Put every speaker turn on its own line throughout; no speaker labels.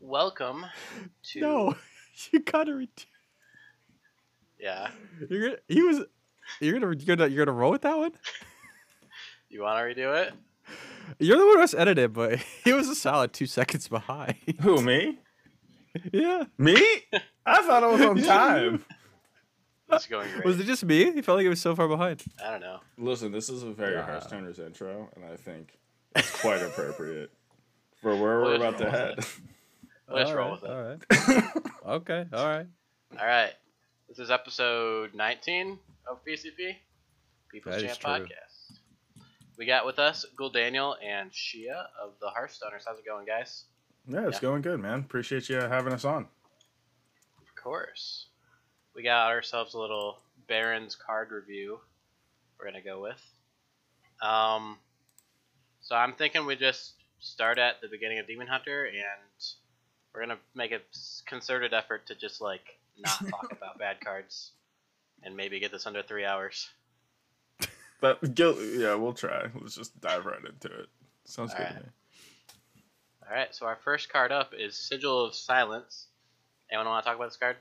welcome to
No, you gotta. Re-
yeah.
you're gonna, he was. You're gonna you're gonna you're gonna roll with that one.
You want to redo it?
You're the one who has edited, but he was a solid two seconds behind.
Who me?
yeah.
Me? I thought I was on
Yeah.
time.
It's going great.
Uh, Was it just me? He felt like he was so far behind.
I don't know.
Listen, this is a very
Yeah.
harsh Turner's intro, and I think it's quite appropriate for where we're about to head.
Let's
All
roll
right,
with it.
All right. Okay. All right.
All right. This is episode 19 of PCP, People's
That
Champ
is true.
Podcast. We got with us Gul Daniel and Shia of the Hearthstoners. How's it going, guys?
yeah, it's
Yeah.
going good, man. Appreciate you having us on.
Of course. We got ourselves a little Baron's card review we're going to go with. Um, so I'm thinking we just start at the beginning of Demon Hunter and we're going to make a s- concerted effort to just like not talk about bad cards and maybe get this under 3 hours.
But Gil, yeah, we'll try. Let's just dive right into it. Sounds good
Alright. All right, so our first card up is Sigil of Silence. Anyone want to talk about this card?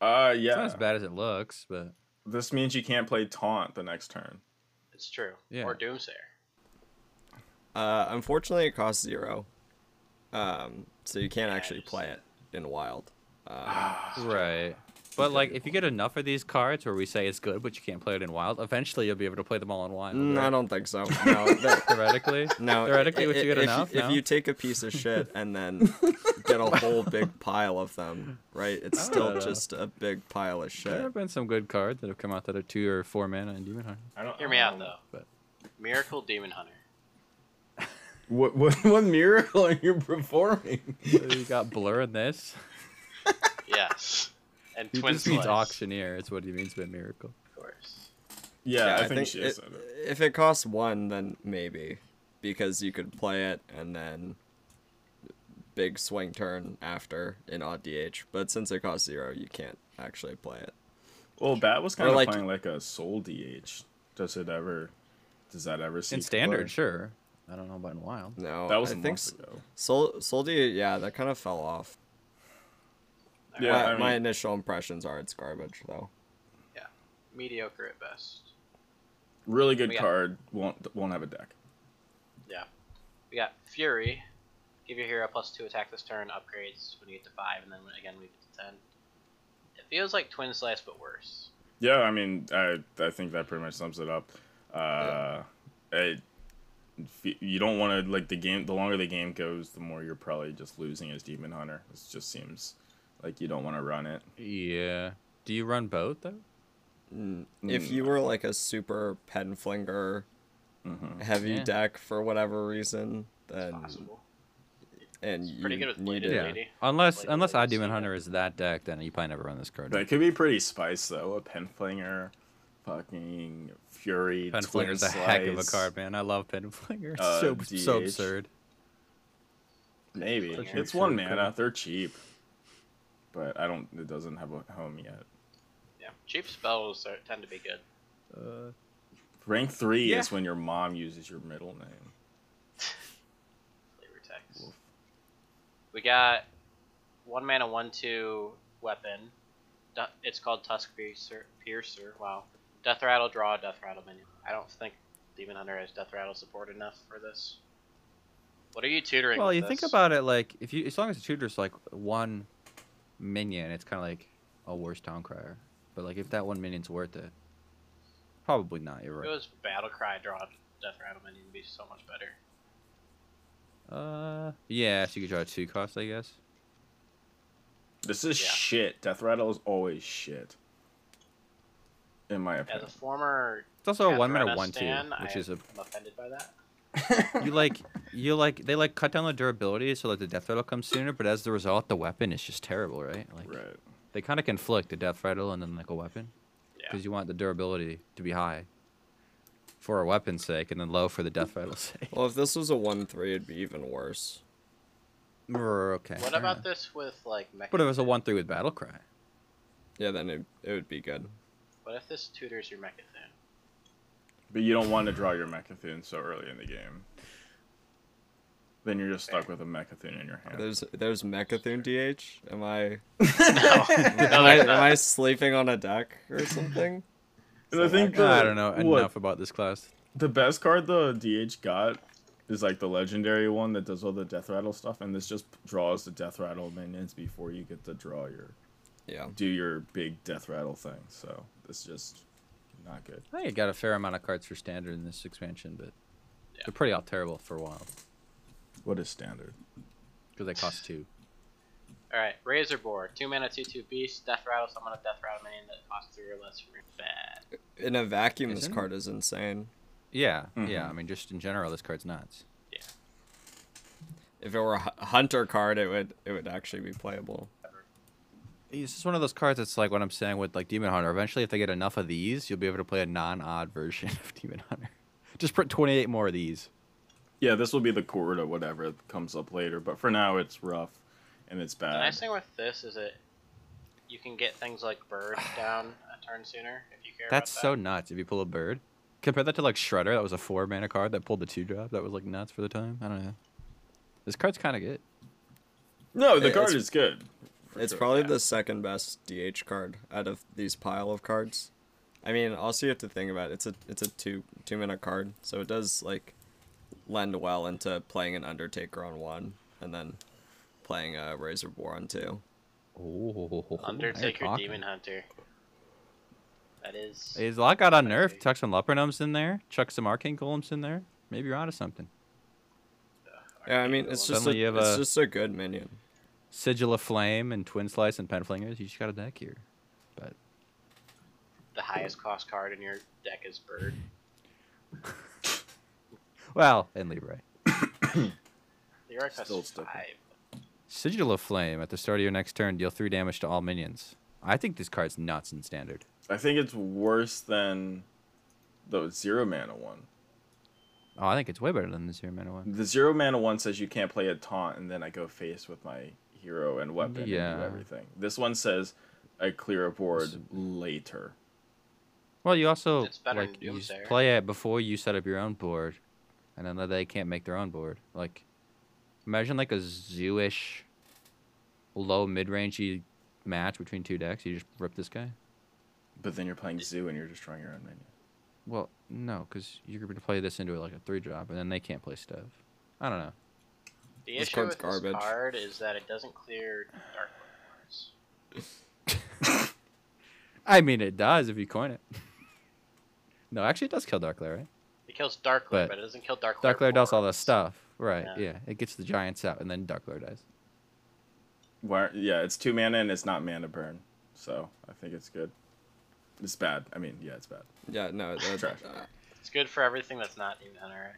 to me. Uh,
It's not
yeah.
as bad as it looks, but
This means you can't play taunt the next turn.
It's true.
Yeah.
Or Doomsayer.
Uh, unfortunately, it costs zero, um, so you can't
Yeah,
actually
just-
play it in wild.
right. But like, if you get enough of these cards where we say it's good, but you can't play it in wild, eventually you'll be able to play them all in wild.
Mm, I
right?
don't think so. No, that,
Theoretically,
no.
Theoretically,
i-
would
i-
you get
if,
enough?
If
No?
you take a piece of shit and then get a whole big pile of them, right? It's
don't
still
know.
just a big pile of shit.
There have been some good cards that have come out that are two or four mana in Demon Hunter.
I don't
Hear me out,
um,
though.
but-
Miracle Demon Hunter.
What what what miracle are you performing?
So you got Blur in this.
Yes. And
He
Twin
just means
Slice,
auctioneer. It's what he means by miracle.
Of course.
Yeah, I, think, she
it,
said it.
if it costs one, then maybe because you could play it and then big swing turn after in odd DH. But since it costs zero, you can't actually play it.
Well, Bat was kind of
like-
playing like a soul DH. Does it ever? Does that ever see
In standard, sure. I don't know about in wild.
No,
That was
I
a
think
month
s-
ago.
Sol Soldier, yeah, that kind of fell off.
Yeah,
my,
I mean,
my initial impressions are it's garbage though.
Mediocre at best.
really good
Yeah.
card. Won't won't have a deck.
Yeah. We got Fury. Give your hero plus two attack this turn, upgrades when you get to five, and then when- again when you get to ten. It feels like Twin Slice, but worse.
Yeah, I mean, I I think that pretty much sums it up. Uh, I- if you don't want to like the game. The longer the game goes, the more you're probably just losing as Demon Hunter. It just seems like you don't want to run it.
Yeah. Do you run both though?
Mm,
Mm.
If you were like a super pen flinger heavy
Yeah.
deck for whatever reason,
Mm-hmm. It's
then
possible.
and you
Pretty good with
need
Bladed
it.
Yeah.
Lady.
Unless
Like,
unless
like,
I Demon
yeah.
Hunter is that deck, then you probably never run this card.
That could be pretty spice though. A penflinger, fucking fury.
Pen
Twin
Flinger's a heck of a
Slice,
card, man. I love Pen Flinger. It's
Uh,
so so
DH.
absurd.
Maybe
They're
it's
cheap,
one
sure,
mana.
cool.
They're cheap, but I don't. It doesn't have a home yet.
Yeah. Cheap spells are, tend to be good.
Rank three
Yeah.
is when your mom uses your middle name.
flavor text. We got one mana, one two weapon. Du- It's called Tusk Piercer. Piercer. Wow. Death Rattle, draw a Death Rattle minion. I don't think Demon Hunter has Death Rattle support enough for this. What are you tutoring?
Well,
with
you
this?
think about it, like if you as long as the tutor's like one minion, it's kind of like a worse town crier. But like if that one minion's worth it, probably not. You're
If it
right.
was Battle Cry, draw a Death Rattle minion would be so much better.
Uh, yeah, so you could draw two cost, I guess.
This is
Yeah.
shit. Death Rattle is always shit. In my
As a
opinion.
former
It's also a one
Katharina
mana one
stan,
two, which
I
is a
am offended by that.
you like you like they like cut down the durability so that the death rattle comes sooner, but as the result, the weapon is just terrible, right? Like
Right.
they kind of conflict the death rattle and then like a weapon
Yeah.
because you want the durability to be high for a weapon's sake and then low for the death rattle's sake.
Well, if this was a one three, it'd be even worse.
Brr, okay.
What
fair
about
enough.
this with like? Mech-
But it was a one three with battle cry.
Yeah, then it, it would be good.
What if this tutors your Mechathan?
But you don't want to draw your Mechathune so early in the game. Then you're just stuck with a Mechathune in your hand.
There's there's Mechathune DH. Am I
No,
am I,
there's
am
not.
I sleeping on a deck or something?
and I think the,
I don't know
what-
enough about this class.
the best card the DH got is like the legendary one that does all the death rattle stuff, and this just draws the death rattle minions before you get to draw your
Yeah.
do your big death rattle thing. So this is just not good.
I think it got a fair amount of cards for standard in this expansion, but
Yeah.
they're pretty all terrible for a while
What is standard?
because they cost two.
All right, Razor Boar, two mana, two two beast, death rattle. Summon a death rattle minion that costs three or less from your bag.
In a vacuum, this
Isn't-
card is insane.
Yeah, yeah.
Mhm.
I mean, just in general, this card's nuts.
If it were a hu- hunter card, it would it would actually be playable.
It's just one of those cards that's like what I'm saying with like Demon Hunter. Eventually, if they get enough of these, you'll be able to play a non-odd version of Demon Hunter. Just print 28 more of these.
Yeah, this will be the cord or whatever comes up later, but for now it's rough and it's
The
bad.
nice thing with this is that you can get things like bird down a turn sooner if you care.
That's
about
so nuts. If you pull a bird, compare that to like Shredder, that was a four mana card that pulled the two drop. That was like nuts for the time. I don't know. This card's kind of good.
No, the
It-
card
it's-
is good. for
It's
sure.
probably the second best DH card out of these pile of cards. I mean, also you have to think about it. it's a it's a two two minute card, so it does like lend well into playing an Undertaker on one, and then playing a Razor War on two.
Oh,
that. Undertaker, Demon Hunter. That is.
His lot got unnerved. Tuck some Leopardums in there. Chuck some Arcane Golems in there. Maybe you're onto something.
Yeah, I mean it's just a,
Suddenly you have
it's
a-
just a good minion.
Sigil of Flame and Twin Slice and Penflingers. You just got a deck here. But
the highest cost card in your deck is bird.
well, and Libre.
Lyra
Still
costs
stupid.
five.
Sigil of Flame at the start of your next turn, deal three damage to all minions. I think this card's nuts in standard.
I think it's worse than the zero mana one.
Oh, I think it's way better than the zero mana one.
The zero mana one says you can't play a taunt, and then I go face with my hero and weapon and
Yeah.
do everything. This one says I clear a board
This-
later.
Well, you also
It's better
like
than
you s-
Doomsayer.
play it before you set up your own board, and then they can't make their own board. Like, imagine like a zooish, low mid rangey match between two decks. You just rip this guy.
But then you're playing zoo and you're destroying your own minion.
Well, no, because you're going to play this into like a three drop, and then they can't play stuff. I don't know.
The
This
issue
card's
with this
garbage.
card is that it doesn't clear dark Lord cards.
I mean, it does if you coin it. no, actually, it does kill Dark Lair, right?
It kills dark Lord,
But
but it doesn't kill dark.
Dark Lair does all
the
the stuff, right?
Yeah.
Yeah. it gets the giants out, and then Dark Lair dies.
Why? Yeah, it's two mana and it's not mana burn, so I think it's good. It's bad. I mean, yeah, it's bad.
Yeah, no, that,
Trash.
uh,
It's good for everything that's not Demon Hunter.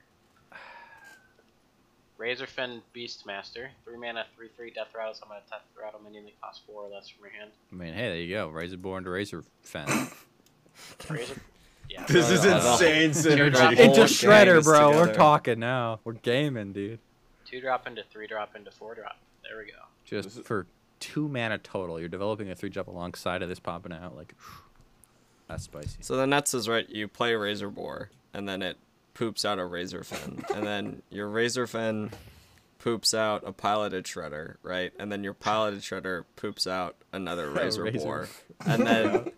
Razorfin Beastmaster, three mana, three three death rattle. So I'm gonna death rattle minion that costs four or less from your hand.
I mean, hey, there you go. Razorborn to Razor Fen.
Razor, yeah.
This is
is Uh,
insane
insane
synergy.
synergy.
It's
whole
just
gang
Shredder,
is
bro. We're
together.
talking now. We're gaming, dude.
Two drop into three drop into four drop. There we go.
This
Just
is-
for two mana total, you're developing a three jump alongside of this popping out. Like, that's spicy.
So the nuts is right. You play Razor Boar, and then it poops out a Razor Fin, and then your Razor Fin poops out a piloted shredder, right? And then your piloted shredder poops out another Razor,
Razor.
Boar, and then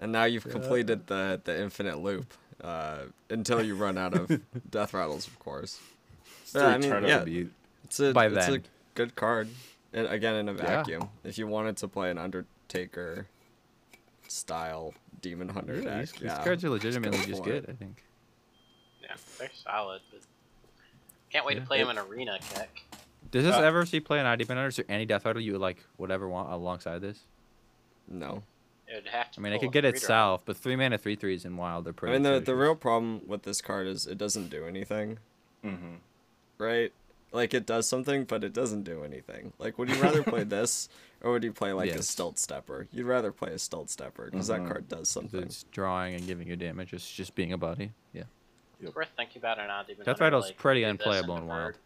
and now you've completed the the infinite loop uh, until you run out of death rattles, of course. Yeah, I mean,
turn
yeah,
up.
it's a
By
it's a
then.
good card. And again, in a
Yeah.
vacuum, if you wanted to play an Undertaker style demon hunter
Really,
deck,
these, these
yeah.
cards are legitimately just
for it.
good, I think.
Yeah, they're solid, but can't wait
Yeah.
to play him in arena. Keck.
Does this
Uh,
ever see play an ID Benders or any Death Rattle you would like, whatever want alongside this?
No.
It'd have to.
I mean, I
pull
could
a
get it
three-drop.
south, but three mana three threes in wild are
I
pretty.
mean, the, the
atrocious.
real problem with this card is it doesn't do anything,
Mm-hmm.
right? Like, it does something, but it doesn't do anything. Like, would you rather play this, or would you play, like, a
Yes.
Stilt Stepper? You'd rather play a Stilt Stepper, because
Mhm.
that card does something.
It's drawing and giving you damage. It's just being a body. Yeah.
It's worth thinking about an odd even.
Death
under,
Rattle's
like,
pretty
do this
unplayable
into
in Wild.
Bird.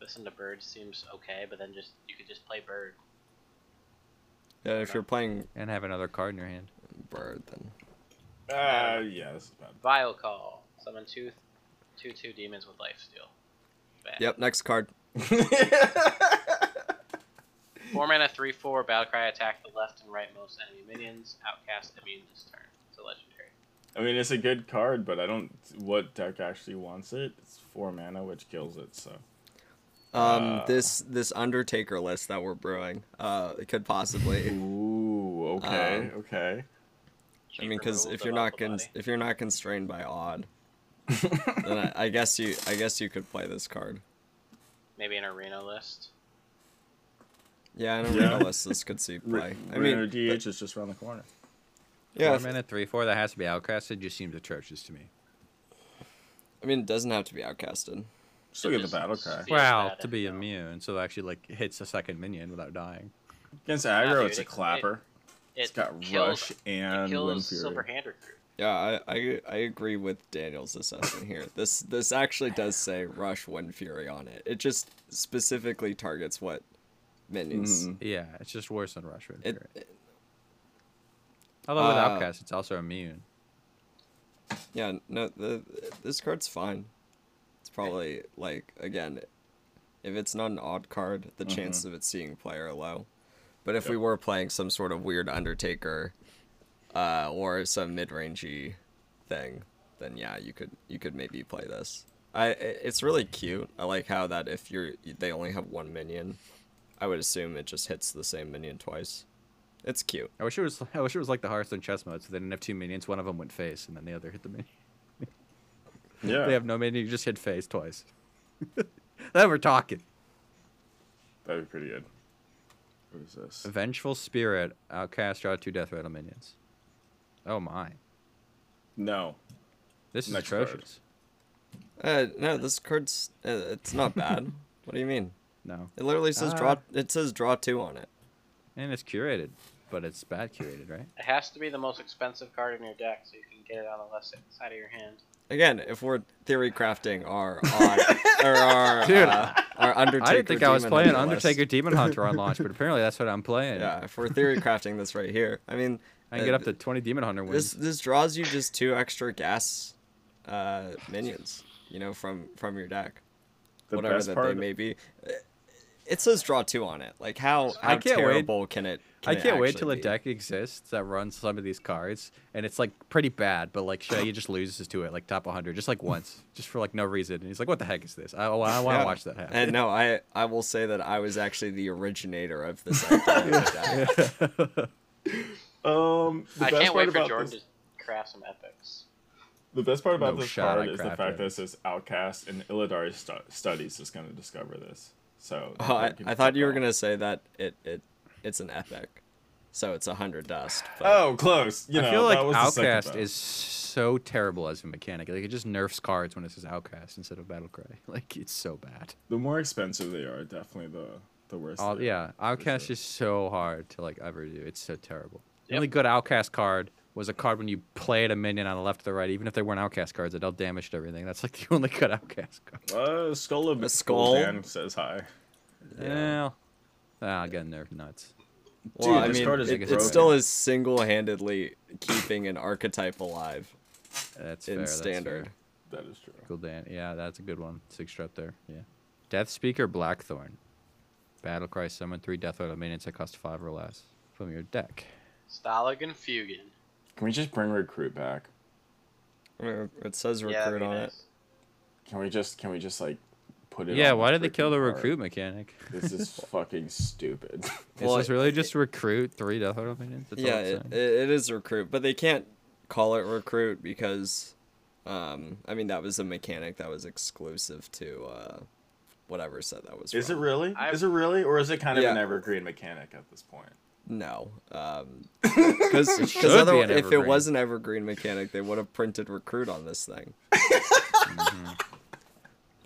This into bird seems okay, but then just you could just play bird.
Yeah, if you're playing
And have another card in your hand.
Bird, then.
Uh, yeah, this is bad.
Vile call. Summon two, two two demons with life steal. bad.
Yep, next card.
Four mana, three four. Battlecry attack the left and rightmost enemy minions. Outcast immune this turn. It's a legendary.
I mean, it's a good card, but I don't. What deck actually wants it? It's four mana, which kills it. So
Um,
Uh.
this this Undertaker list that we're brewing, uh, it could possibly.
Ooh,
Um,
okay, okay.
I mean,
Cheap
because
removal
if
to
you're
the
not
upper
con-
body.
if you're not constrained by odd, then I, I guess you I guess you could play this card.
maybe an arena list.
Yeah, and
Yeah.
yeah. list this could see
Re-
play. I
Reno
mean,
DH is just around the corner.
yeah,
Four mana, three four. That has to be outcasted. Just seems atrocious to me.
I mean, it doesn't have to be outcasted.
Still get the
just-
battle cry.
Feels
Wow,
bad,
to be
I know.
immune, so it actually like hits a second minion without dying.
Against aggro,
dude,
it's a
it-
clapper.
It
it's got
kills-
rush
It
and wind
kills
fury.
Silver Hand Recruit.
Yeah, I, I I agree with Daniel's assessment here. This this actually does say Rush Wind Fury on it. It just specifically targets what minions.
Mhm.
Yeah, it's just worse than Rush Wind
It,
Fury. Although with
uh,
outcast, it's also immune.
yeah, no, the this card's fine. It's probably like again, if it's not an odd card, the chances of it seeing play are low. But if we
Yep.
were playing some sort of weird Undertaker, uh, or some mid rangey thing, then yeah, you could you could maybe play this. I i- it's really cute. I like how that if you're they only have one minion, I would assume it just hits the same minion twice. It's cute.
I wish it was. I wish it was like the Hearthstone chess mode. So they didn't have two minions. One of them went face, and then the other hit the minion.
Yeah.
They have no minion. You just hit face twice. then we're talking.
That'd be pretty good. What is this?
Vengeful spirit. Outcast. Draw two death rattle minions. Oh my!
No.
This is
Next card.
atrocious.
Uh, no, this card's uh, it's not bad. what do you mean?
No,
It literally says
Ah.
draw. It says draw two on it.
and it's curated, but it's bad curated, right?
It has to be the most expensive card in your deck, so you can get it on the left side of your hand.
Again, if we're theory crafting our odd, or our
Dude,
uh, our Undertaker.
I didn't think I was
Demon
playing
Hunter list.
Undertaker Demon Hunter on launch, but apparently that's what I'm playing.
Yeah, if we're theory crafting this right here, I mean,
I can get
uh,
up to 20 Demon Hunter wins.
this. This draws you just two extra gas uh, minions, you know, from from your deck,
The
whatever
best
that
part.
they may be. Uh, It says draw two on it. Like how, how
I can't wait-
terrible can it? Can
I
it
can't wait
actually
till a
be?
deck exists that runs some of these cards, and it's like pretty bad, but like Shay just loses to it, like top 100, just like once, just for like no reason. And he's like, "What the heck is this? I, I want to
Yeah.
watch that happen."
And no, I I will say that I was actually the originator of this idea. of deck.
um, the
I can't
best part
wait for
about
Jordan
this,
to craft some epics.
The best part about
No
this
shot
card
I
is the
cracked
fact
it.
that this is Outcast and Illidari stu- Studies is going to discover this. So.
Oh, I,
that could
I thought you were
fuck
gonna
off.
say that it it it's an epic, so it's a hundred dust. But
Oh, close. You know,
I feel
that
like
was the second
Outcast
best.
is so terrible as a mechanic. Like it just nerfs cards when it says Outcast instead of Battlecry. Like it's so bad.
The more expensive they are, definitely the the worse.
All,
they
yeah, Outcast
sure.
is so hard to like ever do. It's so terrible. The
Yep.
only good Outcast card was a card when you played a minion on the left or the right, even if they weren't Outcast cards, it all damaged everything. That's like the only good Outcast card.
Uh, skull of
A
skull.
skull?
Dan says hi.
Yeah. Ah, I got nerf nuts.
well,
Dude,
I
this
mean,
card is
it, it
broken.
still is single-handedly keeping an archetype alive
That's fair.
in
that's fair.
standard.
That is true.
Cool Dan. Yeah, that's a good one. Six drop there. Yeah. Death Speaker Blackthorn. Battlecry summon three Death Rattle minions that cost five or less from your deck.
Stalag and Fugin.
Can we just bring recruit back?
I mean, it says recruit
Yeah, that'd be
on
nice.
Can we just can we just like put it?
yeah,
on
why
the
did they kill the
freaking card?
recruit mechanic?
This is fucking stupid.
Is
Well,
this
it-
really just recruit three Death Rattle minions?
it.
That's all
Yeah,
it's
it,
saying?
it, it is recruit, but they can't call it recruit because, um, I mean that was a mechanic that was exclusive to uh, whatever set that was.
is it
from.
really?
I-
Is it really? Or is it kind of an
Yeah.
evergreen mechanic at this point?
No, um, because
should be an
if it
evergreen.
was an evergreen mechanic, they would have printed recruit on this thing.
Mm-hmm.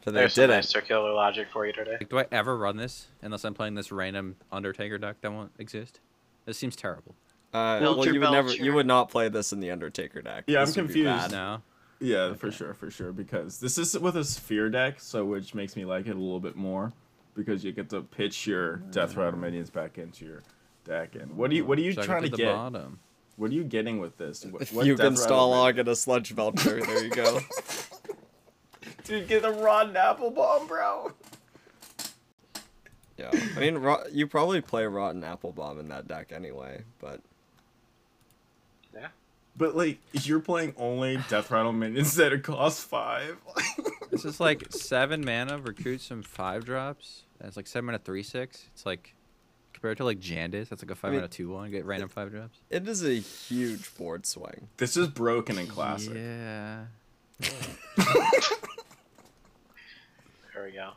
But they
There's some
didn't.
nice circular logic for you today.
Like, do I ever run this unless I'm playing this random Undertaker deck that won't exist? This seems terrible.
Uh,
Belcher,
well, you would never, you
Belcher.
would not play this in the Undertaker deck.
Yeah, I'm
This would be
confused.
bad.
No.
Yeah, for sure, for sure. Because this is with a sphere deck, so which makes me like it a little bit more, because you get to pitch your death rattle minions back into your deck. And what do you what are you
Suck it
trying to
the
get?
bottom.
What are you getting with this? What,
If
what
you
death
can
rattle
stall
minion-
log and a sludge belcher, there you go. Dude, get the Rod Apple bomb, bro. Yeah, I mean, ro- you probably play Rotten Apple Bomb in that deck anyway, but
But like you're playing only death rattle minions that it costs five.
This is like seven mana, recruit some five drops. And it's like seven mana three six. It's like compared to like Jandis, that's like a five
mean,
mana two one. Get random five drops.
it is a huge board swing.
this is broken and classic.
Yeah.
There we go.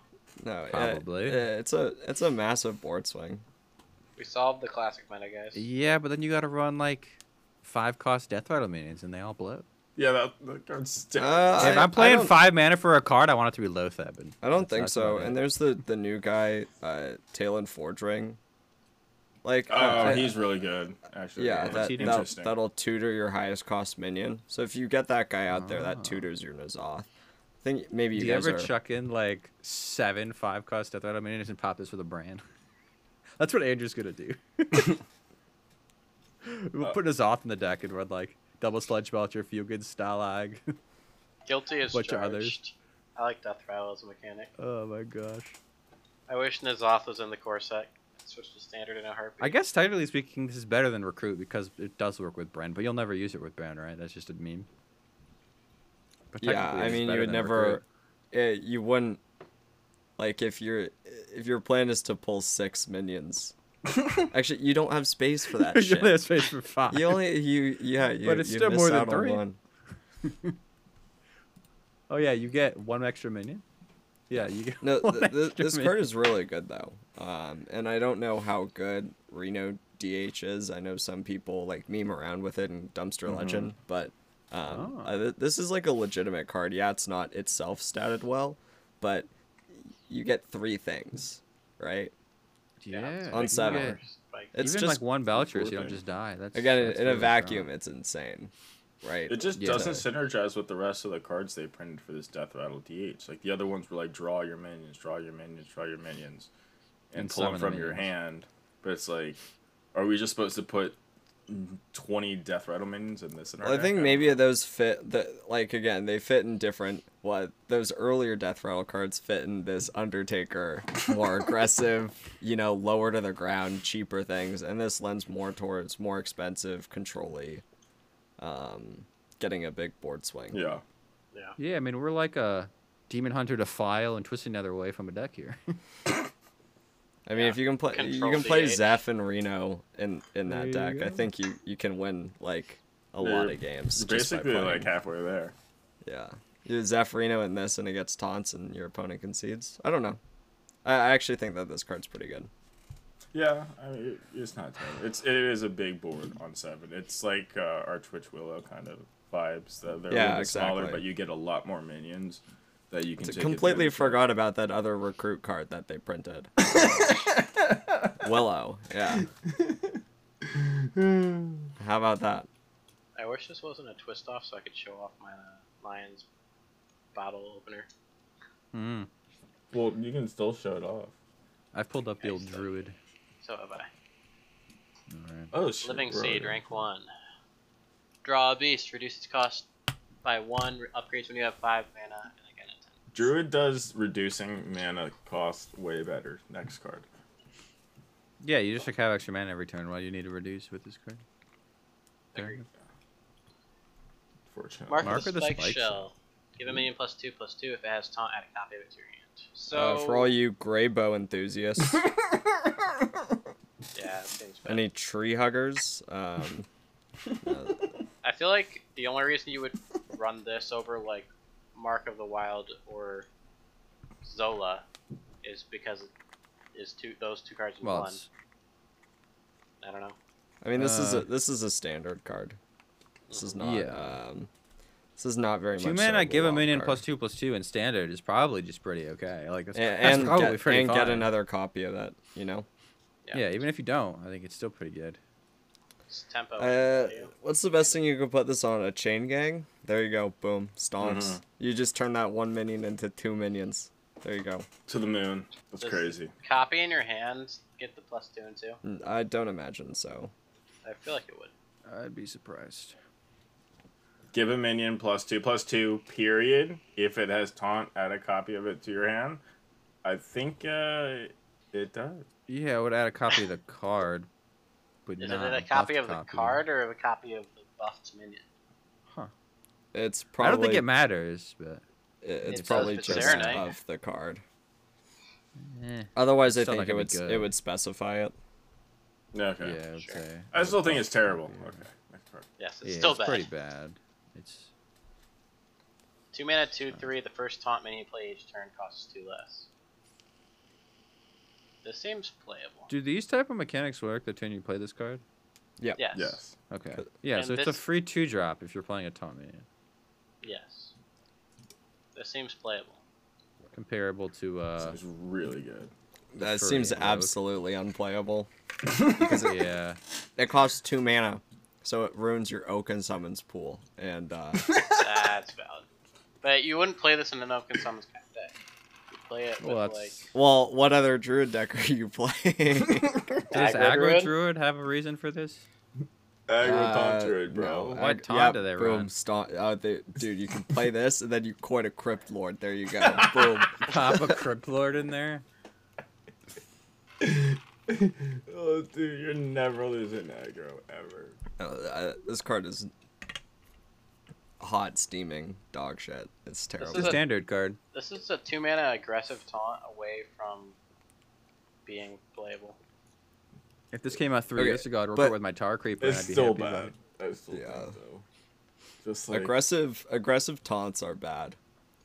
No, it-
Probably.
it- it's a it's a massive board swing.
We solved the classic meta, guys.
Yeah, but then you gotta run like five cost death rattle minions and they all blow.
Yeah, that, that card's dead.
Uh,
if
I-
I'm
I
playing
don't-
five mana for a card, I want it to be Lothab. And
I don't
that's
think
not
so.
gonna-
And there's the the new guy, uh, Talon Forge Ring. Like,
oh,
I- I-
he's really good. Actually,
yeah, that,
cheating.
that
interesting.
that'll tutor your highest cost minion. So if you get that guy out there,
Ah.
that tutors your Nazoth. I think maybe you
Do you
guys
ever
are-
chuck in like seven five cost death rattle minions and pop this with a brand? That's what Andrew's gonna do. we'll put Azoth in the deck and run like double sledge belcher, few good stalag.
Guilty as
Bunch of
charged.
others.
I like Death Rattle as a mechanic.
oh my gosh. I
I wish Nazoth was in the core set. Switch to standard in a heartbeat.
I guess technically speaking, this is better than recruit because it does work with brand, but you'll never use it with brand, right? That's just a meme. But
Yeah,
technically
I
it's
mean you
better
would
than
never,
Recruit.
eh, you wouldn't. Like if your if your plan is to pull six minions, actually you don't have space for that
you
shit.
only have space for five.
You only you yeah you.
But it's
you
still
miss
more than
out on
three.
one.
Oh yeah, you get one extra minion. Yeah, you get
No,
one
th- th-
extra
this
minion.
card is really good though, um, and I don't know how good Reno DH is. I know some people like meme around with it and Dumpster Legend, but um,
Mm-hmm. Oh.
uh, th- this is like a legitimate card. Yeah, it's not itself statted well, but you get three things, right?
Yeah.
On
you
seven.
get-
Like,
It's
Even
just
like one Belcher, so you
flipping.
don't just die. That's
again in-
that's
in
really
a
strong.
vacuum. It's insane, right?
It just
Yeah.
doesn't synergize with the rest of the cards they printed for this death rattle DH. Like the other ones were like draw your minions, draw your minions, draw your minions, and,
And
pull them
summon the
from your
minions.
hand. But it's like, are we just supposed to put twenty death rattle minions in this? In our
Well, I
deck?
think
don't
maybe
know.
those fit the like again they fit in different what those earlier death rattle cards fit in this Undertaker more aggressive you know lower to the ground cheaper things and this lends more towards more expensive controlly, um, getting a big board swing.
Yeah.
yeah.
Yeah, I mean we're like a demon hunter to file and twisting another way from a deck here.
I mean if you can play
Control
you can play
DH.
Zeph and Reno in in
There you
that deck I
go.
think you you can win like a
They're
lot of games just by
Basically, like
playing.
halfway there.
Yeah. You Zephyr in this and it gets taunts and your opponent concedes. I don't know. I, I actually think that this card's pretty good.
Yeah, I mean, it- it's not terrible. It's it is a big board on seven. It's like uh, our Twitch Willow kind of vibes. That they're a
Yeah,
little bit smaller,
exactly.
but you get a lot more minions that you can.
T-
Take
completely
advantage of.
forgot about that other recruit card that they printed. Willow, yeah. How about that?
I wish this wasn't a twist off so I could show off my uh, Lions bottle opener.
mm.
Well, you can still show it off.
I've pulled up the old
Excellent.
druid.
So have I.
All right.
Oh, shit,
Living
bro.
Seed, rank 1. Draw a beast, reduce its cost by 1, re- upgrades when you have 5 mana, and again at 10.
Druid does reducing mana cost way better. Next card.
Yeah, you just like have extra mana every turn. Why do you need to reduce with this card? There
Agreed.
you go.
Fortunately.
Mark,
Mark
the
of the
spike,
spike
shell. Give a minion plus 2 plus 2 if it has taunt, add a copy of it to your hand. So,
Uh, for all you gray bow enthusiasts,
yeah, it seems bad.
any tree huggers, um, uh,
I feel like the only reason you would run this over like Mark of the Wild or Zola is because it is two those two cards in
Well,
one.
it's,
I don't know.
I mean this is a
Uh,
this is a standard card. This is not
Yeah.
um, this is not very
two
much. so
mana, give a
Willow
minion
card.
plus two plus two in standard is probably just pretty okay. Like that's,
A-
that's
and,
probably
get,
pretty
and get
fine.
another copy of that you know
Yeah.
yeah, even if you don't, I think it's still pretty good.
It's tempo.
uh,
too.
what's the best thing you can put this on a chain gang there you go boom stomps
Mhm.
you just turn that one minion into two minions there you go
To the moon. That's
Does-
crazy.
Copy in your hand, get the plus two and two.
N- i don't imagine so
I feel like it would.
I'd be surprised.
Give a minion plus two plus two. Period. If it has taunt, add a copy of it to your hand. I think uh, it does.
Yeah, I would add a copy of the card. But
Is
not
it a
buffed
copy of the card or a copy of the buffed minion?
It's
I
probably
don't think it matters, but
it- it's
It says
probably
it's
just
Serenite.
of the card.
eh,
Otherwise, I
Still not
think it
gonna
would
be
s-
good.
it would specify it.
yeah,
Okay.
I would
Sure.
say.
I still think it's terrible. Okay. Next card.
Yes, it's
Yeah,
still
it's
bad.
pretty bad. It's
Two mana, two three. The first taunt minion you play each turn costs two less. This seems playable.
do these type of mechanics work the turn you play this card?
Yes.
Yes.
Okay.
Could-
Yeah,
And
so it's a
this-
free two drop if you're playing a taunt minion,
Yes. This seems playable.
comparable to
So
uh
it's really good.
That
for
seems
a rogue.
absolutely unplayable. Because it,
yeah.
it costs two mana, so it ruins your oak and summons pool. And uh,
That's valid. But you wouldn't play this in an Oaken Summons kind of deck. You play it with
Well,
like
that's
well, what other druid deck are you playing?
Does
Aggro
aggro
Druid?
druid have a reason for this?
Aggro
Uh,
taunt druid, bro.
no,
What
ag-
taunt do they
boom,
run?
Sta- uh, they, dude, you can play this, and then you coin a crypt lord. There you go. boom.
Pop a crypt lord in there.
oh, dude, you're never losing aggro ever.
Uh, uh, this card is hot, steaming dog shit. It's
is
terrible.
It's a
a-
standard card.
this is a two mana aggressive taunt away from being playable.
If this came out three
Okay,
years ago, I'd report
but
with my Tar Creeper.
It's
and I'd be
still
happy about
bad.
it.
I still
Yeah.
think so. Just like
aggressive aggressive taunts are bad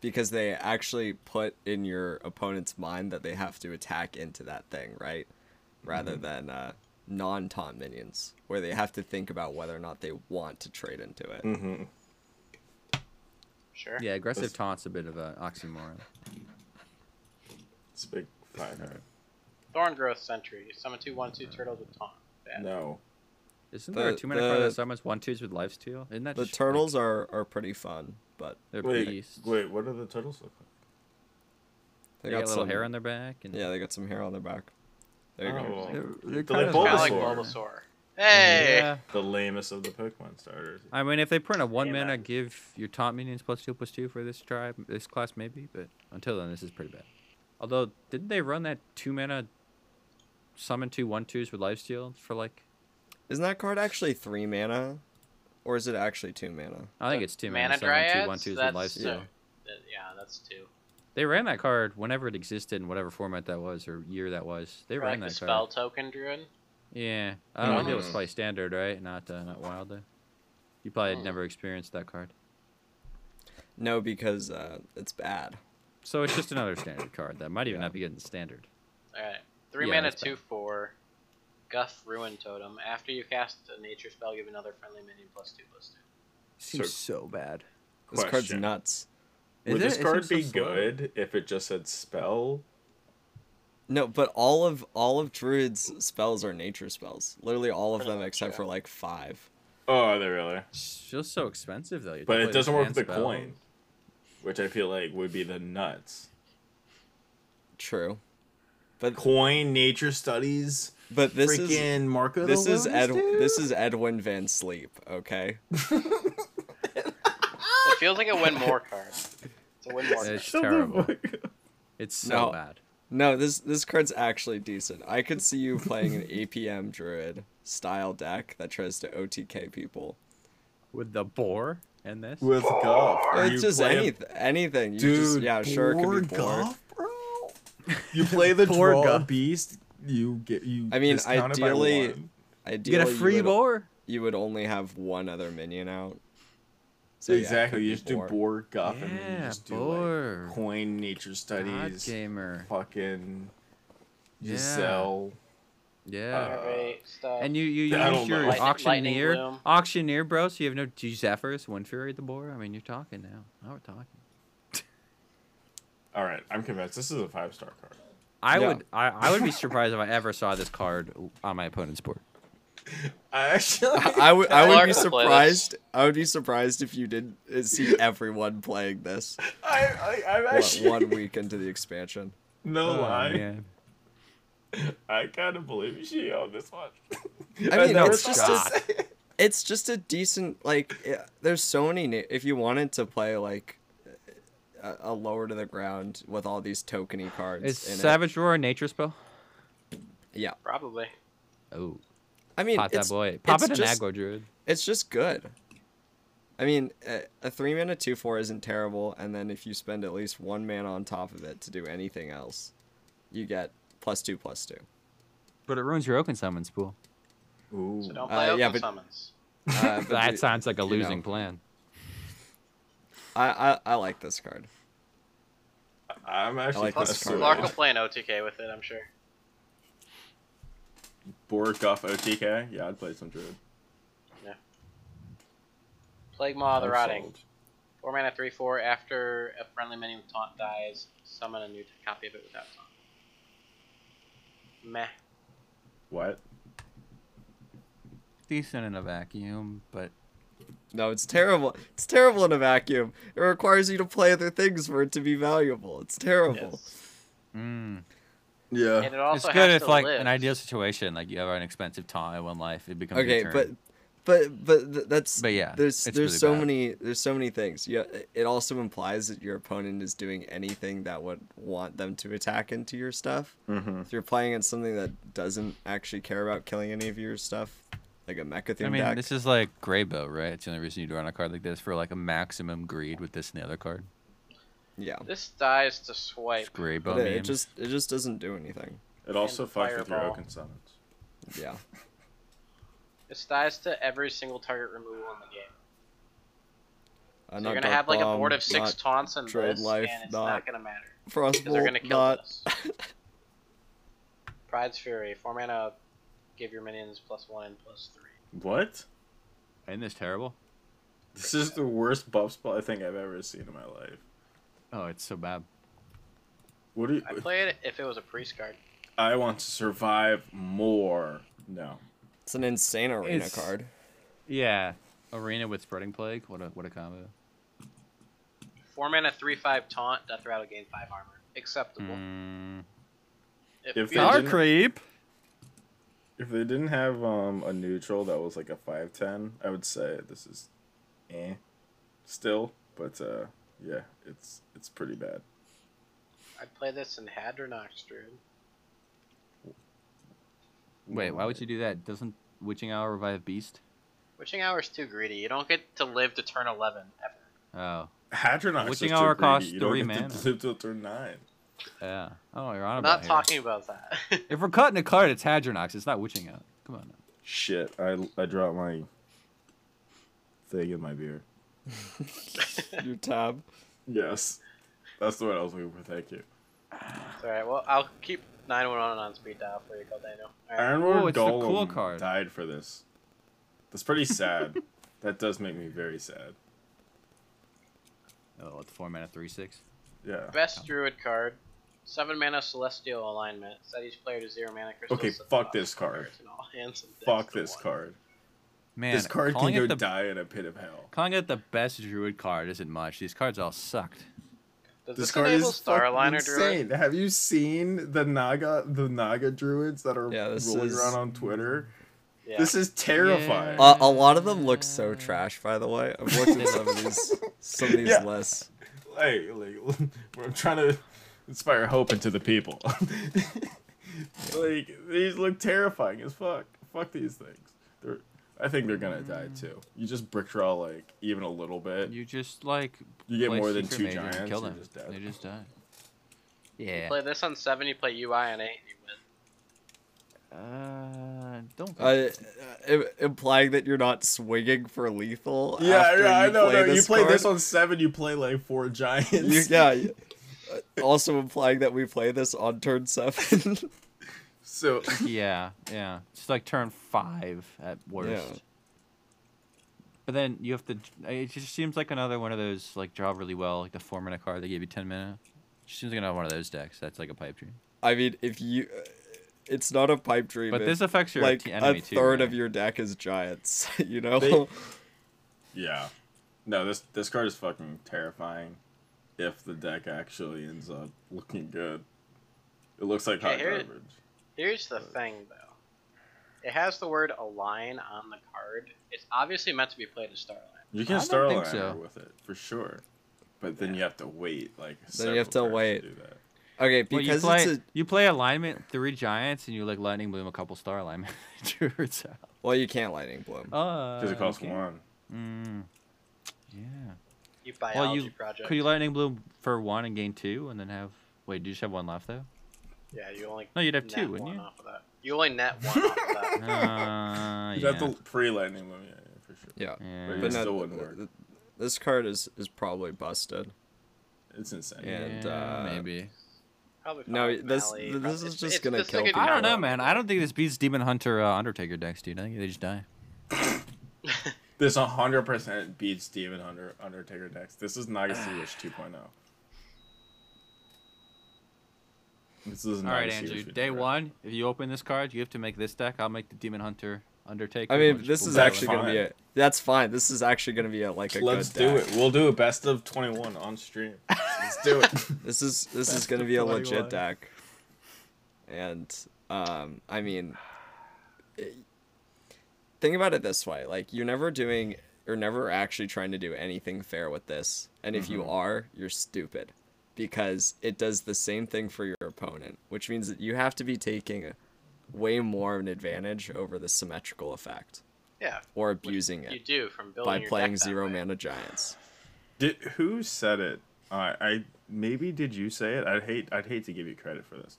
because they actually put in your opponent's mind that they have to attack into that thing right rather
Mm-hmm.
than uh, non-taunt minions where they have to think about whether or not they want to trade into it
Mhm.
Sure.
Yeah, aggressive
Let's-
taunt's a bit of an oxymoron.
It's a big fire.
Thorn Growth Sentry. You Summon two one two turtles with taunt. Bad.
No.
Isn't there a
The-
two mana card
the-
that summons one twos with lifesteal? Isn't that
the
just, like,
turtles are, are pretty fun but
they're
Wait,
beasts?
wait, what are the turtles look like?
They, got, a little
some,
hair on their back. And
yeah they got some hair on their back there you go
Oh,
They're- they're
Do
kinda
they
Kind of
Bulbasaur.
like Bulbasaur. Hey.
Yeah.
the lamest of the Pokemon starters.
I mean, if they print a one
Yeah,
mana,
man.
give your taunt minions plus two plus two for this tribe, this class maybe. But until then, this is pretty bad. Although, didn't they run that two mana summon two one twos with lifesteal for like?
isn't that card actually three mana or is it actually two mana
I think it's two mana,
Mana
summon
Dryads?
two one twos with
That's,
lifesteal.
uh, that- yeah, that's two.
They ran that card whenever it existed in whatever format that was or year that was. They
Or
ran
like the
that
spell
card.
token druid.
Yeah, I don't think it was
Hmm.
Mm.
probably standard, right? Not uh, not wild though. You probably had
Mm.
never experienced that card.
no because uh, it's bad
So it's just another standard card that might even
Yeah.
not be good in standard.
Alright. Three
Yeah,
mana,
that's
two, four. Guff Ruin Totem. After you cast a nature spell, give another friendly minion plus two, plus two.
Seems
so, bad.
this card's
Question.
nuts
Would this card be good if it just said spell?
No, but all of all of Druid's spells are nature spells. Literally all of
Pretty
them
much,
except
yeah.
for like five.
Oh, are they really?
It's just so expensive though. You have to
But
play
it
the
doesn't work with
hand
the
spell.
coin, which I feel like would be the nuts.
True. But
Coin, nature studies,
but this is
freaking Marco.
this
the
is
Lotus,
Ed
dude?
this is Edwin Van Sleep, okay?
It feels like a win more card. It's a win more card.
It's
Shut the
terrible.
fuck up.
It's so
No.
bad.
No, this this card's actually decent. I could see you playing an APM Druid style deck that tries to OTK people.
With the boar and this.
With golf.
it's just anything anything. You just yeah, sure it could be bored.
bro. You play the
Poor
draw
Guff.
beast. You get you.
I mean,
discount it by
ideally-
one.
you get a
Ideally,
free
would,
boar.
you would only have one other minion out. So, yeah, it
exactly.
could
you
be
just do
bored.
boar guff and then you
Yeah,
just do
boar.
like coin nature
God
studies.
gamer.
Fucking
Yeah.
Giselle.
Yeah.
Uh,
Great stuff.
And you you
I don't
use your
know.
Lightning-
auctioneer,
Lightning Bloom.
auctioneer, bro. So you have no G Zephyrus, Wind Fury, the boar. I mean, you're talking now. Now we're talking.
All right, I'm convinced. This is a five star card.
I
Yeah.
would I, I would be surprised if I ever saw this card on my opponent's board.
I actually.
I would I would
Clark
be
will play
surprised. I would be surprised if you didn't uh, see everyone playing this
I, I, I'm
what,
actually
one oh, week into the expansion.
no lie.
man.
I kind of believe she on this one.
I mean,
never
it's
thought I'd
just
say it.
it's just a decent like. yeah, there's so many. Na- if you wanted to play like a, a lower to the ground with all these tokeny cards,
Is
in it-
Savage Roar a nature spell?
Yeah,
Probably.
Oh,
I mean,
pop that
it's,
boy. Pop
it's
it in
just-
aggro druid.
it's just good. I mean, a, a three mana two four isn't terrible, and then if you spend at least one mana on top of it to do anything else, you get plus two plus two.
But it ruins your Oaken summons pool.
Ooh.
So don't play
Uh,
open
yeah, but-
summons.
Uh, but
that
you-
sounds like a
you know.
losing plan.
I, I I like this card.
I'm actually
like
kinda
this
Plus,
card a
Lark will
lot.
play an OTK with it, I'm sure.
Bork off OTK. Yeah, I'd play some druid.
Plague Maw of the
I'm
Rotting.
sold.
4 mana, 3 4. After a friendly minion with taunt dies, summon a new copy of it without taunt. Meh.
What?
Decent in a vacuum, but
No, it's terrible. It's terrible in a vacuum. It requires you to play other things for it to be valuable. It's terrible.
mm.
Yeah.
And it also
it's good
has
if
to
like
live.
an ideal situation, like you have an expensive taunt at one life, it becomes
okay,
your
but
turn.
but but th- that's
But yeah,
There's
it's
there's
really
so
bad.
many there's so many things. Yeah, it also implies that your opponent is doing anything that would want them to attack into your stuff.
Mm-hmm.
If you're playing against something that doesn't actually care about killing any of your stuff, like a mecha theme
I mean,
deck.
this is like Graybow, right? It's the only reason you'd run a card like this for like a maximum greed with this and the other card.
yeah.
This dies to
It's
swipe.
Graybow
But it, it
memes.
just it just doesn't do anything.
It also
And
fucks with your
fireball.
Oaken summons.
Yeah.
This dies to every single target removal in the game.
Uh,
So
not
you're gonna
Dark
have like a board
Bomb,
of six
not
taunts and
Dread
this,
Life,
and it's
not-
not, gonna matter because they're gonna
Frostbolt,
kill
not
this. Pride's Fury, four mana, give your minions plus one and plus three.
What?
Isn't this terrible?
This is the worst buff spell I think I've ever seen in my life.
Oh, it's so bad.
What do you?
I play it if it was a priest card.
I want to survive more. No.
It's an insane arena
It's-
card.
Yeah, arena with spreading plague. What a what a combo.
Four mana, three five taunt, death rattle, gain five armor. Acceptable.
Mm.
If
If
they
you
didn't-
creep.
If they didn't have um a neutral that was like a five ten, I would say this is, eh, still. But uh, yeah, it's it's pretty bad.
I'd play this in Hadronox Druid.
Wait, why would you do that? Doesn't Witching Hour revive Beast?
Witching Hour's too greedy. You don't get to live to turn eleven ever.
Oh,
Hadronox
Witching
is too
Hour
greedy.
costs
you don't
three
get
mana.
To live till turn nine.
yeah. Oh, you're
I'm
on about
not
here.
talking about that.
If we're cutting a card, it's Hadronox. It's not Witching Hour. Come on. Now.
Shit, I I dropped my thing in my beer.
Your tab.
Yes, that's the one I was looking for. Thank you.
It's Alright, well I'll keep nine one one on speed dial for you, Daniel. Alright.
Ironwood
Oh, it's the
Golem
cool card.
died for this. That's pretty sad. that does make me very sad.
Oh, it's four mana, three six.
Yeah.
Best druid card. Seven mana celestial alignment. Set each player to zero mana crystals.
Okay,
set the
fuck
bottom
this card.
cards in all hands and decks
Fuck
to
this
one.
card.
Man,
this card can
calling
go
it the,
die in a pit of hell.
Calling it the best druid card isn't much. These cards all sucked.
Does
This
this
card
enable
is fucking
Starliner Druid?
insane. Have you seen the Naga the Naga druids that are
Yeah, this
rolling
is-
around on Twitter?
Yeah.
This is terrifying.
Yeah.
Uh, a lot of them look so trash, by the way. I've looked at some of these, some of these
Yeah.
lists.
Like, like we're trying to inspire hope into the people. like these look terrifying as fuck. Fuck these things. They're I think they're gonna die
Mm.
too. You just brick draw like even a little bit. You,
You just like
get
play
more than
Secret
two
Major and
giants.
Kill
you're
them.
just dead.
They just die.
You
Yeah.
play this on seven, you play UI on eight, and you win.
Uh, don't.
Uh, uh, im- implying that you're not swinging for lethal.
Yeah,
after
yeah, I
you
know.
Play
no, you
this
play this
card.
on seven. You play like four giants.
You- yeah. you- uh, also implying that we play this on turn seven.
So
yeah, yeah. It's like turn five at worst. But then you have to. It just seems like another one of those like draw really well, like the four minute card they gave you ten minute. Just seems like another one of those decks. That's like a pipe dream.
I mean, if you, uh, it's not a pipe dream.
But
if,
this affects your
like
te-
a
enemy too.
third
right?
of your deck is giants. You know.
They- yeah, no, this this card is fucking terrifying. If the deck actually ends up looking good, it looks like
Okay,
hot
here-
garbage.
Here's the thing, though. It has the word align on the card. It's obviously meant to be played as Starline.
You
I
can
don't
start
think
liner
so.
with it for sure, but then you have to wait like.
Then you have
several turns
to wait.
do that.
Okay,
Well, you
because
play
it's a
you play alignment three giants and you like lightning bloom a couple star alignment druids out.
well, you can't lightning bloom.
Uh,
Because it costs
okay.
one.
Mm, yeah.
You biology
Well, you-
project.
Could you lightning bloom for one and gain two and then have? Wait, do you just have one left though?
yeah, you only
No, you'd have
net
two,
one
wouldn't you?
off of that. You only net one off of that.
Uh, yeah.
You'd have to pre lightning loom, yeah, yeah, for sure.
Yeah,
Uh, yeah.
But it
But no,
still
th-
wouldn't work.
th- this card is is probably busted.
It's insane.
Yeah. and, uh,
maybe.
Probably
No,
Fallout
this-
Valley,
th-
probably-
this is
it's-
just
it's
gonna
the
kill
second
people.
I don't
Fallout.
know, man. I don't think this beats Demon Hunter uh, Undertaker decks, dude. I think they just die.
This 100% beats Demon Hunter Undertaker decks. This is Nagasaki Wish oh. 2.0. This is
All right,
Nagasaki
Andrew.
Wish oh. we
Day
did, right?
one, if you open this card, you have to make this deck. I'll make the Demon Hunter Undertaker.
I mean, this is
That's
actually gonna be
fine.
a. That's fine. This is actually gonna be a like a
Let's
good
do
deck.
it. We'll do a best of 21 on stream. Let's do it.
This is this is
Best
gonna
of
be a
21.
legit deck. And um, I mean, it- think about it this way: like you're never doing, you're never actually trying to do anything fair with this. And if you are, you're stupid, because it does the same thing for your opponent, which means that you have to be taking way more of an advantage over the symmetrical effect
Yeah,
or
which
abusing
You
it
do from building
by
your
playing
deck that
zero
way.
mana giants.
Did who said it? I I maybe did you say it? I'd hate I'd hate to give you credit for this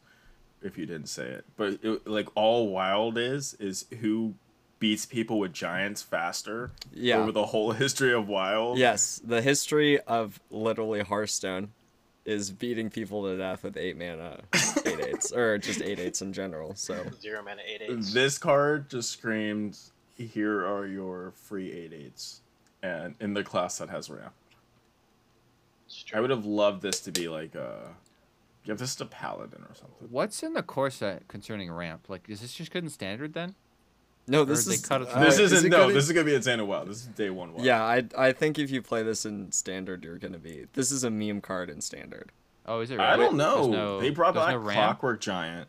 if you didn't say it. But it, like all wild is is who beats people with giants faster
Yeah.
over the whole history of wild.
Yes, the history of literally Hearthstone is beating people to death with eight mana, eight eights, or just eight eights in general. So
Zero mana eight eights.
This card just screamed here are your free eight eights and in the class that has ramp.
It's
I
true.
would have loved this to be like uh give this to paladin or something.
What's in the core set concerning ramp? Like, is this just good in standard then?
no, this
they
is
cut it-
uh,
this
is
isn't
it
no,
gonna-
this is gonna be a Xana Wild. This is day one wild.
yeah, I I think if you play this in standard, you're gonna be. This is a meme card in standard.
Oh, is it?
I
really?
don't know.
There's no-
they brought
there's
back
no ramp?
Clockwork Giant,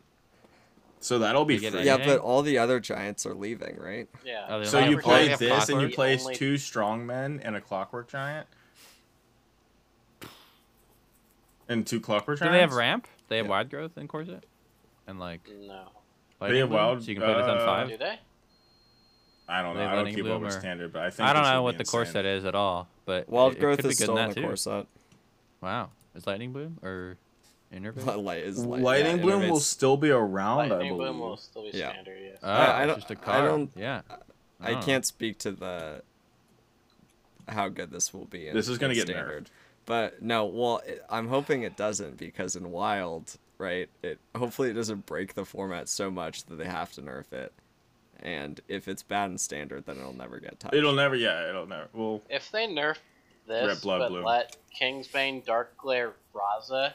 so that'll be
They get
free.
it.
Yeah,
Okay.
but all the other giants are leaving, right?
Yeah.
Oh, they
So
only
you
have
play
play
Clockwork?
this and you
Clockwork?
play
Only-
two strong men and a Clockwork Giant, and two Clockwork
Do
Giants.
they have ramp? They have
Yeah.
wide growth in core set, and like
No.
lightning
have
bloom?
wild-
So you can put this on
uh,
Do
five.
they?
I don't
They
know.
have
I don't
Lightning
keep
Bloom
up with
or-
standard, but I think
I don't
this would
know
be
what the core
insane.
set is at all, but
Wild
it, it
growth
could be
is
good
still in
that
the
too.
core set.
Wow, is lightning bloom or interface?
Light is light.
Lightning
yeah,
Bloom will
innovates.
still be around, I
Lightning
believe.
Bloom will still be
Yeah. Uh,
standard. Yes.
Oh,
I- I
it's
don't-
just a
I
card.
don't-
yeah. Oh.
I
don't know.
can't speak to the how good this will be. In,
This is gonna
in
get nerfed.
standard. But no, well, it, I'm hoping it doesn't because in Wild, right? It hopefully it doesn't break the format so much that they have to nerf it. And if it's bad in standard, then it'll never get touched.
It'll never. Yeah, it'll never. Well,
If they nerf
Red
this,
Blood
but
Bloom.
let Kingsbane, Dark Glare, Raza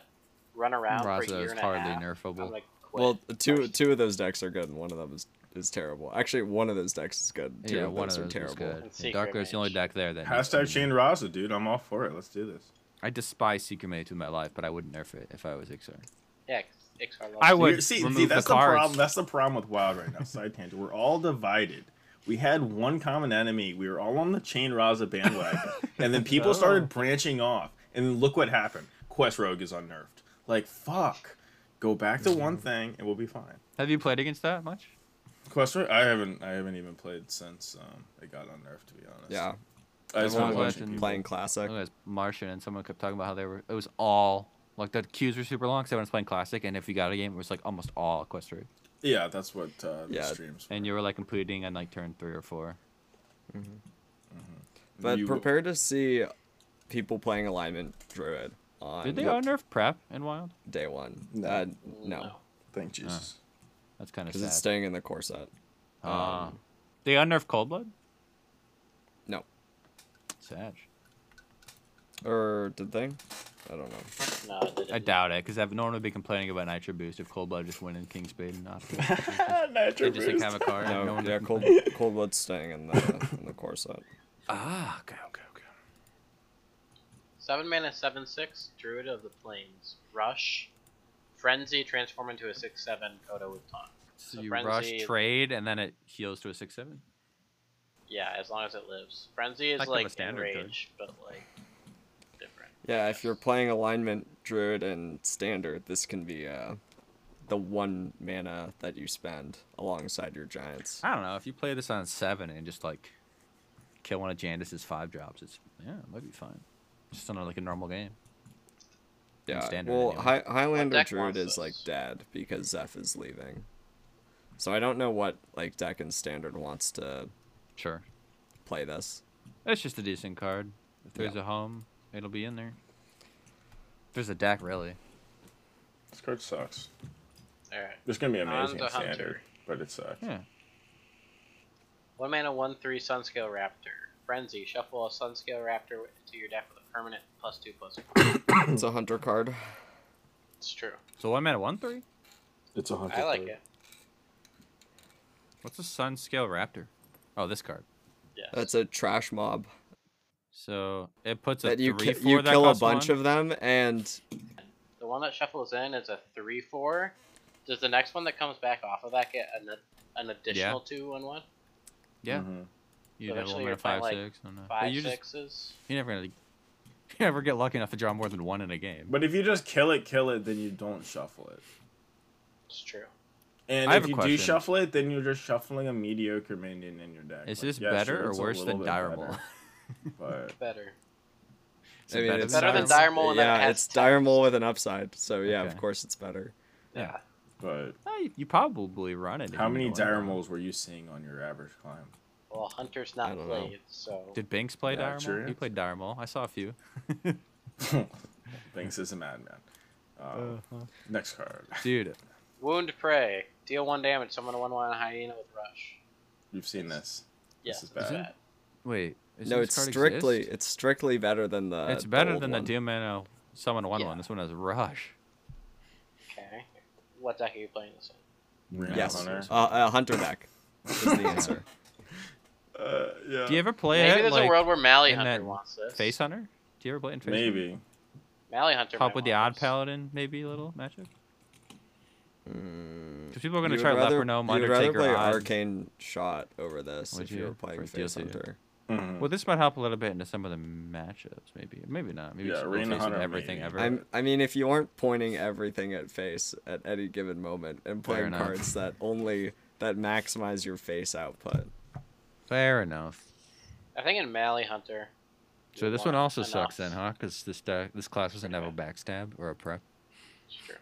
run around for a
Raza
year
is
and
hardly
a half, I'm
nerfable.
gonna quit.
well, two two of those decks are good, and one of them is, is terrible. Actually, one of those decks is good. Two
Yeah,
of
one of
those
those
are
is
terrible.
good.
And Secret
Darkro's the only
Mage.
deck there that. needs to be
hashtag Shane Raza, dude. I'm all for it. Let's do this.
nerfed. I despise Secret Mage with my life, but I wouldn't nerf it if I was Ixar.
yeah, X- XR
I
loves
would
You're- see,
remove
see, that's
the
the,
cards.
problem. That's the problem with Wild right now. Side tangent. We're all divided. We had one common enemy. We were all on the Chain Raza bandwagon, and then people
Oh.
started branching off. And then look what happened. Quest Rogue is unnerved. Like fuck. Go back to
Mm-hmm.
one thing, and we'll be fine.
Have you played against that much?
Quest Rogue. I haven't. I haven't even played since um, it got unnerved. To be honest.
Yeah,
I just
Everyone
been
was
watching
in-
people.
playing classic.
It was Martian, and someone kept talking about how they were. It was all like the queues were super long. Because everyone was playing classic, and if you got a game, it was like almost all quest route,
Yeah, that's what uh, the
Yeah,
streams.
and you were like completing on like turn three or four.
But
You-
prepare to see people playing alignment druid on
Did they
Yep.
all nerf prep in wild?
day one.
No.
Uh,
no.
no,
Thank Jesus.
That's kind of
because
sad.
it's um, staying in the core set.
Ah. they unnerfed cold blood.
No,
Sad.
or did they? I don't know.
No, it didn't.
I doubt it, because no one would be complaining about Nitro Boost if Cold Blood just went in King's Spade and not.
Nitro
they just like,
Boost.
have a card.
No,
no one
yeah,
would
cold cold blood's staying in the in the core set.
Ah, okay, okay, okay.
Seven mana, seven six, Druid of the Plains, Rush, Frenzy, transform into a six seven Kodo with Taunt.
So
The
you rush
frenzy-
trade, and then it heals to a six seven.
Yeah, as long as it lives. Frenzy is
Like of a
like
standard card.
enrage, but like different.
Yeah, if you're playing alignment, druid, and standard, this can be uh, the one mana that you spend alongside your giants.
I don't know if you play this on seven and just like kill one of Jandis's five drops. It's yeah, it might be fine. Just on like a normal game.
Yeah.
standard
well,
anyway.
Hi- Highlander
deck
druid
wants
is like
those?
dead because Zeph is leaving. So I don't know what like deck and standard wants to
Sure,
play this.
it's just a decent card. If there's
Yeah.
a home, it'll be in there. If there's a deck, really.
This card sucks.
All right.
There's gonna be
On
amazing
to Hunter.
standard, but it sucks.
Yeah.
One mana, one three Sunscale Raptor. Frenzy. Shuffle a Sunscale Raptor to your deck with a permanent plus two plus one.
it's a hunter card.
it's true.
So one mana, one three.
It's a hunter.
I like
card.
it.
What's a sun scale raptor? Oh, this card.
Yeah.
That's a trash mob
So it puts a
that you
three
ki-
four
you
that
kill a
costs
bunch
one.
of them and
The one that shuffles in is a three four. Does the next one that comes back off of that get an, an additional two one one?
Yeah,
Mhm.
you have
Eventually
one
you're
mana, five
playing, like,
six. I don't know. But
Five
you just
sixes?
you're never gonna you never get lucky enough to draw more than one in a game.
But if you just kill it, kill it, then you don't shuffle it.
It's true.
And
I have
if
a
you
question.
do shuffle it, then you're just shuffling a mediocre minion in your deck.
Is
Like,
this
yeah,
better
sure,
or
it's a
worse
little
than
bit better,
Diremol?
But
Better.
Is it better
it's better than Dire Mole and then it
Yeah,
has
it's
ten.
dire mole with an upside. So yeah,
Okay.
of course it's better.
Yeah.
but
Eh, you- you probably run it. if
how
you
many
go in there.
Diremols were you seeing on your average climb?
Well, Hunter's
I
not
don't know.
played, so.
Did Binks play
Yeah,
Diremol?
sure
He
is.
played Diremol. I saw a few.
Thanks is a madman.
Uh.
Um, Next card.
Dude,
Wound Prey. Deal one damage. Summon a 1 1 hyena with Rush.
You've seen this.
Yes,
This is
it's
bad.
bad.
wait. does
no,
this
it's
card
strictly
exist?
it's strictly better than the.
It's better
old
than
one.
the Diamano Summon One One.
Yeah.
This one has Rush.
Okay. What deck are you playing this in?
Reno
Yes,
Hunter.
uh, uh, hunter deck is the answer.
Uh, yeah.
Do you ever play
Maybe
it
there's
like
a world where Mally
in
Hunter
that
wants this.
Face Hunter? Do you ever play it in Face Hunter?
Maybe.
Mally Hunter.
Top
might
with the
want
odd
this.
paladin, maybe a little matchup.
Mm,
Because people are going
you
to
would
try
rather-
Leprechaun,
You'd rather
Undertaker,
play
odd.
arcane shot over this
Would
if you,
you?
were playing
For a
face
DLC?
hunter.
Mhm.
Well, this might help a little bit into some of the matchups, maybe. Maybe not. Maybe
Yeah,
just go
Arena
face
Hunter,
everything
maybe.
ever.
I'm, I mean, if you aren't pointing everything at face at any given moment and
Fair
playing
enough.
cards that only that maximize your face output,
Fair enough.
I think in Mally Hunter.
So
you
this one
want
also
enough.
sucks then, huh? Because this da- this class doesn't have a
Okay.
backstab or a prep.
It's true.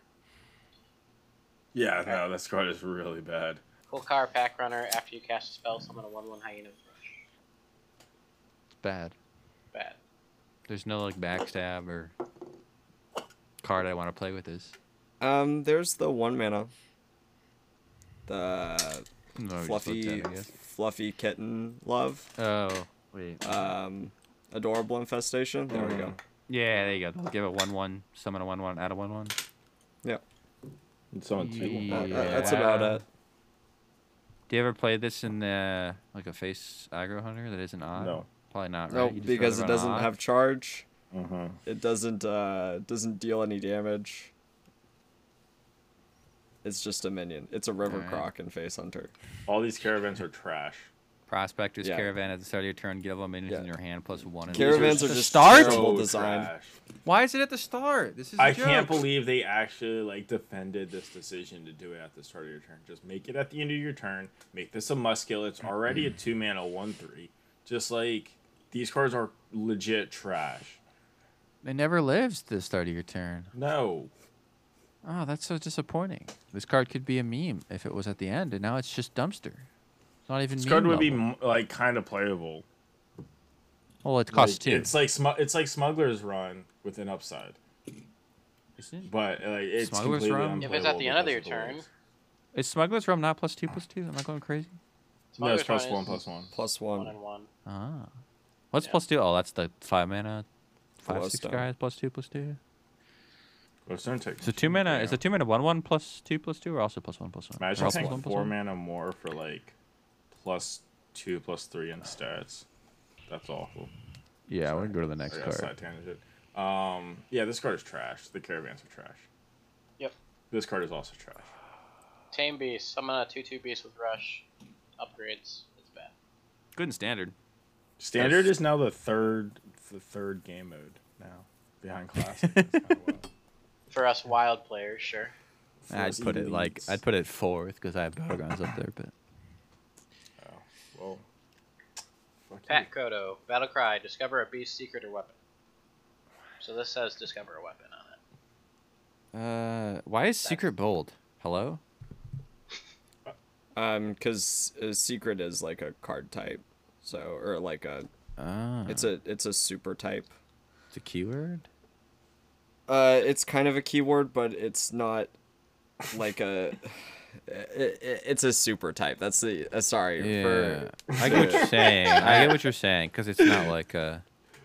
Yeah, no, this card is really bad.
Cool car, pack runner. After you cast a spell, summon a 1 1 hyena with Rush.
It's bad.
Bad.
There's no like backstab or card I want to play with this.
um, there's the one mana. The
No, we Oh, just looked at
fluffy,
it, I guess.
fluffy kitten love.
Oh wait.
um, adorable infestation. There we go.
Mhm.
Yeah, there you go. Give a one one, summon a one one, add a one one.
It's on two.
That-
Mm-hmm. Yeah.
that- that's about it.
Do you ever play this in the like a face aggro hunter that isn't odd?
No.
Probably not.
No,
right? You just
because it
rather run
doesn't
odd?
have charge.
Mhm.
It doesn't uh, doesn't deal any damage. It's just a minion. It's a river
Alright.
croc and face hunter.
All these caravans are trash.
prospectors
Yeah.
caravan at the start of your turn. Give all minions in
Yeah.
your hand plus one. and
Caravans
losers.
are
At the
just
start.
terrible.
So
design.
trash.
Why is it at the start? This is. I
I can't believe they actually like defended this decision to do it at the start of your turn. Just make it at the end of your turn. Make this a muscular. It's already a two mana one three. Just like these cards are legit trash.
It never lives at the start of your turn.
No.
Oh, that's so disappointing. This card could be a meme if it was at the end, and now it's just dumpster. It's not even.
This
meme
card would be
level.
m- like kind of playable.
Well, it costs
Like,
Oh, two.
It's like smu- it's like Smuggler's Run with an upside,
Isn't it?
but like it's
Smuggler's
completely
Run?
If it's at
unplayable
the end of
because
your
the
turn,
rules.
Is Smuggler's Realm not plus two plus two? Am I going crazy?
no, it's
Smuggler's Run
plus
is
one plus one.
Plus
1
one.
and 1.
Ah. What's
Yeah.
plus two? Oh, that's the five mana, five
Plus
six
two.
guys plus two plus two.
Well, it's turn take.
So two mana is a two mana one one plus two plus two or also plus one plus one. Or
Imagine
also
paying
plus one, plus
four
one?
mana more for like plus two, plus three in stats. That's awful.
Yeah, we're gonna go to the
I
next
got
card.
side tangent. Um, yeah, this card is trash. The caravans are trash.
Yep.
This card is also trash.
Tame Beast. Summon a 2 2 Beast with Rush. Upgrades. It's bad.
Good and standard.
Standard
That's-
is now the third the third game mode now behind classic. That's kinda wild.
For us wild players, sure.
For
I'd
us
put it like
elites.
I'd put it fourth because I have battlegrounds up there, but
Oh, Well, fuck you.
Pat Kodo, Battle Cry, discover a beast, secret, or weapon. So this says discover a weapon on it.
Uh, why is secret bold? Hello.
Um, because a secret is like a card type, so or like a
Ah,
it's a it's a super type.
it's a keyword.
Uh, it's kind of a keyword, but it's not like a. It, it, it's a super type. That's the uh, sorry
Yeah,
for.
I get what you're saying. I get what you're saying because it's not like a,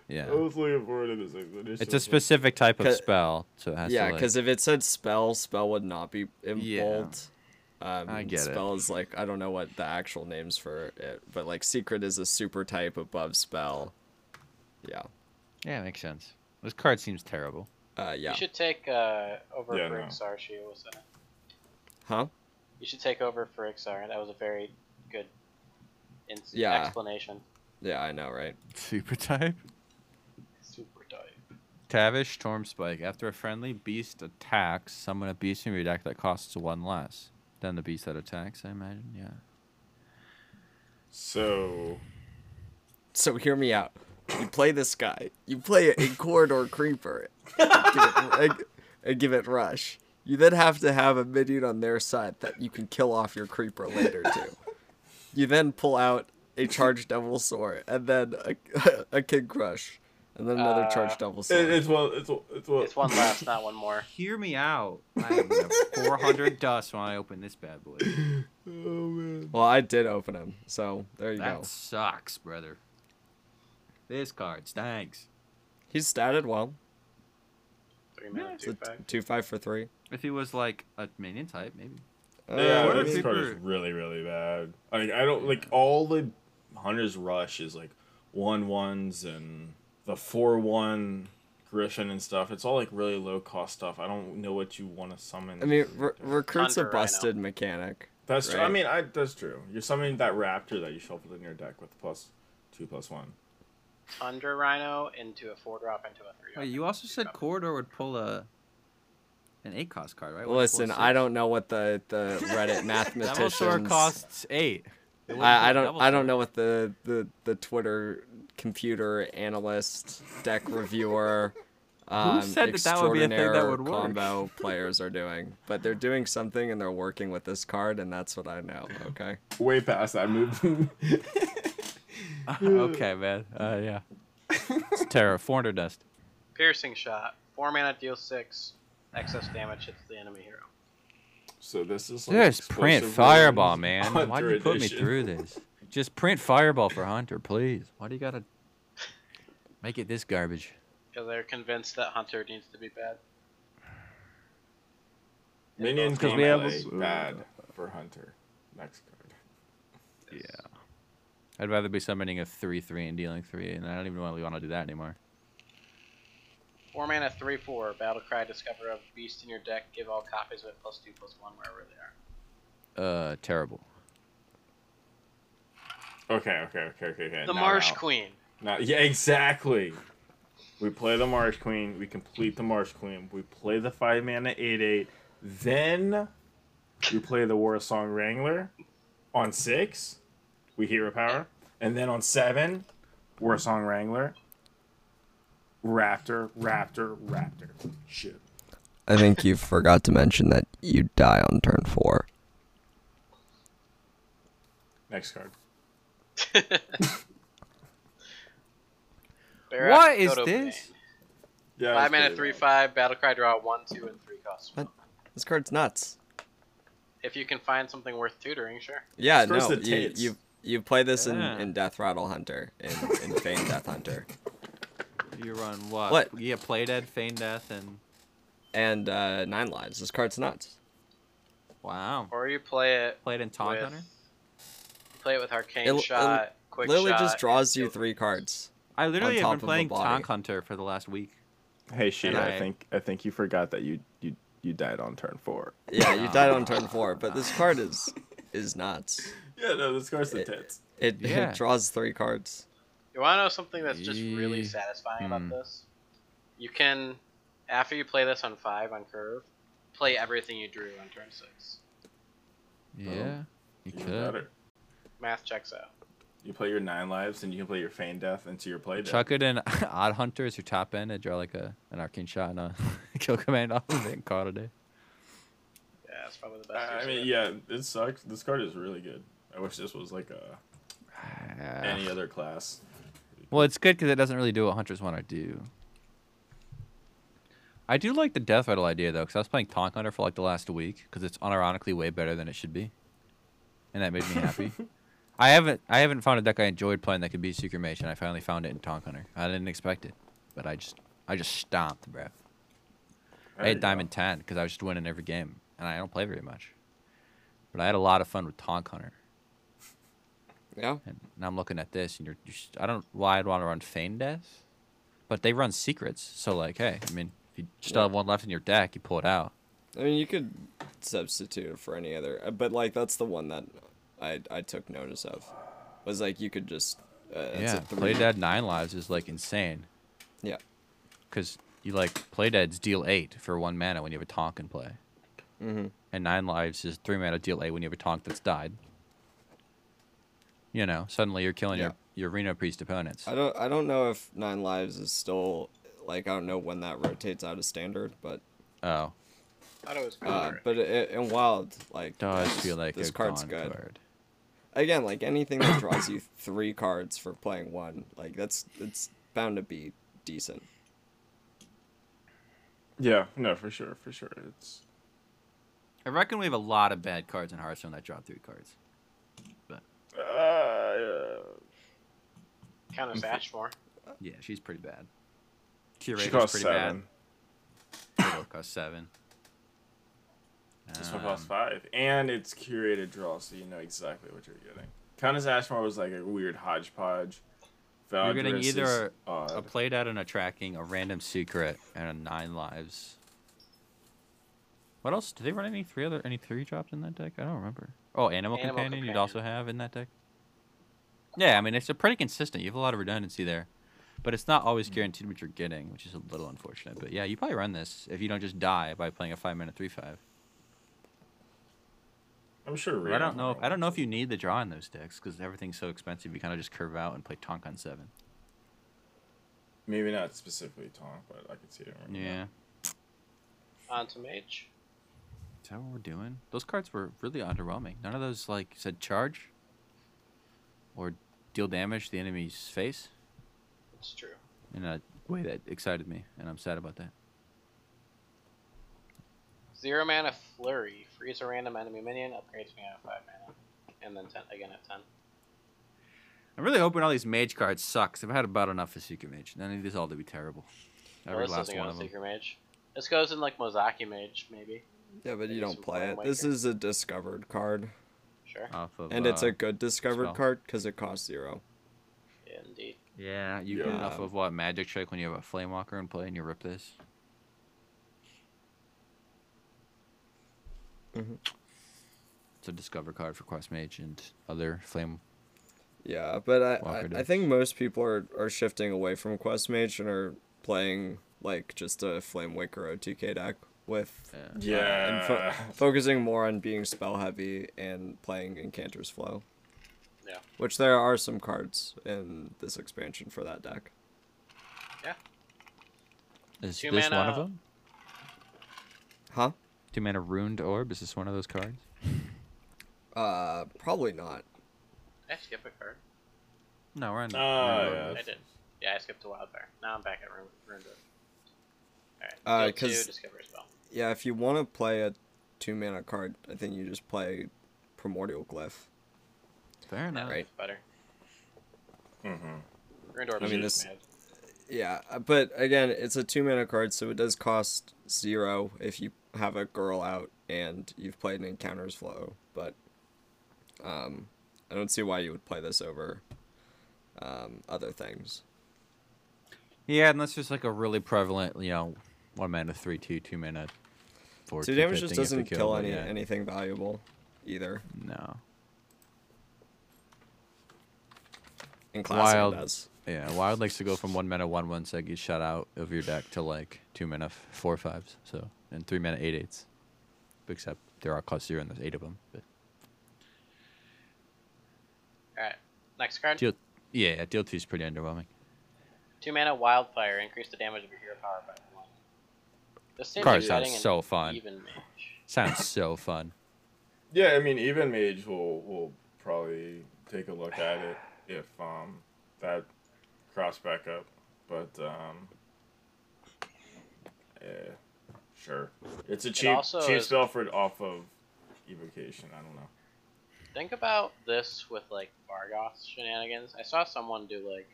yeah,
I was looking forward to this. Like,
it's a specific type of
'Cause-
spell, so it has
Yeah,
to. like-
because if it said spell, spell would not be in
Yeah.
bold. Um,
I get it.
spell is like I don't know what the actual names for it, but like secret is a super type above spell. Yeah.
yeah, it makes sense. This card seems terrible.
Uh, yeah.
You should take uh, over
Yeah,
for
no.
Ixar, was in it.
Huh?
You should take over for Ixar. That was a very good ins-
Yeah.
explanation.
Yeah, I know, right?
Super type.
Super tight.
Tavish Storm Spike. After a friendly beast attacks, summon a beast from your deck that costs one less than the beast that attacks. I imagine. Yeah.
So
So hear me out. You play this guy. You play a corridor creeper. and give, it, and give it rush. You then have to have a minion on their side that you can kill off your creeper later too. You then pull out a charged devil sword and then a, a king crush and then another
Uh,
charged devil
it,
sword.
it's one. It's one. It's one.
It's one last, not one more.
Hear me out. I am gonna have 400 dust when I open this bad boy.
Oh man.
well, I did open him, so there you
That
go.
sucks, brother. This card stinks.
He's statted well.
Three minutes,
It's a
two five.
two five for three.
If he was like a minion type, maybe.
Yeah,
Uh,
Quarter
this card is
creeper.
really really bad. Like I don't like all the hunters rush is like one ones and the four one griffin and stuff. It's all like really low cost stuff. I don't know what you want to summon.
I mean, re- recruits
Thunder
a
Rhino.
busted mechanic.
that's true. I
right.
mean, I that's true. You're summoning that raptor that you shuffled in your deck with plus two plus one.
Under Rhino into a four drop into a three drop.
Wait, you also
Two
said
drop.
corridor would pull a an eight cost card, right?
Listen, I don't know what the the Reddit mathematicians.
costs eight.
I, I don't I don't know what the, the, the Twitter computer analyst deck reviewer um,
said that that would be a thing that
extraordinaire
would work?
combo players are doing, but they're doing something and they're working with this card, and that's what I know. Okay,
Way past that move.
okay, man. Uh, yeah. It's terror. 400 dust.
Piercing shot. Four mana deals six. Excess damage hits the enemy hero.
so this is like
Just print
explosive
fireball,
ruins,
man.
Hunter
Why'd you put
edition.
me through this? Just print fireball for Hunter, please. Why do you gotta make it this garbage?
Because they're convinced that Hunter needs to be bad.
Minion
Because
we have-
gameplay, bad for hunter. Next card.
Yeah. I'd rather be summoning a 3 3 and dealing 3, and I don't even really want to do that anymore.
Four mana, three four. Battle cry. Discover a beast in your deck. Give all copies of it plus two plus one wherever they are.
Uh, terrible.
Okay, okay, okay, okay, okay.
The
now,
Marsh
now.
Queen.
Now, yeah, exactly. We play the Marsh Queen. We complete the Marsh Queen. We play the five mana eight eight. Then we play the War Song Wrangler on six. We hero power, and then on seven, War Song Wrangler. Raptor, Raptor, Raptor. Shit.
I think you forgot to mention that you die on turn four.
Next card.
Bear
What
up,
is
Dodo
this?
Bane.
Yeah.
Five
that's
mana,
pretty
three
bad.
five. Battle cry. Draw one, two, and three costs.
What? This card's nuts.
If you can find something worth tutoring, sure.
Yeah,
Scores
no,
the
you,
tits.
you you play this
Yeah.
in, in Death Rattle Hunter in in Fane Death Hunter.
You run what?
What?
Yeah, play dead, feign death, and
and uh, nine lives. This card's nuts.
wow.
Or you play it
Played in Taunt
with-
Hunter.
play it with arcane
It'll- it'll-
shot, quick
Literally
shot.
just
and
draws you
deals-
three cards.
I literally
top
have
of a
been playing
body.
Taunt Hunter for the last week.
Hey, Sheila, I
I-
think I think you forgot that you you you died on turn four.
Yeah, you died on turn four, but this card is is nuts.
Yeah, no, this card's the
It-
tits.
It,
Yeah.
it draws three cards.
You want to know something that's just really
Ye-
satisfying
hmm.
about this? You can, after you play this on five on curve, play everything you drew on turn six.
Yeah. You
Even
could.
better.
Math checks out.
You play your nine lives, and you can play your feign death into your play death.
Chuck it in Odd Hunter as your top end and draw like a an arcane shot and a kill command off of it and call it a day.
Yeah, that's probably the
I,
best.
Uh, I
use of
mean,
it.
yeah, it sucks. This card is really good. I wish this was like a
Ah.
any other class.
Well, it's good because it doesn't really do what hunters want to do. I do like the death rattle idea though, because I was playing Tonk Hunter for like the last week, because it's unironically way better than it should be, and that made me happy. I haven't I haven't found a deck I enjoyed playing that could be Secret Mage, and I finally found it in Tonk Hunter. I didn't expect it, but I just I just stomped, bruv.
There
I
you
hit
go.
Diamond 10 because I was just winning every game, and I don't play very much. But I had a lot of fun with Tonk Hunter,
Yeah.
and now I'm looking at this, and you're, you're just, I don't know why I'd want to run Feign Death, but they run secrets, so like, hey, I mean, if you still have one left in your deck, you pull it out.
I mean, you could substitute it for any other, uh, but like that's the one that I I took notice of. Was like you could just uh, it's
yeah,
a three.
Play Dead Nine Lives is like insane
Yeah,
because you like Play Deads deal eight for one mana when you have a Tonk in play, mm-hmm. and Nine Lives is three mana deal eight when you have a Tonk that's died. You know, suddenly you're killing
Yeah.
your your Reno Priest opponents.
I don't I don't know if nine lives is still like I don't know when that rotates out of standard, but
Oh.
I thought it was cool.
uh, but it, in wild like
does
this-
Oh, feel like
this
a
card's
gone
good.
card.
Again, like anything that draws you three cards for playing one, like that's it's bound to be decent.
Yeah, no, for sure, for sure. It's
I reckon we have a lot of bad cards in Hearthstone that draw three cards.
uh, uh,
Count as Ashmore.
Yeah, she's pretty bad. Curator's
she costs
pretty
seven.
bad. Turtle costs seven.
This one costs
Um,
five, and it's curated draw, so you know exactly what you're getting. Countess Ashmore was like a weird hodgepodge.
You're getting
Valdrass is
either a
odd.
played out and a tracking, a random secret, and a nine lives. What else? Do they run any three other any three drops in that deck? I don't remember. Oh, Animal,
Animal
Companion, you'd
Companion.
also have in that deck. Yeah, I mean it's a pretty consistent. You have a lot of redundancy there, but it's not always guaranteed what you're getting, which is a little unfortunate. But yeah, you probably run this if you don't just die by playing a five minute three five.
I'm sure.
But I don't know. If, I don't know if you need the draw in those decks because everything's so expensive. You kind of just curve out and play Tonk on seven.
Maybe not specifically Tonk, but I could see it. right now.
Yeah.
On to Mage.
Is that what we're doing? Those cards were really underwhelming. None of those like said charge or deal damage to the enemy's face
It's true.
in a way that excited me, and I'm sad about that.
Zero mana Flurry. Freeze a random enemy minion. Upgrades me out of five mana. And then ten again at ten.
I'm really hoping all these mage cards sucks. I've had about enough of Secret Mage. I need these all to be terrible.
Well,
Every
this
last
doesn't go
one
to
of them.
Secret Mage. This goes in like Mozaki Mage, maybe.
Yeah, but you
Maybe
don't
some
play it.
Stormwaker.
This is a discovered card,
Sure.
Off of,
and it's
uh,
a good discovered
spell.
card because it costs zero.
Yeah, indeed.
yeah. You get
Yeah.
enough of what magic trick when you have a flame walker in play and you rip this.
Mhm.
It's a discover card for Quest Mage and other flame
Yeah, but I,
Walker
I, I
did.
think most people are, are shifting away from Quest Mage and are playing like just a Flame Waker OTK deck with
Yeah.
uh, and fo-
Yeah.
focusing more on being spell heavy and playing Encanter's Flow.
Yeah.
Which there are some cards in this expansion for that deck.
Is
Two
this one of
mana-
them?
Huh?
Two mana ruined orb. Is this one of those cards?
Uh, probably not.
Did I skip a card?
No, we're on.
Oh, we're on yeah.
I did. Yeah, I skipped a wildfire. Now I'm back at Ru- ruined Earth.
Uh,
Alright. Deal two,
'cause-
discover a spell.
Yeah, if you want to play a two mana card, I think you just play Primordial Glyph.
Fair enough.
Right.
Better.
Mhm.
Ruined Orb
I
is
mean,
just
this-
mad.
Yeah, uh, but again, it's a two mana card, so it does cost zero if you have a girl out and you've played an encounters flow. But um, I don't see why you would play this over um, other things.
Yeah, unless there's like a really prevalent, you know, one mana three two, two mana for
Two damage
250
just
if they
doesn't kill
but
any
yeah.
anything valuable, either.
No.
In classic,
Wild.
it does.
Yeah, Wild likes to go from one mana one one so that gets shot out of your deck to like two mana f- four fives, so and three mana eight eights. Except there are cost zero and there's eight of them. But
All right. Next card.
deal, yeah, deal two is pretty underwhelming.
Two mana wildfire. Increase the damage of your hero power by one. This seems
Card
exciting
sounds
and
so fun.
Even mage.
Sounds so fun.
Yeah, I mean, even mage will will probably take a look at it if um that cross back up, but um, yeah, sure. It's a cheap
also
cheap
is-
spell for off of evocation. I don't know.
Think about this with like Vargoth shenanigans. I saw someone do like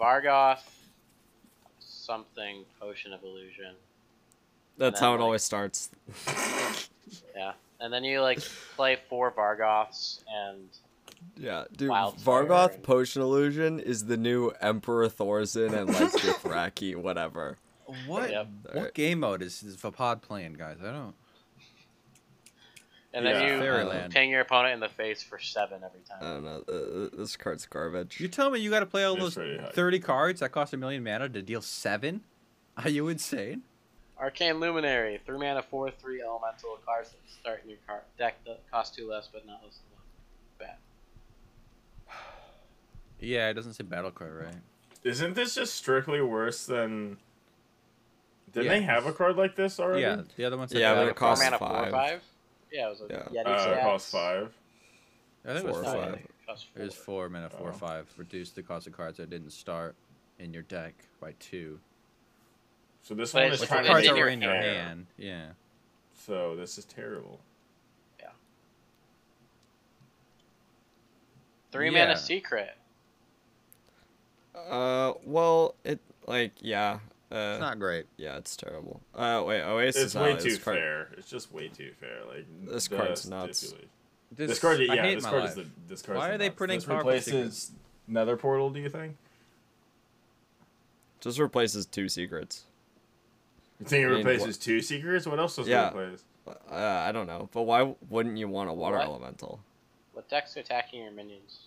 Vargoth something potion of illusion.
That's
That,
how it
like-
always starts.
Yeah. And then you like play four Vargoths and
Yeah, dude.
Wildfire
Vargoth
and-
Potion Illusion is the new Emperor Thorzin and like Dothraki, whatever.
What
Yep.
what game mode is, is Vapod playing, guys? I don't.
and
Yeah.
then you
Fairyland.
ping your opponent in the face for seven every
I
time.
don't know. Uh, this card's garbage.
You tell me you got to play all
It's
those
pretty high.
thirty cards that cost a million mana to deal seven? Are you insane?
Arcane Luminary, three mana, four, three elemental cards that start in your card deck that cost two less but not less than one. Bad.
Yeah, it doesn't say battle card, right?
Isn't this just strictly worse than? Didn't
Yeah.
they have a card like this already?
Yeah, the other one's
Yeah, but
battle
it
Like a
card.
costs
four mana, four
five.
or five. Yeah, it was a
Yeah.
Yeti
Uh, it
stats.
costs five.
I think it was
Four or
No,
five.
yeah,
five.
it costs
It was
four.
four mana, four
Oh.
five. Reduce the cost of cards that didn't start in your deck by two.
So this
But
one
it's
is
Which
trying
one
cards
to
is
are
in
make
your
it
in your
fair.
hand. Yeah.
So this is terrible.
Three
Yeah.
mana secret.
Uh, well, it like yeah. Uh,
not great.
yeah, it's terrible. Uh, wait, Oasis.
It's way
Isle,
too
this card-
fair. It's just way too fair. Like
This
the
card's nuts.
stipulation. This card, yeah, this card is the this card.
Why
is the
are they
nuts.
printing
this
power
replaces Nether Portal? Do you think?
Just replaces two secrets.
You think it
I mean,
replaces two secrets? What else does it
Yeah.
replace?
Uh, I don't know, but why wouldn't you want a water
What?
elemental?
What decks are attacking your minions?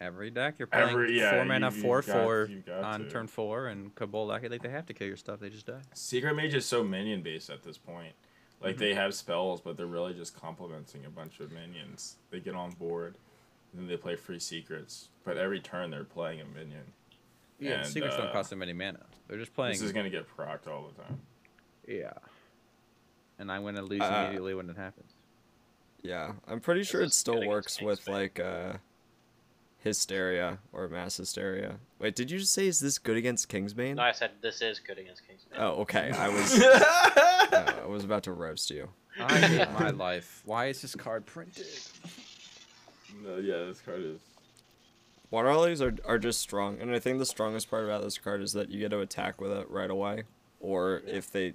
Every deck you're playing
Every- yeah,
four mana,
you- you
four
got-
four
you got
on
to.
turn four, and Kabul Lucky like they have to kill your stuff. They just die.
Secret Mage is so minion based at this point. Like
Mm-hmm.
they have spells, but they're really just complementing a bunch of minions. They get on board, and then they play free secrets. But every turn they're playing a minion.
Yeah,
And,
secrets don't
uh,
cost them any mana. They're just playing.
This is gonna get procked all the time.
Yeah. And I'm gonna lose
Uh,
immediately when it happens.
Yeah, I'm pretty sure it
is
still
getting
works
intense,
with
man.
like uh, hysteria or mass hysteria. Wait, did you just say is this good against Kingsbane?
No, I said this is good against Kingsman.
Oh, okay. I was uh, I was about to roast you.
I hate my life. Why is this card printed?
No, yeah, this card is.
Water lilies are, are just strong, and I think the strongest part about this card is that you get to attack with it right away, or if they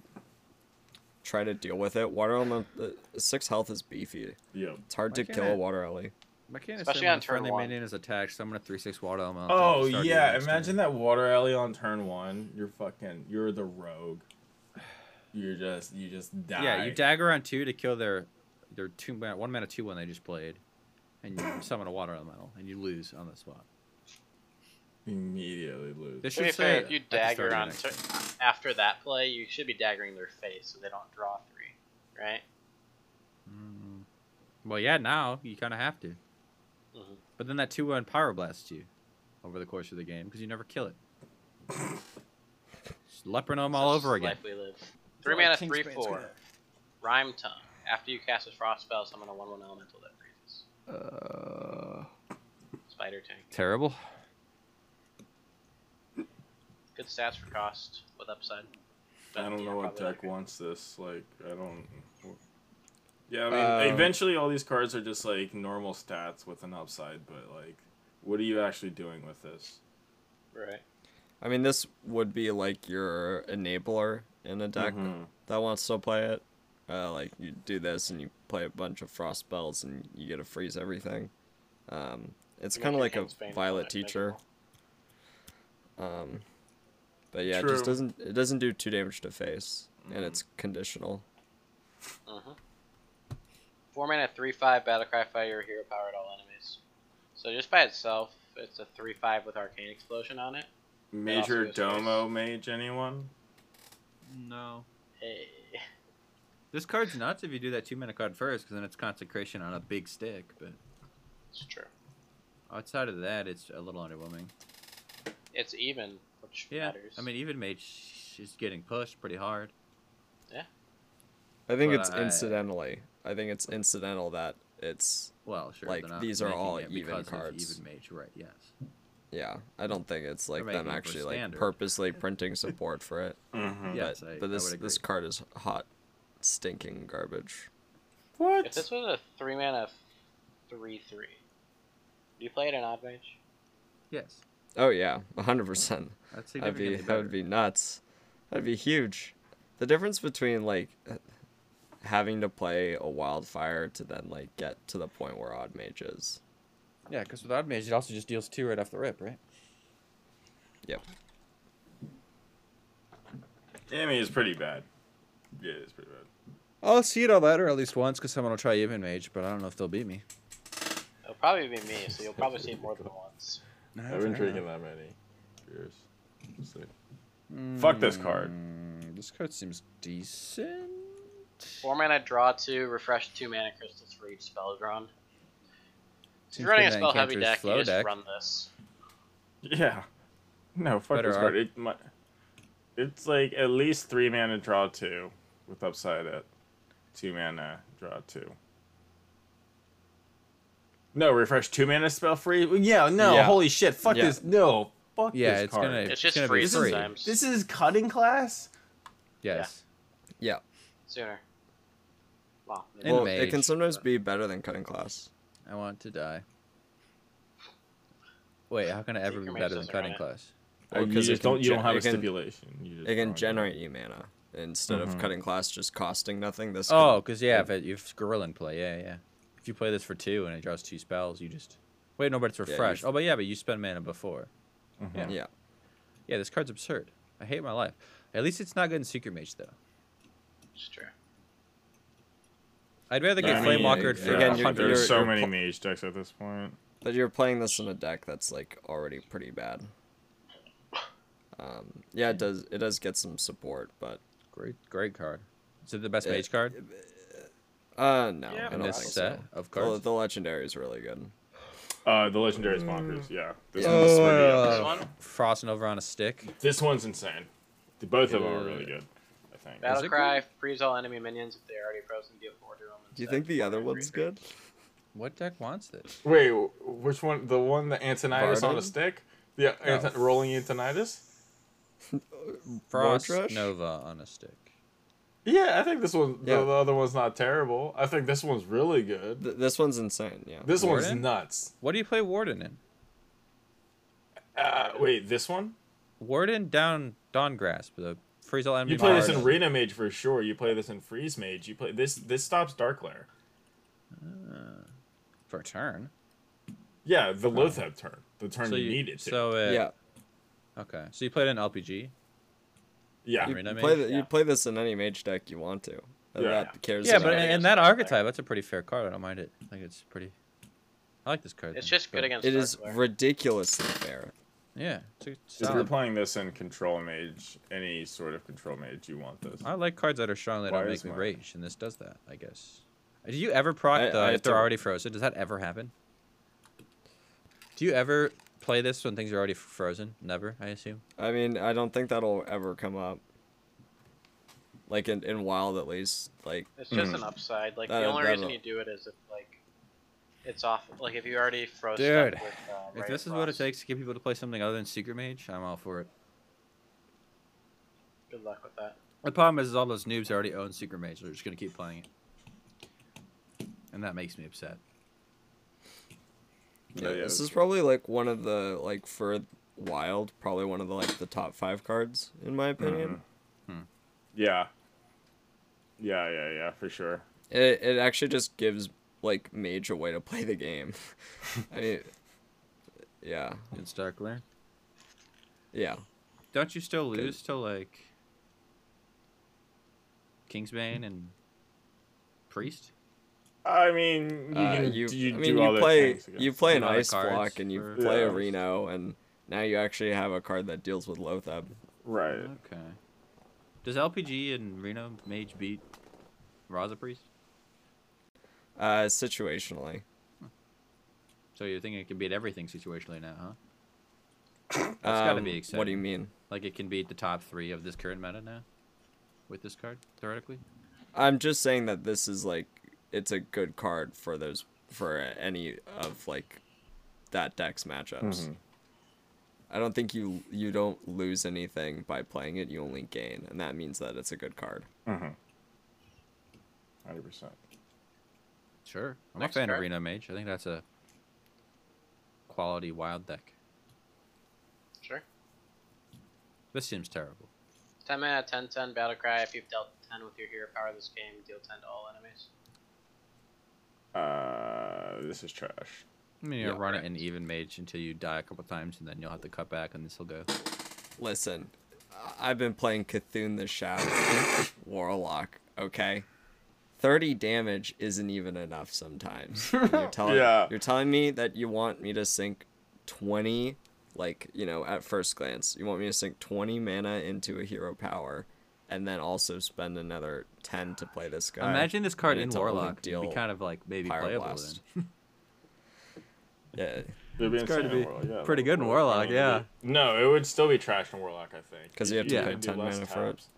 try to deal with it, water element uh, six health is beefy.
Yeah.
It's hard
Why
to
can't
kill a
it-
water ally.
I can't
Especially
assume
on
when a
turn
friendly
one.
minion is attacked. Someone at three six water element.
Oh yeah, imagine that water alley on turn one. You're fucking. You're the rogue. You're just. You just die.
Yeah, you dagger on two to kill their their two mana, one mana two one they just played, and you summon a water elemental and you lose on the spot.
Immediately lose.
This
To be
should
fair,
say
if you
at the start
dagger
of
on
next
tur-
turn.
after that play, you should be daggering their face so they don't draw three, right?
Mm. Well, yeah, now you kind of have to.
Mhm.
But then that two one power blasts you over the course of the game because you never kill it. Just Leopardome all
That's
over
the
again.
life we live. Three mana, three four. Rhyme tongue. After you cast a frost spell, summon a one one elemental that freezes.
Uh,
Spider tank.
terrible.
Good stats for cost with upside.
I don't
Yeah,
know what
probably
deck
like it.
wants this. Like, I don't. Yeah, I mean,
Uh,
eventually all these cards are just like normal stats with an upside, but like, what are you actually doing with this?
Right.
I mean, this would be like your enabler in a deck
Mm-hmm.
Mhm.
that wants to play it. Uh, like you do this and you play a bunch of frost spells and you get to freeze everything. Um, it's
Make
kind of
your
like a
Kingsbane
Violet
product
Teacher.
miserable.
Um, but yeah, it just
True.
doesn't it doesn't do two damage to face.
Mm.
and it's conditional.
Mm-hmm. Four mana, three five, battlecry, fire, hero power at all enemies. So just by itself, it's a three five with arcane explosion on it. also
Major
goes
Domo Mage, anyone?
No.
Hey,
This card's nuts if you do that two mana card first, because then it's concentration on a big stick. But
it's true.
outside of that, it's a little underwhelming.
It's even, which
Yeah.
matters.
I mean, even Mage is getting pushed pretty hard.
I think
But
it's
I-
incidentally. I think it's incidental that it's
Well, sure.
Like,
they're not
these are
making
all
it
even
because of
cards.
Even Mage, right? Yes.
yeah. I don't think it's like
making
them
it for
actually like
standard.
purposely printing support for it.
Mm-hmm.
Yes,
but,
I,
but
I
this
would
this
agree.
card is hot, stinking garbage.
What?
if this was a three mana, three three, do you play it in odd mage?
Yes.
Oh yeah, hundred percent.
That's
That'd
significantly
be that would
better.
be nuts. That'd be huge. The difference between like having to play a wildfire to then like get to the point where odd mage is.
Yeah, because with Odd Mage, it also just deals two right off the rip, right?
Yep.
I mean, it's pretty bad. Yeah, it's pretty bad.
I'll see it all later at least once because someone will try Even Mage, but I don't know if they'll beat me.
It'll probably be me, so you'll probably see it more than once.
I've been drinking that many beers. Just like- Fuck this card.
Hmm. This card seems decent.
Four mana, draw two, refresh two mana crystals for each spell drawn. If
Seems
you're running a
good that
spell heavy
Encanter's
deck, you
slow
just
deck.
run this.
Yeah. No, fuck
Better
this
art.
card. It, my, it's like at least three mana draw two with upside at two mana draw two. No, refresh two mana spell free. Well, Yeah, no,
Yeah.
holy shit, fuck
Yeah.
this. No, fuck
Yeah,
this
it's
card.
gonna.
It's
It's
just
gonna
free
Be free.
sometimes.
This is cutting class.
Yes.
Yeah.
Sooner. Well, maybe
And
Well,
mage,
it can sometimes
but-
be better than cutting
Uh,
class.
I want to die. Wait, how can I ever
Seeker
be
Mage
better than
doesn't
cutting
run it.
class?
Uh,
Well,
you
'cause it
just don't.
can
You
gen-
don't have
it
a
can-
stipulation. You just
It can
don't.
generate you mana instead of
Mhm.
cutting class just costing nothing. This
Oh, because yeah, if it, if Gorillon play, yeah, yeah. If you play this for two and it draws two spells, you just wait. No, but it's
you-
refresh. oh, but yeah, but you spend mana before.
can- yeah.
Yeah, this card's absurd. I hate my life. At least it's not good in Secret Mage though.
It's true.
I'd rather
I
get
mean,
Flame Walker
it-
for
again,
a
you're-
hundred.
you're-
there's so
you're
many
pl-
mage decks at this point.
But you're playing this in a deck that's like already pretty bad. Um, yeah, it does. It does get some support, but
Great, great card. Is it the best
It-
mage card
uh, no,
Yeah,
in
I don't think
this set
so.
of
The,
cards?
the legendary is really good.
Uh, the legendary is bonkers. Yeah, this,
Yeah.
One's,
This
really
one,
Frosting over on a stick.
this one's insane. The- Both of them are really
Yeah.
good. I think.
battle
it
cry, freeze all enemy minions if they're already frozen, deal four to them.
Do you
instead
think
of
the
four
other
mana,
one's
three, three.
good?
What deck wants this?
Wait, wh- which one? The one that Antonidas on
Varden?
a stick? The Anton- rolling Antonidas?
Frost
Mordrush?
Nova on a stick.
Yeah, I think this one.
Yeah.
The, the other one's not terrible. I think this one's really good.
Th- this one's insane. Yeah.
This one's
Warden?
nuts.
What do you play Warden in?
Uh, wait, this one?
Warden down Dawn Grasp, the freeze all enemy.
You play this in
cards.
Rena Mage for sure. You play this in Freeze Mage. You play this. This stops Darklair.
for a turn.
Yeah, the Lothab turn. The turn
Oh. So
you,
you
need it to.
So uh,
yeah.
Okay, so you played an LPG.
yeah,
You- Arena
You play,
Mage?
the,
Yeah.
you play this in any mage deck you want to. and
Yeah.
That cares
Yeah,
about
but
I
and,
think
it.
it's
that
still fair.
archetype, that's a pretty fair card. I don't mind it. I think it's pretty. I like this card.
It's
though,
just good
but-
against.
it is
Darkfire.
ridiculously fair.
Yeah, it's a
if you're
solid.
playing this in Control Mage, any sort of Control Mage, you want this.
I like cards that are strong that don't
Why
make
is
me
my-
rage, and this does that, I guess. Do you ever proc
I-
though
I
if they're
don't-
already frozen? Does that ever happen? Do you ever play this when things are already f- frozen? Never, I assume.
I mean, I don't think that'll ever come up. Like in, in wild at least, like
It's just
Mhm.
an upside. Like the
Hmm. That-
only reason
that'll-
you do it is if like it's off. Like if you already froze.
Dude,
stuff with, uh, Ray
If
of
this is what it
Frost,
takes to get people to play something other than Secret Mage, I'm all for it.
Good luck with that.
The problem is, is all those noobs already own Secret Mage. They're just gonna keep playing it, and that makes me upset.
Yeah,
Oh, yeah,
this
that's
is probably like one of the like for wild, probably one of the like the top five cards in my opinion.
Yeah. Yeah, yeah, yeah, for sure.
It it actually just gives like mage a way to play the game. I mean, yeah,
In Starkler,
yeah.
don't you still
Good.
lose to like Kingsbane and Priest.
I mean, you,
Uh,
can,
you,
you
I
do
mean,
all
you
those
play
things, I
you
guess.
play
A
an
lot of
ice
cards
block and you
for-
play a
Yeah.
Reno, and now you actually have a card that deals with Lothab.
right.
Okay. Does LPG and Reno Mage beat Raza Priest?
Uh, situationally,
So you're thinking it can beat everything situationally now, huh? That's gotta be
Um, What do you
exciting.
mean?
Like it can beat the top three of this current meta now, with this card theoretically.
I'm just saying that this is like it's a good card for those for any of like that deck's matchups.
Mhm.
I don't think you you don't lose anything by playing it. You only gain, and that means that it's a good card.
Hundred Mm-hmm. percent.
Sure. I'm
Next
a fan
card.
of Reno Mage. I think that's a quality wild deck.
Sure.
This seems terrible.
10 mana, 10 10 battle cry. If you've dealt 10 with your hero power this game, deal 10 to all enemies.
Uh, this is trash.
I mean, you'll
Yeah,
run
correct.
it in even mage until you die a couple times, and then you'll have to cut back, and this will go.
Listen, I- I've been playing Cthulhu the Shadow Warlock. Okay, thirty damage isn't even enough sometimes. And You're telling
Yeah.
you're telling me that you want me to sink twenty, like you know, at first glance, you want me to sink twenty mana into a hero power, and then also spend another ten to play this guy.
Imagine this card
and
in
it's only
Warlock. It'd
deal
be kind of like maybe playable.
Pyroblast.
Then.
Yeah,
It'd be
gotta
insane
be
in Warlock, yeah,
pretty
that
good in
would-
Warlock,
I mean,
yeah.
it- No, it would still be trash in Warlock, I think.
'Cause you have to
Yeah.
pay
do
10
less
mana for Hmm. it.
taps.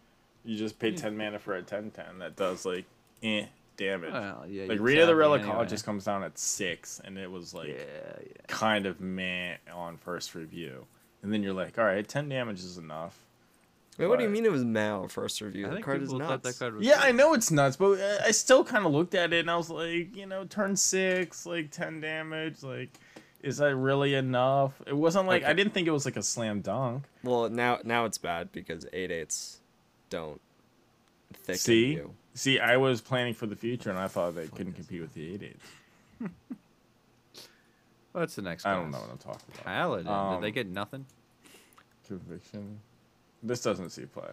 You just pay ten mana for a ten ten that does like eh damage.
Well, yeah,
like
you
Rita the
tap it
Relicologist
anyway.
comes down at six, and it was like
Yeah, yeah.
kind of meh on first review, and then you're like, all right, ten damage is enough.
Wait, what do you
But-
mean it was Mao first review?
I
The
think
card is
people
nuts.
thought that card was
Yeah,
good.
I know it's nuts, but uh, I still kind of looked at it and I was like, you know, turn six, like ten damage, like is that really enough? It wasn't like I
Okay.
didn't think it was like a slam dunk.
Well, now now it's bad because eight eights don't thicken
See,
you.
see, I was planning for the future and I thought they couldn't compete with the eight eights.
What's the next?
I don't know
class?
what I'm talking about.
Paladin. Did they
Um,
get nothing?
Conviction. This doesn't see play.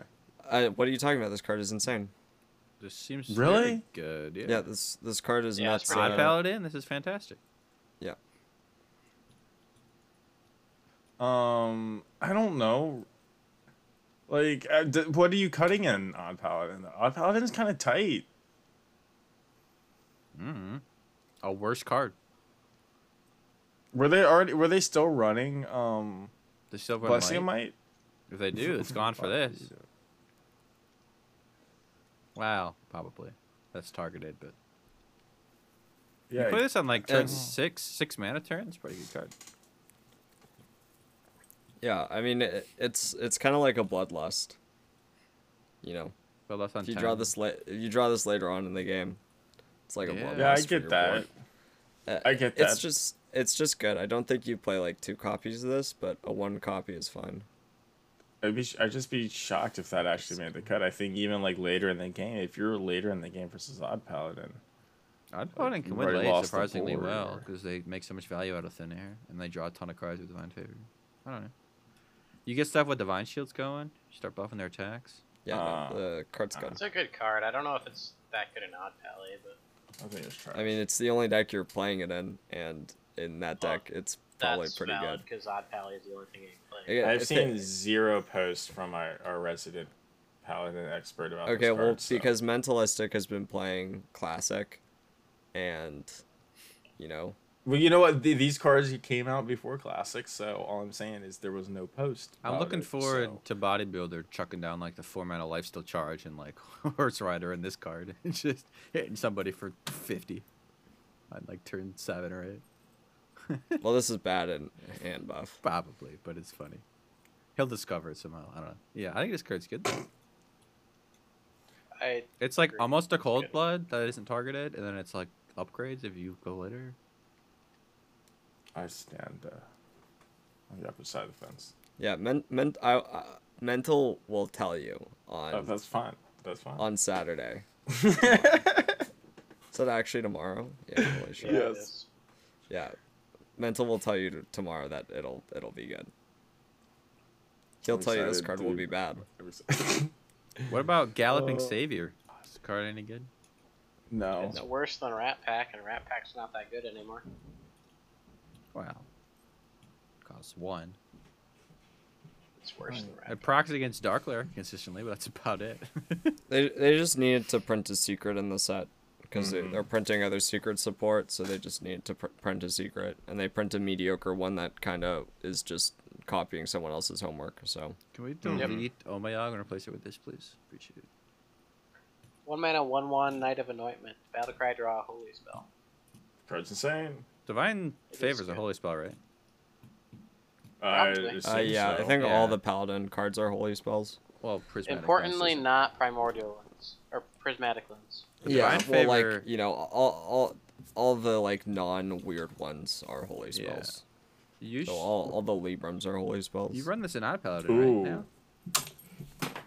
Uh, what are you talking about? This card is insane.
This seems
Really?
very good. Yeah.
Yeah, this this card is
Yeah, it's
nuts.
pretty
Odd
good.
Uh,
Paladin. This is fantastic.
yeah,
Um, I don't know. Like, uh, d- what are you cutting in Odd Paladin? Odd Paladin's kind of tight.
A worse card.
Were they already? Were they still running? Um,
The silver and Light.
Blessing might.
If they do, it's gone for this. Wow, probably. That's targeted, but
Yeah,
play this on like turn
It's-
six, six mana turn. It's a pretty good card.
yeah. I mean, it, it's it's kind of like a bloodlust. You know,
But less on
if you
turn.
draw this la- if you draw this later on in the game, it's like a
Yeah.
bloodlust.
yeah, I
for your
get that.
board. Uh,
I get
It's
that.
just it's just good. I don't think you play like two copies of this, but a one copy is fine.
I'd be, sh- I'd just be shocked if that actually made the cut. I think even like later in the game, if you're later in the game versus Odd Paladin,
Odd Paladin can
you
win
already
late
lost the
surprisingly
board
well
or-
because they make so much value out of thin air and they draw a ton of cards with divine favor. I don't know. You get stuff with divine shields going. You start buffing their attacks.
Yeah, no,
Uh,
the card's good.
It's a good card. I don't know if it's that good in Odd Pally, but
I think it's trash.
I mean, it's the only deck you're playing it in, and in that
Well,
deck, it's probably
that's
pretty
valid
good.
because Odd Pally is the only thing you can play.
Again,
I've
if
seen
it-
zero posts from our, our resident Paladin expert about.
okay,
this
well,
card, so-
because Mentalistic has been playing Classic, and you know,
well, you know what? The, these cards came out before Classic, so all I'm saying is there was no post.
I'm
about
looking
it,
forward
Oh,
to
so-
bodybuilder chucking down like the four mana lifesteal charge and like horse rider and this card and just hitting somebody for fifty on like turn seven or eight.
well, this is bad in hand buff.
Probably, but it's funny. He'll discover it somehow. I don't know. Yeah, I think this card's good. though.
I
It's like
Agreed.
almost a cold
Good.
blood that isn't targeted, and then it's like upgrades if you go later.
I stand uh, on the opposite side of the fence.
Yeah, men, men, I, I, mental will tell you
Oh,
on
that's fine. That's fine.
on Saturday. Is that actually tomorrow? Yeah, I'm really sure.
yeah, it
Yes.
is.
Yeah. Mental will tell you t- tomorrow that it'll it'll be good. He'll
I'm
tell you this
excited
card
to
will
be-
be bad.
Every-
What about Galloping
Oh.
Uh,
Savior? Oh, Is the card any good?
No.
It's worse than Rat Pack, and Rat Pack's not that good anymore.
Wow. Costs one.
It's worse than Rat
I
Pack.
proxy against Darkler consistently, but that's about it.
They they just needed to print a secret in the set because
Mhm.
they, are printing other secret support, so they just needed to pr- print a secret, and they print a mediocre one that kind of is just copying someone else's homework. So
Can we
Hmm. Yep.
delete Oh my god, and replace it with this, please? Appreciate it.
One mana, one one, Knight of Anointment, Battle Cry, draw, Holy Spell.
Card's insane.
Divine
It is
favors a
good.
holy spell, right?
I
Probably.
uh,
assume
yeah,
so.
I think all
Yeah.
the paladin cards are holy spells.
Well, prismatic.
Importantly,
lenses.
not Primordial Lens or Prismatic Lens.
Yeah,
Divine
well,
Favor-
like you know, all all all the like non weird ones are holy
Yeah.
spells.
you, sh-
So all all the librams are holy spells.
you run this in iPaladin
Ooh.
right now?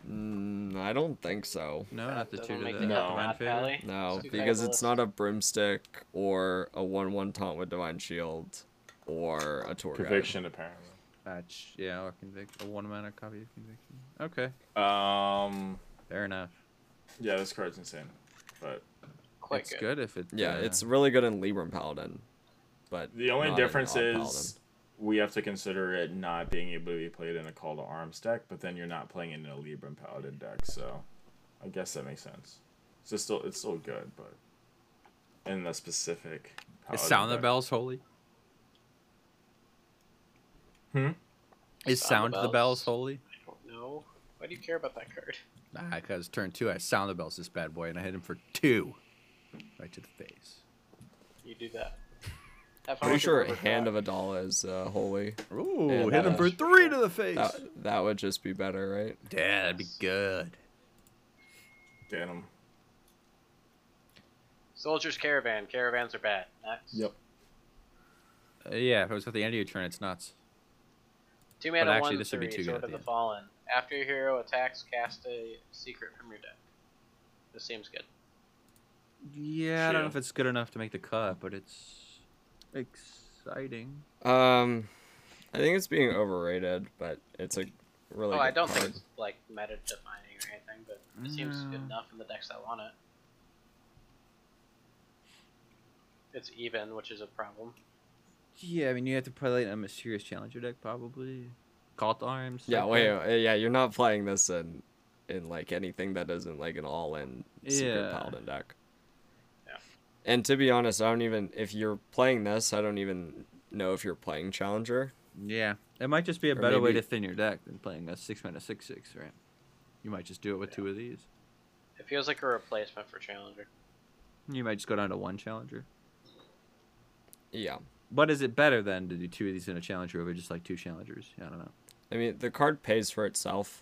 Mm, I don't think so.
No, not the two to the
it
No.
divine
not
favor.
Pally.
No,
It's
because
incredible.
it's not a broomstick or a one-one taunt with divine shield or a tour
Conviction, apparently.
Patch, yeah, or convict a one mana copy of conviction. Okay,
Um,
fair enough.
yeah, this card's insane. But
Quite
it's good. if it.
guide. Yeah,
uh,
it's really good in Libram Paladin, but
the only
not in
difference
Odd
is we have to consider it not being able to be played in a Call to Arms deck, but then you're not playing it in a Libram Paladin deck, so I guess that makes sense. It's just still it's still good, but in the specific.
Is
Paladin
sound the
deck.
bells holy?
Hmm?
Is
Sound
sound,
the
the
Bells?
bells holy?
I don't know. Oh, Why do you care about that card?
Nah, because turn two, I sound the bells this bad boy, and I hit him for two, right to the face.
You do that. Have fun
Pretty
with
sure
your
a
Cobra
hand
Kai.
of Adala is uh, holy.
Ooh,
Yeah,
hit
that
him for
is-
three to the face.
That that would just be better, right?
yeah, that'd be good.
Damn.
Soldier's Caravan. Caravans are bad. Next.
Yep.
Uh, yeah, if it was at the end of your turn, it's nuts.
Two mana,
actually,
one,
this would
three,
be too good
Sword
at
of the
the end.
Fallen. After your hero attacks, cast a secret from your deck. This seems good.
Yeah, I don't know
Chill.
if it's good enough to make the cut, but it's exciting.
Um, I think it's being overrated, but it's a really.
oh, I
good
don't think
card.
it's like meta defining or anything, but it seems good
Mm.
enough in the decks that want it. It's even, which is a problem.
Yeah, I mean, you have to play it in a serious challenger deck, probably. Call to arms.
Yeah,
like
wait,
that.
uh, yeah, you're not playing this in in like anything that isn't like an all-in secret
Yeah.
paladin deck.
Yeah.
And to be honest, I don't even if you're playing this, I don't even know if you're playing challenger.
Yeah, it might just be a
Or
better way
maybe-
to thin your deck than playing a six mana six six, right? You might just do it with two of these.
It feels like a replacement for Challenger.
You might just go down to one challenger.
Yeah.
But is it better then to do two of these in a challenger over just like two challengers? Yeah, I don't know.
I mean, the card pays for itself.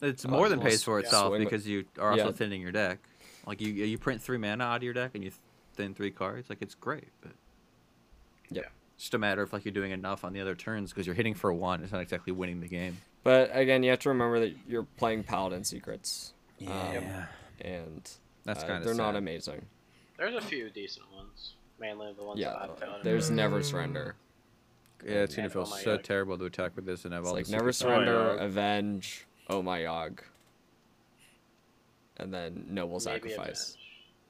It's
Uh,
more than
well,
pays for
yeah.
itself
swing with-
because you are also
yeah.
thinning your deck. Like you, you print three mana out of your deck and you thin three cards. Like it's great, but
Yep.
Yeah.
it's just a matter of like you're doing enough on the other turns because you're hitting for one. It's not exactly winning the game.
But again, you have to remember that you're playing paladin secrets. Um, and
that's
uh,
kind of
they're not amazing.
There's a few decent ones, mainly the ones
Yeah.
that I've found.
There's never surrender.
Yeah, it's gonna
Yeah,
feel
oh my
so
God.
terrible to attack with this and have
It's
all
like
this.
never surrender,
Yogg.
avenge, oh my yog. And then noble sacrifice.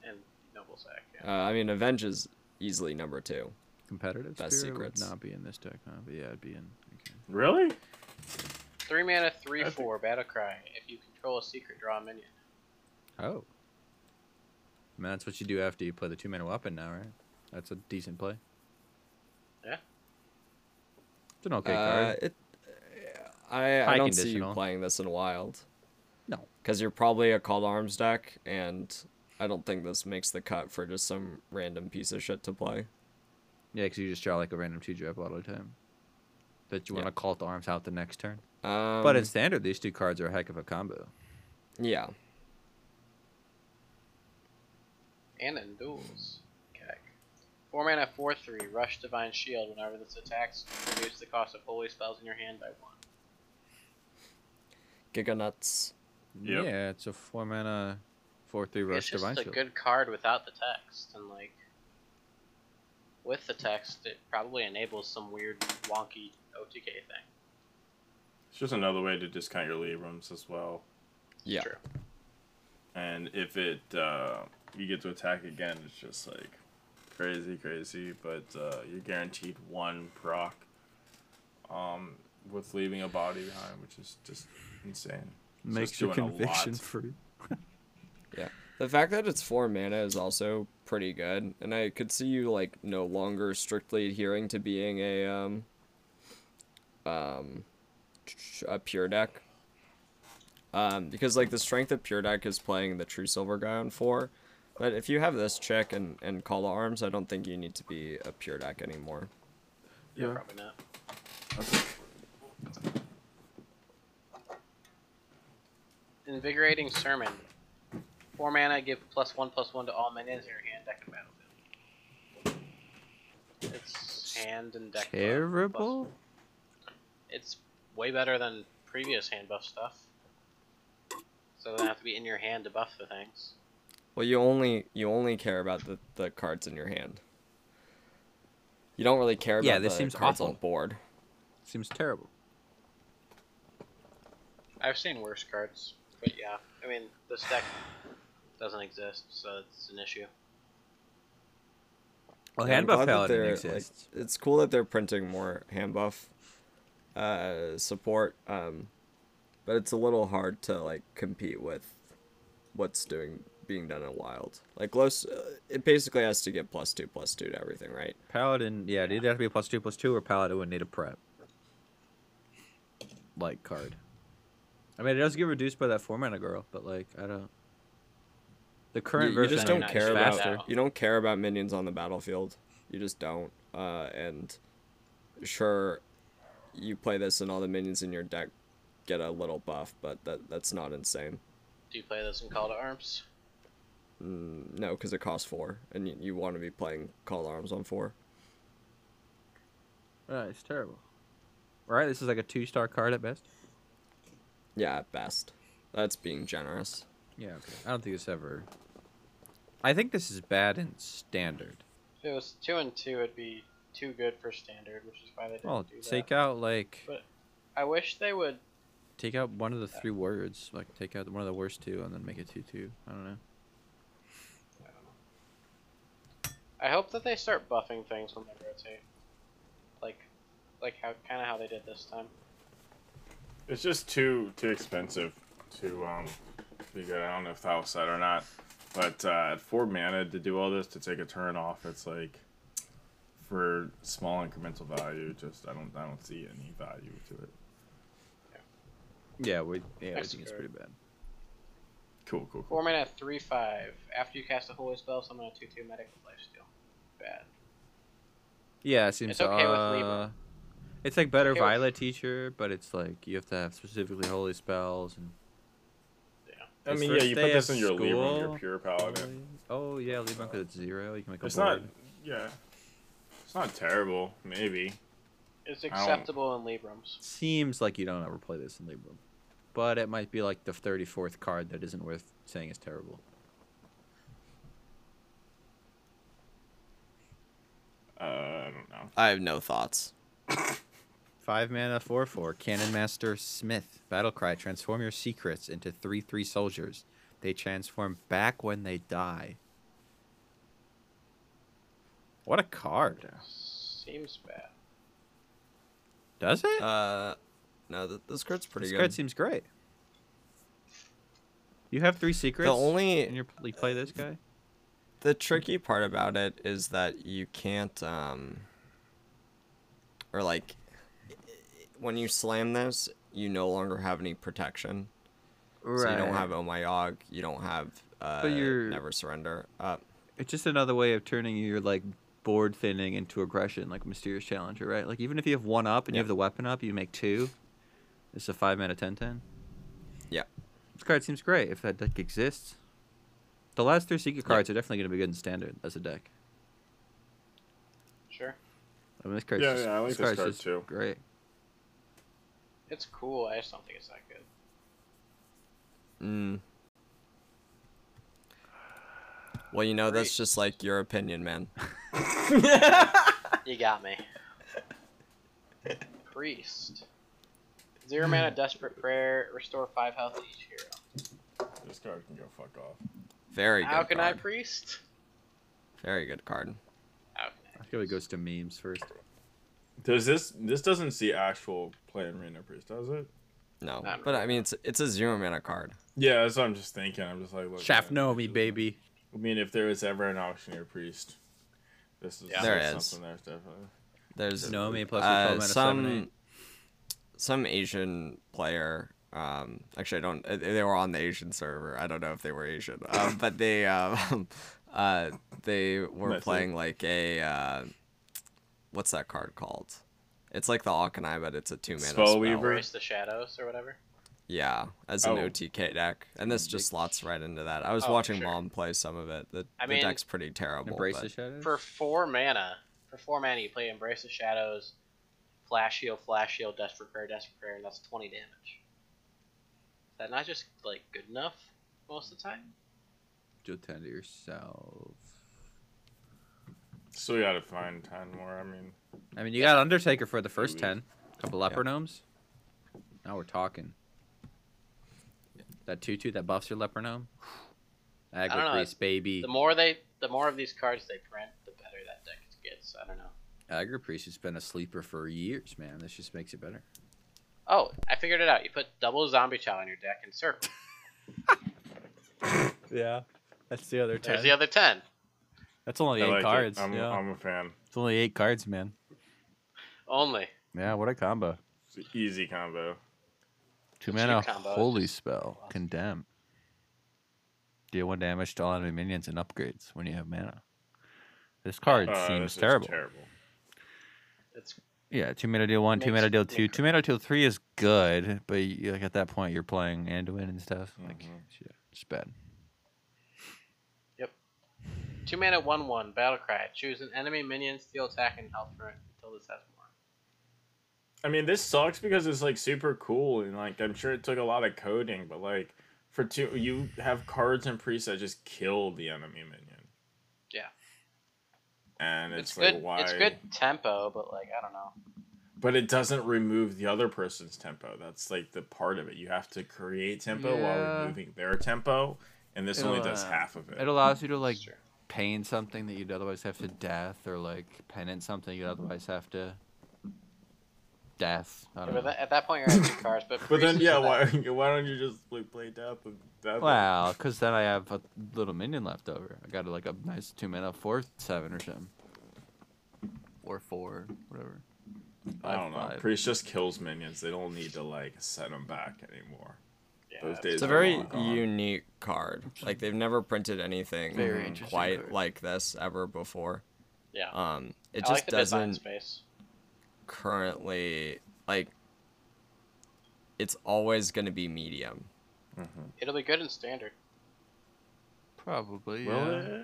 Avenge and Noble Sack.
Uh,
Yeah.
I mean, Avenge is easily number two.
competitive.
Best
Spirit
secrets.
would not be in this deck, huh? But yeah, it'd be in. Okay.
Really?
Three mana, three
I
four, battle cry. If you control a secret, draw a minion.
Oh. Man, that's what you do after you play the two mana weapon now, right? That's a decent play.
Yeah.
It's an okay
uh,
card.
it, I,
High
I don't see you
conditional.
playing this in Wild.
No.
Because you're probably a Call to Arms deck, and I don't think this makes the cut for just some random piece of shit to play.
Yeah, because you just draw like a random two drop all the time. That you
Yeah.
want to call to arms out the next turn.
Um,
but in standard, these two cards are a heck of a combo.
Yeah.
And in duels. Okay. Four mana, four three, rush divine shield. Whenever this attacks, reduce the cost of holy spells in your hand by one.
Giga Nuts.
Yep.
Yeah, it's a four mana, four three rush
it's just
divine
a
shield.
good card without the text, and like with the text, it probably enables some weird wonky OTK thing.
It's just another way to discount your Librams as well.
Yeah.
True.
and if it uh, you get to attack again, it's just like crazy, crazy. But uh, you're guaranteed one proc, um, with leaving a body behind, which is just insane. It's
Makes
just
your
doing a lot.
conviction free.
Yeah. The fact that it's four mana is also pretty good, and I could see you like no longer strictly adhering to being a um um a pure deck. Um, because like the strength of pure deck is playing the true silver guy on four, but if you have this chick and and call to arms, I don't think you need to be a pure deck anymore.
Yeah, probably not. Invigorating Sermon. Four mana, give plus one plus one to all minions in your hand, deck, and battlefield. It's hand and deck. buff, plus-
Terrible.
It's way better than previous hand buff stuff. So they have to be in your hand to buff the things.
Well, you only you only care about the the cards in your hand. You don't really care about
Yeah,
the
this seems
cards on
awful.
board.
Seems terrible.
I've seen worse cards, but yeah, I mean this deck doesn't exist, so it's an issue.
Well,
Yeah, I'm
hand buff
glad that
paladin
they're,
exists.
Like, it's cool that they're printing more hand buff uh, support, um, but it's a little hard to like compete with what's doing being done in wild. Like Los, uh, it basically has to get plus two plus two to everything, right?
Paladin, yeah, it either have to be a plus two plus two or Paladin would need a prep. Like card. I mean, it does get reduced by that four mana girl, but like I don't. The current
you, you
version
just
I
don't
mean, is
care about
faster.
you don't care about minions on the battlefield. You just don't. Uh, and sure, you play this and all the minions in your deck get a little buff, but that that's not insane.
Do you play this in Call to Arms?
No, because it costs four, and you, you want to be playing Call to Arms on four.
Uh, it's terrible. Right, this is like a two star card at best.
Yeah, at best. That's being generous.
Yeah, okay. I don't think it's ever. I think this is bad in standard.
If it was two and two, it'd be too good for standard, which is why they didn't
Well,
do that.
take out like
But- I wish they would.
take out one of the three words, like take out one of the worst two, and then make it two two. I don't know.
I hope that they start buffing things when they rotate, like, like how kind of how they did this time.
It's just too too expensive to um be good. I don't know if that was said or not, but uh, at four mana to do all this to take a turn off, it's like for small incremental value. Just I don't I don't see any value to it.
Yeah, we yeah, I
Next
think it's
card.
pretty bad.
Cool, cool,
Four
cool.
mana, three five. After you cast a holy spell, summon a two two medic with lifesteal. Bad.
Yeah, it seems.
It's okay with Libra.
uh, It's like better
okay with-
Violet teacher, but it's like you have to have specifically holy spells and.
I
It's
mean, yeah,
first
you
day
put this
of
in your Libra,
school.
your pure paladin.
Oh yeah, Libra because it's zero. You can make a
It's not,
board.
yeah, it's not terrible. Maybe
It's
don't-
acceptable in Librams.
Seems like you don't ever play this in Libra, but it might be like the thirty fourth card that isn't worth saying is terrible.
uh, I don't know.
I have no thoughts.
Five mana, four four. Cannon Master Smith. Battlecry. Transform your secrets into three three soldiers. They transform back when they die. What a card!
Seems bad.
Does it?
Uh, no, th- this card's pretty
this
good.
card seems great. You have three secrets.
the only
and you you play this guy.
the tricky part about it is that you can't um or like when you slam this you no longer have any protection so you don't have oh my og you don't have uh
you're-
never surrender uh
It's just another way of turning your like board thinning into aggression, like mysterious challenger, right? Like even if you have one up and you
Yeah.
have the weapon up, you make two. It's a five mana ten ten.
yeah
This card seems great if that deck exists. The last three secret cards are definitely going to be good in standard as a deck.
Sure.
I mean, this card's
Yeah,
just,
yeah, I like this
card's
card
just
too.
Great.
It's cool. I just don't think it's that good.
mm. well you know that's
Great.
just like your opinion man
You got me. Priest. Zero mana, desperate prayer, restore five health to each hero.
This card can go fuck off.
Very good.
How can I
card.
priest?
Very good card.
How can I
I feel it goes to memes first.
Does this this doesn't see actual play in Arena Priest, does it?
No,
Not
but I mean it's it's a zero mana card.
Yeah, that's what I'm just thinking. I'm just like, look,
Shaft
man,
no
this
me,
is-
baby.
I mean, if there was ever an auctioneer priest, this is
Yeah.
There
there's
is.
something there definitely.
There's
No me plus a 12
uh,
mana
some some Asian player. Um, actually, I don't. uh, They were on the Asian server. I don't know if they were Asian, um, but they um, uh, they were
Messy.
playing like a uh, what's that card called? It's like the Alkanai, but it's a two mana
Spell
spell.
Weaver?
embrace the shadows or whatever?
Yeah, as an
Oh.
OTK deck, and this just slots right into that. I was
Oh,
watching
sure.
mom play some of it. The,
I
the
mean,
deck's pretty terrible.
Embrace
but-
the shadows.
For four mana, for four mana, you play Embrace the Shadows, Flash Heal, Flash Heal, Desperate Prayer, Desperate Prayer, and that's 20 damage. Is that not just, like, good enough most of the time?
Do ten to yourself.
So we gotta find ten more. I mean,
I mean, you got Undertaker for the first
Maybe.
ten. Couple leper gnomes. Now we're talking. That two two that buffs your leper gnome.
don't
Aggro
know,
priest, baby.
The more they, the more of these cards they print, the better that deck gets. I don't know.
Aggro priest has been a sleeper for years, man. This just makes it better.
Oh, I figured it out. You put double Zombie Chow in your deck and circle.
Yeah, that's the other
There's the other 10.
That's only
I
eight
like it.
cards.
I'm,
yeah.
I'm a fan.
It's only eight cards, man.
Only.
Yeah, what a combo.
It's an easy combo.
Two
It's your
mana
combo,
holy
just-
spell.
Wow.
Condemn. Deal one damage to all enemy minions and upgrades when you have mana. This card
Uh, this
seems
is
terrible.
Terrible.
It's
Yeah, two mana deal one, two
Makes
mana deal
me
two, two
cry.
mana deal three is good, but you, like at that point you're playing Anduin and stuff. Like,
Mhm.
shit, it's bad.
Two mana, one one. Battle cry. Choose an enemy minion, steal attack, and health for it until this has more.
I mean, this sucks because it's like super cool and like I'm sure it took a lot of coding, but like for two, you have cards and priests that just kill the enemy minion.
Yeah.
And it's,
It's,
like
good.
why?
It's good tempo, but like I don't know.
But it doesn't remove the other person's tempo. That's like the part of it. You have to create tempo
Yeah.
while removing their tempo, and this only
It'll,
does
uh,
half of it.
It allows you to like
It's true.
pain something that you'd otherwise have to death, or like penance something you'd otherwise have to death. I
Yeah,
don't
but
know.
that, at that point, you're at two cards. But,
But
Priest
then,
is
yeah,
that-
why why don't you just like play death and death?
Well, because then I have a little minion left over. I got like a nice two mana four seven or something, or four, whatever.
I don't know.
five.
Priest just kills minions. They don't need to like set them back anymore.
Yeah,
Those
that's-
days
It's a
are
very
long gone.
unique card. Like they've never printed anything
Very interesting
quite
card.
like this ever before.
Yeah.
Um, it
I
just
like the design
doesn't
space.
currently like. It's always going to be medium.
It'll be good in standard.
Probably.
Well,
yeah.
uh,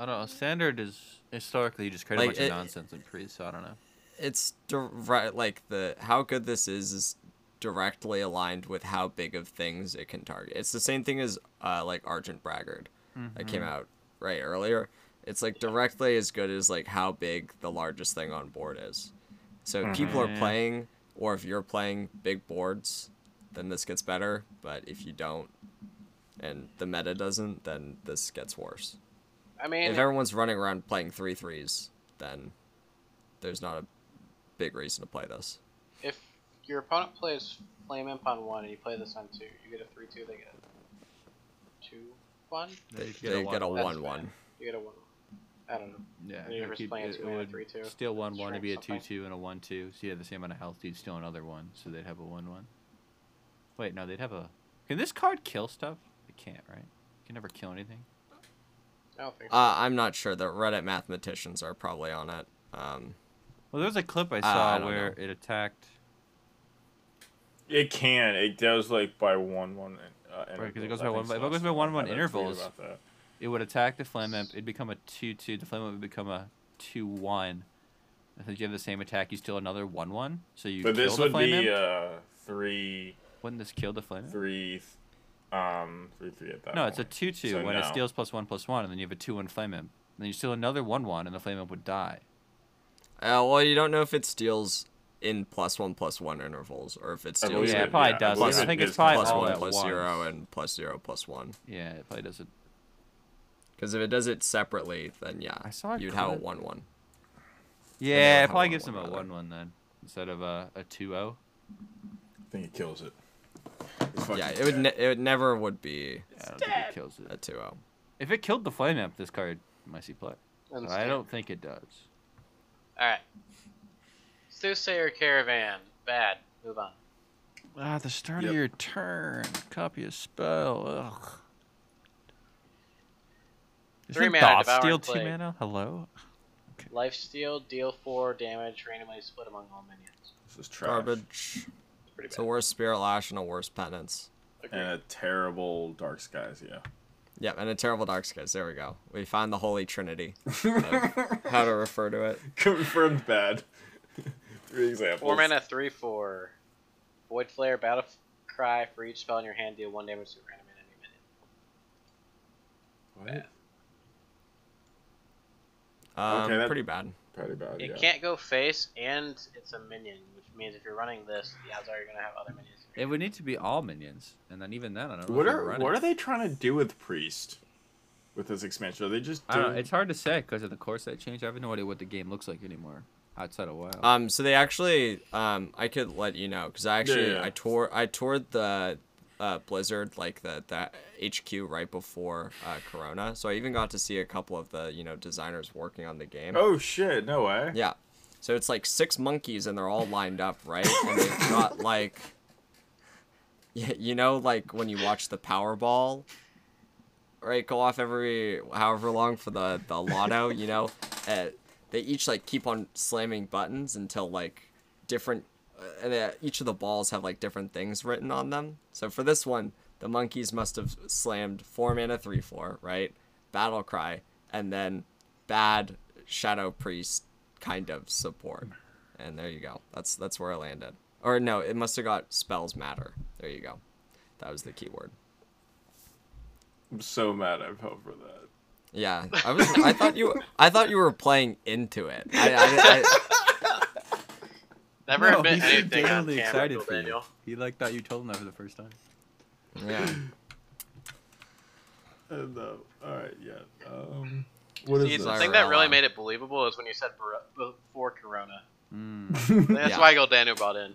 I don't know. Standard is historically just created
Like,
a bunch
it-
of nonsense in priest, so I don't know.
It's direct like the how good this is is directly aligned with how big of things it can target. It's the same thing as uh, like Argent Braggart that came out right earlier. It's like directly as good as like how big the largest thing on board is. So if people are
Mhm.
playing, or if you're playing big boards, then this gets better. But if you don't, and the meta doesn't, then this gets worse.
I mean,
if everyone's running around playing three threes, then there's not a big reason to play this.
if your opponent plays Flame Imp on one and you play this on two, you get a three two. They get a two one.
They, they get a
That's
one one.
fair. You get a one. I don't know.
Yeah,
Any of
it'd
us
keep-
playing
it-
two
it
and a
would
3-2,
Steal one one to
shrink
be a two
something.
two and a one two. So you have the same amount of health. You'd steal another one, so they'd have a one one. Wait, no, they'd have a. Can this card kill stuff? It can't, right? It can never kill anything.
I don't think. So.
Uh, I'm not sure. The Reddit mathematicians are probably on it. Um,
Well, there was a clip I
I
saw
don't
where it attacked.
It can. It goes like by one one. Uh,
Right, 'cause it
intervals.
goes
I
by one-
think
if it
Celeste
goes by one, one
had a tweet
intervals-
about that.
It would attack the flame imp. It'd become a two two. The flame imp would become a two one. And Since you have the same attack, you steal another one one. So you
But
kill
this
the
would
flame
be
imp.
uh, three,
Wouldn't this kill the flame imp?
three, um, three, three at that.
No, it's a
point.
two two
So
when it
no.
steals plus one plus one, and then you have a two one flame imp. And then you steal another one one, and the flame imp would die.
Uh, well, you don't know if it steals in plus one plus one intervals, or if it's
I
doing
believe
yeah,
it
it probably
yeah, I
does.
believe
I
it
think
is
it's probably
plus
all
one
at
plus
once.
zero and plus zero plus one.
Yeah, it probably does it.
Because if it does it separately, then yeah,
I saw a
you'd have a
clip.
one one.
Yeah,
have
it probably
a
gives them a
1-1 rather.
one one then instead of a a two oh. zero.
I think it kills it.
Yeah, it would ne- it would never would be
I don't think it kills
a
it.
two zero.
If it killed the flame amp, this card might see play. But I
Understand.
don't think it does.
All right. Soothsayer Caravan. Bad. Move on.
Ah, the start
Yep.
of your turn. Copy a spell. Ugh.
Three
Isn't
mana,
Thoth
devour
steal
and
two
plague.
mana? Hello.
Lifesteal, deal four damage, randomly split among all minions.
This is trash.
Garbage.
It's pretty
It's a
bad.
worse spirit lash and a worse penance.
Agreed.
And a terrible Dark Skies, yeah.
Yeah, and a terrible dark skies. There we go. We found the holy trinity. of how to refer to it?
Confirmed bad. Three examples.
Four mana, three four. Void flare, battle f- cry. For each spell in your hand, deal one damage to a random enemy minion.
What?
Um,
Okay, that-
pretty bad.
Pretty bad,
It
yeah.
can't go face, and it's a minion, which means if you're running this, the odds are you're gonna have other minions. in your
It would need to be all minions, and then even then, I don't know.
What
if they're
are
running.
what are they trying to do with Priest? With this expansion, are they just
I don't know.
doing-
It's hard to say because of the core set change. I have no idea what the game looks like anymore outside of WoW.
Uh,
Um, so they actually, um, I could let you know because I actually
yeah.
I toured I toured the uh, Blizzard like the the HQ right before uh, Corona, so I even got to see a couple of the you know designers working on the game.
Oh shit! No way.
Yeah. So it's like six monkeys and they're all lined up, right? And they've got like y- you know like when you watch the Powerball right go off every however long for the the lotto, you know? Uh, they each like keep on slamming buttons until like different uh, and uh, each of the balls have like different things written on them. So for this one, the monkeys must have slammed four mana three four, right? Battle cry, and then bad shadow priest kind of support. And there you go. That's that's where I landed. Or no, it must have got spells matter. There you go. That was the keyword.
I'm so mad I fell for that.
Yeah, I was. I thought you. I thought you were playing into it. I, I, I,
Never admit anything on
genuinely
camera,
excited
Bill
for you.
Daniel.
He like thought you told him that for the first time.
yeah.
Uh, no. All right. Yeah. Um. What
See,
is
the
Sorry,
thing
this?
that
Roland.
really made it believable is when you said bro- before Corona.
yeah.
That's
Yeah.
why Goldano brought in.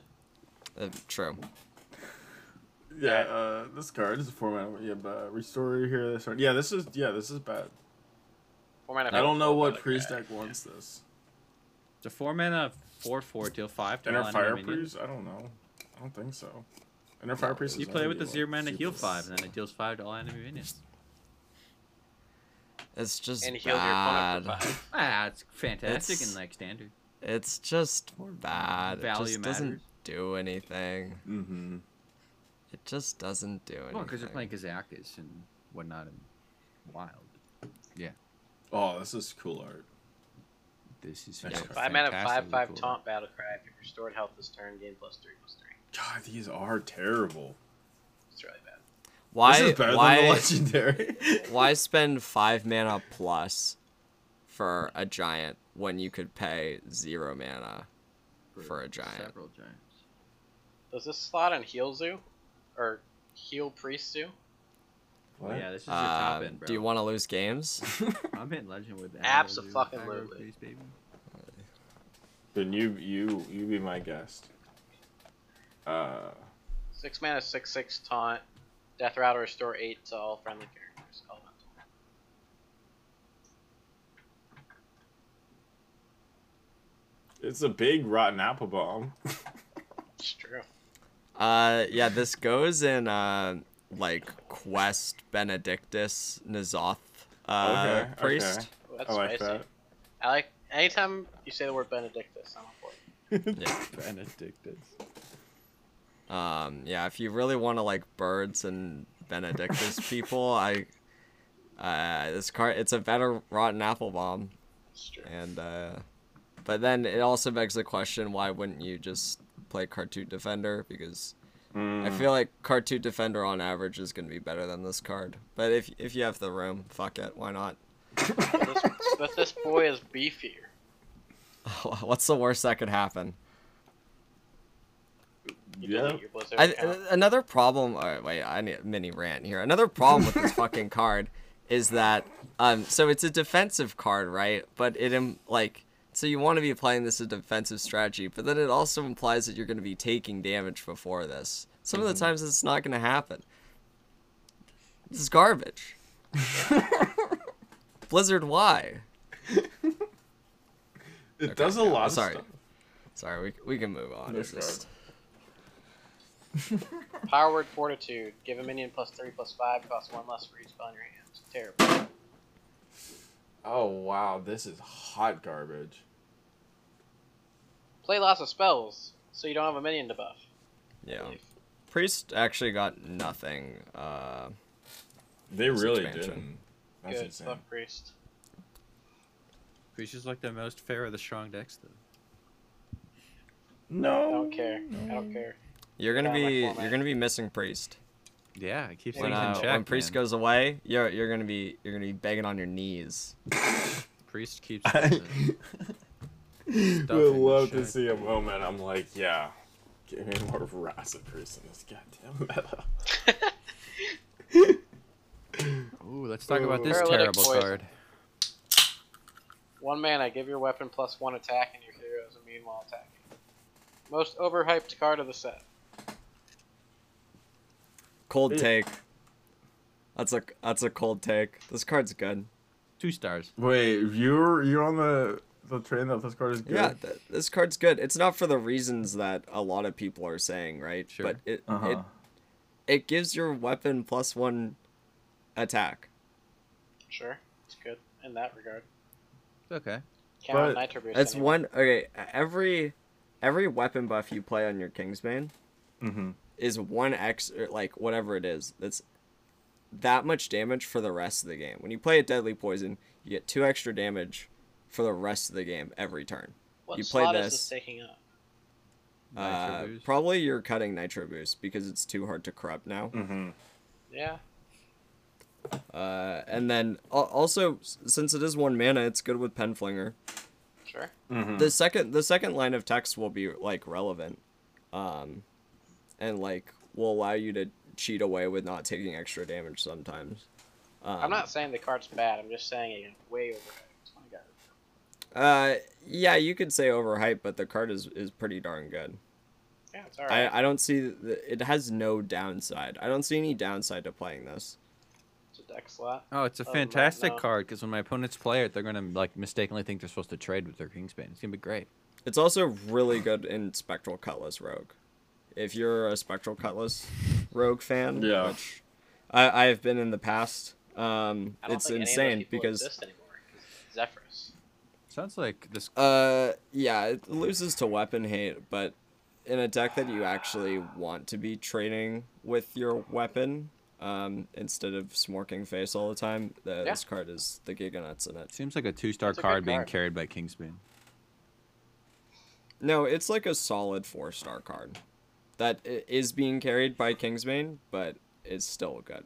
uh, true.
Uh, this card is a four mana. Yeah. But restore here. This one. Yeah. This is. Yeah. This is bad.
Four mana,
I don't know
four,
what
but,
priest
uh,
deck wants this.
It's a four mana, four four, deal five to all
Inner
enemy
fire
minions.
priest. I don't know. I don't think so. Inner fire priest.
You
is
play
not
with the
gonna be
zero mana
super
heal
s-
five, and then it deals five to all enemy minions.
It's just
And healed your opponent
bad.
for five.
Ah, it's fantastic
It's-
and like standard.
It's just bad.
Value
it just doesn't
matters.
do anything.
Mhm.
It just doesn't do anything.
Well, because you're playing Kazakis and whatnot and wild.
Oh, this is cool art.
This is
Yeah.
fantastic.
Five mana, five five
cool.
taunt battle cry. If you restored health this turn, gain plus three plus three.
God, these are terrible.
It's really bad.
why?
this is better
why?
than the legendary.
why spend five mana plus for a giant when you could pay zero mana for a giant?
Several giants.
Does this slot on heal zoo, or heal priest zoo?
Oh,
What?
yeah, this is your top
Um,
end, bro.
do you want to lose games?
I'm hitting legend with that.
Abso-fucking-lutely.
baby.
Then you you you be my guest. Uh,
Six mana, six six taunt, death rattle, restore eight to all friendly characters. Oh, Elemental.
it's a big rotten apple bomb.
It's true.
Uh, yeah, this goes in uh, like Quest Benedictus Nazoth uh,
Okay,
priest.
okay.
Ooh, that's
I like
spicy.
that.
I like anytime you say the word Benedictus, I'm on board.
Yeah.
Benedictus.
Um, yeah, if you really want to like birds and Benedictus people, I uh, this card it's a better rotten apple bomb.
It's true.
And uh, but then it also begs the question: Why wouldn't you just play Cartoon Defender? Because
Mm,
I feel like Cartoon Defender on average is going to be better than this card. But if if you have the room, fuck it, why not?
But this, but this boy is beefier.
What's the worst that could happen?
You
Yeah.
delete your Blizzard
I,
account.
another problem. all right, wait, I need a mini rant here. Another problem with this fucking card is that um, so it's a defensive card, right? But it im- like so you want to be playing this as a defensive strategy, but then it also implies that you're going to be taking damage before this. Some of the times it's not going to happen. This is garbage. Blizzard, why?
It does a lot.
sorry.
Of stuff.
Sorry, we, we can move on.
No
It's just-
Power word fortitude. Give a minion plus three plus five. Costs one less for each spell in your hand. It's terrible.
Oh wow, this is hot garbage.
Play lots of spells so you don't have a minion debuff.
yeah. Priest actually got nothing. Uh,
They
This
really
expansion.
didn't. That's
Good.
insane.
Buff priest.
Priest is like the most fair of the strong decks, though.
No.
I don't care. I don't care.
You're gonna
Yeah, like
be
format.
you're gonna be missing priest.
Yeah, it keeps
When,
things
uh,
in check.
when priest
man.
goes away, you're you're gonna be you're gonna be begging on your knees.
priest keeps.
I would
in
love to
check.
see a moment. I'm like, yeah, give me more Razapris in this goddamn meta.
Ooh, let's talk about this
Paralytic
terrible
poison.
card.
One mana. Give your weapon plus one attack and your hero is immune while attacking. Most overhyped card of the set.
Cold
Yeah.
take. That's a that's a cold take. This card's good.
Two stars.
Wait, you're you're on the the train that this card is good.
Yeah, th- this card's good. It's not for the reasons that a lot of people are saying, right?
Sure.
But it
Uh-huh.
it it gives your weapon plus one attack.
Sure, it's good in that regard.
It's okay.
Can't have
But-
Nitro Boost
That's
anymore.
one okay. Every every weapon buff you play on your Kingsbane
mm-hmm.
is one x or like whatever it is that's that much damage for the rest of the game when you play a deadly poison you get two extra damage for the rest of the game every turn
What
you play
slot is this
this.
taking up?
uh,
Nitro boost.
probably you're cutting nitro boost because it's too hard to corrupt now
Mm-hmm.
Yeah.
uh, and then al- also s- since it is one mana it's good with penflinger
Sure.
the
Mm.
second the second line of text will be like relevant um, and like will allow you to cheat away with not taking extra damage sometimes um,
I'm not saying the card's bad. I'm just saying it's way overhyped. I got it.
Uh, yeah, you could say overhyped, but the card is is pretty darn good.
Yeah, it's alright.
I I don't see the, it has no downside. I don't see any downside to playing this.
It's a deck slot.
Oh, it's
Oh,
a
right
fantastic
now.
card because when my opponents play it, they're gonna like mistakenly think they're supposed to trade with their Kingsbane. It's gonna be great.
It's also really good in Spectral Cutlass Rogue. If you're a Spectral Cutlass Rogue fan,
Yeah.
which I I have been in the past. Um,
I don't
it's
think any of those
insane
people
because
exist anymore, 'cause it's Zephyrus.
Sounds like this.
uh yeah it loses to weapon hate, but in a deck that you actually want to be trading with your weapon um, instead of smorking face all the time, the,
Yeah.
this card is the giganuts in it.
Seems like a two-star
It's a good
card being
card.
carried by Kingsbane.
No, it's like a solid four star card that i- is being carried by Kingsbane, but it's still good.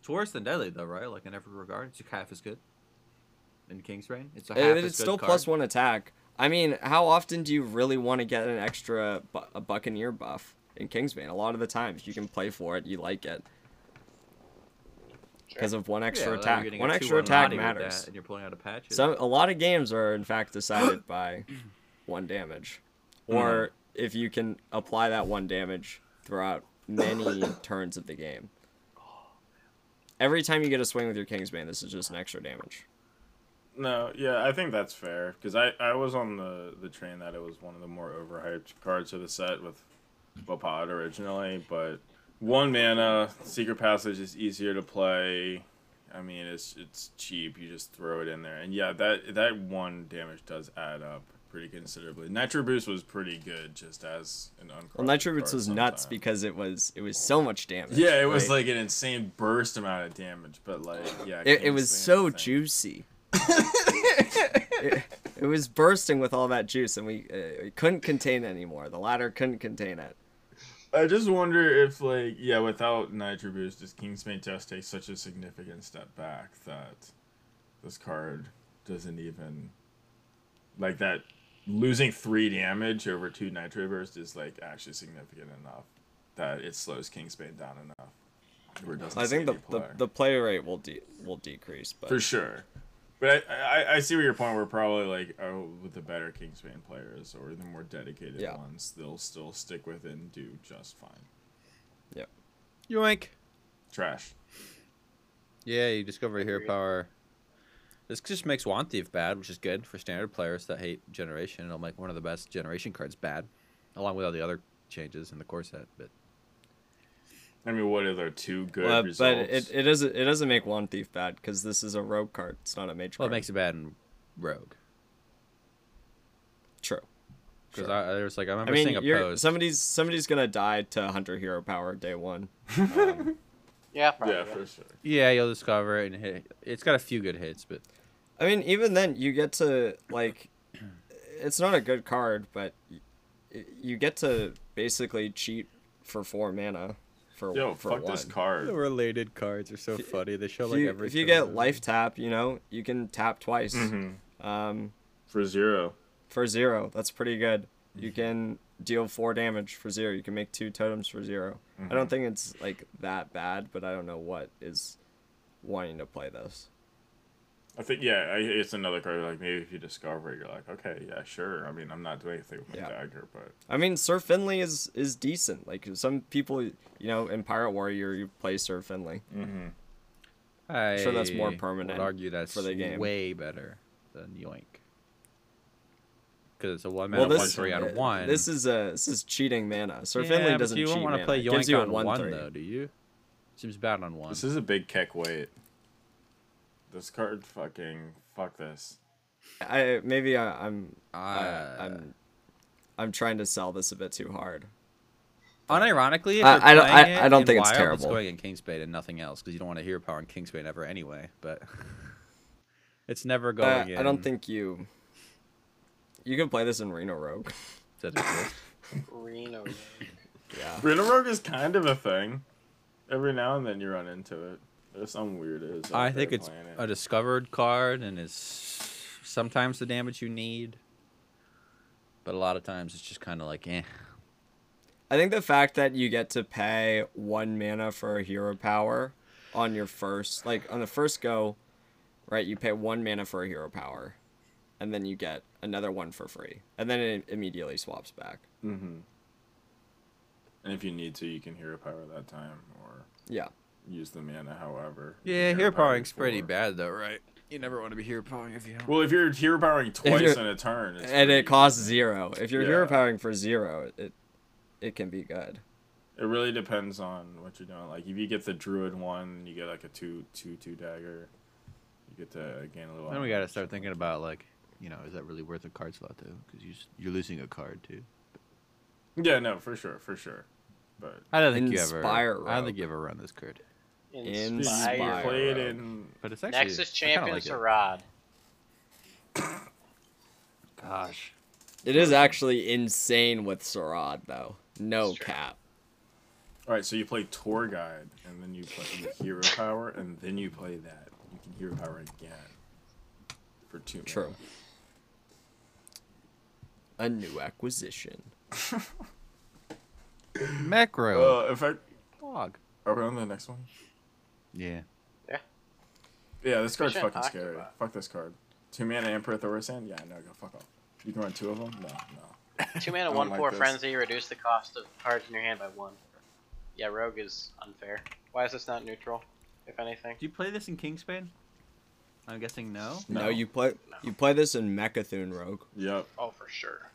It's worse than Deadly though, right? Like in every regard, it's half as good. In Kingsbane, it's a
And it's still plus one attack. I mean, how often do you really want to get an extra bu- a Buccaneer buff in Kingsbane? A lot of the times you can play for it, you like it.
Sure.
Because of one extra attack. One extra attack matters.
and you're pulling out a patch.
Some a lot of games are in fact decided by one damage, or if you can apply that one damage throughout many turns of the game. Every time you get a swing with your Kingsbane, this is just an extra damage.
No, yeah, I think that's fair because I, I was on the, the train that it was one of the more overhyped cards of the set with Vapod originally, but one mana Secret Passage is easier to play. I mean, it's it's cheap. You just throw it in there, and yeah, that that one damage does add up pretty considerably. Nitro Boost was pretty good just as an uncrossed
Well, Nitro
card
Boots was nuts
sometime.
because it was it was so much damage.
yeah, it was
right?
like an insane burst amount of damage, but like yeah,
it, it
King's
was
Land's
so
thing.
juicy. it, it was bursting with all that juice, and we, uh, we couldn't contain it anymore. The ladder couldn't contain it.
I just wonder if, like, yeah, without Nitro Boost, does Kingsbane just take such a significant step back that this card doesn't even, like, that losing three damage over two Nitro Burst is like actually significant enough that it slows Kingsbane down enough. Where it doesn't
I think the,
save
the,
player.
the play rate will de- will decrease, but
for sure. But I, I, I see where your point. We're probably like, oh, with the better Kingsbane players or the more dedicated
Yeah.
ones, they'll still stick with it and do just fine.
yeah.
Yoink.
Trash.
Yeah, you discover hero
Agreed.
power. This just makes Wand Thief bad, which is good for standard players that hate generation. It'll make one of the best generation cards bad, along with all the other changes in the core set. But
I mean, what are the two good
Uh,
results?
but it, it doesn't it doesn't make one thief bad because this is a rogue card. It's not a mage
well, it
card.
makes it bad in Rogue
true.
because
Sure.
I, I was like, I remember
I mean,
seeing a
you're,
post.
somebody's somebody's gonna die to hunter hero power day one.
Yeah, probably.
yeah, for sure.
Yeah, you'll discover it and hit. It's got a few good hits, but
I mean, even then, you get to like, it's not a good card, but y- you get to basically cheat for four mana for
Yo,
for
fuck
one.
this card.
related cards are so funny. They show
If you, if you get life tap, you know you can tap twice
Mm-hmm.
um,
for zero.
for zero. That's pretty good.
Mm-hmm.
You can deal four damage for zero. You can make two totems for 0 I
Mm-hmm.
don't think it's like that bad, but I don't know what is wanting to play this.
I think yeah, I, it's another card. Like maybe if you discover it, you're like, okay, yeah, sure. I mean, I'm not doing anything with my
Yeah.
dagger, but
I mean, Sir Finley is is decent. Like some people, you know, in Pirate Warrior, you play Sir Finley.
i
sure that's more
I'd
permanent
argue that's
for the game.
way better than Yoink because it's a one mana
Well,
Out of
this
one three out of
uh,
one.
This is a this is cheating mana. Sir
Yeah,
Finley
but
doesn't
You
cheat
won't
mana.
to play
It gives
Yoink
you a
on one,
three.
though, do you? Seems bad on one.
this is a big kick weight. This card, fucking, fuck this.
I maybe I, I'm
Uh,
I, I'm I'm trying to sell this a bit too hard.
Unironically, if
I-
you're
I don't-
playing
I-
it
I don't
in
think it's
Wild, It's
terrible.
going in Kingsbane and nothing else because you don't want to hear power in Kingsbane ever anyway. But it's never going.
Uh,
in
I don't think you. You can play this in Reno Rogue.
to exist.
Reno.
Yeah.
Bruno Rogue is kind of a thing. Every now and then you run into it. There's some weirdos. out
I
there
think it's
playing it.
a discovered card and is sometimes the damage you need, but a lot of times it's just kind of like, eh.
I think the fact that you get to pay one mana for a hero power on your first, like on the first go, right? You pay one mana for a hero power, and then you get another one for free, and then it immediately swaps back.
And if you need to, you can hero power that time or
Yeah,
use the mana however. You
Yeah,
can
hero powering's
before.
pretty bad though, right? You never want to be hero powering if you don't.
Well, if you're hero powering twice
you're-
in a turn, it's
and
pretty-
it costs zero. If you're hero
Yeah.
powering for zero, it it can be good.
It really depends on what you're doing. Like if you get the druid one, you get like a two two two dagger. You get to gain a little.
Then we got to start thinking about like, you know, is that really worth a card slot though? Because you s- you're losing a card too.
Yeah, no, for sure, for sure. But
I don't think you
Inspire
ever. I don't
Rogue.
think you ever run this card.
you
Inspire.
Inspire.
played in
But it's actually
Nexus
I kinda
Champion
like it.
Sarad.
Gosh,
It is actually insane with Sarad though. No
It's true.
cap.
All right, so you play tour guide, and then you play the hero power, and then you play that. You can hero power again for two. mana.
True. A new acquisition.
macro
Uh, in fact,
dog.
are we on the next one?
Yeah.
Yeah, this card's
Efficient
fucking scary.
Octobot.
Fuck this card. Two mana Emperor Thorasand? Yeah, no, go fuck off. You can run two of them? No, no.
Two mana,
Don't
one
like
four
this.
frenzy. Reduce the cost of cards in your hand by one. Yeah, rogue is unfair. Why is this not neutral? If anything,
Do you play this in Kingspan? I'm guessing no.
No,
No.
you play you play this in Mechathune Rogue.
Yep.
oh for sure.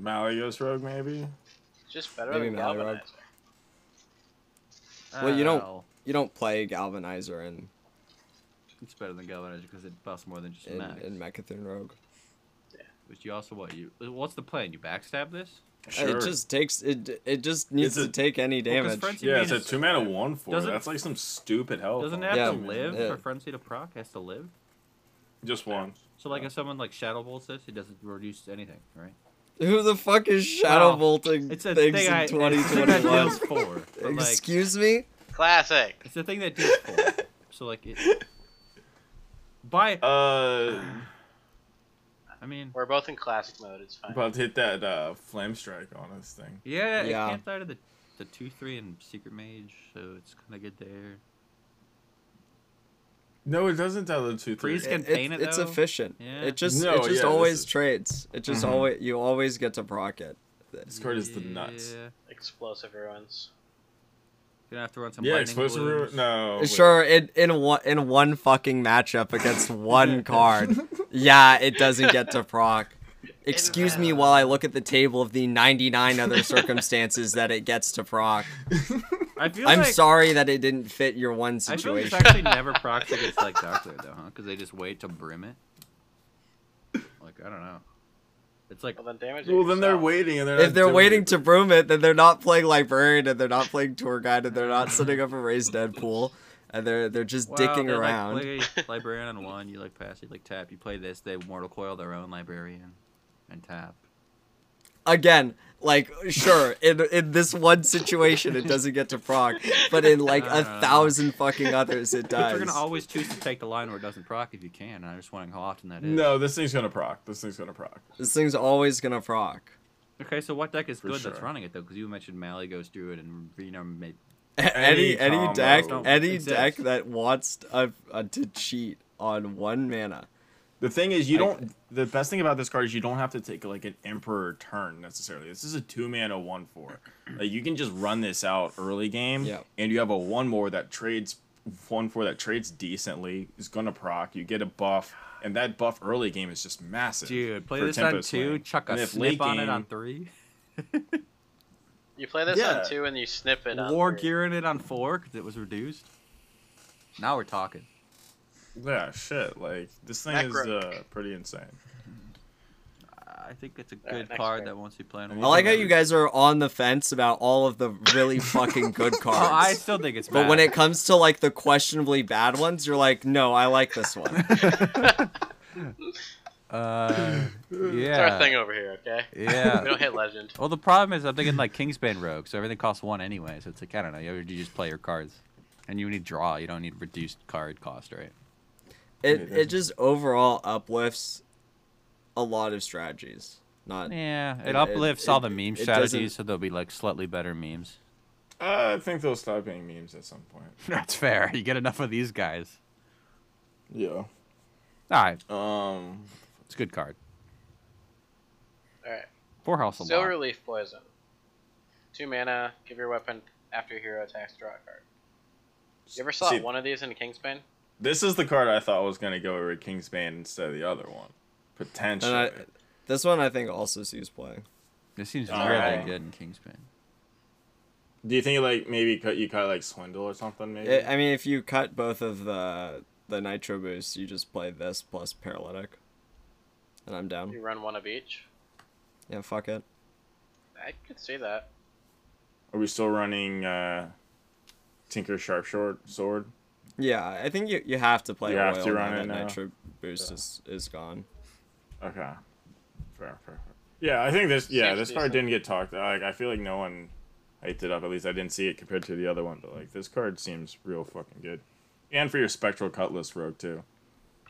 Malagos Rogue, maybe?
It's just better
Maybe
than
Malroy.
galvanizer.
Well, you don't-
Oh,
You don't play Galvanizer in
It's better than Galvanizer because it busts more than just
in,
max.
in Mechathune Rogue.
Which you also what you? What's the plan? You backstab this?
Sure.
It just takes it it just needs
It's
to
a-
take any damage.
frenzy-
yeah,
mean
it's a
it's-
two mana one four.
Doesn't-
That's like some stupid hell.
Doesn't it
phone.
have
Oh, Yeah,
to live
yeah.
for frenzy to proc? It has to live.
Just one.
So like if someone like shadow bolts this, it doesn't reduce anything, right?
Who the fuck is shadow
Well,
bolting
It's a
things
thing
in
I. It's a thing that
2021?
deals four. but, like,
Excuse me?
Classic.
it's the thing that deals four. So like it. By
Uh,
I mean,
We're both in classic mode. It's fine.
About to hit that uh, flame strike on this thing.
yeah,
Yeah.
it can't die to the the two three and secret mage, so it's kind of good there.
No, it doesn't tell the two
Freeze
three.
can- Contain it,
it's
though?
efficient.
Yeah.
It just
No,
it just
yeah, this
always
is-
trades. It just
Mhm.
always you always get to proc it.
This card is the nuts.
Yeah.
Explosive ruins.
Gonna have to run some
Yeah,
lightning
explosive
balloons.
ruin. No. wait.
Sure, in in one in one fucking matchup against one card. Yeah, it doesn't get to proc. Excuse me while I look at the table of the 99 other circumstances that it gets to proc.
I feel
I'm
like,
sorry that it didn't fit your one
I feel like it's
situation.
actually never procs against like Darkblade though, huh? Because they just wait to brim it. Like I don't know. It's like
Well, then damage. it
Well, then they're
yourself.
waiting, and they're
If
not
they're
doing
waiting
it.
to broom it, then they're not playing librarian and they're not playing tour guide and they're not sitting up a raised dead pool and they're they're just
wow,
dicking
they, like,
around.
play librarian on one, you like pass, you like tap, you play this, they mortal coil their own librarian, and tap.
again like sure in in this one situation it doesn't get to proc but in like a
Uh.
thousand fucking others it
But
does
you're gonna always choose to take the line where it doesn't proc if you can. And I'm just wondering how often that is.
No, this thing's gonna proc. This thing's gonna proc.
this thing's always gonna proc
Okay, so what deck is
For
good that's
sure.
running it though? Because you mentioned Mally goes through it and Reno made.
Any
any any
combo.
deck
Don't
any
exist.
deck that wants a, a, to cheat on one mana
The thing is, you
I-
don't. The best thing about this card is you don't have to take like an emperor turn necessarily. This is a two mana one four. Like you can just run this out early game,
Yeah.
and you have a one more that trades one four that trades decently is gonna proc. You get a buff, and that buff early game is just massive.
Dude, play
for
this
tempo
on two,
swing.
chuck
And
a
if
snip
late
on it
game-
on three,
You play this
Yeah.
on two and you snip it. on
war
three.
gearing it on four because it was reduced. Now we're talking.
Yeah, shit. Like this thing is
Necro.
uh, pretty insane.
I think it's a
right,
good
next
card
card.
that won't be playing.
I
a
i
lot.
like how you guys are on the fence about all of the really fucking good
Oh, I
cards
still think it's bad.
but when it comes to like the questionably bad ones you're like no i like this one
uh,
It's
yeah,
our thing over here, okay? We
yeah.
don't hit legend.
Well, the problem is I'm thinking like Kingspan Rogue, so everything costs one anyway. So it's like I don't know. You you just play your cards, and you need draw. You don't need reduced card cost, right?
it
Yeah,
it just overall uplifts a lot of strategies. Not
Yeah, it,
It- it-
uplifts all the
it-
meme
it doesn't-
strategies, so there'll be like slightly better memes.
Uh, I think they'll stop being memes at some point.
That's fair. You get enough of these guys.
Yeah.
All right,
Um.
it's a good card.
All right.
Four house a
Still
lot.
relief poison. Two mana. Give your weapon after your hero attacks. Draw a card. You ever saw
see,
one of these in Kingspan?
This is the card I thought was gonna go over King's Band instead of the other one, potentially.
and I, this one I think also sees play.
This seems
All
really
right.
good in Kingspan.
Do you think like maybe cut you cut like Swindle or something? Maybe.
It, I mean, if you cut both of the the nitro boosts, you just play this plus paralytic, and I'm down.
Mm.
You run one of each.
Yeah, fuck it.
I could see that.
Are we still running uh, Tinker Sharp Short Sword?
Yeah, I think you, you have to play
You
oil
have to
now
run
that
it now.
nitro boost is, is gone.
Okay. Fair, fair, fair. Yeah, I think this. Yeah,
Seems
this card
decent.
didn't get talked. Like, I feel like no one hyped it up. At least I didn't see it compared to the other one. But like, this card seems real fucking good. And for your Spectral Cutlass Rogue too.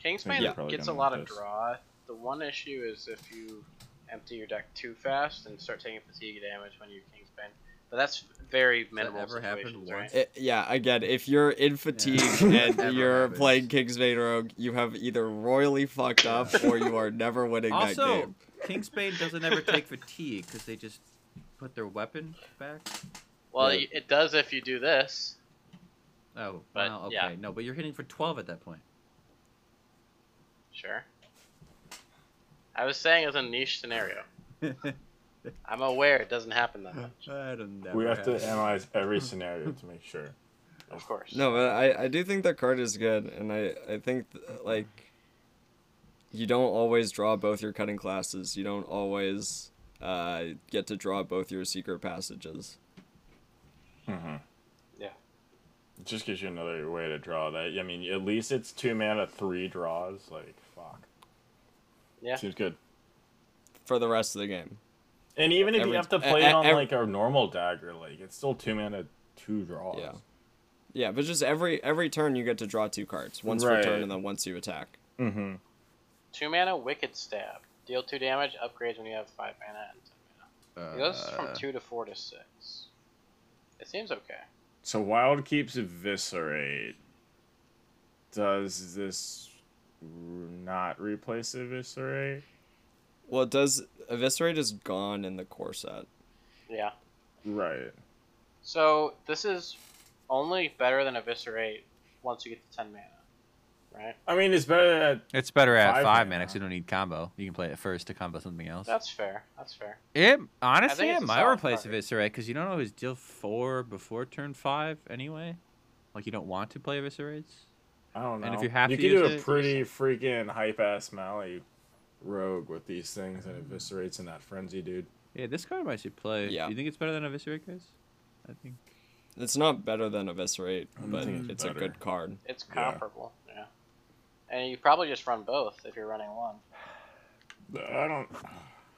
Kingspan
you're probably
gets a
gonna
lot
want
of
this.
draw. The one issue is if you empty your deck too fast and start taking fatigue damage when you Kingspan. But that's very minimal
ever happened
situations,
once?
right?
It, Eh, yeah, again, if you're in fatigue
Never
and you're
happens.
playing King's Vein Rogue, you have either royally fucked up or you are never winning that game.
Also, Kingspan doesn't ever take fatigue because they just put their weapon back.
Well,
Yeah.
y it does if you do this.
Oh,
But,
wow, okay.
yeah.
No, but you're hitting for 12 at that point.
Sure. I was saying it's a niche scenario. I'm aware it doesn't happen that much.
I don't know. Uh,
We have to analyze every scenario to make sure.
Of course.
No, but I, I do think that card is good, and I, I think, th- like, you don't always draw both your cutting classes. You don't always uh, get to draw both your secret passages.
Mm-hmm.
Yeah.
It just gives you another way to draw that. I mean, at least it's two mana, three draws. Like, fuck.
Yeah.
Seems good.
For the rest of the game.
And even if
Every-
you have to play
e-
it on
e-
like a normal dagger, like it's still two mana, two draws.
Yeah. Yeah, but just every every turn you get to draw two cards. Once per
Right.
turn and then once you attack.
Mm-hmm.
Two mana Wicked Stab. Deal two damage, upgrades when you have five mana and ten mana. It goes from
Uh.
two to four to six. It seems okay.
So wild keeps eviscerate. Does this r- not replace eviscerate?
Well, it does eviscerate is gone in the core set.
Yeah.
Right.
So this is only better than eviscerate once you get to ten mana, right?
I mean, it's better at
It's better at
Five
five,
mana.
mana because you don't need combo. You can play it first to combo something else.
That's fair. That's fair.
It honestly,
it's
it
a
might
solid
replace
card.
Eviscerate because you don't always deal four before turn five anyway. Like you don't want to play Eviscerates.
I don't know.
And if you have
you
to
can
use
do a
it-
pretty freaking hype ass Mally rogue with these things and eviscerates in that frenzy, dude.
Yeah, this card might should play.
Yeah.
You think it's better than Eviscerate, guys? I think.
It's not better than eviscerate,
I don't
but
think it's
it's
better.
a good card.
It's
Yeah.
comparable. Yeah. And you probably just run both if you're running one.
I don't.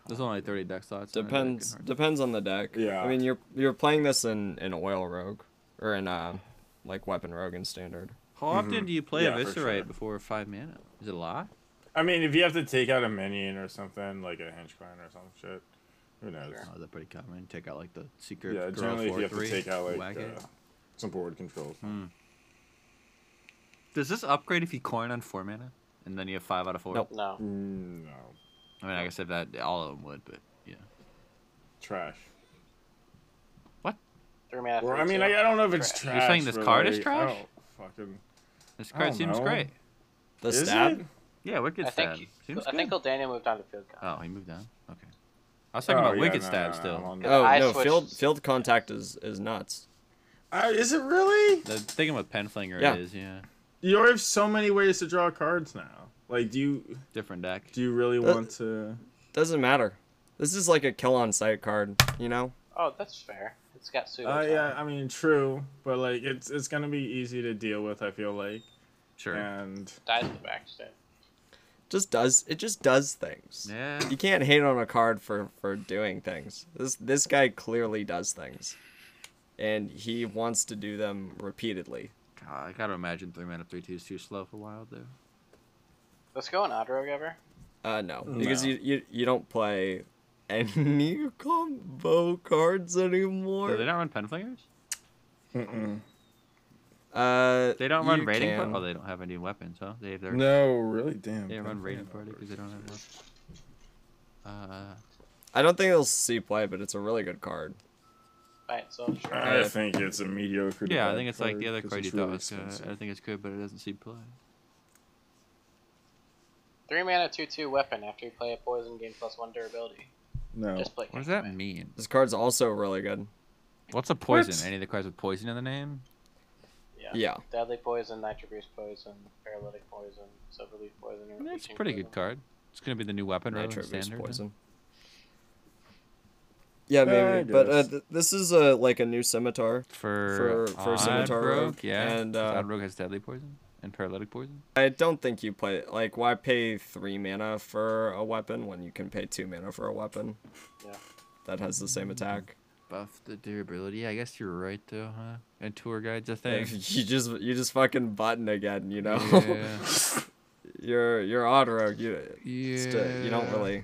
There's only 30 deck slots. in our deck and
Depends
hard-
depends on the deck.
Yeah.
I mean, you're you're playing this in in oil rogue or in uh like weapon rogue in standard.
How often do you play
Yeah, for
Eviscerate
sure.
before five mana? Is it a lot?
I mean, if you have to take out a minion or something, like a hench clan or some shit, who knows?
Sure.
Oh, they're pretty common. Take out like the secret.
Yeah,
girl
generally, if you have to
4-3,
take out
whack
like
it.
uh, some board control.
Does this upgrade if you coin on four mana, and then you have five out of four?
Nope.
No.
Hmm.
Mm, no,
I mean, I guess if that all of them would, but yeah.
trash.
Three mana.
Or
three,
I mean,
two.
I, I don't know if it's
Trash.
trash.
uh, You're saying this
but,
card is
like,
trash?
I don't Fucking
This
I
card
don't
seems
know.
great.
The
Is
stat
it?
Yeah, Wicked
I
Stab.
think
Seems
I
good.
think Daniel moved on to field con.
Oh, he moved down. Okay. I was talking
Oh,
about
yeah,
Wicked
no,
Stab
no, no,
still.
I'm on that.
Oh
I
no,
switched-
field field contact is is nuts.
Uh, is it really?
The thing with Penflinger
Yeah.
is, yeah,
You have so many ways to draw cards now. Like, do you
different deck.
do you really
Uh,
want to?
Doesn't matter. This is like a kill on sight card, you know?
Oh, that's fair. It's got pseudo.
Uh, yeah, I mean, true, but like, it's it's gonna be easy to deal with. I feel like,
Sure. Yeah.
and
Dies in the backstep.
Just does it just does things. You can't hate on a card for for doing things. This this guy clearly does things. And he wants to do them repeatedly.
God, I gotta imagine three mana three two is too slow for Wild though.
Let's go on Odrogue ever.
Uh no, because
No.
you, you you don't play any combo cards anymore.
Do they not run Penflingers?
Uh
They don't run
you
raiding.
can.
Party? Oh, they don't have any weapons, huh? They have their.
no, really, damn.
They run raiding
Penflinger
party because they don't have. Weapons. Uh,
I don't think it'll see play, but it's a really good card.
By itself, sure.
I
Uh,
think it's a mediocre.
yeah, I
bad
think it's like the other
'cause
card you
it's
thought
really
was good.
expensive.
I think it's good, but it doesn't see play.
Three mana, two two weapon. After you play a poison, gain plus one durability.
uh,
No,
Just play.
Oh. What does that mean?
This card's also really good.
What's a poison?
What?
Any of the cards with poison in the name?
Yeah.
Yeah.
Deadly poison, nitrobeast poison, paralytic poison, silverleaf poison. or
It's a
leeching
pretty good
poison.
card. It's gonna be the new weapon rather
Nitro
than
boost
standard.
poison. Yeah,
Yeah, I
maybe. but uh,
guess.
th- this is uh, like a new scimitar.
for
For- for Scimitar Rogue,
yeah. And
and, uh,
Rogue has deadly poison and paralytic poison.
I don't think you play like why pay three mana for a weapon when you can pay two mana for a weapon.
Yeah.
That has the same attack.
Buff the durability. I guess you're right though, huh? And tour guide's a
you
thing.
just you just fucking button again, you know.
yeah.
you're you're odd rogue. You it's d- you don't
Yeah.
really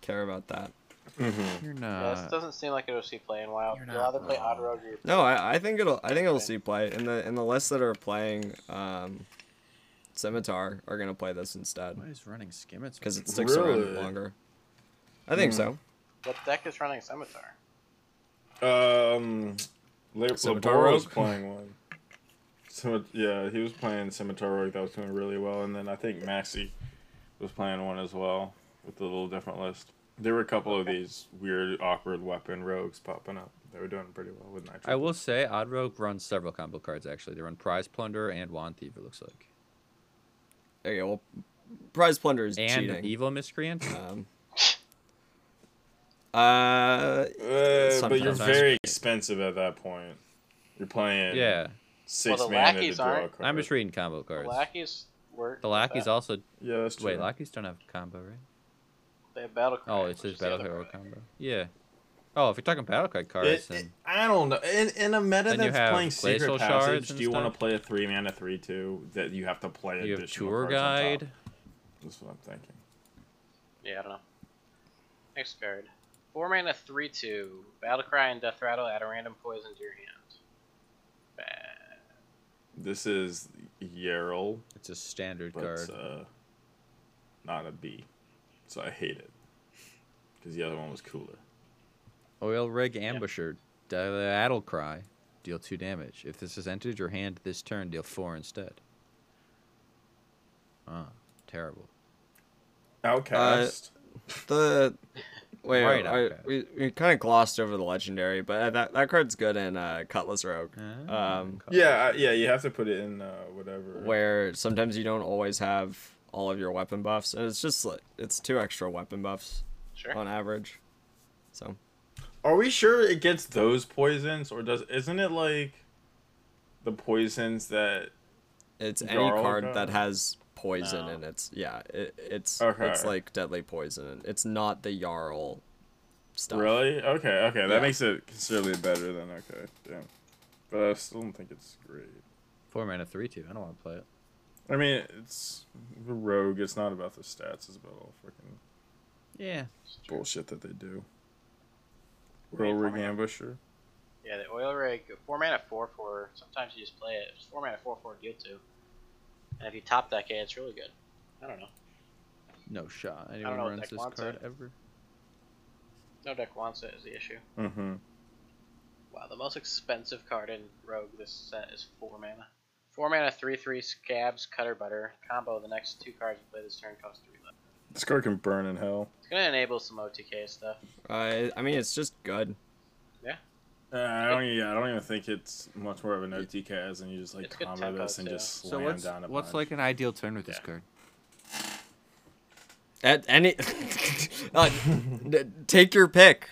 care about that.
You're
Yeah, this
not.
doesn't seem like it'll see play in wild.
You're
You'll
not
either play
wrong.
Odrogue or
No, I, I think it'll I think it'll
Okay.
see play and the and the lists that are playing um, scimitar are gonna play this instead.
Why is running skimmets?
because it sticks
Really?
around longer. I
Hmm.
think so.
what deck is running Scimitar?
Um, Le-
Scimitar
Labor was
Rogue?
playing one. So yeah, he was playing Scimitar Rogue. That was doing really well, and then I think Maxi was playing one as well with a little different list. There were a couple of these weird, awkward weapon rogues popping up. They were doing pretty well with Nitro.
I will say, Odd Rogue runs several combo cards actually. They run Prize Plunder and Wand Thief. It looks like,
Okay, well, prize plunder is
and E-
cheating.
Evil Miscreant.
Um, uh,
Uh, but you're
Sometimes.
very expensive at that point. You're playing
yeah,
six
Well, the
mana to
lackeys
draw a
aren't.
card.
I'm just reading combo cards.
The lackeys work.
the lackeys
that.
also.
Yeah, that's true.
Wait, lackeys don't have combo, right?
They have battle cry.
Oh, it's
which
just
is the other
battle card
card.
combo. Yeah. Oh, if you're talking battle card cards,
It-
then
it- I don't know. In, in a meta
Then you
that's
have
playing
Glacial
Secret
Shards
Passage,
and
do you want
stuff?
to play a three mana three two that you have to play
you have
additional
tour
cards on top?
guide.
That's what I'm thinking.
Yeah, I don't know. Next card. Four mana, three two. Battlecry and Death Rattle. Add a random poison to your hand. Bad.
This is Yarl,
It's a standard
but
card.
uh, not a B. So I hate it. Because the other one was cooler.
Oil rig ambusher. Battle cry. Deal two damage. If this has entered your hand this turn, deal four instead. Ah, terrible. Uh,
Outcast.
The wait,
Right,
I-
okay.
we we kind of glossed over the legendary, but uh, that that card's good in uh, Cutlass Rogue,
Ah,
Um,
cut.
yeah, I- yeah, you have to put it in uh, whatever.
where sometimes you don't always have all of your weapon buffs, and it's just like it's two extra weapon buffs
Sure.
on average. So
Are we sure it gets those poisons, or does isn't it like the poisons that?
it's any
Jarl
card
gun?
that has poison
No.
in its yeah, it, it's
Okay.
it's like deadly poison. It's not the Jarl stuff.
Really? Okay, okay, that
Yeah.
makes it considerably better than okay, damn. But I still don't think it's great.
Four mana, three two. I don't want to play it.
I mean, it's the rogue. It's not about the stats. It's about all fucking
Yeah.
bullshit that they do. Royal rig ambusher.
Yeah, the oil rig, four mana, four four. Sometimes you just play it. It's four mana, four four, deal two. And if you top that game, it's really good. I don't know.
No shot.
know
Anyone
what
runs
deck
this
wants
card
it.
ever?
No deck wants it is the issue.
Mm-hmm.
Wow, the most expensive card in Rogue this set is four mana. Four mana, three three, scabs, cutter butter combo. The next two cards you play this turn cost three left.
This card can burn in hell.
It's gonna enable some OTK stuff.
Uh, I mean, it's just good.
Uh, I don't. Yeah, I don't even think it's much more of an OTK as and you just like
It's good
combo
tempo,
this and
too.
just
So
slam
what's
down a
what's like
bunch.
an ideal turn with this
Yeah.
card?
At any, uh, n- take your pick.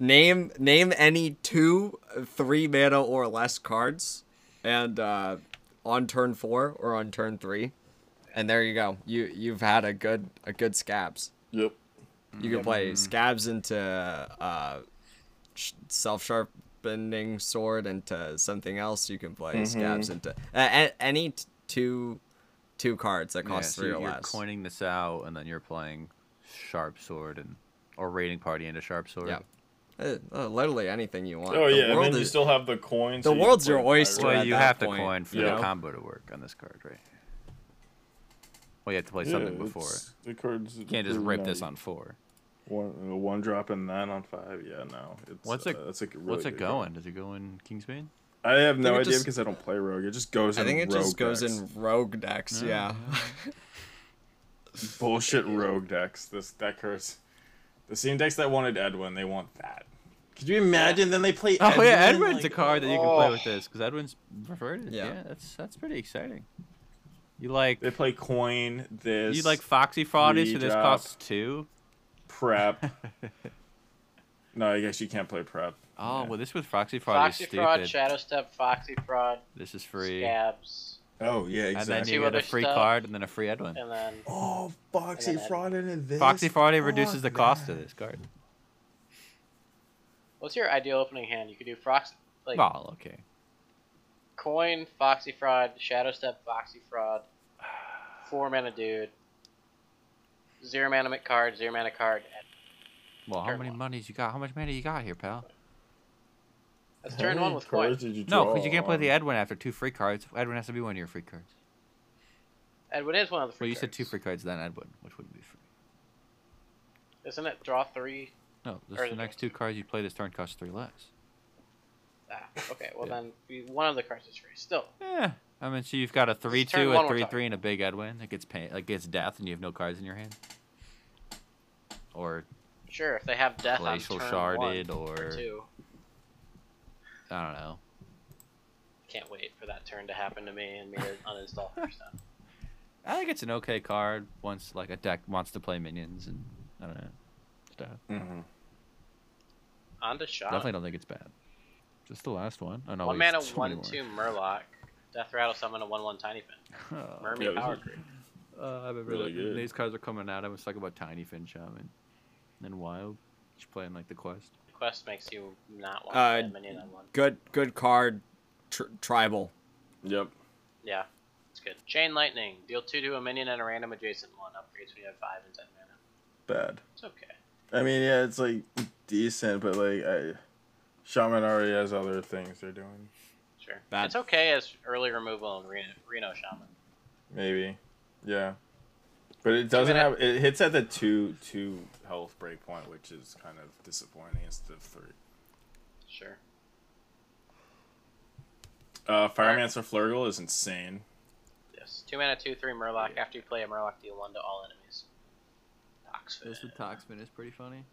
Name name any two, three mana or less cards, and uh, on turn four or on turn three, and there you go. You you've had a good a good scabs.
Yep.
You can play scabs into uh, sh- self sharpening sword into something else. You can play scabs into uh, a- any t- two two cards that cost
so
three or
you're
less.
coining this out, and then you're playing sharp sword and or raiding party into sharp sword.
Yeah. Uh, uh, literally anything you want.
Oh
The
yeah, and
world
then you
is-
still have the coins.
the
so you can
world's
play
your
it
oyster.
either.
Well,
at
you
that
have to
point,
coin for
you
the
know?
combo to work on this card, right? Well, you have to play something
Yeah,
before it.
it's- The cards.
You can't just
you
rip
know,
this
you-
on four.
One, uh, one drop and then on five. Yeah, no. It's,
What's
uh,
it-
That's like a really
What's it
good card.
going? Does it go in Kingsbane?
I have no
it
idea
just-
because I don't play rogue. It just goes.
I
in
think it just
rogue
goes
decks.
in rogue decks. Yeah.
bullshit rogue decks. This that curse. The same decks that wanted Edwin, they want that. Could you imagine? Then they play.
Oh yeah, Edwin's
like,
a card that you can play
oh.
with this because Edwin's reverted. Yeah.
Yeah.
that's that's pretty exciting. You like
They play coin. This.
you like Foxy Fraudy, so this
Redrop.
costs two.
prep. no, I guess you can't play prep.
Oh
Yeah.
well, this with Foxy Fraudy is
Foxy
stupid.
fraud, shadow step, foxy fraud,
this is free,
scabs,
Oh yeah,
and then
exactly.
you
Two
get a
other
free
stuff.
card and then a free Edwin.
and then
Oh, Foxy
And then
fraud in this.
Foxy Fraudy
Fuck
reduces the
that.
cost of this card.
what's your ideal opening hand? You could do frox, like
Well, okay.
coin, foxy fraud, shadow step, foxy fraud, four mana dude, zero mana mint card, zero mana card. and
Well, how
Turn
many
one.
monies you got? How much money you got here, pal?
That's
How
turn
many
one with coin.
cards did you
No,
draw
because you can't play the
on-
Edwin after two free cards. Edwin has to be one of your free cards.
Edwin is one of the free
Well, you said
cards.
two free cards, then Edwin, which wouldn't be free.
Isn't it draw three?
No, this
Or
is the
the
next two cards you play this turn cost three less.
Ah, okay. Well
Yeah.
then, we, one of the cards is free. Still,
Yeah. I mean, so you've got a
turn
3-2,
one
a
we're
3-3,
talking.
and a big Edwin. It gets pain, it gets death, and you have no cards in your hand. Or
sure. If they have death on
glacial
turn one
sharded, or,
or two,
I don't know.
can't wait for that turn to happen to me and me to uninstall first time.
I think it's an okay card once like a deck wants to play minions and I don't know stuff.
Mhm.
On to shot.
Definitely don't think it's bad. Just the last one. Oh no,
one
we have
mana,
so
one
many more.
two Murloc. Death rattle summon a one one tiny fin.
Uh,
Mermaid
Yeah, this
power
is-
creep.
I remember
Really
that-
good.
these cards are coming out. I was talking about Tiny Fin Shaman and Wild. Just playing like the quest.
Quest makes you not want
Uh,
to play a minion on one.
Good good card. Tr- tribal.
Yep.
Yeah, it's good. Chain lightning. Deal two to a minion and a random adjacent one. Upgrades when you have five and ten mana.
Bad.
It's okay.
I mean, yeah, it's like decent, but like I, Shaman already has other things they're doing.
Sure.
Bad.
It's okay as early removal in Reno, Reno Shaman.
Maybe, yeah, but it doesn't
I-
have. It hits at the two two health breakpoint, which is kind of disappointing. Instead of three.
Sure.
Uh, Firemancer Flurgle is insane.
Yes. Two mana, two, three Murloc. After you play a Murloc, deal one to all enemies.
This
Toxfit.
with Toxman is pretty funny.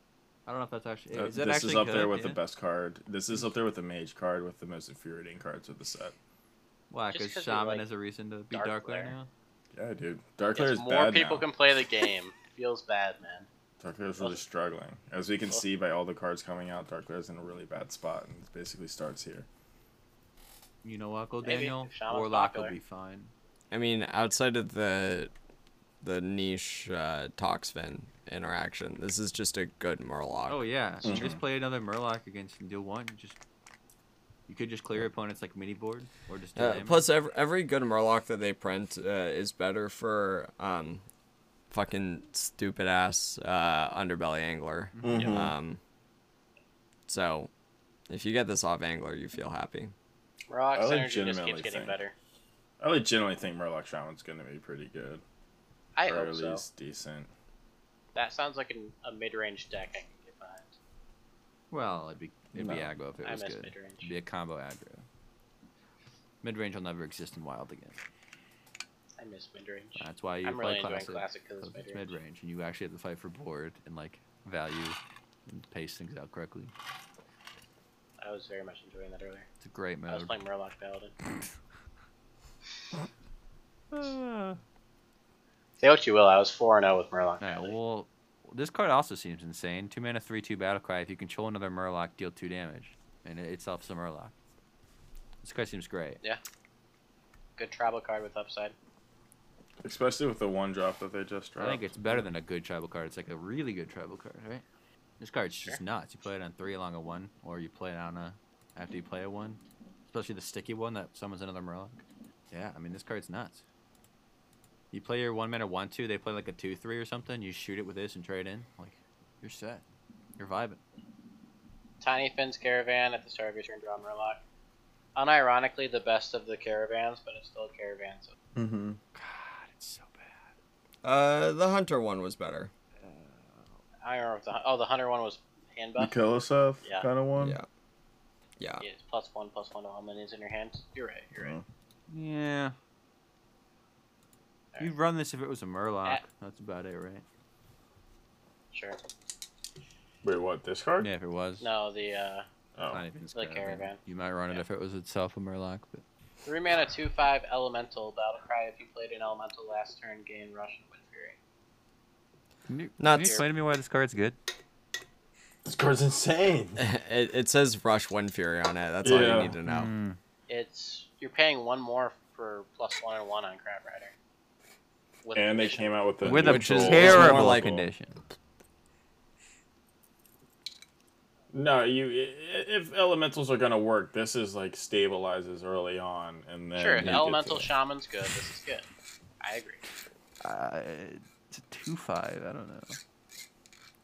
I don't know if that's actually.
Uh,
is that
this
actually
is up there
good?
with the
Yeah.
best card. This is up there with the Mage card with the most infuriating cards of the set.
Why?
Just
Because
'cause we
Shaman
like
is a reason to beat
Dark
Dark Lair
Lair.
now.
Yeah, dude. Dark Lair
Yes,
is
more
bad
people
now.
can play the game. Feels bad, man.
Dark Lair's really struggling. As we can see by all the cards coming out, Dark Lair's in a really bad spot and it basically starts here.
You know what, Go
Maybe
Daniel?
Shaman's
Warlock will
popular.
be fine.
I mean, outside of the the niche uh, Toxfin interaction, this is just a good Murloc.
Oh yeah, you
Mhm.
just play another Murloc against and deal one. Just you could just clear your opponents like mini board or just do
Uh,
damage.
plus, every, every good Murloc that they print uh, is better for um, fucking stupid ass uh, underbelly angler.
Mm-hmm.
Um, so, if you get this off angler, you feel happy.
Murloc's
I
energy just
legitimately
keeps getting
think-
better.
I legitimately think Murloc Shaman's going to be pretty good.
I
or
hope
at
so.
least decent.
That sounds like an, a mid-range deck I can get behind.
Well, it'd be it'd be
No.
aggro if it
I
was
miss
good.
mid-range.
It'd be a combo aggro. Mid range will never exist in Wild again.
I miss mid-range.
That's why you
I'm
play
really
classic.
enjoying classic because
'cause
it's
it's
mid-range.
mid range, and you actually have to fight for board and like value, and pace things out correctly.
I was very much enjoying that earlier.
It's a great
I was
mode.
playing Murloc Paladin.
Ah.
Say what you will, I was 4 0 with Murloc.
All right.
Paladin.
Well, this card also seems insane. Two mana, three two battle cry. If you control another Murloc, deal two damage, and it itself some Murloc. This card seems great.
Good tribal card with upside.
Especially with the one drop that they just dropped.
I think it's better than a good tribal card. It's like a really good tribal card, right? This card's just
Sure.
nuts. You play it on three along a one, or you play it on a after you play a one, especially the sticky one that summons another Murloc. Yeah, I mean this card's nuts. You play your one mana one two, they play like a two three or something. You shoot it with this and trade in. Like you're set. You're vibing.
Tiny Finn's Caravan at the start of your turn, draw Murloc. Unironically, the best of the caravans, but it's still a caravan, so
Mm-hmm.
God, it's so bad.
Uh, the hunter one was better.
I don't remember if the oh the hunter one was hand buff.
Nikolosov
Yeah.
kind of one?
Yeah. Yeah.
Yeah, it's plus one, plus one to all minions in your hands. You're right. You're right.
Yeah.
Alright.
You'd run this if it was a Murloc.
Eh.
That's about it, right?
Sure.
Wait, what? This card?
Yeah, if it was.
No, the uh,
Oh.
Not even his
Like Caravan.
You might run it
Yeah.
if it was itself a Murloc, but
three mana two five elemental battle cry. If you played an elemental last turn, gain Russian Wind Fury.
can you,
Nuts.
can you explain to me why this card's good?
This card's insane.
it, it says Rush Wind Fury on it. That's all
Yeah.
you need to know.
Mm. Hmm.
It's you're paying one more for plus one and one on Crab Rider. With
And they
addition.
came out with the
With
a Which
a
neutral-
is- it's terrible more
terrible
like-
condition.
No, you. i- i- If elementals are gonna work, this is like stabilizes early on, and then
Sure,
you
an
get
elemental
to-
shaman's good. This is good. I agree.
Uh, it's a two five. I don't know.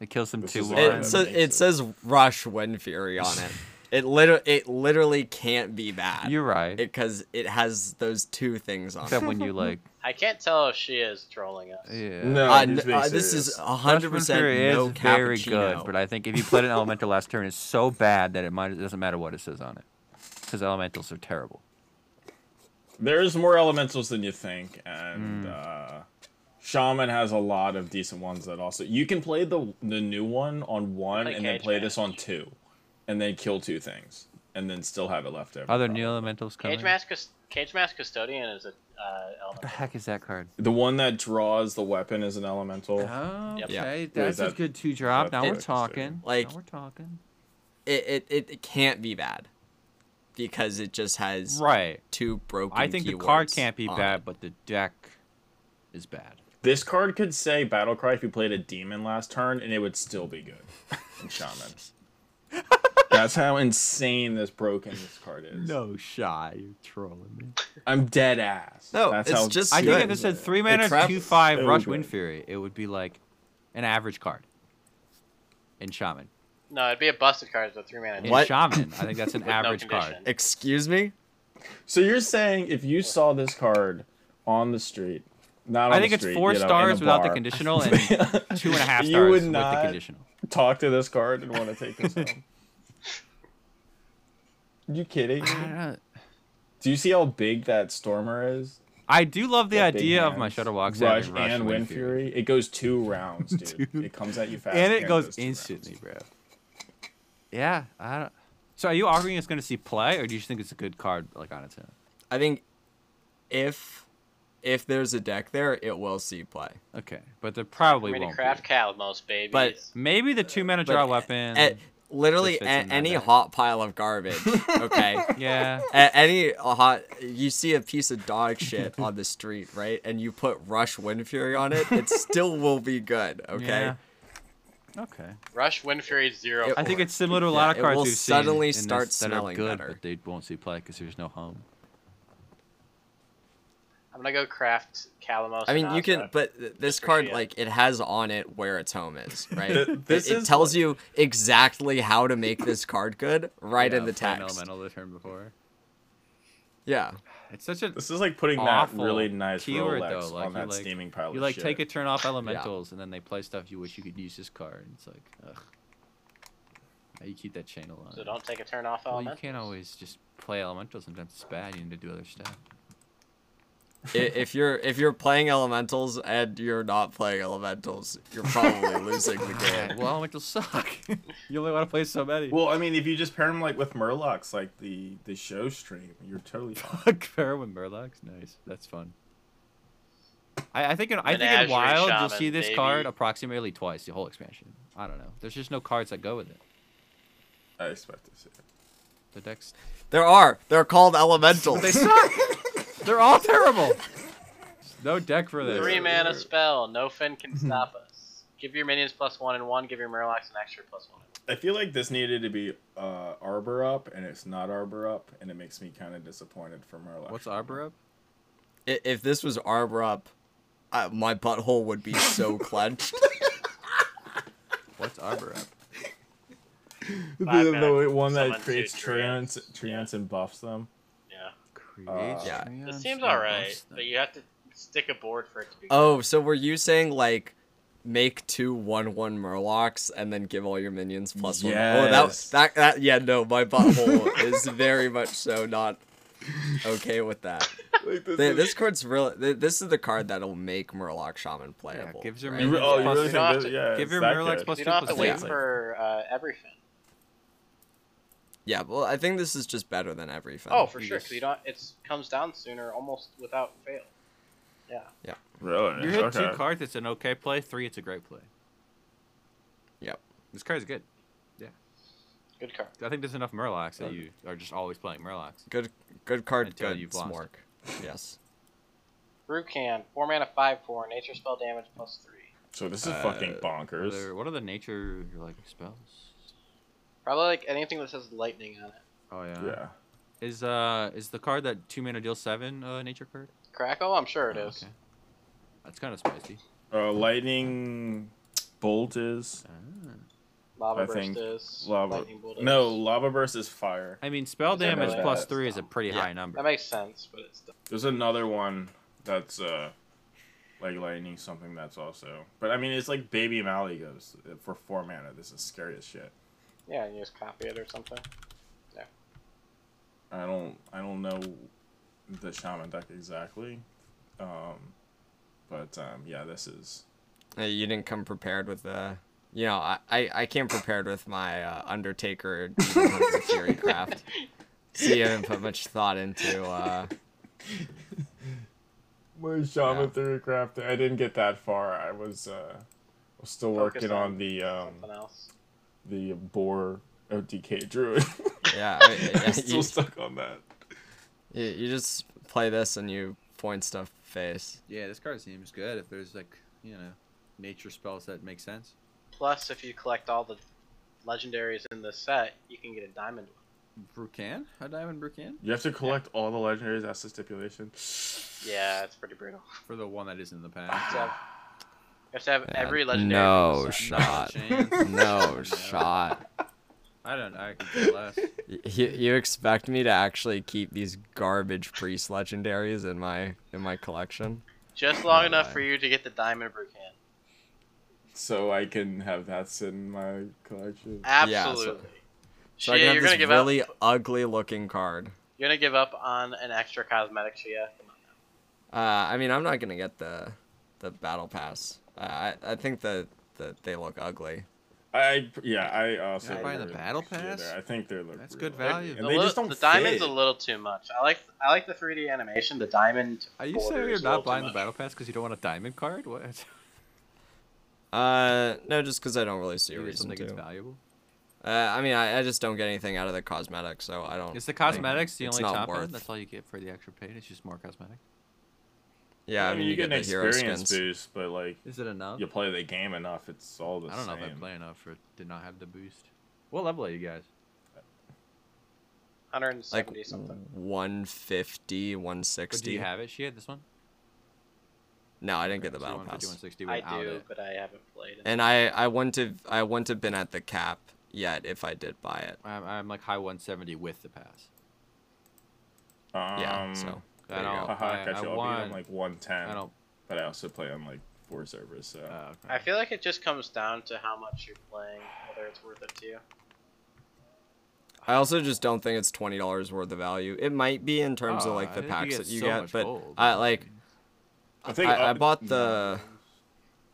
It kills them
This
two
is
one.
a-
It,
That
sa-
makes
it
it-
says Rush Wind Fury on it. It literally, it literally can't be bad.
You're right.
because it has those two things on
Except
it.
when you like.
I can't tell if she is trolling us.
Yeah.
No,
Uh,
he's
n-
being
uh, this
serious.
is hundred
Rushman
percent
Fury
no
is very good,
cappuccino.
but I think if you played an elemental last turn, it's so bad that it might it doesn't matter what it says on it, because elementals are terrible.
There's more elementals than you think,
Hmm.
and uh, Shaman has a lot of decent ones that also you can play the the new one on one,
Play
and then
cage
play this
match.
on two, and then kill two things, and then still have it left over.
Are there new elementals coming?
Cage Mask, Cus- Cage Mask Custodian is a uh,
The
elemental.
heck is that card?
The one that draws the weapon is an elemental.
Uh-huh.
Oh,
Yep.
Yeah.
okay,
Yeah,
that's a
that-
good two drop.
that's
Now we're
what I was thinking.
talking.
Like-
now we're talking.
it, it, it, it can't be bad because it just has
Right.
two broken.
I think the card
keywords
can't be
on
bad,
it.
but the deck is bad.
This card could say Battle Cry if you played a demon last turn, and it would still be good. in Shaman. That's how insane this broken this card is.
shot. Oh, You're trolling me.
I'm dead ass.
No,
That's
it's
how
just
I think
good.
if it said three
It
mana,
traps-
two five,
so
rush
good.
wind fury, it would be like an average card. in Shaman.
No, it'd be a busted card as a three mana.
In
What?
Shaman, I think that's an
no
average card.
condition.
Excuse me?
So you're saying if you saw this card on the street, not on
I think
the
it's
street,
four
you know, in
stars
a
without the
bar,
conditional and two and a half
You would
stars with the
not-
conditional.
Talk to this card and want to take this home. you kidding?
I don't know.
Do you see how big that Stormer is?
I do love the
That big
idea of my
hands.
Shadow Walks
Rush,
having
and Wind Fury. It goes two rounds, dude.
Dude.
It comes at you fast.
and it
goes
goes
two rounds.
instantly, bro. Yeah, I don't. So are you arguing it's going to see play, or do you just think it's a good card like on its own?
I think if if there's a deck there, it will see play.
Okay, but there probably
I mean,
won't.
a craft
be.
Kalmos, baby.
But-
Maybe the two mana
But
draw
a-
weapon.
a- literally
fits
a-
in that
any
deck.
hot pile of garbage, okay?
yeah,
A- any hot you see a piece of dog shit on the street, right? And you put Rush Wind Fury on it, it still will be good, okay?
yeah. Okay.
Rush Wind Fury is zero.
It-
I think
four.
it's similar to a
Yeah,
lot of
it
cards
will
we've
suddenly
seen in
start
this that are
smelling
good,
better.
but they won't see play because there's no home.
I'm gonna go craft Kalamos.
I mean,
and
you can,
Azra.
but th- this
for
card,
shit.
like, it has on it where its home is, right?
Th-
It-
this
it,
is
tells you exactly how to make this card good right
Yeah,
in the
flame
text.
Elemental the turn before.
Yeah.
It's such a
This is like putting that
Awful
really nice
keyword,
Rolex
though, like,
on
you,
that
like-
steaming pile
you
of
like
shit.
take a turn off elementals and then they play stuff you wish you could use this card. It's like, ugh. How you keep that chain alive?
so don't take a turn off
well,
element.
you can't always just play elementals. Sometimes it's bad. You need to do other stuff.
I- if you're if you're playing elementals and you're not playing elementals, you're probably losing the game.
well, elementals suck. you only want to play so many.
Well, I mean, if you just pair them like with Murlocs, like the the show stream, you're totally fine.
Fuck Pharaoh with Murlocs. Nice. That's fun. I, I think in, I think in
Menagerie
Wild you'll
Shaman,
see this
baby.
card approximately twice the whole expansion. I don't know. There's just no cards that go with it.
I expect to see it.
The decks
There are. They're called elementals.
they suck. They're all terrible. No deck for this.
Three mana spell. No fin can stop us. Give your minions plus one and one. Give your Murlocs an extra plus one.
I feel like this needed to be uh, Arbor up, and it's not Arbor up, and it makes me kind of disappointed for Murloc.
What's Arbor up?
I- if this was Arbor up, I, my butthole would be so clenched.
What's Arbor up?
Uh,
the,
Five minutes.
the one that
Someone do
creates
treants.
treants, treants and buffs them?
Yeah.
Creates
yeah.
This
Treants
seems
and
alright,
buffs them.
but you have to stick a board for it to be.
Oh, so were you saying like make two one one Murlocs and then give all your minions plus one? Oh,
Yes.
that, that that yeah, no, my butthole is very much so not okay with that.
Like, this
Th-
is-
this card's real. th- This is the card that'll make Murloc Shaman playable.
gives your
right?
You re- oh, you really
You don't have
think this,
to-
yeah,
give
it's
your
that
Murlocs
good.
plus
you
two
don't have to
plus two.
wait
It's like-
for uh, every fin.
Yeah, well, I think this is just better than every. Fen.
Oh, for
you
sure.
just-
Because you don't. It comes down sooner, almost without fail. Yeah.
Really?
You hit two
Okay.
cards. It's an okay play. Three. It's a great play.
Yep.
This card's good.
Good card.
I think there's enough Murlocs that you are just always playing Murlocs.
Good, good card.
Until
good
you've lost
Smork. Yes.
Rukan, four mana, five four, nature spell damage plus three.
So this is
Uh,
fucking
What are,
bonkers.
the- what are the nature like spells?
Probably like anything that says lightning on it.
Oh yeah.
Yeah.
Is uh is the card that two mana deal seven uh, nature card?
Crackle, I'm sure it
Oh,
is.
okay. That's kind of spicy.
Uh, lightning bolt is
Lava
I
burst
think
is.
lava.
Lightning bolt is.
No, lava burst is fire.
I mean, spell
Something
damage
like
plus
that.
three is a pretty
Yeah.
high number.
That makes sense, but it's.
There's another one that's uh, like lightning something that's also. But I mean, it's like baby Mally goes uh, for four mana. This is scary as shit.
Yeah, you just copy it or something.
I don't I don't know the shaman deck exactly, um, but um, yeah, this is
Uh, you didn't come prepared with the. You know, I, I, I came prepared with my uh, Undertaker Demon Hunter theory craft. See, I didn't put much thought into. Uh,
my shaman
Yeah.
theory craft. I didn't get that far. I was uh, was still
Focus
working
on
on, the um,
Something else.
the boar ODK druid.
yeah, I, I-
I'm still
you,
stuck on that.
you, you just play this and you point stuff face.
Yeah, this card seems good if there's like you know nature spells that make sense.
Plus, if you collect all the legendaries in the set, you can get a diamond.
Brucan, a diamond Brucan
You have to collect all the legendaries. That's the stipulation.
Yeah, it's pretty brutal.
Ah, for the one that is in the past.
So, have to have
Yeah,
every legendary.
no
from the set.
shot.
Chance.
No shot.
I don't. I could care less.
Y- You, you expect me to actually keep these garbage priest legendaries in my in my collection?
Just long
No
enough
way.
for you to get the diamond brick hand.
so I can have that sit in my collection.
Yeah, so-
Absolutely.
So
Shia,
I can have
you're
this
gonna give up.
really ugly looking card.
You're gonna give up on an extra cosmetic Shia. Come on.
Uh, I mean, I'm not gonna get the the battle pass. Uh, I I think that that they look ugly.
I yeah, I
You're
also
not buying the
really
battle
appreciate
pass?
it. I think they're look
That's
real.
good
They're-
value.
And
The
they
li-
just don't
the diamond's
fit.
a little too much. I like I like the 3D animation. The diamond.
Are you
border
saying you're
is a little
not
too
buying the
much.
battle pass because you don't want a diamond card? What?
Uh, no, just because I don't really see a
You just
reason
don't think it's
to. Uh,
valuable?
I mean, I, I just don't get anything out of the cosmetics, so I don't.
Is the cosmetics the
Oh, it's
only
not
top
worth-
end? That's all you get for the extra paid. It's just more cosmetic.
yeah, I mean, you get,
an
the hero
experience
skins.
boost, but like
Is it enough?
you play the game enough, it's all the
I don't
same.
know if I play enough for to not have the boost. What level are you guys?
170
Like
something.
150, 160.
Do you have it? She had this one.
No, I didn't get the
So
battle
150, 160
pass.
I
without
do,
it.
but I haven't played it.
And I I wouldn't have I wouldn't have been at the cap yet if I did buy it.
I'm, I'm like high 170 with the pass.
Um,
Yeah, so there you
I
go.
don't.
haha,
I,
gotcha.
I
I'll be on
won.
like 110,
I don't.
but I also play on like four servers. So
Uh,
I feel like it just comes down to how much you're playing, whether it's worth it to you.
I also just don't think it's twenty dollars worth of value. It might be in terms
Oh,
of like
I
the
think
packs
get
that you
so
get,
much
but
gold.
I like
I
I, I
up-
bought the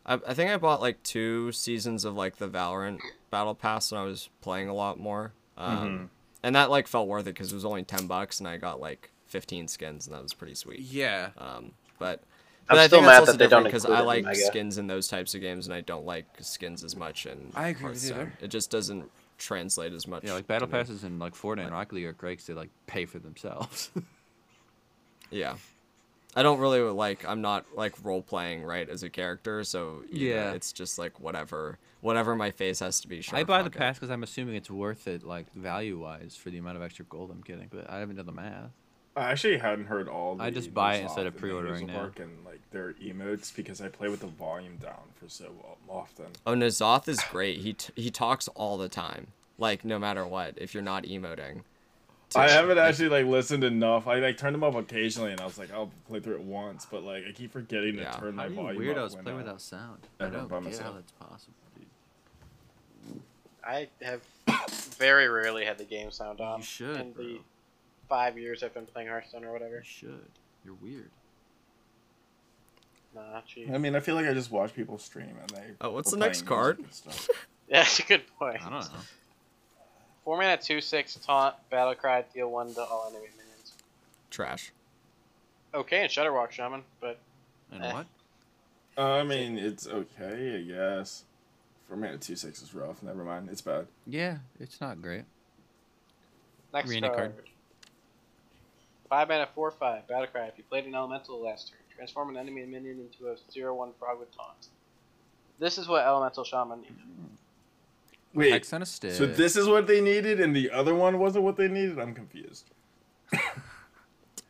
I, I think I bought like two seasons of like the Valorant Battle Pass and I was playing a lot more. Um,
Mm-hmm.
and that like felt worth it because it was only ten bucks and I got like fifteen skins and that was pretty sweet.
Yeah.
Um, but
I'm
but I
still
think
mad
that's also
that they don't
because
include
I
it in
like
Mega.
skins in those types of games and I don't like skins as much. And
I agree with you there.
It just doesn't translate as much.
Yeah, like battle
to me.
passes in like Fortnite and Rocket League are great 'cause they like pay for themselves.
Yeah. I don't really like I'm not like role playing right as a character, so you know,
Yeah.
it's just like whatever whatever my face has to be sure.
I buy the
fuck it.
pass because I'm assuming it's worth it, like value wise, for the amount of extra gold I'm getting. But I haven't done the math.
I actually hadn't heard all. The
I just buy it
names
instead of
off the menus
pre-ordering
of
now.
work And like their emotes because I play with the volume down for so often.
Oh, Nazoth is great. He t- he talks all the time. Like no matter what, if you're not emoting.
I
To-
haven't actually like listened enough. I like turned them up occasionally, and I was like, I'll play through it once, but like I keep forgetting to
Yeah.
turn my
How do you
volume up.
weirdos
when
play
I-
without sound?
I
I
don't
don't
by
get how
myself.
that's possible, dude.
I have very rarely had the game sound off.
You should,
In the
bro.
five years I've been playing Hearthstone or
You
whatever.
should. You're weird.
Nah, cheap.
I mean, I feel like I just watch people stream and they.
Oh, what's
were
the next
playing music
card?
and stuff.
Yeah, That's a good point.
I don't know.
Four mana, two six taunt, battle cry, deal one to all enemy minions.
Trash.
Okay, and Shutterwalk Shaman, but
And
Eh.
what?
Uh, I mean, it's okay, I guess. For me, two six is rough. Never mind, it's bad.
Yeah, it's not great.
next
Arena
card.
card.
Five mana, four five, battle cry. If you played an elemental last turn, transform an enemy minion into a zero one frog with taunt. This is what elemental shaman needed.
Wait,
Hex on a stick.
so this is what they needed, and the other one wasn't what they needed. I'm confused.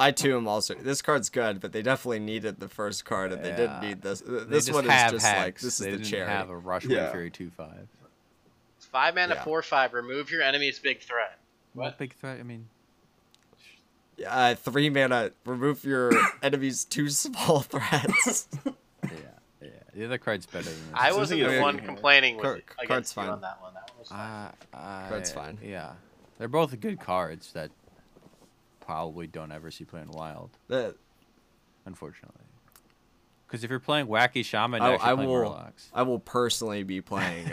I too am also. This card's good, but they definitely needed the first card, and they didn't
Yeah.
need this.
They
This
just
one is
have
just
hex.
like this
they
is the
didn't
cherry.
have a rush
Yeah.
yeah. fury two five.
Five mana,
Yeah.
four five. Remove your enemy's big threat. What?
What big threat? I mean,
Uh, three mana. Remove your enemy's two small threats.
yeah, yeah. The other card's better than this.
I
This
was
isn't
the
good.
one complaining with
Card-
you
card's
against you
fine.
on that one. That one was fine.
Uh, I,
Card's fine.
Yeah, they're both good cards that probably don't ever see playing wild,
The-
unfortunately. Because if you're playing wacky shaman, you're
I,
actually
I
playing
will.
Murlocs.
I will personally be playing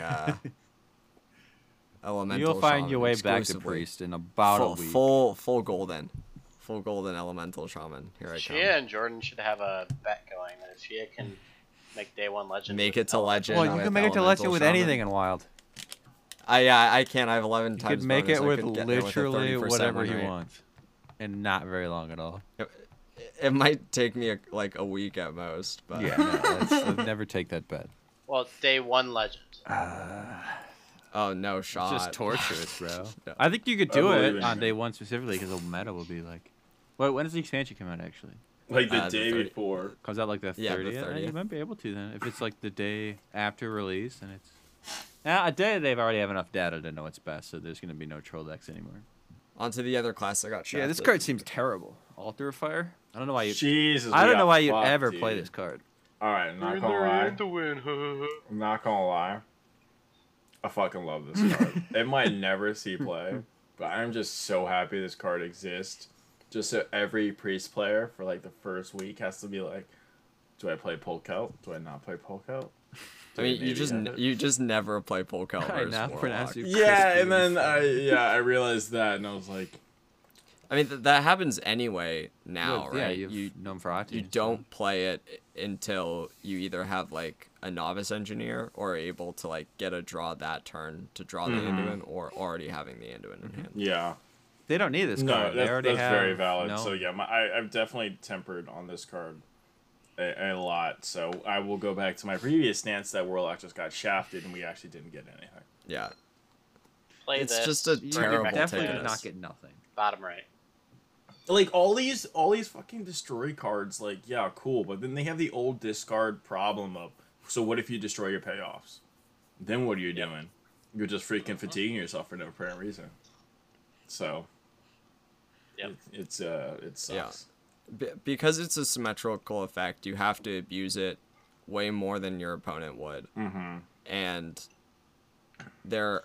uh, elemental.
You'll find
shaman
your way back to
exclusively.
priest in about
full,
a week.
full, full golden, full golden elemental shaman. Here I come.
Shia and Jordan should have a bet going that if Shia can make day one legend,
Make
with
it to legend.
well, you
with
can make it to
elemental
legend with
shaman.
anything in wild.
I yeah, I can't. I have eleven
You
times.
could make
bonus.
it
I
with
could get there with a
literally
30%
whatever
win
you
rate.
want, and not very long at all.
It might take me a, like a week at most, but
Yeah, no, that's, I'd never take that bet.
well, day one legend.
oh no shot.
It's just torturous, bro.
No.
Uh, I think you could
I
do
believe
it
in
on
you.
day one specifically because the meta will be like. Wait, when does the expansion come out actually?
Like the
Uh, the
day
30
before.
Comes out like the
Yeah, the
thirtieth. Uh, you
30th.
might be able to then if it's like the day after release and it's. Now, a day they've already have enough data to know what's best, so there's gonna be no troll decks anymore.
Onto the other class I got shafted.
Yeah, this card seems terrible.
Altar of Fire. I don't know why you.
Jesus.
I
we
don't
got
know why you
fucked,
ever play
dude.
this card.
All right, not gonna lie. I'm not gonna lie. I fucking love this card. it might never see play, but I'm just so happy this card exists. Just so every priest player for like the first week has to be like, do I play Polkout? Do I not play Polkout?
I mean, you
Maybe
just
have it.
you just never play Polka
I
versus
now pronounce
Warlock.
you-
Yeah,
Crispy
and then
with
I yeah I realized that and I was like,
I mean, th- that happens anyway now,
yeah,
right?
you've
you
known Ferrati.
you
so-
don't play it until you either have like a novice engineer or are able to like get a draw that turn to draw the
Mm-hmm.
Anduin or already having the Anduin in hand.
yeah,
They don't need this
no,
card.
that's,
they already
that's
have.
very valid.
No,
So yeah, my, I, I've definitely tempered on this card a, a lot. So I will go back to my previous stance that Warlock just got shafted and we actually didn't get anything.
Yeah,
Play
it's
this.
just a
you
terrible
definitely
ticket.
did not get nothing.
bottom right.
like all these all these fucking destroy cards like yeah cool but then they have the old discard problem of so what if you destroy your payoffs then what are you doing you're just freaking fatiguing yourself for no apparent reason so
Yep.
it, it's uh it sucks
Be- because it's a symmetrical effect, you have to abuse it way more than your opponent would.
mm-hmm.
and there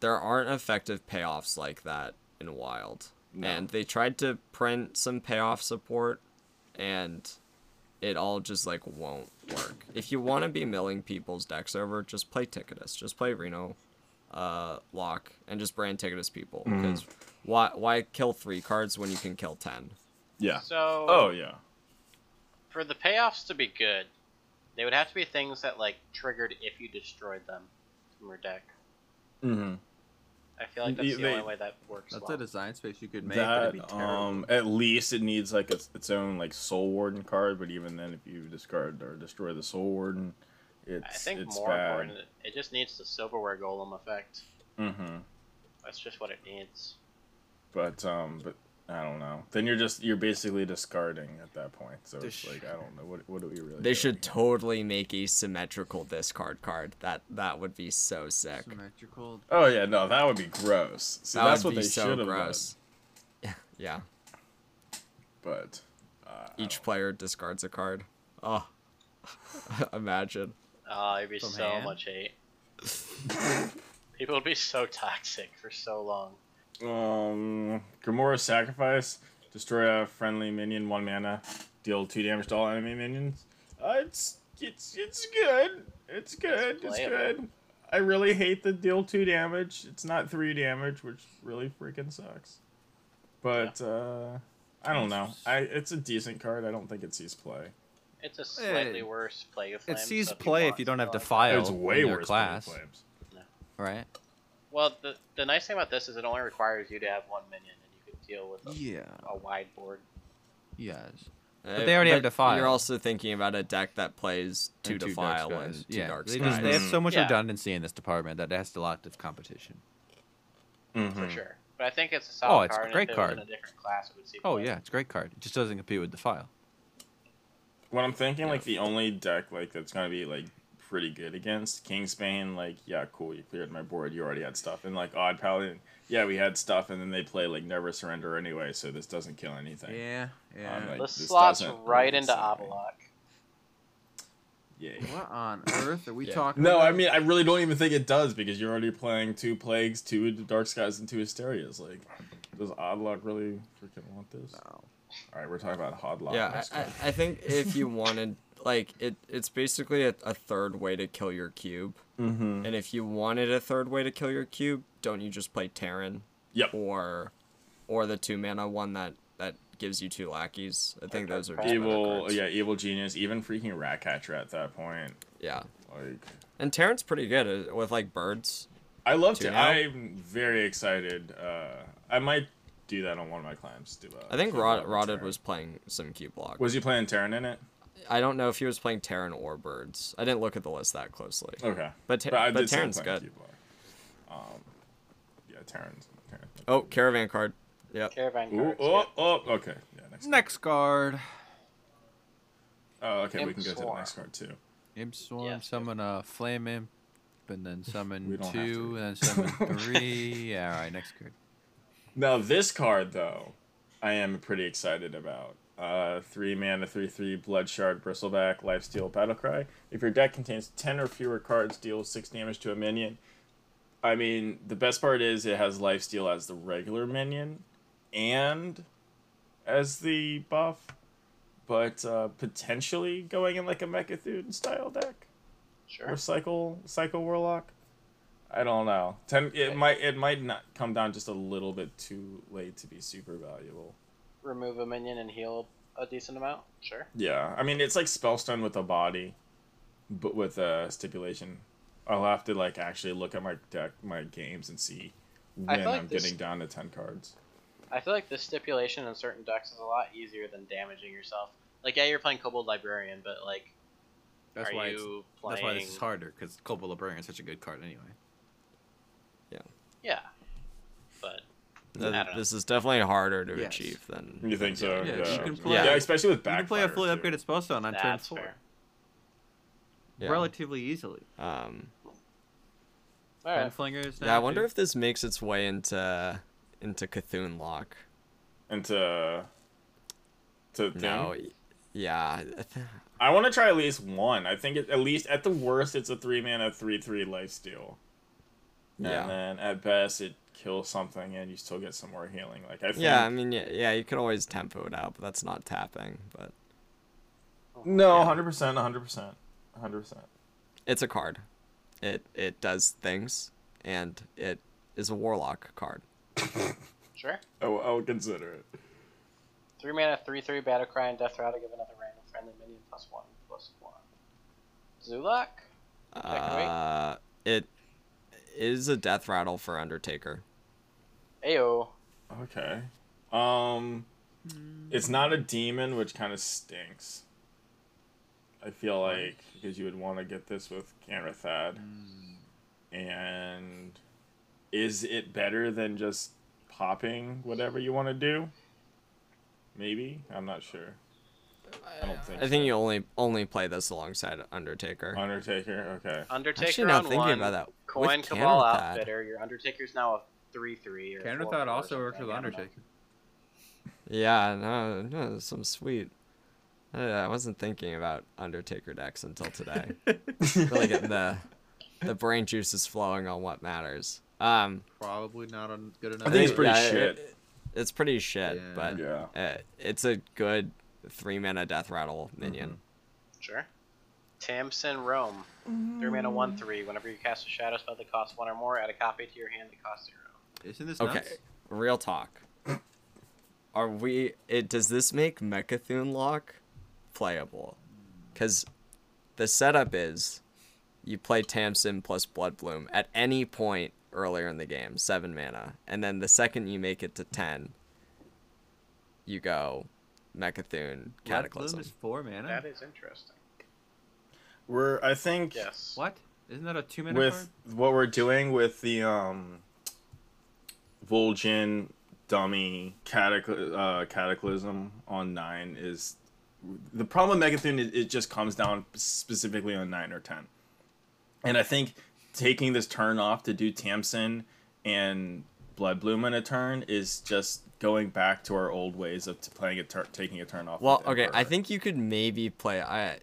there aren't effective payoffs like that in wild
No.
and they tried to print some payoff support and it all just like won't work if you want to be milling people's decks over just play ticketus just play reno uh lock and just brand ticketus people
Mm-hmm.
because why why kill three cards when you can kill ten
yeah
So
oh yeah
for the payoffs to be good, they would have to be things that like triggered if you destroyed them from your deck.
mm-hmm.
I feel like that's
They-
the
they-
only way that works.
That's
well.
a design space you could make. but it'd be
that
terrible.
um at least it needs like its, its own like soul warden card but even then if you discard or destroy the soul warden it's
I think
it's
more
bad
important, it just needs the silverware golem effect.
mm-hmm.
That's just what it needs.
But um, but I don't know. Then you're just you're basically discarding at that point. So
They
it's
sh-
like I don't know what what do we really.
they
do?
should totally make a symmetrical discard card that that would be so sick
Symmetrical.
Oh yeah, no, that would be gross. See,
That
that's
would
what
be
they
so
should have
gross. yeah.
done. But uh,
Each player discards a card. Oh. Imagine.
Oh, it'd be
From
so
hand?
much hate. People would be so toxic for so long.
um, Gamora sacrifice, destroy a friendly minion, one mana, deal two damage to all enemy minions. Uh, it's it's it's good. It's good. It's,
playable.
good. I really hate the deal two damage. It's not three damage, which really freaking sucks. But uh, I don't know. I it's a decent card. I don't think it sees play.
It's a slightly
It-
worse play of
It
Flames,
sees
so
play
people
if you don't have
aren't
defile
it's way
in your
worse
class,
than flames.
right?
Well, the, the nice thing about this is it only requires you to have one minion, and you can deal with a,
Yeah.
a wide board.
Yes. But they already
Uh,
have Defile.
You're also thinking about a deck that plays two
And dark
Defile
skies.
and two
yeah.
Dark
they,
Skies.
just, they have so much
Yeah.
redundancy in this department that it has a lot of competition.
Mm-hmm.
Mm-hmm.
for sure. But I think it's a
Oh,
solid
it's a
card. and
great
if it was in
card.
a different class, it would see.
Oh
play.
yeah, it's a great card. It just doesn't compete with Defile.
What I'm thinking, like the only deck like that's gonna be like pretty good against Kingsbane, like yeah, cool, you cleared my board, you already had stuff, and like Odd Paladin, yeah, we had stuff, and then they play like Never Surrender anyway, so this doesn't kill anything.
Yeah. Yeah.
Um, like-
This,
this
slots
doesn't
right
really
into
sound right.
Obelok.
Yeah.
what on earth are we
Yeah.
talking?
No,
about?
I mean I really don't even think it does because you're already playing two plagues, two Dark Skies, and two Hysterias. Like, does Oddlock really freaking want this?
No.
All right, we're talking about Hodlock.
yeah,
next
I, I,
time.
I think if you wanted like it it's basically a, a third way to kill your cube.
Mhm.
And if you wanted a third way to kill your cube, don't you just play Terran
Yep.
or or the two mana one that that gives you two lackeys? I think those are just better
Evil,
cards.
yeah, evil genius. Even freaking Ratcatcher at that point,
yeah.
like.
And Terran's pretty good uh, with like birds.
I loved
Two
it.
now?
I'm very excited. Uh, I might do that on one of my climbs. Do uh,
I think
do
Rod-
Robin
Rotted
Terran.
was playing some cube block.
Was he playing Terran in it?
I don't know if he was playing Terran or birds. I didn't look at the list that closely.
Okay,
But Ter-
I
but
did see him
Terran's
playing
good.
Cube Block. Um, yeah, Terran's. Terran.
Oh, caravan card. Yep.
Caravan
Ooh,
cards.
oh, oh, okay. Yeah, next.
Next card.
Oh, okay. We
Imp
can go to the
Swarm.
next card too.
Imp Swarm,
Yeah.
summon a Flame Imp, and then
We
summon
don't have
two, and
to.
then summon three. Yeah, all right, next card.
Now this card though, I am pretty excited about. Uh, three mana, three three, blood shard, bristleback, lifesteal, battlecry. If your deck contains ten or fewer cards, deal six damage to a minion. I mean, the best part is it has lifesteal as the regular minion, and as the buff, but uh, potentially going in like a Mechathune style deck
Sure.
or cycle cycle warlock. I don't know. Ten, it might it might not come down just a little bit too late to be super valuable.
Remove a minion and heal a decent amount. Sure.
Yeah, I mean it's like spellstone with a body, but with a stipulation. I'll have to like actually look at my deck, my games, and see
I
when
feel like
I'm
this-
getting down to ten cards.
I feel like the stipulation in certain decks is a lot easier than damaging yourself. Like yeah, you're playing Kobold Librarian, but like,
That's
are
why. It's,
you playing?
that's why this is harder because Cobalt Librarian is such a good card anyway.
Yeah, but
Th-
I don't know.
this is definitely harder to
Yes.
achieve than.
You think so?
Yeah,
Yeah,
you
yeah.
can play-
especially with
you
back.
can play a fully upgraded Spellstone on turn
that's
four
fair.
Yeah.
relatively easily.
Um,
All right.
Gunflingers.
yeah, I wonder if this makes its way into into Cthulhu Lock.
and to to
No,
them.
y- yeah,
I want to try at least one. I think it, at least at the worst, it's a three mana three three lifesteal.
Yeah.
And then at best, it kills something, and you still get some more healing. Like I think.
yeah. I mean, yeah, yeah, you could always tempo it out, but that's not tapping. But
No, hundred percent, hundred percent, hundred percent.
it's a card. It it does things, and it is a warlock card.
Sure.
I will I will Oh, consider it.
Three mana, three three battle cry and death rattle. Give another random friendly minion plus one plus one. Zulak. correct?
Uh, it is a death rattle for Undertaker.
Ayo.
Okay. Um, it's not a demon, which kind of stinks. I feel like because you would want to get this with Canathad. And is it better than just popping whatever you want to do? Maybe I'm not sure. I don't think.
I think you only only play this alongside Undertaker.
Undertaker. Okay.
Undertaker
Actually, now
on
thinking
one.
about that, with
Coin Cabal
Cannathad-
Outfitter. Your Undertaker's now a three three.
Canadathod also works with Undertaker.
Yeah, no, no, some sweet. I- I wasn't thinking about Undertaker decks until today. really getting the the brain juices flowing on what matters. Um,
Probably not on good enough.
I think it's pretty
yeah,
shit.
it- it's pretty shit,
Yeah.
but
yeah.
uh, it's a good three mana death rattle minion.
Sure. Tamsin Rome. Three mana, one three. Whenever you cast a shadow spell that costs one or more, add a copy to your hand that costs zero.
Isn't this
Okay,
nuts?
real talk. Are we? It does this make Mechathune Lock playable? Because the setup is you play Tamsin plus Bloodbloom at any point earlier in the game, seven mana, and then the second you make it to ten, you go Mechathune Cataclysm.
Bloom is four
Hmm.
mana.
That is interesting.
We're. I think.
Yes.
What? Isn't that a two mana
with what we're doing with the um Vol'jin dummy catacly- uh, cataclysm on nine is the problem with Megathune is it just comes down specifically on nine or ten, and I think taking this turn off to do Tamsin and Bloodbloom in a turn is just going back to our old ways of t- playing a turn, taking a turn off.
Well,
with
okay, I
Emperor.
think you could maybe play. I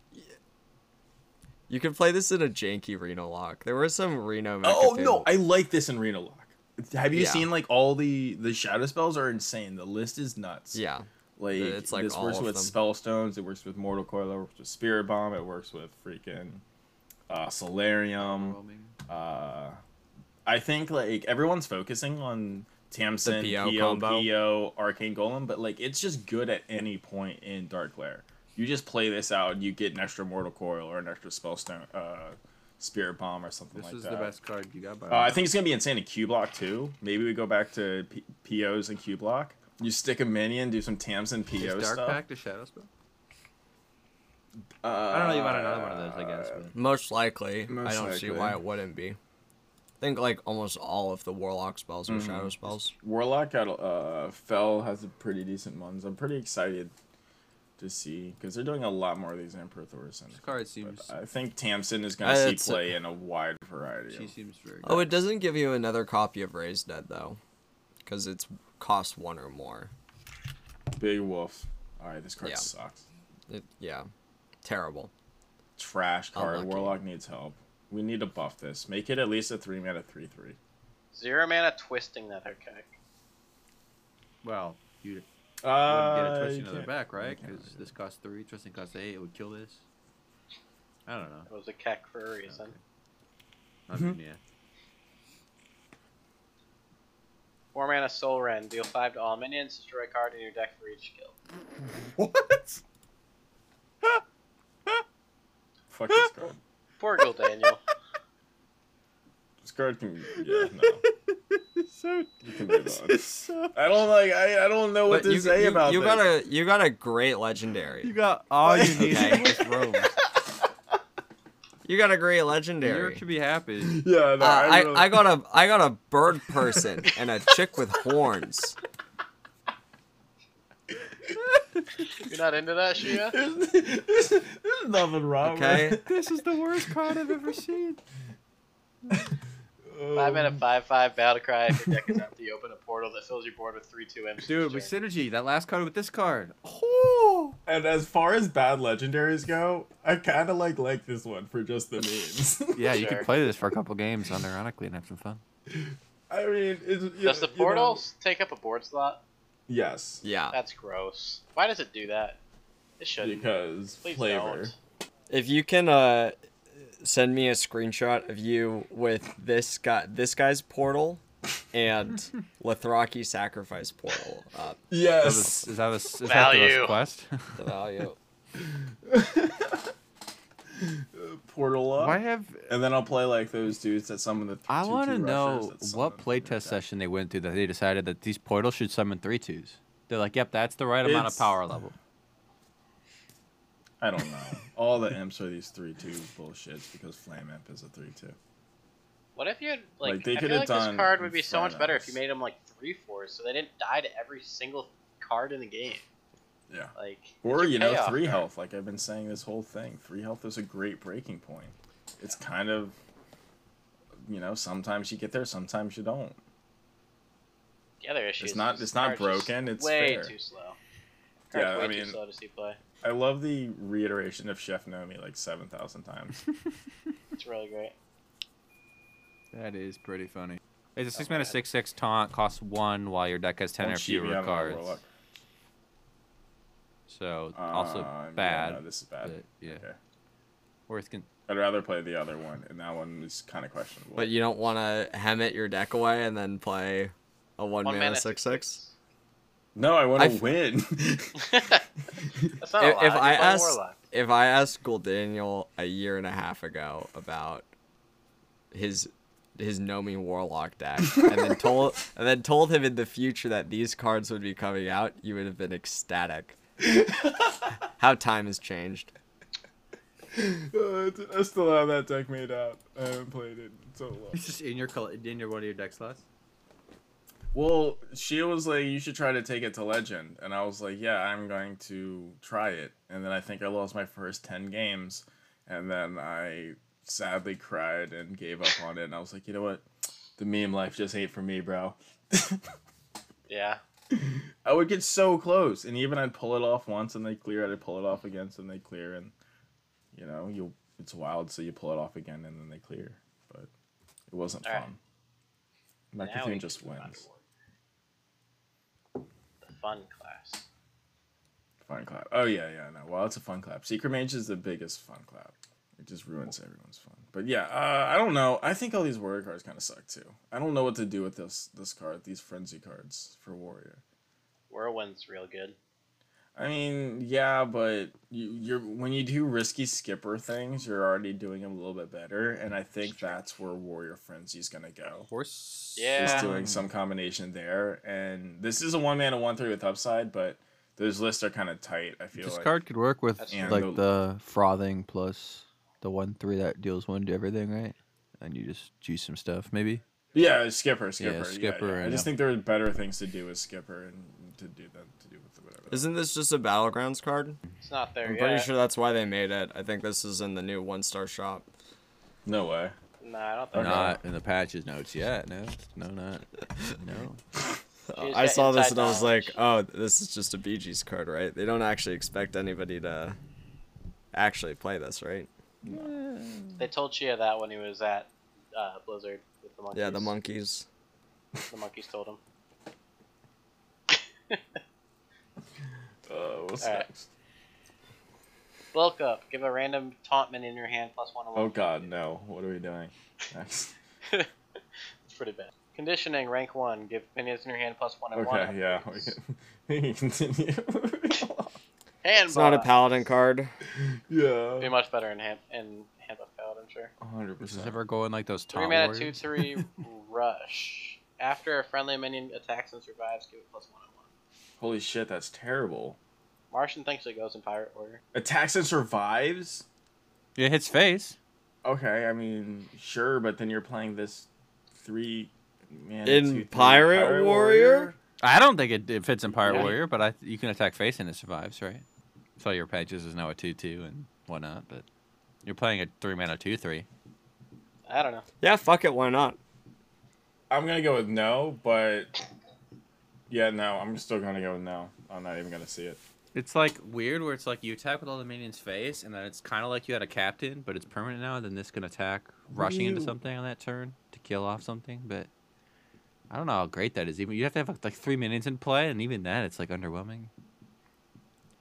you could play this in a janky Reno lock. There were some Reno.
Oh
Mechathune-
no, I like this in Reno Lock. Have you
Yeah.
seen like all the the shadow spells are insane. The list is nuts.
yeah,
like
it's, like,
this
all
works
of
with
them.
spellstones. It works with mortal coil. It works with spirit bomb. It works with freaking uh, solarium.
card?
Uh, I think like everyone's focusing on Tamsin,
The PO
PO,
combo.
PO, arcane golem, but like it's just good at any point in dark lair. You just play this out, and you get an extra mortal coil or an extra spellstone, uh, spirit bomb or something
This
like
is
that.
the best card you got by.
Uh, I think it's gonna be insane in Q block too. Maybe we go back to P- POs and Q block. You stick a minion, do some Tamsin PO
is Dark
stuff.
Pack the Shadow Spell.
Uh,
I don't know. You want another one of those, I guess. but-
most likely.
Most
I don't see
likely.
why it wouldn't be. think like almost all of the warlock spells are
Mm-hmm.
shadow spells.
Warlock at uh, Fell has a pretty decent ones. I'm pretty excited to see because they're doing a lot more of these Emperor Thor's.
This card seems.
I think Tamsin is going
Uh,
to see
it's a-
play in a wide variety.
She
Of,
seems very.
Oh, it doesn't give you another copy of Raised Dead though, because it's cost one or more.
Big Wolf. All right, this card
Yeah.
sucks.
It, yeah, terrible.
Trash card.
Unlucky.
Warlock needs help. We need to buff this. Make it at least a three mana three three.
Zero mana twisting that okay.
Well, you wouldn't
Uh,
get a
you
twisting other
can't-
back, right?
you can't
Because this costs three, twisting costs eight. It would kill this. I don't know.
It was a keck for a reason.
Okay. I
Mhm.
mean, yeah.
Four mana Soul Ren. Deal five to all minions. Destroy a card in your deck for each kill.
What?
Fuck this card.
Poor Gil Daniel.
This card can. Yeah, no.
so.
You can move on. I don't like. I, I don't know what
But
to
you,
say
you,
about
you
this.
got a you got a great legendary.
got all
you need
in
this room.
You got a great
Europe
legendary.
should be happy.
Yeah, no,
Uh, I,
don't know.
I got a I got a bird person and a chick with horns.
You're not into that, Shia?
There's, there's, there's nothing wrong
Okay.
this is the worst card I've ever seen.
with
Five mana, five five. Battle cry. If your deck is empty, open a portal that fills your board with three two MC.
Dude, with synergy, that last card with this card. Oh,
And as far as bad legendaries go, I kind of like like this one for just the memes.
Yeah, you
Sure.
could play this for a couple games, unironically, and have some fun.
I mean, it's, you-
Does the
you know-
portals take up a board slot?
yes,
Yeah.
That's gross. Why does it do that? It shouldn't.
because
Please
flavor.
don't.
If you can uh, send me a screenshot of you with this guy this guy's portal and Lethraki sacrifice portal up
Yes,
Is that a, is that the
Value.
last quest?
the value.
portal up,
Why have
and then I'll play like those dudes that summon the. Th-
I
two-
want to
two
know
rushers that
what
summon their
playtest
deck.
session they went through that they decided that these portals should summon three twos. They're like, yep, that's the right amount
It's-
of power level.
I don't know. All the imps are these three two bullshits because flame imp is a three two.
What if you had, like,
Like, they
I
could
feel like
have
this
done
card would be so much better if you
Infernos.
made them like three fours, so they didn't die to every single card in the game.
Yeah.
Like
Or
it's your
you know,
payoff
three
card.
health. Like I've been saying this whole thing, three health is a great breaking point. It's kind of, you know, sometimes you get there, sometimes you don't.
The other issue
It's
is
not-
this
it's not
card's just
broken, it's
way
fair.
too slow. Card's
Yeah,
way
I
too
mean,
slow to see play.
I love the reiteration of Chef Nomi like seven thousand times.
It's really great.
that is pretty funny.
It's a six
Okay.
mana six six taunt, costs one while your deck has ten
Don't
or
cheat me
fewer
out of my
cards.
warlock.
So
Um,
also
yeah,
bad.
no, this is bad.
but, yeah.
Okay.
Or it's con-
I'd rather play the other one, and that one is kind of questionable.
But you don't want to hem it your deck away and then play a one,
One
mana,
mana, six,
six six.
no, I want to
I've-
win.
That's not
If-
a lot.
if I
play
asked-
Warlock.
If I asked Gold Daniel a year and a half ago about his his Nomi Warlock deck, and then told and then told him in the future that these cards would be coming out, you would have been ecstatic. How time has changed.
Uh, dude, I still have that deck made out. I haven't played it in so long.
It's just in your col- in your one of your deck slots.
Well, she was like, "You should try to take it to legend," and I was like, "Yeah, I'm going to try it." And then I think I lost my first ten games, and then I sadly cried and gave up on it. And I was like, "You know what? The meme life just ain't for me, bro."
Yeah.
I would get so close, and even I'd pull it off once, and they clear. I'd pull it off again, and they clear, and you know, you it's wild, so you pull it off again, and then they clear. But it wasn't
All right.
fun.
Now we
Macathune
can
just
move on to
wins.
Warlock. The fun class.
Fun clap. Oh yeah, yeah, no. Well, it's a fun clap. Secret Mage is the biggest fun clap. It just ruins everyone's fun. But yeah, uh, I don't know. I think all these warrior cards kind of suck too. I don't know what to do with this this card, these frenzy cards for warrior.
Whirlwind's real good.
I mean, yeah, but you, you're when you do risky skipper things, you're already doing them a little bit better, and I think that's where warrior frenzy is gonna go.
horse.
Yeah.
is doing some combination there, and this is a one mana one three with upside, but those lists are kind of tight. I feel
This
like
card could work with
That's
true.
like
And
the frothing plus the one three that deals one to everything, right?
and you just juice some stuff, maybe.
Yeah, skipper, skipper, yeah,
skipper
yeah. I
and,
just
uh,
think there are better things to do with skipper and to do than to do with whatever. that-
Isn't this just a battlegrounds card?
It's not there
I'm
yet.
pretty sure that's why they made it. I think this is in the new one star shop.
No way.
No, I don't think.
Not in the patches notes yet. No, no, not no.
She's
Uh, I
got
saw
inside
this and I was
knowledge.
like, oh, this is just a BG's card, right? They don't actually expect anybody to actually play this, right?
They told Chia that when he was at uh, Blizzard with the monkeys.
Yeah, the monkeys.
The monkeys told him.
Uh, what's
All right.
next?
Bulk up. Give a random tauntman in your hand plus one. on one.
Oh God, no! What are we doing? Next.
It's pretty bad. Conditioning rank one. Give minions in your hand plus one and one.
Okay, yeah, we can, we can continue.
Hand
It's not a
buff.
paladin card.
Be
yeah,
much better in hand in hand buff paladin, sure.
hundred
This is
percent.
ever going like those
Three
top
mana, two, three, rush. After a friendly minion attacks and survives, give it plus one on one.
Holy shit, that's terrible.
Martian thinks it goes in pirate order.
Attacks and survives.
It hits face.
Okay, I mean, sure, but then you're playing this three man
In Pirate Warrior?
I don't think it, it fits in Pirate
Yeah.
Warrior, but I, you can attack face and it survives, right? So your patches is now a two-two and whatnot, but you're playing a three mana two-three.
I don't know.
Yeah, fuck it, why not?
I'm gonna go with no, but yeah, no, I'm still gonna go with no. I'm not even gonna see it.
It's like weird where it's like you attack with all the minions face, and then it's kind of like you had a captain, but it's permanent now. And then this can attack rushing into
Ew.
something on that turn to kill off something. But I don't know how great that is. Even you have to have like three minions in play, and even that it's like underwhelming.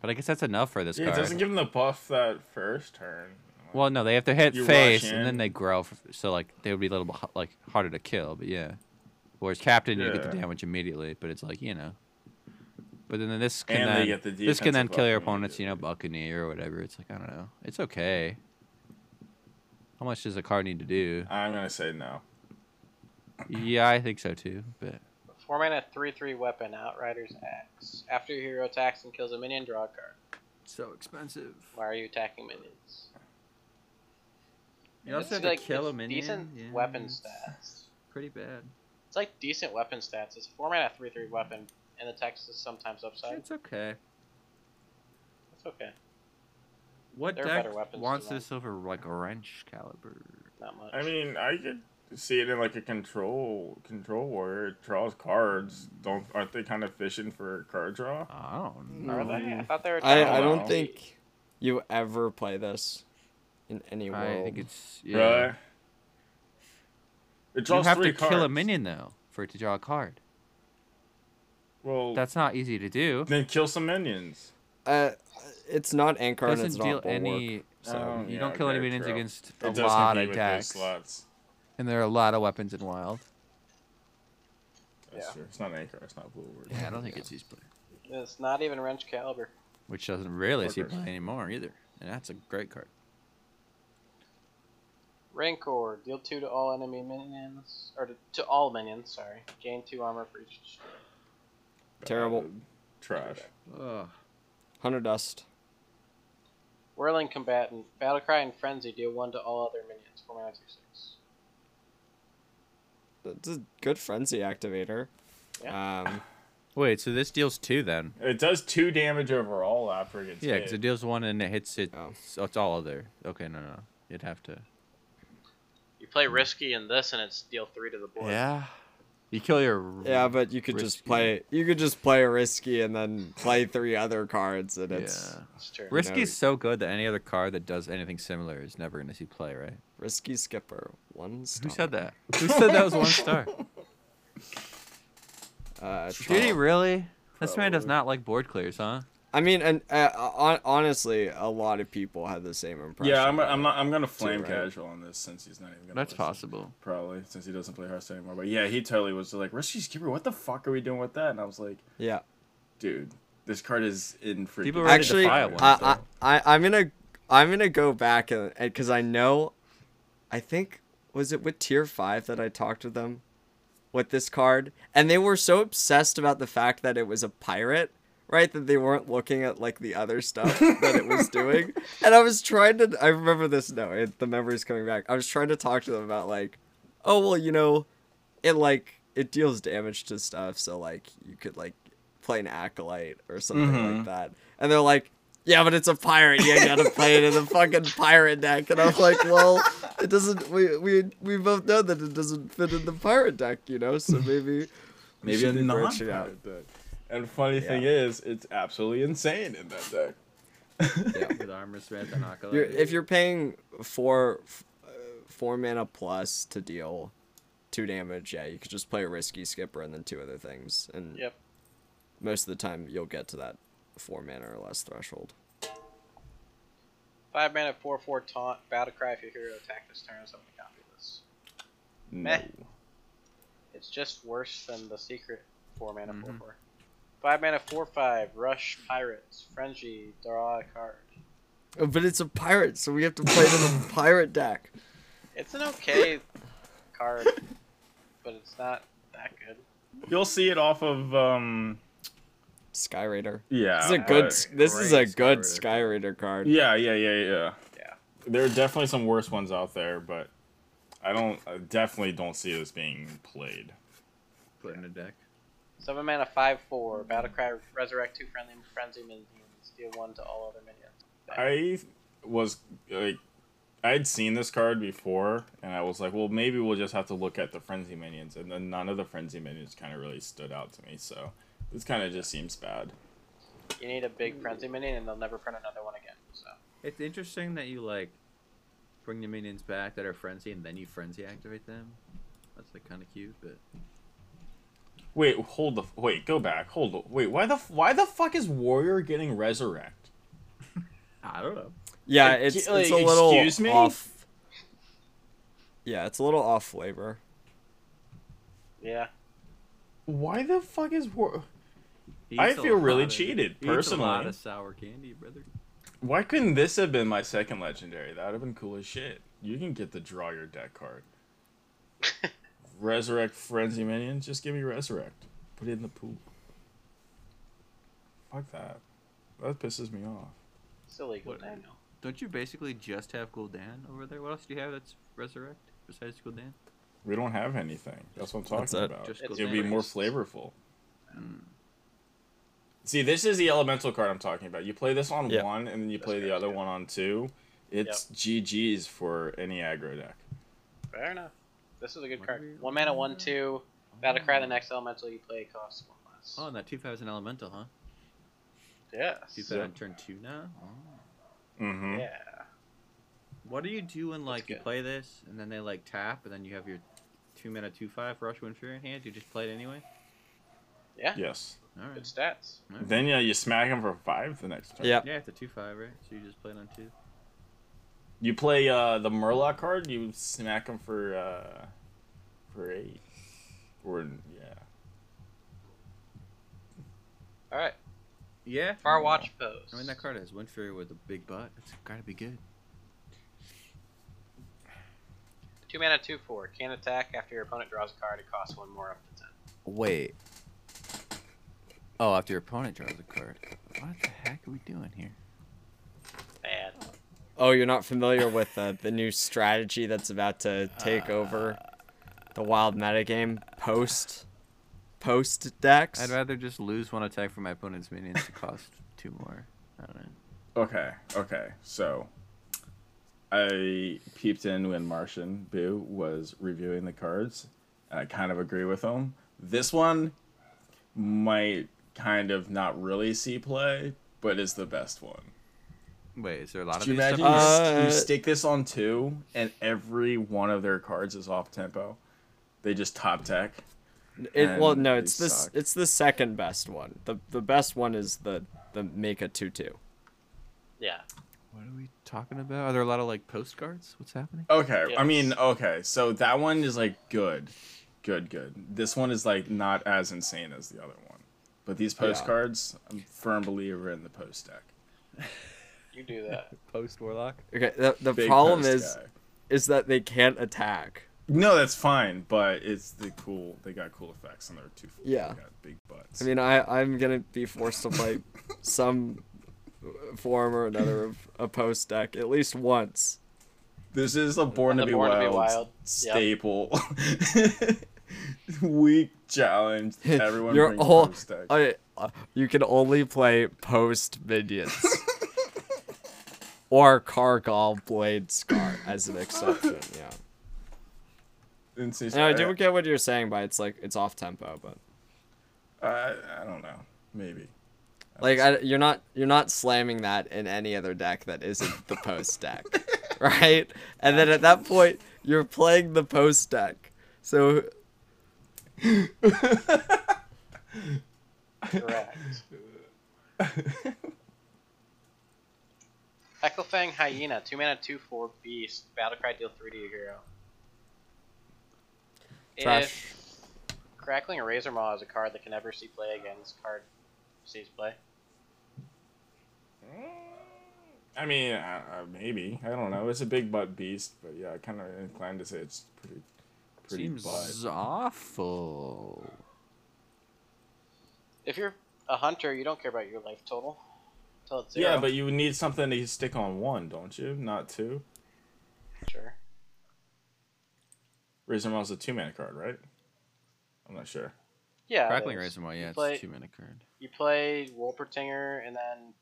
But I guess that's enough for this
Yeah, it
card.
doesn't give them the buff that first turn.
well, no, they have to hit
You rush
face, and then
in.
they grow, f- so like they would be a little bit h- like harder to kill. But yeah, whereas captain you get the
Yeah.
damage immediately, but it's like you know. But then this can
and
then,
they get the
this can then
defensive
kill your
buff
opponents, you know,
immediately.
Buccaneer or whatever. It's like, I don't know. It's okay. How much does a card need to do?
I'm gonna say no.
Yeah, I think so too. But
Four mana, three, three weapon, Outrider's Axe. After your hero attacks and kills a minion, draw a card.
so expensive.
Why are you attacking minions?
You also
It's
have to kill
it's
a minion.
Decent
Yeah,
weapon
it's
stats.
Pretty bad.
It's like decent weapon stats. It's four mana, three, three weapon, and the text is sometimes upside.
It's okay.
It's okay.
What
There are
deck
better weapons to
wants
run.
this over like a wrench caliber?
Not much.
I mean, I could see it in like a control control warrior It draws cards. Don't aren't they kind of fishing for card draw?
I don't know.
are they? I thought they were.
I,
trying
I
to
don't
wow.
be-
think you ever play this in any world.
I think it's yeah.
Right. It
You
draws
have
three
to kill a
cards.
minion though for it to draw a card.
Well,
That's not easy to do.
then kill some minions.
uh, it's not Ankar and it's
Doesn't deal
not Bulwark.
any. So
Oh,
you
yeah,
don't kill any
okay,
minions
true.
against a
It does
lot
compete
of
with their
decks.
slots.
And there are a lot of weapons in Wild.
That's
Yeah.
true. It's not Anchor. It's not Blue Word.
Yeah, I don't think it's East Play.
It's not even wrench caliber.
Which doesn't really see
Workers.
play anymore either. And that's a great card.
Rancor, deal two to all enemy minions, or to, to all minions, sorry. Gain two armor for each. destroyer.
Terrible.
Bad. Trash.
Ugh.
Hunter Dust.
Whirling combatant, battlecry and frenzy, deal one to all other minions. Four mana, two six.
That's a good frenzy activator. Um,
Wait, so this deals two then?
It does two damage overall after it gets
Yeah,
hit.
because it deals one and it hits it.
Oh.
So it's all other. Okay, no, no. You'd have to.
You play risky in this, and it's deal three to the board.
You kill your.
yeah, but you could just
Risky.
play. You could just play a risky and then play three other cards, and it's
Yeah.
it's true.
Risky
No.
is so good that any other card that does anything similar is never going to see play, right?
risky skipper one star.
Who said that? Who said that was one star?
Uh,
Did he
Trump.
really? This man does
Probably.
not like board clears, huh?
I mean, and uh, hon- honestly, a lot of people had the same impression.
Yeah, I'm, I'm, not, I'm gonna flame
right?
casual on this since he's not even gonna.
That's
listen.
possible.
Probably since he doesn't play Hearthstone anymore. But yeah, he totally was like, "Risky Skipper, what the fuck are we doing with that?" And I was like,
Yeah,
"Dude, this card is in free."
People already
actually,
defy
I,
it once,
I, I, I'm gonna, I'm gonna go back and because I know, I think was it with tier five that I talked to them, with this card, and they were so obsessed about the fact that it was a pirate right that they weren't looking at like the other stuff that it was doing and i was trying to i remember this now it, the memory's coming back i was trying to talk to them about like oh well you know it like it deals damage to stuff so like you could like play an acolyte or something like
Mhm.
that and they're like yeah, but it's a pirate. You gotta play it in the fucking pirate deck, and I'm like, well, it doesn't. We we we both know that it doesn't fit in the pirate deck, you know. So maybe we
Maybe
should
a non
differentiate.
pirate deck. And funny thing is, it's absolutely insane in that deck.
With armor, strength, and acolyte.
You're, if you're paying four f- uh, four mana plus to deal two damage, yeah, you could just play a risky skipper and then two other things, and
Yep.
most of the time you'll get to that four mana or less threshold.
Five mana, four four taunt, battle cry if your hero attack this turn. Someone copy this. Meh. It's just worse than the secret four mana four four. Five mana, four five, rush pirates, frenzy, draw a card.
Oh, but it's a pirate, so we have to play it in the pirate deck.
It's an okay card, but it's not that good.
You'll see it off of um
Sky Raider.
yeah.
This is a good.
uh,
s- This is a
great
good
Sky
Sky Raider card.
yeah, yeah, yeah, yeah.
Yeah.
There are definitely some worse ones out there, but I don't I definitely don't see this being played.
put in a deck.
Seven mana, five four, battle cry, resurrect two friendly frenzy minions, deal one to all other minions.
I was like I'd seen this card before and I was like, well maybe we'll just have to look at the frenzy minions and then none of the frenzy minions kind of really stood out to me, so this kind of just seems bad.
You need a big frenzy minion, and they'll never print another one again. So
It's interesting that you like bring the minions back that are frenzy and then you frenzy activate them. That's like kind of cute, but
Wait, hold the wait, go back. Hold the, wait, why the f- why the fuck is warrior getting resurrect?
I don't know.
Yeah,
Like,
it's
y- like,
it's a little
excuse me?
off. Yeah, it's a little off flavor.
yeah,
Why the fuck is war?
He
I
eats a
feel really
lot of-
cheated,
he eats a lot
personally.
of sour candy, brother.
Why couldn't this have been my second legendary? That would have been cool as shit. You can get the draw your deck card. resurrect frenzy minion. Just give me resurrect. Put it in the pool. Fuck that. That pisses me off.
it's illegal.
What-
I know.
Don't you basically just have Gul'dan over there? What else do you have that's resurrect besides Gul'dan?
We don't have anything. That's what I'm talking
That's it.
about.
Just
It'd be
Gul'dan.
more flavorful.
Mm.
See, this is the elemental card I'm talking about. You play this on
Yeah.
one, and then you play the
correct,
other
yeah.
one on two. It's GG's for any aggro deck.
Fair enough. This is a good
What are
card.
we-
One mana, one two. Battle cry. The next elemental you play costs one less.
Oh, and that two five is an elemental, huh?
yeah.
Two five on turn two now.
Mm-hmm.
Yeah.
What do you do when like you
good.
play this and then they like tap and then you have your two mana two five rush wind fury in hand? You just play it anyway.
Yeah.
Yes.
All
Good
right.
stats.
All right.
Then yeah, you smack him for five the next turn.
Yeah.
Yeah, it's a two five, right? So you just play it on two.
You play uh, the Murloc card. You smack him for uh, for eight. Or yeah.
All right.
Yeah.
Far watch post.
I mean that card has wind fury with a big butt. It's gotta be good.
Two mana, two four. Can attack after your opponent draws a card. It costs one more up to ten.
Wait. Oh, after your opponent draws a card. What the heck are we doing here?
Bad.
Oh, you're not familiar with uh, the new strategy that's about to take over the wild metagame post post decks.
I'd rather just lose one attack from my opponent's minions to cost two more. I don't know.
Okay. Okay. So. I peeped in when Martian Boo was reviewing the cards, and I kind of agree with him. This one might kind of not really see play, but is the best one.
Wait, is there a lot of
Do you
these?
imagine
stuff?
you, st-
Uh,
you stick this on two, and every one of their cards is off tempo? They just top tech.
It, well,
and
no,
they
it's this.
suck.
It's the second best one. the The best one is the the make a two two.
Yeah.
What are we talking about? Are there a lot of like postcards? What's happening?
Okay, I mean,
Yes.
okay, so that one is like good, good, good. This one is like not as insane as the other one, but these postcards, I'm a firm believer in the post deck.
You do that.
Post warlock.
Okay, the, the
Big
problem
post
is
guy.
is that they can't attack.
No, that's fine, but it's the cool. They got cool effects, and they're two.
Yeah.
They got big butts.
I mean, I I'm gonna be forced to play some form or another of a post deck at least once.
this is a Born, to,
The
be
Born to
Wild
Be Wild, yep.
staple. Weak challenge. Everyone
You're
brings
all-
post deck.
I uh, you can only play post minions. Or Kargal Blade Scar as an exception, yeah.
And see-
And I do get what you're saying by it's like it's off tempo, but
I, I don't know. Maybe.
like I, you're not you're not slamming that in any other deck that isn't the post deck, right? And then at that point you're playing the post deck, so
Correct. Hecklefang Hyena, 2 mana, 2 4 beast. Battlecry deal 3 to your hero.
Trash.
If Crackling Razor Maw is a card that can never see play again, this card sees play.
I mean, uh, uh, maybe. I don't know. It's a big butt beast, but yeah, I kind of inclined to say it's pretty, pretty
Seems
butt.
awful.
If you're a hunter, you don't care about your life total. Until it's zero.
Yeah, but you would need something to stick on one, don't you? Not two.
Sure.
Razor Maul's a two mana card, right? I'm not sure.
Yeah. it
Crackling
is.
Razor Maw, yeah, it's
play-
a two minute card.
You play Wolpertinger, and then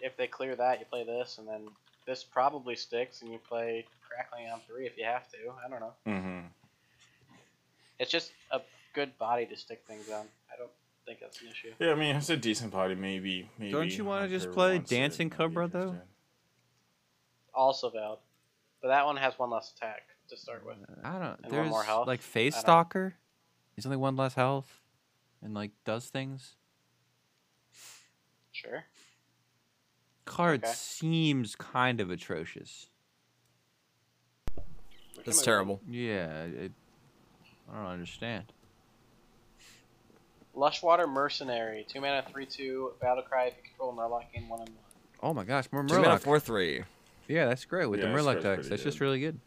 if they clear that, you play this, and then this probably sticks, and you play Crackling on 3 if you have to. I don't know.
Mm-hmm.
It's just a good body to stick things on. I don't think that's an issue.
Yeah, I mean, it's a decent body, maybe. maybe
Don't you wanna
Hunter
just play
wants it,
Dancing
might be
Cobra, though?
interested.
Also valid. But that one has one less attack to start with.
I don't.
And one
There's
uh, more health?
like
I
Face
don't-
Stalker. He's only one less health, and like does things.
Sure.
Card
Okay.
seems kind of atrocious.
We can
it's
move.
terrible.
Yeah, it, I don't understand.
Lushwater Mercenary, 2 mana, 3 2, Battlecry. If you control Nurloc, gain 1 and 1.
Oh my gosh, more
Two mana,
Murloc.
four three.
Yeah, that's great with
Yeah,
the
this
Murloc
card's
decks.
pretty
That's just
good.
really good.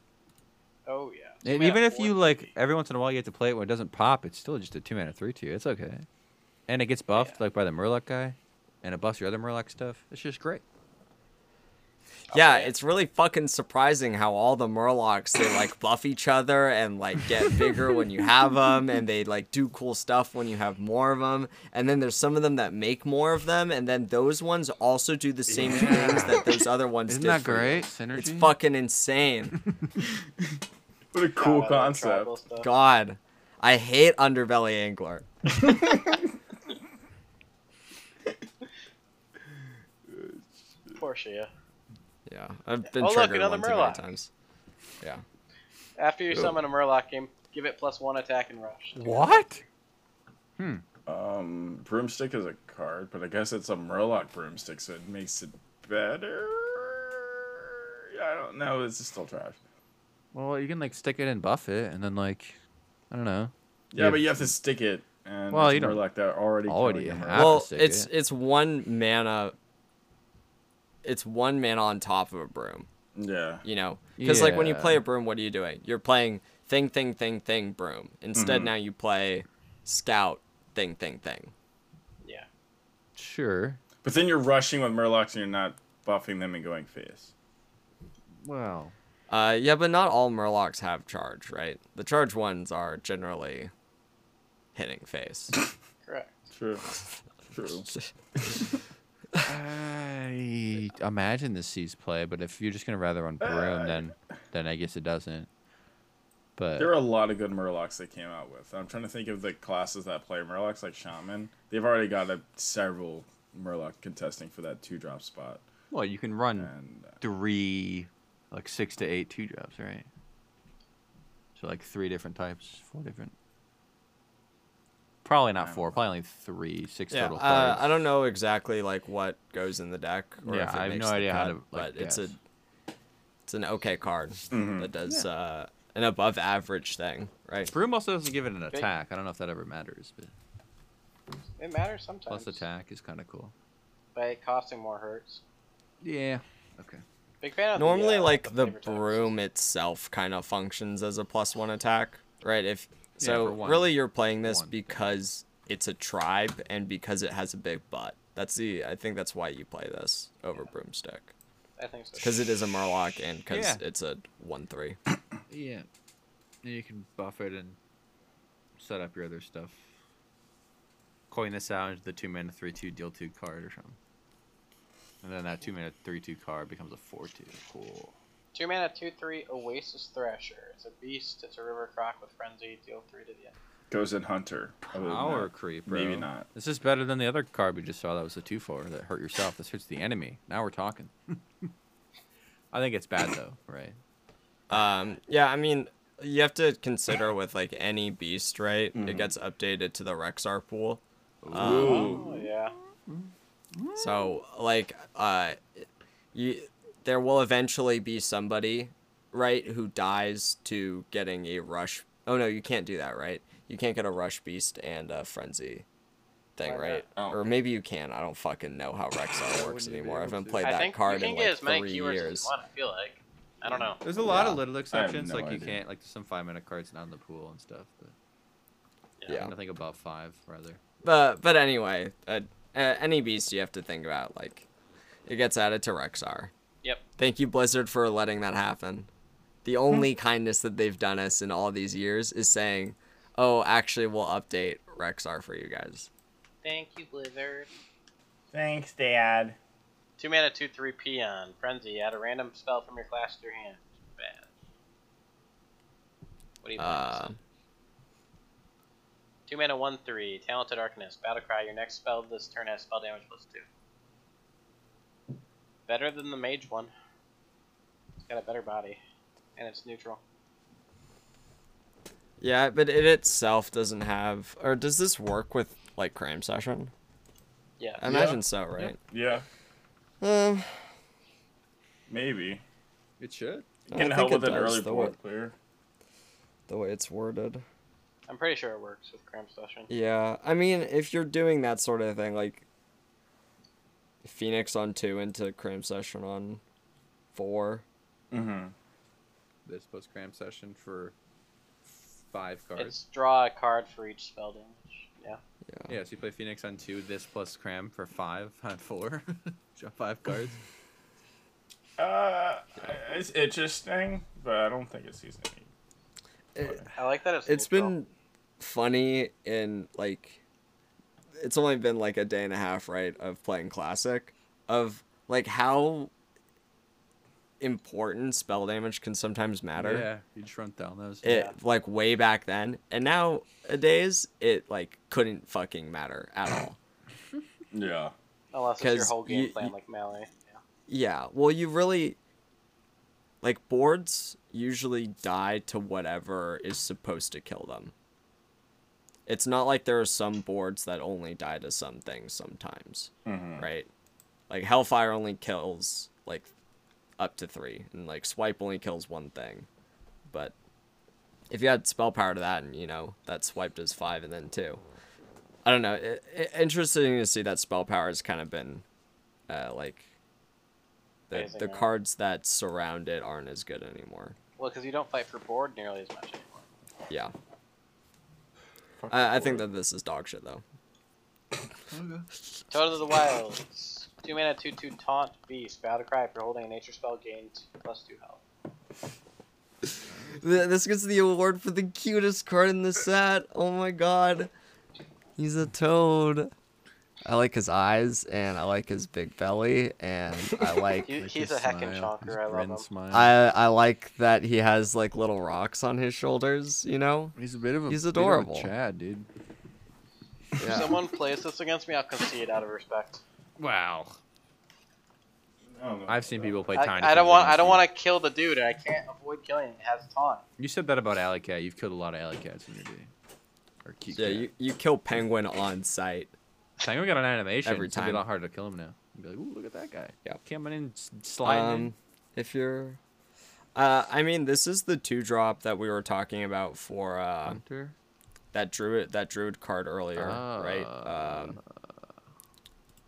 Oh, yeah. Two
And
mana,
even if
four,
you like
three.
every once in a while you have to play it when it doesn't pop, it's still just a two mana three two. It's okay. And it gets buffed like by the Murloc guy, and it buffs your other Murloc stuff. It's just great.
Yeah,
Okay.
it's really fucking surprising how all the Murlocs they like buff each other and like get bigger when you have them, and they like do cool stuff when you have more of them. And then there's some of them that make more of them, and then those ones also do the same things that those other ones
Isn't
did.
that
for you.
great? Synergy.
It's fucking insane.
What a cool
Got it,
concept.
tribal stuff.
God, I hate Underbelly Angler.
Portia.
Yeah, I've been
Oh, look,
triggered
another
one too many
Murloc.
times. Yeah.
After you summon a Murloc, game, give it plus one attack and rush.
What?
Um, broomstick is a card, but I guess it's a Murloc broomstick, so it makes it better. I don't know. It's just still trash.
Well, you can like stick it and buff it, and then like, I don't know.
Yeah,
Yeah.
but you have to stick it. And
Well,
it's
you don't
Murloc that already
already
killing a
have-
Murloc.
Well,
stick
it's
it.
it's one mana. It's one mana on top of a broom.
Yeah.
you know because like when you
Yeah.
play a broom what are you doing you're playing thing thing thing thing broom instead
Mm-hmm.
now you play scout thing thing thing
Yeah.
Sure.
But then you're rushing with Murlocs and you're not buffing them and going face.
Well,
uh yeah but not all murlocs have charge right the charge ones are generally hitting face
Correct.
True. True.
I imagine this sees play, but if you're just gonna rather run
Uh,
Broom, then then I guess it doesn't. But
There are a lot of good Murlocs they came out with. I'm trying to think of the classes that play Murlocs, like Shaman. They've already got a, several Murloc contesting for that two drop spot.
well, you can run
And uh,
three, like six to eight two drops, right? So like three different types, four different. Probably not four. Probably only three, six
yeah
total
uh,
cards.
i don't know exactly like what goes in the deck or
Yeah,
if it
I have
makes
no
the
idea how
cut,
to, like,
but it's a
guess. Mm-hmm.
it's an okay card
Mm-hmm.
that does uh an above average thing right
Broom also doesn't give it an
Okay.
attack. I don't know if that ever matters, but
It matters sometimes.
plus attack is kind of cool.
But it costing more hurts.
Yeah. Okay.
Big fan of the,
Normally,
uh,
like the
flavor text.
broom itself kind of functions as a plus one attack, right? If
Yeah,
so,
for one-
really you're playing this
one thing.
because it's a tribe and because it has a big butt. That's the I think that's why you play this over broomstick
I think so.
because it is a murloc and because
Yeah.
it's a one three.
Yeah. And you can buff it and set up your other stuff. Coin this out into the two mana three two deal two card or something. And then that two mana three two card becomes a four two. Cool.
Two mana, two three Oasis Thrasher. It's a beast. It's a river croc with frenzy. Deal three to the end.
Goes in Hunter. Other than
Power
that,
creep, bro.
Maybe not.
This is better than the other card we just saw that was a two four that hurt yourself. This hurts the enemy. Now we're talking. I think it's bad though, right?
Um, yeah, I mean you have to consider with like any beast, right? It gets updated to the Rexar pool. Um,
Ooh.
Oh yeah.
So like uh you there will eventually be somebody, right, who dies to getting a rush. Oh no, you can't do that, right? You can't get a rush beast and a frenzy thing,
Why
right?
not? Oh.
Or maybe you can. I don't fucking know how Rexar works
wouldn't you be
anymore. I
able
haven't
to?
played
I
that
think
card
you
in
can
like
get as many
three
keywords as
years.
you want. I feel like. I don't know.
There's a lot of
Yeah.
little exceptions,
no
like you
idea.
can't like some five minute cards not in the pool and stuff, but
Yeah.
nothing above five rather.
But but anyway, uh, uh, any beast you have to think about like it gets added to Rexar.
Yep.
Thank you, Blizzard, for letting that happen. The only kindness that they've done us in all these years is saying, oh, actually, we'll update Rexar for you guys.
Thank you, Blizzard.
Thanks, Dad.
Two mana, two three Peon. Frenzy. Add a random spell from your class to your hand. Bad. What do you
Uh,
think? Two mana, one three. Talented Arcanist. Battlecry. Your next spell this turn has spell damage plus two. Better than the mage one. It's got a better body, and it's neutral.
yeah, but it itself doesn't have. Or does this work with, like, Cram Session?
Yeah.
I imagine so, right?
Yeah,
Um,
maybe.
It should.
Can
I think
help
it
with an
does,
early
the, way,
board clear.
the way it's worded.
I'm pretty sure it works with cram session.
Yeah, I mean, if you're doing that sort of thing, like Phoenix on two into Cram Session on four.
Mm-hmm.
This plus cram session for five cards.
It's draw a card for each spell damage. Yeah.
Yeah, so you play Phoenix on two, this plus cram for five on four. Draw five cards.
Uh, it's interesting, but I don't think it sees any.
I like that it's.
It's
neutral.
been funny in like it's only been like a day and a half right of playing classic of like how important spell damage can sometimes matter
Yeah, you just run down those.
it
Yeah.
like way back then and nowadays it like couldn't fucking matter at all
Yeah.
Unless it's your
'Cause
whole game
you-
plan,
you-
like melee. Yeah.
yeah well you really like boards usually die to whatever is supposed to kill them it's not like there are some boards that only die to some things sometimes
Mm-hmm.
right like hellfire only kills like up to three and like swipe only kills one thing but if you add spell power to that and you know that swipe does five and then two i don't know it, it, interesting to see that spell power has kind of been uh, like the,
Phasing
the
out.
cards that surround it aren't as good anymore
Well, because you don't fight for board nearly as much anymore.
yeah I, I think that this is dog shit though
Toad of the Wilds. Two mana, two two taunt beast. Battle cry if you're holding a nature spell gains plus two health.
Th- This gets the award for the cutest card in the set. Oh my god. He's a toad. I like his eyes and I like his big belly and I like
He,
Like
he's a
his
heckin'
smile, his
chonker. I love
grin
him.
Smile.
I I like that he has like little rocks on his shoulders, you know?
he's a bit of a
he's
bit of a
adorable.
Chad, dude.
If someone plays this against me, I'll concede out of respect.
Wow. I've seen people play
I,
tiny.
I don't want. I don't want to kill the dude. and I can't avoid killing. It has taunt.
to. You said that about alley cat. You've killed a lot of alley cats in your day. Or cute.
Yeah,
cat.
you, you kill penguin on sight.
Tango got an animation.
Every
Every time. It'd
time.
be a lot harder to kill him now. You'd be like, ooh, look at that guy.
Yeah.
Coming in, s- sliding. in.
Um if you're uh I mean this is the two drop that we were talking about for uh
Hunter. Ah.
that druid that druid card earlier, right? Um,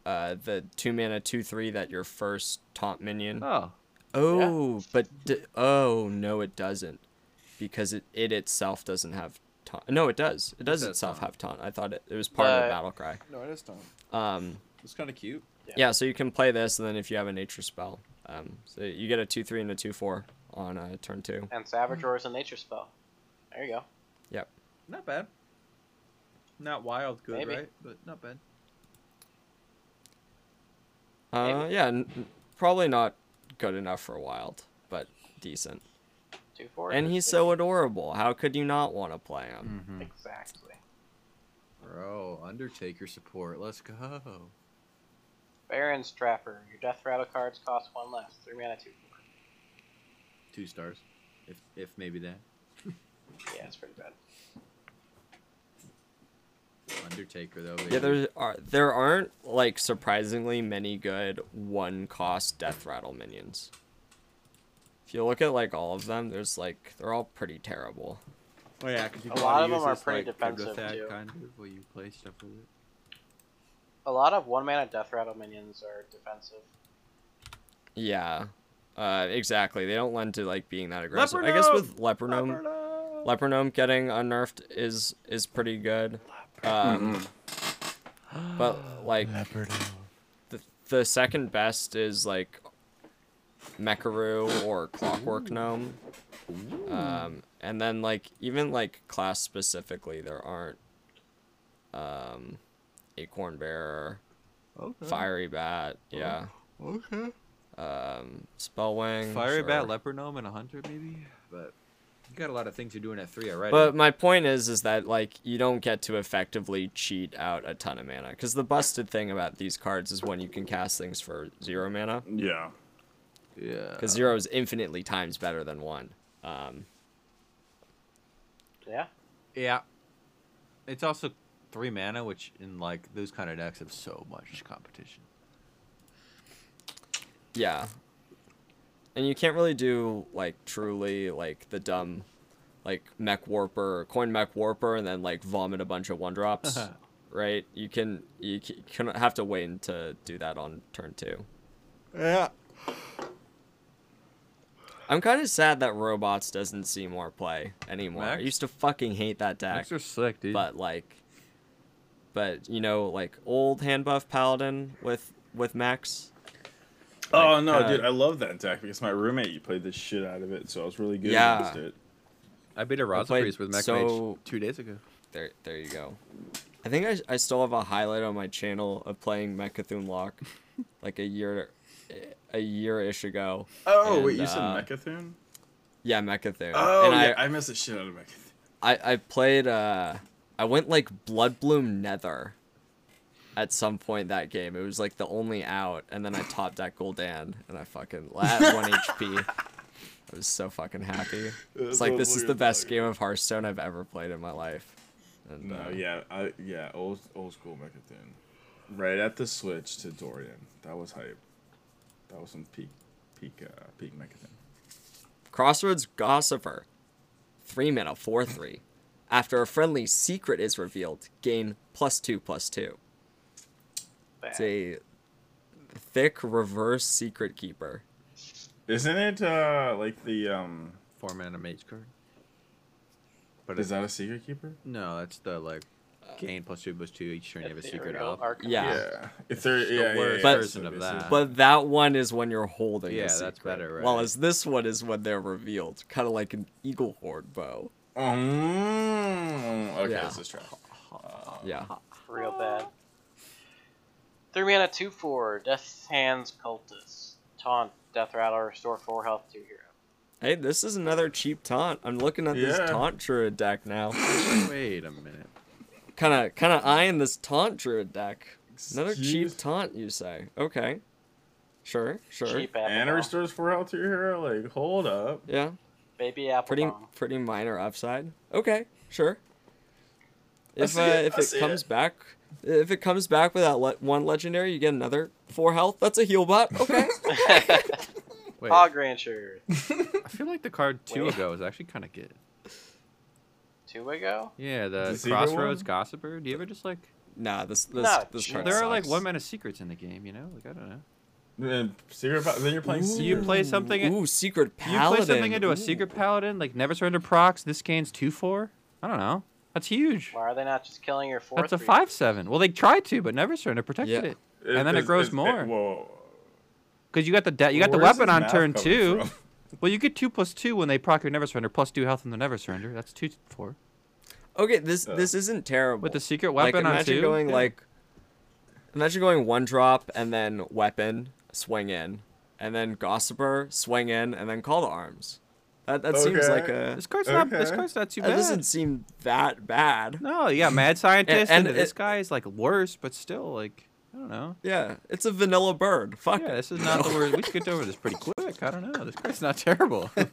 uh, the two mana two three that your first taunt minion.
Oh.
Oh, but d- oh no, it doesn't, because it, it itself doesn't have taunt. No, it does. It does
does
itself
taunt.
have taunt. I thought it, it was part of
But-
the battle cry.
No, it is time.
Um,
It's kind of cute.
Yeah.
yeah. So you can play this, and then if you have a nature spell, um, so you get a two three and a two four on uh, turn two.
And Savage
Mm-hmm.
Roar is a nature spell. There you go.
Yep.
Not bad. Not wild good,
Maybe.
right? But not bad.
Uh, yeah, n- n- probably not good enough for wild, but decent.
Two four.
And he's so adorable. How could you not want to play him?
Mm-hmm.
exactly.
Bro, Undertaker support. Let's go.
Baron's Trapper. Your Death Rattle cards cost one less. Three mana, two four.
Two stars, if if maybe that.
Yeah, it's pretty bad.
Undertaker though. baby.
Yeah, there are there aren't like surprisingly many good one cost death rattle minions. If you look at like all of them, there's like they're all pretty terrible.
Oh yeah, because
A lot of them are pretty defensive, too.
Kind of, where you play stuff with it.
A lot of one mana Death Rattle minions are defensive.
Yeah. Uh, exactly. They don't lend to like being that aggressive. I guess with Leopardome, Leopardome getting unnerfed is is pretty good. Um, but like the, the second best is like Mecharoo or Clockwork Gnome. Um, and then like even like class specifically, there aren't um, Acorn Bearer,
Okay.
Fiery Bat, yeah,
Okay.
um, Spellwing,
Fiery
sure.
bat, leper gnome, and a hunter maybe, but you got a lot of things you're doing at three already.
But my point is, is that like you don't get to effectively cheat out a ton of mana because the busted thing about these cards is when you can cast things for zero mana
Yeah.
yeah.
because zero is infinitely times better than one. Um,
Yeah.
Yeah. It's also three mana, which in like those kind of decks have so much competition.
yeah, and you can't really do like truly like the dumb, like mech warper, coin mech warper, and then like vomit a bunch of one drops, right? You can you c- can have to wait to do that on turn two.
Yeah.
I'm kind of sad that robots doesn't see more play anymore. I
Max?
used to fucking hate that deck,
Decks are sick, dude.
but like, but you know, like old hand buff paladin with with Max.
oh no,
uh,
dude, I love that deck because my roommate played the shit out of it, so I was really good
Yeah.
against it.
I beat a Rosa
played
Priest with Mech
so-
Mage two days ago.
There, there you go. I think I, I still have a highlight on my channel of playing Mechathune Lock, like a year, a year ish ago.
Oh
And,
wait, you said
uh,
Mechathune?
Yeah, Mechathune.
Oh
and
yeah, I, missed the shit out of Mechathune.
I I played uh I went like Bloodbloom Nether at some point that game. It was like the only out and then I top deck Gul'dan and I fucking at 1 HP. I was so fucking happy. It's like this is the best game of Hearthstone I've ever played in my life. And,
No,
uh,
yeah, I yeah, old old school Mechathune. Right at the switch to Dorian. That was hype. That was some peak peak uh peak Mechathune.
Crossroads Gossiper. 3 mana 4 3. After a friendly secret is revealed, gain plus 2 plus 2.
Bad.
It's a thick reverse secret keeper.
Isn't it uh like the um
Four mana mage card. But
is
it-
that a secret keeper?
no, that's the like gain plus two plus two each turn you have a secret
Ethereal
up.
Arcane.
Yeah.
If there
It's the
yeah, yeah,
worst
yeah,
version
so
of
this
that.
is-
But that one is when you're holding.
Uh-huh. Yeah,
a
that's
secret,
better, right.
Well, as this one is when they're revealed, kind of like an eagle horde bow.
Um, okay,
Yeah.
this is trash.
Yeah.
Real bad. Three mana, two four. Death Hands Cultist. Taunt. Death Rattle. Restore four health to hero.
Hey, this is another cheap taunt. I'm looking at this
Yeah.
taunt druid deck now.
Wait a minute.
Kind of, kind of eyeing this taunt druid deck. Another
Excuse-
cheap taunt, you say? Okay. Sure, sure.
Cheap apple
And it
bomb.
restores four health to your hero. Like, hold up.
Yeah.
Baby apple
Pretty,
bomb.
pretty minor upside. Okay, sure.
I
If
see
uh,
it,
if
I
it
see
comes
it.
back, if it comes back without le- one legendary, you get another four health. That's a heal bot. Okay.
Wait,
Hog Rancher.
I feel like the card two
Wait.
ago was actually kind of good.
Two ago.
Yeah, the,
The secret
Crossroads
one?
Gossiper. Do you ever just like?
Nah, this this
No,
this
Sure,
card
it
there are like
sucks.
one mana secrets in the game, you know? Like I don't know.
Eh, Secret Pa- then you're playing
So you
Secret.
play something-
Ooh, secret
You
paladin.
play something into
Ooh.
a secret paladin, like never surrender procs, this gains 2 4? I don't know. That's huge.
Why are they not just killing your fourth?
That's a
reader?
5 7. Well, they tried to, but never surrender protected
Yeah.
it. And then it
it's-
grows
it's-
more.
whoa.
Because you got the de- you got the
Where's
weapon
his
on
math
turn
coming
two.
from?
Well, you get two plus two when they proc your never surrender, plus two health on the never surrender. That's two four.
Okay, this
Uh,
this isn't terrible.
With the secret weapon
like,
on
imagine
two.
going
yeah.
like, imagine going one drop and then weapon swing in, and then gossiper swing in, and then call to arms. That that seems
Okay.
like a.
this card's not this
Okay.
card's not too
That
bad.
doesn't seem that bad.
No, you got mad scientist, and,
and
this
it-
guy is like worse, but still like I don't know.
Yeah, it's a vanilla bird. Fuck
Yeah,
it.
this is not the word. We skipped over this pretty quick. I don't know. This card's not terrible. I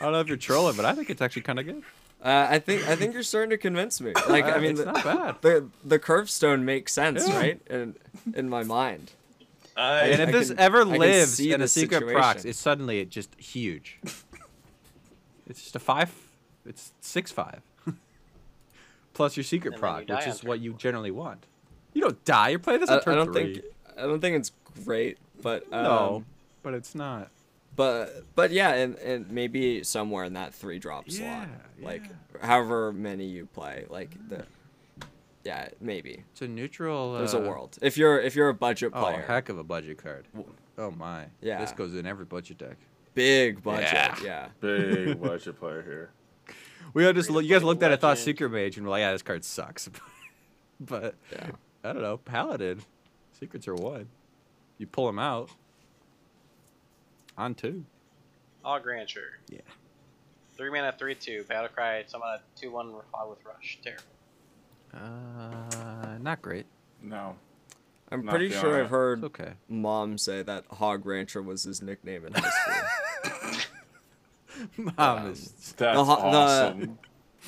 don't know if you're trolling, but I think it's actually kind of good.
Uh, I think I think you're starting to convince me. Like
Uh,
I mean,
it's
the,
not bad.
the the curve stone makes sense,
Yeah.
right? In in my mind.
I,
And if
I
this
can- I
ever
can
lives
see
in a
the
secret prox,
situation.
it's suddenly it just huge. it's just a five. It's six five. Plus your secret
And then you
proc,
die
which
on
is
turn
what you generally want. You don't die. You're playing this
I,
on
I
turn
don't
three.
think I don't think it's great, but um,
no, but it's not.
but but yeah, and and maybe somewhere in that three drop slot,
Yeah,
like however many you play, like the yeah maybe
It's a neutral. Uh,
there's a world if you're if you're a budget
Oh,
player,
heck of a budget card. Oh my. This
Yeah.
goes in every budget deck.
big budget,
Yeah.
yeah.
big watch your player here.
We all just
Free to
look, you guys
play
looked at it, thought
Legend.
secret mage, and were like, yeah, this card sucks. but
Yeah.
I don't know, paladin. Secrets are one. You pull them out. On two.
All Grancher.
Yeah.
Three mana, three two. Battle cry. Summon a two one reply with rush. Terrible.
Uh, not great.
No.
I'm
Not
pretty
feeling
sure
it.
I've heard
It's okay.
mom say that Hog Rancher was his nickname in high school.
Mom is.
That's
The ho- the-
awesome.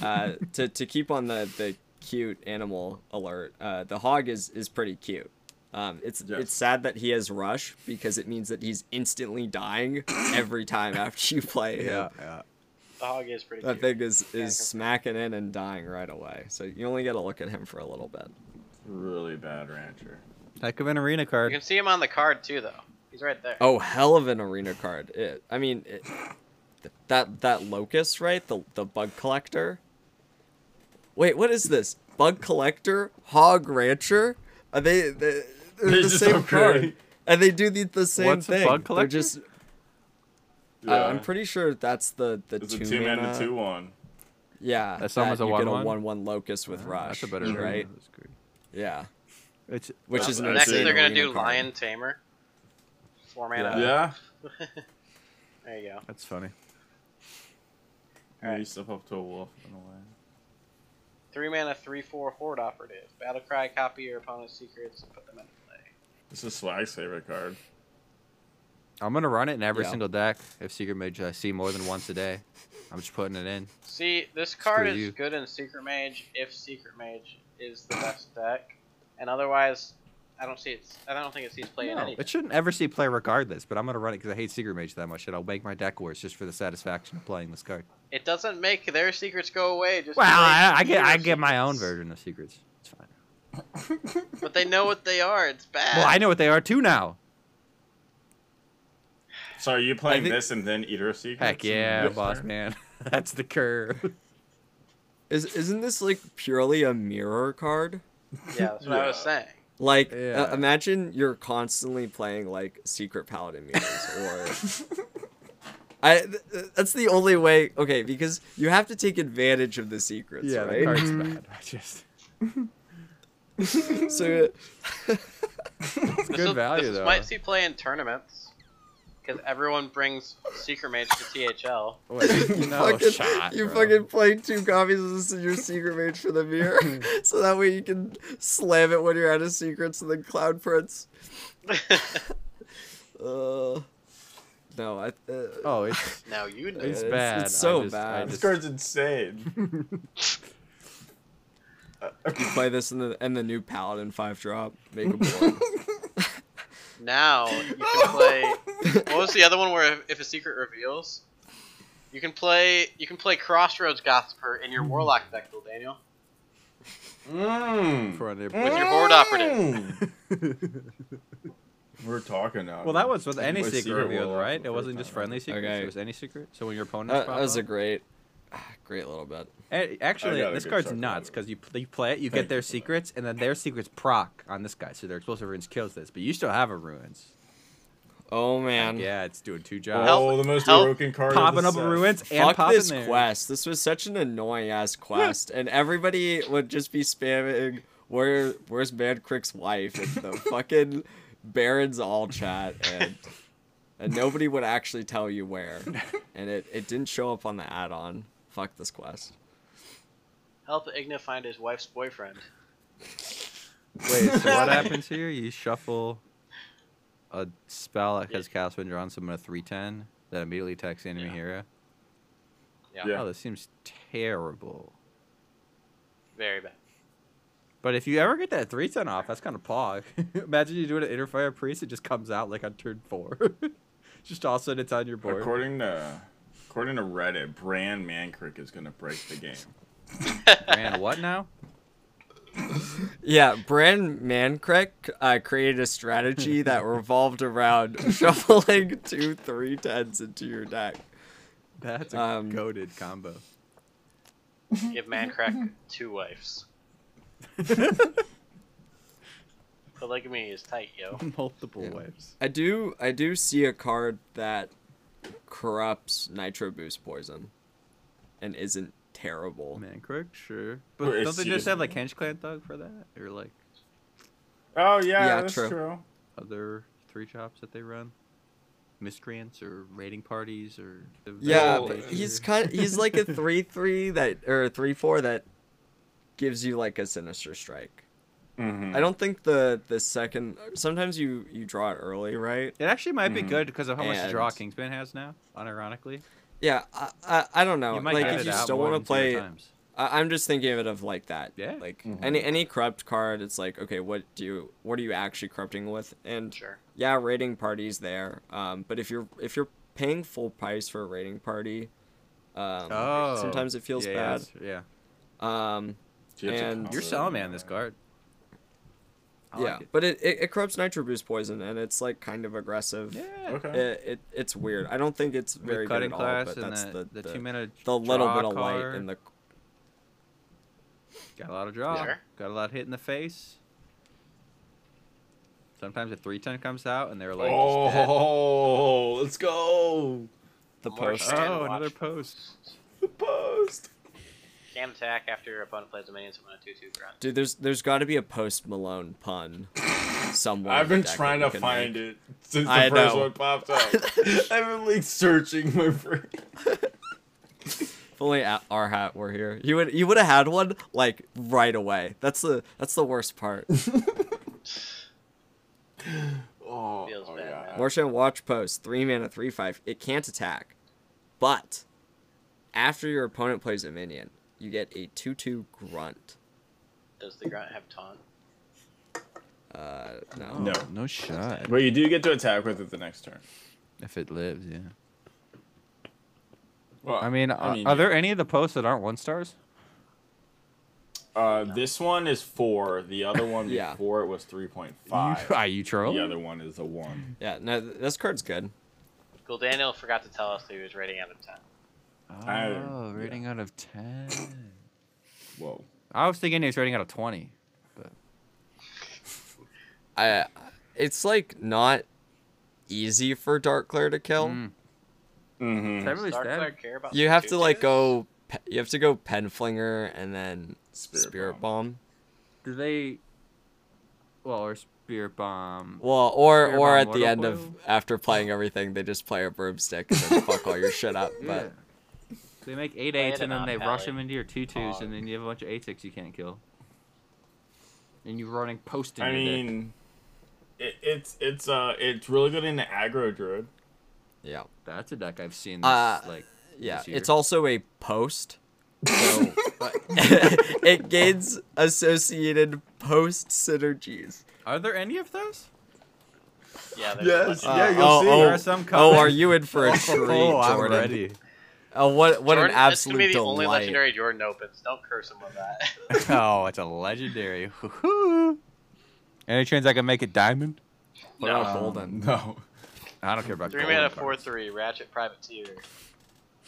uh, to to keep on the the cute animal alert, uh, the hog is is pretty cute. Um, it's
Yes.
it's sad that he has rush because it means that he's instantly dying every time after you play him.
Yeah, yeah.
The hog is pretty.
That
cute.
thing is
Yeah, I can-
is smacking in and dying right away. So you only get to look at him for a little bit.
really bad rancher.
Heck of an arena
You
card.
can see him on the card too, though. He's right there.
Oh, hell of an arena card. It, I mean, it, th- that that locust, right? The the bug collector. Wait, what is this? Bug collector, hog rancher? Are they they
They
they're the
just
same card?
upgrade.
And they do the, the same
What's a
thing.
bug
They're
collector?
just.
Yeah.
I, am pretty sure that's the the
it's
two,
a two man
mana-
to two one.
Yeah,
That's almost a
you get
1-1?
one one locust with rush.
That's a better
right?
arena.
Right.
That's great.
Yeah,
It's
which
Well,
is an
Next,
insane
they're gonna
arena
do
card.
lion tamer. Four mana.
Yeah.
There you go.
that's funny.
And you step up to a wolf in a way.
Three mana, three four horde operative. Battle cry. Copy your opponent's secrets and put them into play.
This is Swag's favorite card.
I'm gonna run it in every
Yeah.
single deck if secret mage I see more than once a day. I'm just putting it in.
See, this card
Screw
is
you.
good in Secret Mage if Secret Mage is the best deck, and otherwise, I don't see it's. I don't think it sees play in
No,
any.
it
deck.
shouldn't ever see play regardless, but I'm gonna run it because I hate Secret Mage that much, and I'll make my deck worse just for the satisfaction of playing this card.
It doesn't make their secrets go away. Just
Well, I,
makes
I get
your
I get my own
secrets.
version of secrets. It's fine.
But they know what they are. It's bad.
Well, I know what they are too now.
So are you playing
think-
this and then Eater of Secrets?
Heck yeah,
Yes,
boss
sir.
man. That's the curve.
Is isn't this like purely a mirror card?
Yeah, that's what I was
Yeah.
saying.
Like, uh,
Yeah.
imagine you're constantly playing like secret paladin meetings, or I. th- th- that's the only way. Okay, because you have to take advantage of the secrets,
yeah, the
right?
card's bad. I just
So,
it's
This
good
will-
value
this
though.
Might see play in tournaments because everyone brings Secret Mage to THL.
Wait,
you
no
fucking,
shot,
you
bro.
fucking play two copies of this in your secret mage for the mirror, so that way you can slam it when you're out of secrets, and then cloud prince. Uh, no, I. Uh,
Oh, it's
now you know.
it's
it's
bad.
so
I just, I
bad.
This
just-
card's insane.
Oh.
play this in the and the new paladin five drop, make a board.
Now you can play. what was the other one where if, if a secret reveals, you can play you can play Crossroads Gossiper in your Warlock deck, Bill Daniel.
Mmm. Mm.
for a new-
your board operative.
We're talking now.
Well, that was with
Like,
any
my
secret,
secret
revealed,
wall
right?
for the
It wasn't
first
just
time.
friendly secrets;
Okay.
it was any secret. So when your opponent,
That, that was a great, ah, great little bit.
A-
I
Eh, Actually,
got a
this
good
card's
shot
nuts
from it.
because you, pl- you play it, you
Thank
get their
you for that.
secrets, and then their secrets proc on this guy, so their explosive ruins kills this, but you still have a ruins.
Oh man,
Yeah, it's doing two jobs.
Help-
Oh, the most
help
broken card. of
Popping
the
up
set.
ruins and
fuck
popping
this
there.
quest. This was such an annoying ass quest, and everybody would just be spamming where where's Man Crick's wife and the fucking Baron's all chat and and nobody would actually tell you where, and it it didn't show up on the add on. Fuck this quest.
Help Igna find his wife's boyfriend.
Wait, so what happens here? You shuffle a spell that has cast when drawn, summon a 310 that immediately attacks the enemy
Yeah.
hero.
Yeah,
Yeah.
Oh, this seems terrible.
very bad.
But if you ever get that 310 off, that's kind of pog. Imagine you do it at Interfire Priest, it just comes out like on turn four. just all of a sudden it's on your board.
According to according to Reddit, Brand Mancrick is gonna break the game.
Brand what now?
Yeah, Bran Mancrick uh, created a strategy that revolved around shuffling two three tens into your deck.
That's a
Um,
goaded combo.
Give Mancrack two wives. Polygamy is tight, yo.
Multiple
Yeah.
waves.
I do I do see a card that corrupts Nitro Boost Poison and isn't terrible.
Man, correct, sure.
Or
But don't they
excuse
just have
me.
like Hench Clan Thug for that? Or like
Oh yeah,
Yeah,
that's
true.
true.
other three chops that they run? Miscreants or raiding parties or.
Yeah,
Well,
but
uh,
he's kind he's like a 3-3 that or a 3-4 that gives you like a sinister strike.
Mhm.
I don't think the the second sometimes you you draw it early, right?
It actually might be
Mhm.
good because of how much draw
And-
Kingspan has now, unironically.
Yeah, I I, I don't know.
You might
Like
get
if
it
you
out
still
more
want to
than two
play
times.
I, I'm just thinking of it of like that.
Yeah.
Like
Mhm.
any any corrupt card, it's like, okay, what do you what are you actually corrupting with? And
Sure.
yeah, raiding parties there. Um, but if you're if you're paying full price for a raiding party, um,
Oh.
sometimes it feels
yeah, yeah,
bad.
that's- Yeah.
Um,
You have to
and-
count
You're
it.
selling man this card. I
yeah,
like it.
but it, it, it corrupts nitro boost poison, and it's like kind of aggressive.
Yeah.
Okay.
It, it it's weird. I don't think it's
With
very good
cutting
at all.
class
But
and
that's
the, the, two minute
the little
draw
bit of light
card.
in the
Got a lot of draw.
Sure.
Got a lot hit in the face. Sometimes a three ten comes out and they're like, just dead.
Oh, let's go.
the
More
post.
shit.
oh,
watch.
another post.
The post.
Can attack after your opponent plays a minion summon a two-two grunt.
Dude, there's there's got to be a post Malone pun somewhere.
I've been trying to find it since the
I
first
know.
one popped up. I've been like searching my brain.
If only A- our hat were here, you would you would have had one like right away. That's the that's the worst part.
Oh,
Feels
oh,
bad,
yeah.
man.
Martian Watch Post, 3 mana, 3 5. It can't attack. But after your opponent plays a minion, you get a 2 2 grunt.
Does the grunt have taunt?
Uh, no.
No.
no shot.
But you do get to attack with it the next turn.
If it lives, yeah.
Uh,
Well,
I mean, uh,
I mean,
are there any of the posts that aren't one stars?
Uh, this one is four. The other one
Yeah.
before it was three point
You,
five.
troll?
The other one is a one.
Yeah, no, th- this card's good.
Cool, Daniel forgot to tell us that he was rating out of ten.
I-
Oh, rating out of ten.
Whoa.
I was thinking he was rating out of twenty.
I, it's like not easy for Darkclair to kill.
Mm.
Mm-hmm.
Everybody's
Dark
dead.
Cleric care about
You have to
two-twos?
like go. pe- You have to go Penflinger and then Spirit,
Spirit
bomb.
Do they? Well, or spirit bomb.
Well, or
Spirit
or
Bomb,
at the
Mortal
end of
Coil.
after playing everything, they just play a broomstick and then fuck all your shit up. But
Yeah. They make eight
Play
eights
it
and then
not
they rush
valid.
them into your two twos, and then you have a bunch of eight six you can't kill. And you're running post in
I
your deck.
mean, it, it's it's uh it's really good in the aggro druid.
yeah.
That's a deck I've seen. This,
Uh,
like,
Yeah,
this
it's
year.
also a post. So
Um,
uh, it gains associated post synergies.
Are there any of those?
Yeah, there's
Yes,
one.
yeah,
Uh,
you'll
oh,
see.
oh,
There are some
Oh,
colors.
are you in for a treat, Jordan? Oh, what what
Jordan, that's gonna
an absolute
be the
delight!
only legendary Jordan opens. Don't curse him with that.
oh, it's a legendary. Any chance I can make it diamond?
What
No.
about Golden?
No.
I don't care about
Three
golden
mana, four
cards.
three. Ratchet Privateer.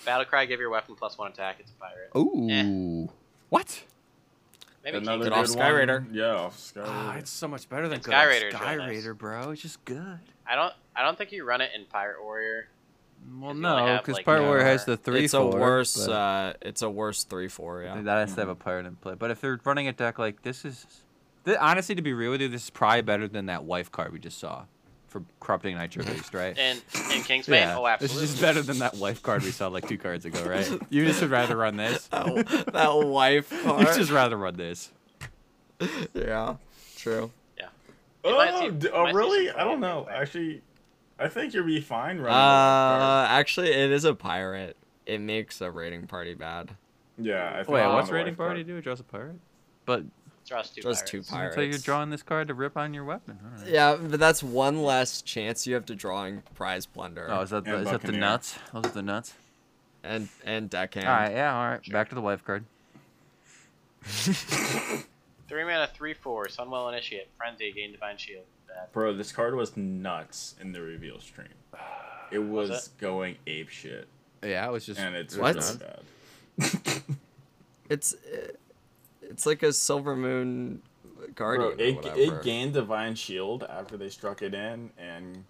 Battlecry, give your weapon plus one attack. It's a pirate.
Ooh,
Eh.
what?
Maybe
Another
King
Get off
good
Sky
one.
Raider.
Yeah, off Sky
Ah,
Raider.
it's so much better than
And
good old
Sky Raider's
Sky
really nice.
Raider, bro. It's just good.
I don't. I don't think you run it in Pirate Warrior.
Well,
you only
no,
have,
because
like,
Pirate Warrior
your-
has the three.
it's
four,
a worse.
but
Uh, it's a worse three four.
I
Yeah.
think that has to have a pirate in play. But if they're running a deck like this is, thi- honestly, to be real with you, this is probably better than that wife card we just saw for corrupting Nitro Beast, right?
In in Kingspan.
yeah,
Oh, absolutely.
this is better than that wife card we saw like two cards ago, right? You just would rather run this.
that, that wife
You
card.
just rather run this.
Yeah. True.
You might see-
Oh, d-
you might
oh
see
really?
some
I don't
play
know.
anyway.
Actually, I think you'll be fine running.
Uh, actually, it is a pirate. It makes a raiding party bad.
yeah. I think
Wait,
I'm
what's
on the
rating
wife
party
card.
do? It draws a pirate. But
Draws two
Just
pirates.
two pirates.
so you're drawing this card to rip on your weapon. All right.
Yeah, but that's one less chance you have to drawing prize plunder
Oh, is that
And
the, is that the
Buccaneer.
nuts? Those are the nuts.
and and deckhand.
All right, yeah, all right. Back to the wife card.
Three mana, three four. Sunwell Initiate. Frenzy. Gain Divine Shield. Bad.
Bro, this card was nuts in the reveal stream. It was,
Was
going ape shit,
Yeah, it was just
and it's
What?
really bad.
It's it's like a silver moon
Bro,
guardian. or
it,
whatever.
it gained divine shield after they struck it in, and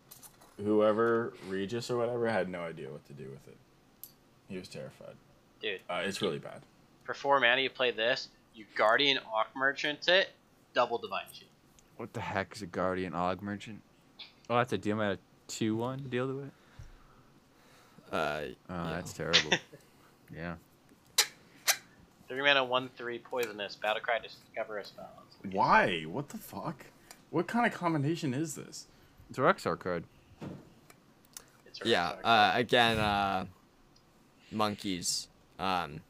whoever Regis or whatever had no idea what to do with it. He was terrified.
Dude.
uh, it's really bad.
For four mana, you play this. You Guardian Awk Merchant it. Double Divine Shield.
What the heck is a Guardian Og Merchant? Oh, that's a deal at a 2 1 deal to it?
Uh,
Oh,
Yeah.
that's terrible. yeah.
Three mana, one three. Poisonous. Battlecry. Discover a spell.
Why? What the fuck? What kind of combination is this?
It's a Rexar card.
It's a
yeah.
rare card.
Uh, again, uh, monkeys. Um,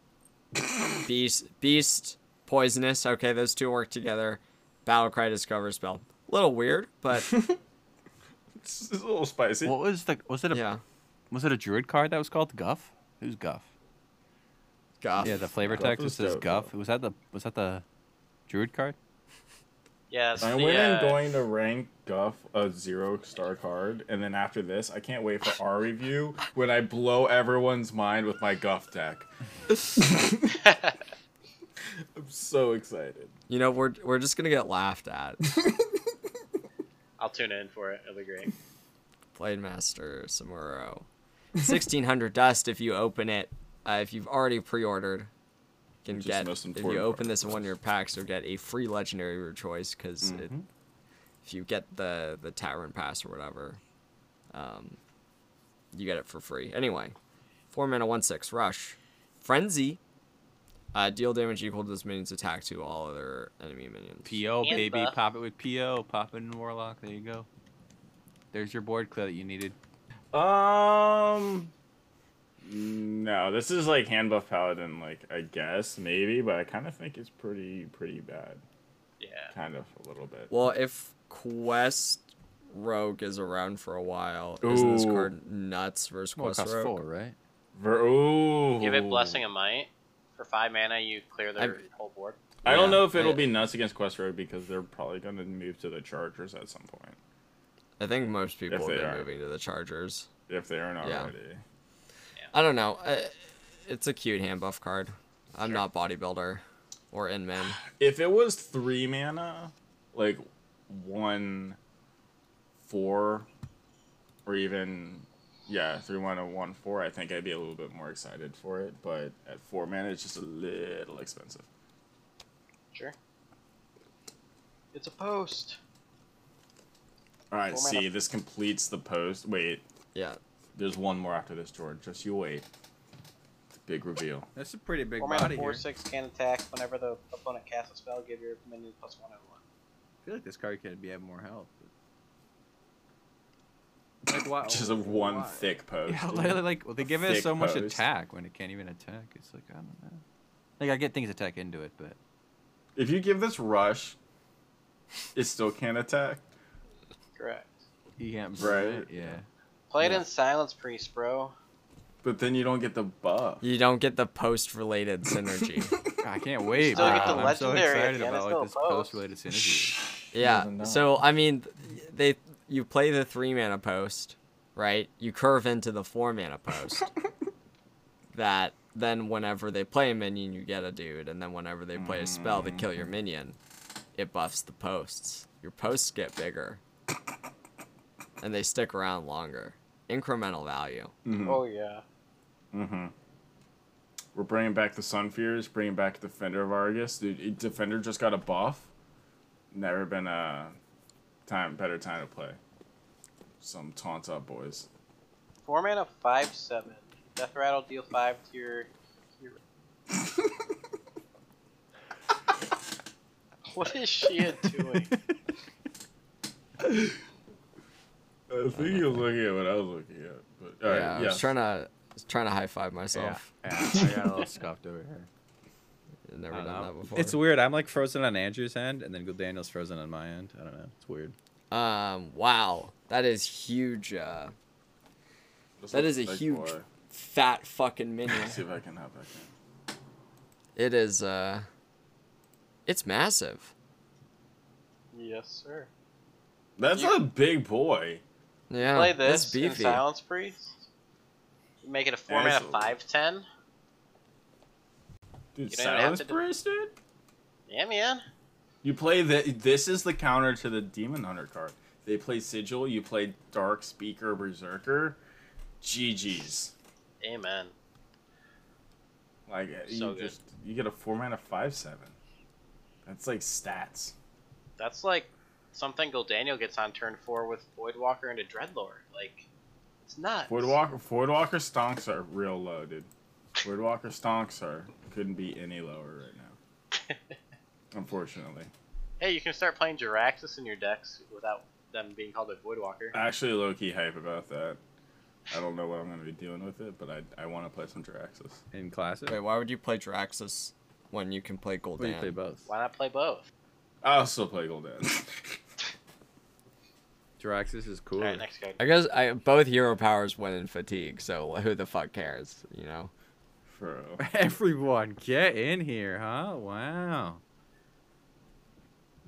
beast, beast, poisonous. Okay, those two work together. Battlecry discover spell. Little weird, but
It's, it's a little spicy.
What was the was it a
yeah.
was it a druid card that was called Guff? Who's Guff?
Guff.
Yeah, the flavor
Guff
text that
was
says
dope,
Guff. Was that the was that the druid card?
Yeah. it's
I
the,
went
uh,
in going to rank Guff a zero star card, and then after this, I can't wait for our review when I blow everyone's mind with my Guff deck. I'm so excited.
You know, we're we're just gonna get laughed at.
I'll tune in for it. It'll be great.
Blade Master Samuro. 1600 dust if you open it. Uh, if you've already pre-ordered, you can
Which is
get
the most
if you
important
open
part.
this in one of your packs, you'll get a free legendary of your choice because if you get the the Tavern Pass or whatever, um, you get it for free. Anyway, four mana one six rush, frenzy. Uh, deal damage equal to this minion's attack to all other enemy minions.
PO
And
baby,
buff.
pop it with PO, pop it in Warlock. There you go. There's your board clear that you needed.
Um. No, this is like hand buff paladin. Like I guess maybe, but I kind of think it's pretty pretty bad.
Yeah.
Kind of a little bit.
Well, if Quest Rogue is around for a while, isn't this
Ooh.
card nuts versus
Well, it
Quest
costs
Rogue?
four, right?
Ver- ooh.
Give it Blessing of Might. For five mana, you clear their
I-
whole board.
I don't
Yeah,
know if it'll
I-
be nuts against Quest Road because they're probably gonna move to the Chargers at some point
I think most people
If
have
they
been
are.
moving to the Chargers.
if they aren't
Yeah.
already.
I don't know. Uh, it's a cute hand buff card. I'm not bodybuilder or in man.
If it was three mana, like one, four, or even yeah, three mana one four, I think I'd be a little bit more excited for it. But at four mana, it's just a little expensive.
Sure. It's a post.
All right,
Four mana.
see, this completes the post. Wait,
Yeah.
there's one more after this, George. Just you wait. It's a big reveal.
That's a pretty big
Four
body
mana,
here.
four six can attack. Whenever the opponent casts a spell, give your minion plus one over one.
I feel like this card could be have more health. but- Like why?
Just a one
why?
thick post.
Yeah, literally, like well, they give it
thick
so much
post.
attack when it can't even attack. It's like I don't know. Like I get things attack into it, but
If you give this rush, it still can't attack.
Correct.
you can't.
Right.
Yeah.
Play it in Silence Priest, bro.
But then you don't get the buff.
You don't get the post related synergy.
I can't wait.
Still
get
bro.
the
I'm so
legendary
excited
again, it's still
about like,
a
this
post.
post related synergy.
yeah.
doesn't know.
So I mean, they you play the three mana post, right? You curve into the four mana post. that then whenever they play a minion, you get a dude, and then whenever they play a spell to kill your
Mm.
minion, it buffs the posts. Your posts get bigger, and they stick around longer. Incremental value.
Oh yeah.
Mm-hmm. We're bringing back the Sunfears, bringing back Defender of Argus. Dude, it- Defender just got a buff. Never been a time better time to play. Some taunt up boys.
Four mana, five seven. Death rattle, deal five to your. hero. what is Shia doing?
I think he was looking at what I was looking at, but all right,
yeah, I was trying to, I was trying to high five myself.
I got a little scuffed over here.
I've never
I
done
don't know.
that before.
It's weird. I'm like frozen on Andrew's end, and then Good Daniel's frozen on my end. I don't know. It's weird.
Um, wow, that is huge. Uh,
Let's
That
look
is a
at Big
huge-
Boy.
fat fucking minion.
Let's see if I can hop back in.
it is. Uh, it's massive.
yes, sir.
That's a big boy.
Yeah,
Play
It's
this in
Oh, beefy.
Silence Priest. Make it a four mana,
Absolutely.
five ten.
Dude,
You don't even have
Silence
to do-
Priest, dude.
Yeah, man.
You play the. This is the counter to the Demon Hunter card. They play Sigil. You play Dark Speaker Berserker. GGs.
Amen.
Like uh, you
So good.
just you get a four mana five seven. That's like stats.
That's like something Goldaniel gets on turn four with Voidwalker into Dreadlord. Like, it's nuts.
Voidwalker Voidwalker stonks are real low, dude. Voidwalker stonks are couldn't be any lower right now. Unfortunately.
Hey, you can start playing Jiraxis in your decks without them being called a Voidwalker.
Actually low key hype about that. I don't know what I'm gonna be doing with it, but I I wanna play some Draxus.
In classic,
Wait, why would you play Draxus when you can play
Well, you play
Gul'dan?
both.
Why not play both?
I'll still play Golden.
Jiraxis is cool.
All right, next card.
I guess I, both hero powers win in fatigue, so who the fuck cares, you know?
For
Everyone, get in here, huh? Wow.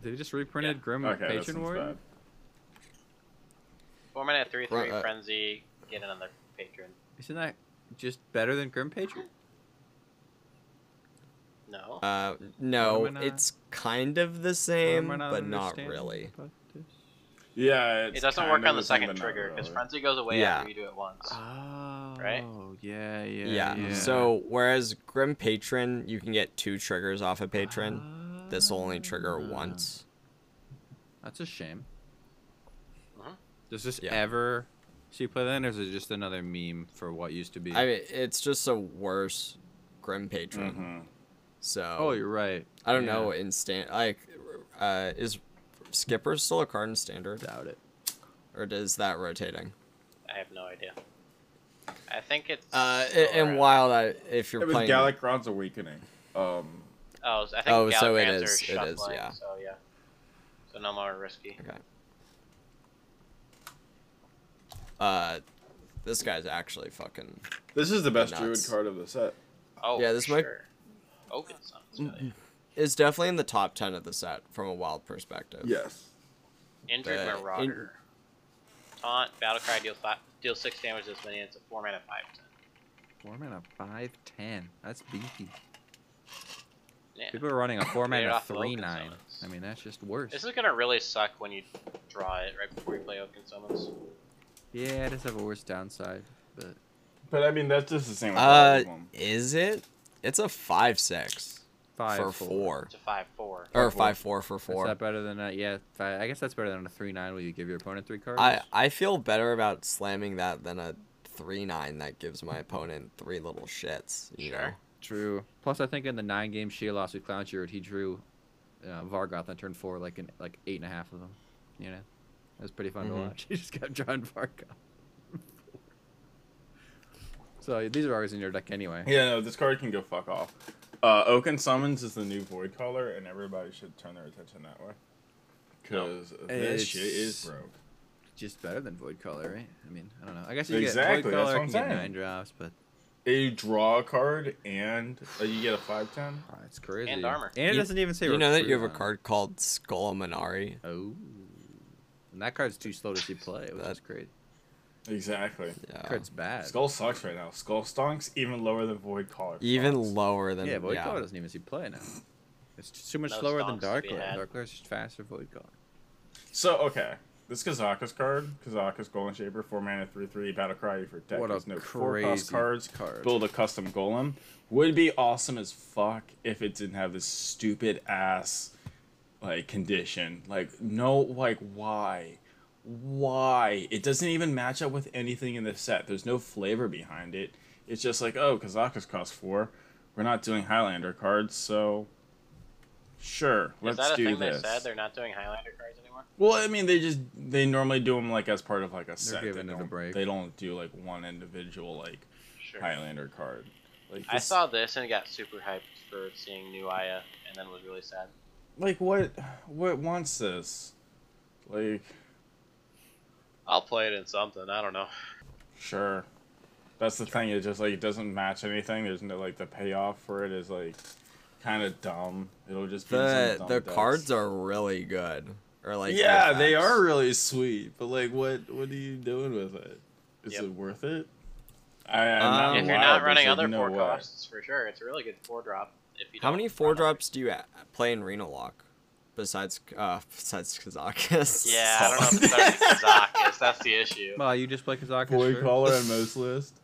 They just reprinted Grim
okay, that sounds
Patron Warrior.
bad.
Four mana, three three
Right, uh,
frenzy. Get another patron.
Isn't that just better than Grim Patron?
No.
Uh,
Why
no,
am I not-
it's kind of the
Or am
same,
I
but not
understanding
really.
about this?
Yeah,
it
it's
doesn't
kind
work
of
on the
same,
second
but not
trigger because
really.
frenzy goes away
Yeah.
after you do it once.
Oh,
Right?
Yeah, yeah,
Yeah. So whereas Grim Patron, you can get two triggers off a patron. This will only trigger
Ah.
once.
That's a shame.
Mhm.
Does this
Yeah.
ever see play then, or is it just another meme for what used to be?
I mean, it's just a worse Grim Patron.
Mhm.
So
oh, you're right.
I don't
Yeah.
know in stand like uh, is Skipper still a card in standard
Doubt it.
or is that rotating?
I have no idea. I think it's.
Uh,
still
a- and
around.
while I, if you're
It was
playing
Gallic Grounds Awakening. Um
Oh, I think
Oh, so it
Gallivants
is-
are
it is,
shuffling,
yeah.
So yeah. So no more risky.
Okay. Uh, this guy's actually fucking.
This is the best druid
Nuts.
card of the set.
Oh
Yeah, this
for
might-
Sure. Oh, Open something.
Is definitely in the top ten of the set from a wild perspective.
Yes.
Injured
Uh, in-
Marauder. Taunt, battle cry, deal five, deal six damage to this minion. It's a four mana five ten.
Four mana five ten. That's beefy.
Yeah.
People are running a four
Played
mana
off of
three
Oaken
nine.
Summons.
I mean, that's just worse.
This is gonna really suck when you draw it right before you play Oaken Summons.
Yeah, it does have a worse downside, but
But I mean, that's just the same. with all
Uh,
of them.
is it? It's a five six
five
for
four.
four,
It's a five four.
or five four for
Is
four.
that better than that? Yeah, five, I guess that's better than a three nine where you give your opponent three cards.
I I feel better about slamming that than a three nine that gives my opponent three little shits. You know.
Sure.
True. Plus, I think in the nine game she lost with Clown Shirt, he drew uh, Vargoth on turn four, like an, like eight and a half of them. You know, it was pretty fun to
Mm-hmm.
Mhm.
watch. He just kept drawing Vargoth. so these are always in your deck anyway.
Yeah, no, this card can go fuck off. Uh, Oaken Summons is the new Void Caller, and everybody should turn their attention that way. Because this
It's-
shit is broke.
Just better than Void Color, right? I mean, I don't know. I guess you get
Exactly, that's
Void Color,
what
I
I'm
can get
saying.
nine drops, but
You draw a card and uh, you get a 510.
Ah,
oh, it's crazy.
And armor.
And it
You-
doesn't even say
you know that you have a
recruit on
card called Skull of Minari.
it. Oh.
And that card's too slow to see play, which
That-
is great.
Exactly.
Yeah.
That card's bad.
Skull sucks right now. Skull stonks even lower than void collar.
Even
stonks.
lower than
yeah, Void Caller doesn't even see play now. It's just so much
No
slower than
stocks to be
Darkler.
had.
Darkler's just faster Void Caller.
So okay, this Kazaka's card, Kazaka's Golem Shaper, four mana, three three, battle cry for tech.
What a
There's no four cost
crazy
cards.
card.
Build a custom golem would be awesome as fuck if it didn't have this stupid ass like condition. Like no, like why, why? It doesn't even match up with anything in the set. There's no flavor behind it. It's just like oh, Kazaka's cost four. We're not doing Highlander cards, so sure,
Is
let's
that a
do
thing
this.
they said? They're not doing Highlander cards anymore.
Well, I mean, they just they normally do them like as part of like a set.
giving
they
it a
don't,
break.
They don't do like one individual like
Sure.
Highlander card. Like
I
this-
saw this and got super hyped for seeing new Aya, and then was really sad.
like what what wants this? Like
I'll play it in something. I don't know.
sure, that's the thing. It just like it doesn't match anything. There's no like the payoff for it is like kind of dumb. It'll just be some
The
dumb
the
decks.
cards are really good. Or like
yeah,
artifacts.
they are really sweet, but like, what what are you doing with it? Is
Yep.
it worth it? I, I'm
Um,
not
if you're
wild,
not
Oh, there's,
running
like,
other
no
four
way.
costs, for sure, it's a really good four drop. If you
How
don't
many four
run other-
drops do you a- play in Reno Lock? Besides, uh, besides Kazakus.
Yeah, I don't know if it's starting Kazakis. That's the issue.
Well, you just play Kazaka.
Boy
sure.
collar and most list.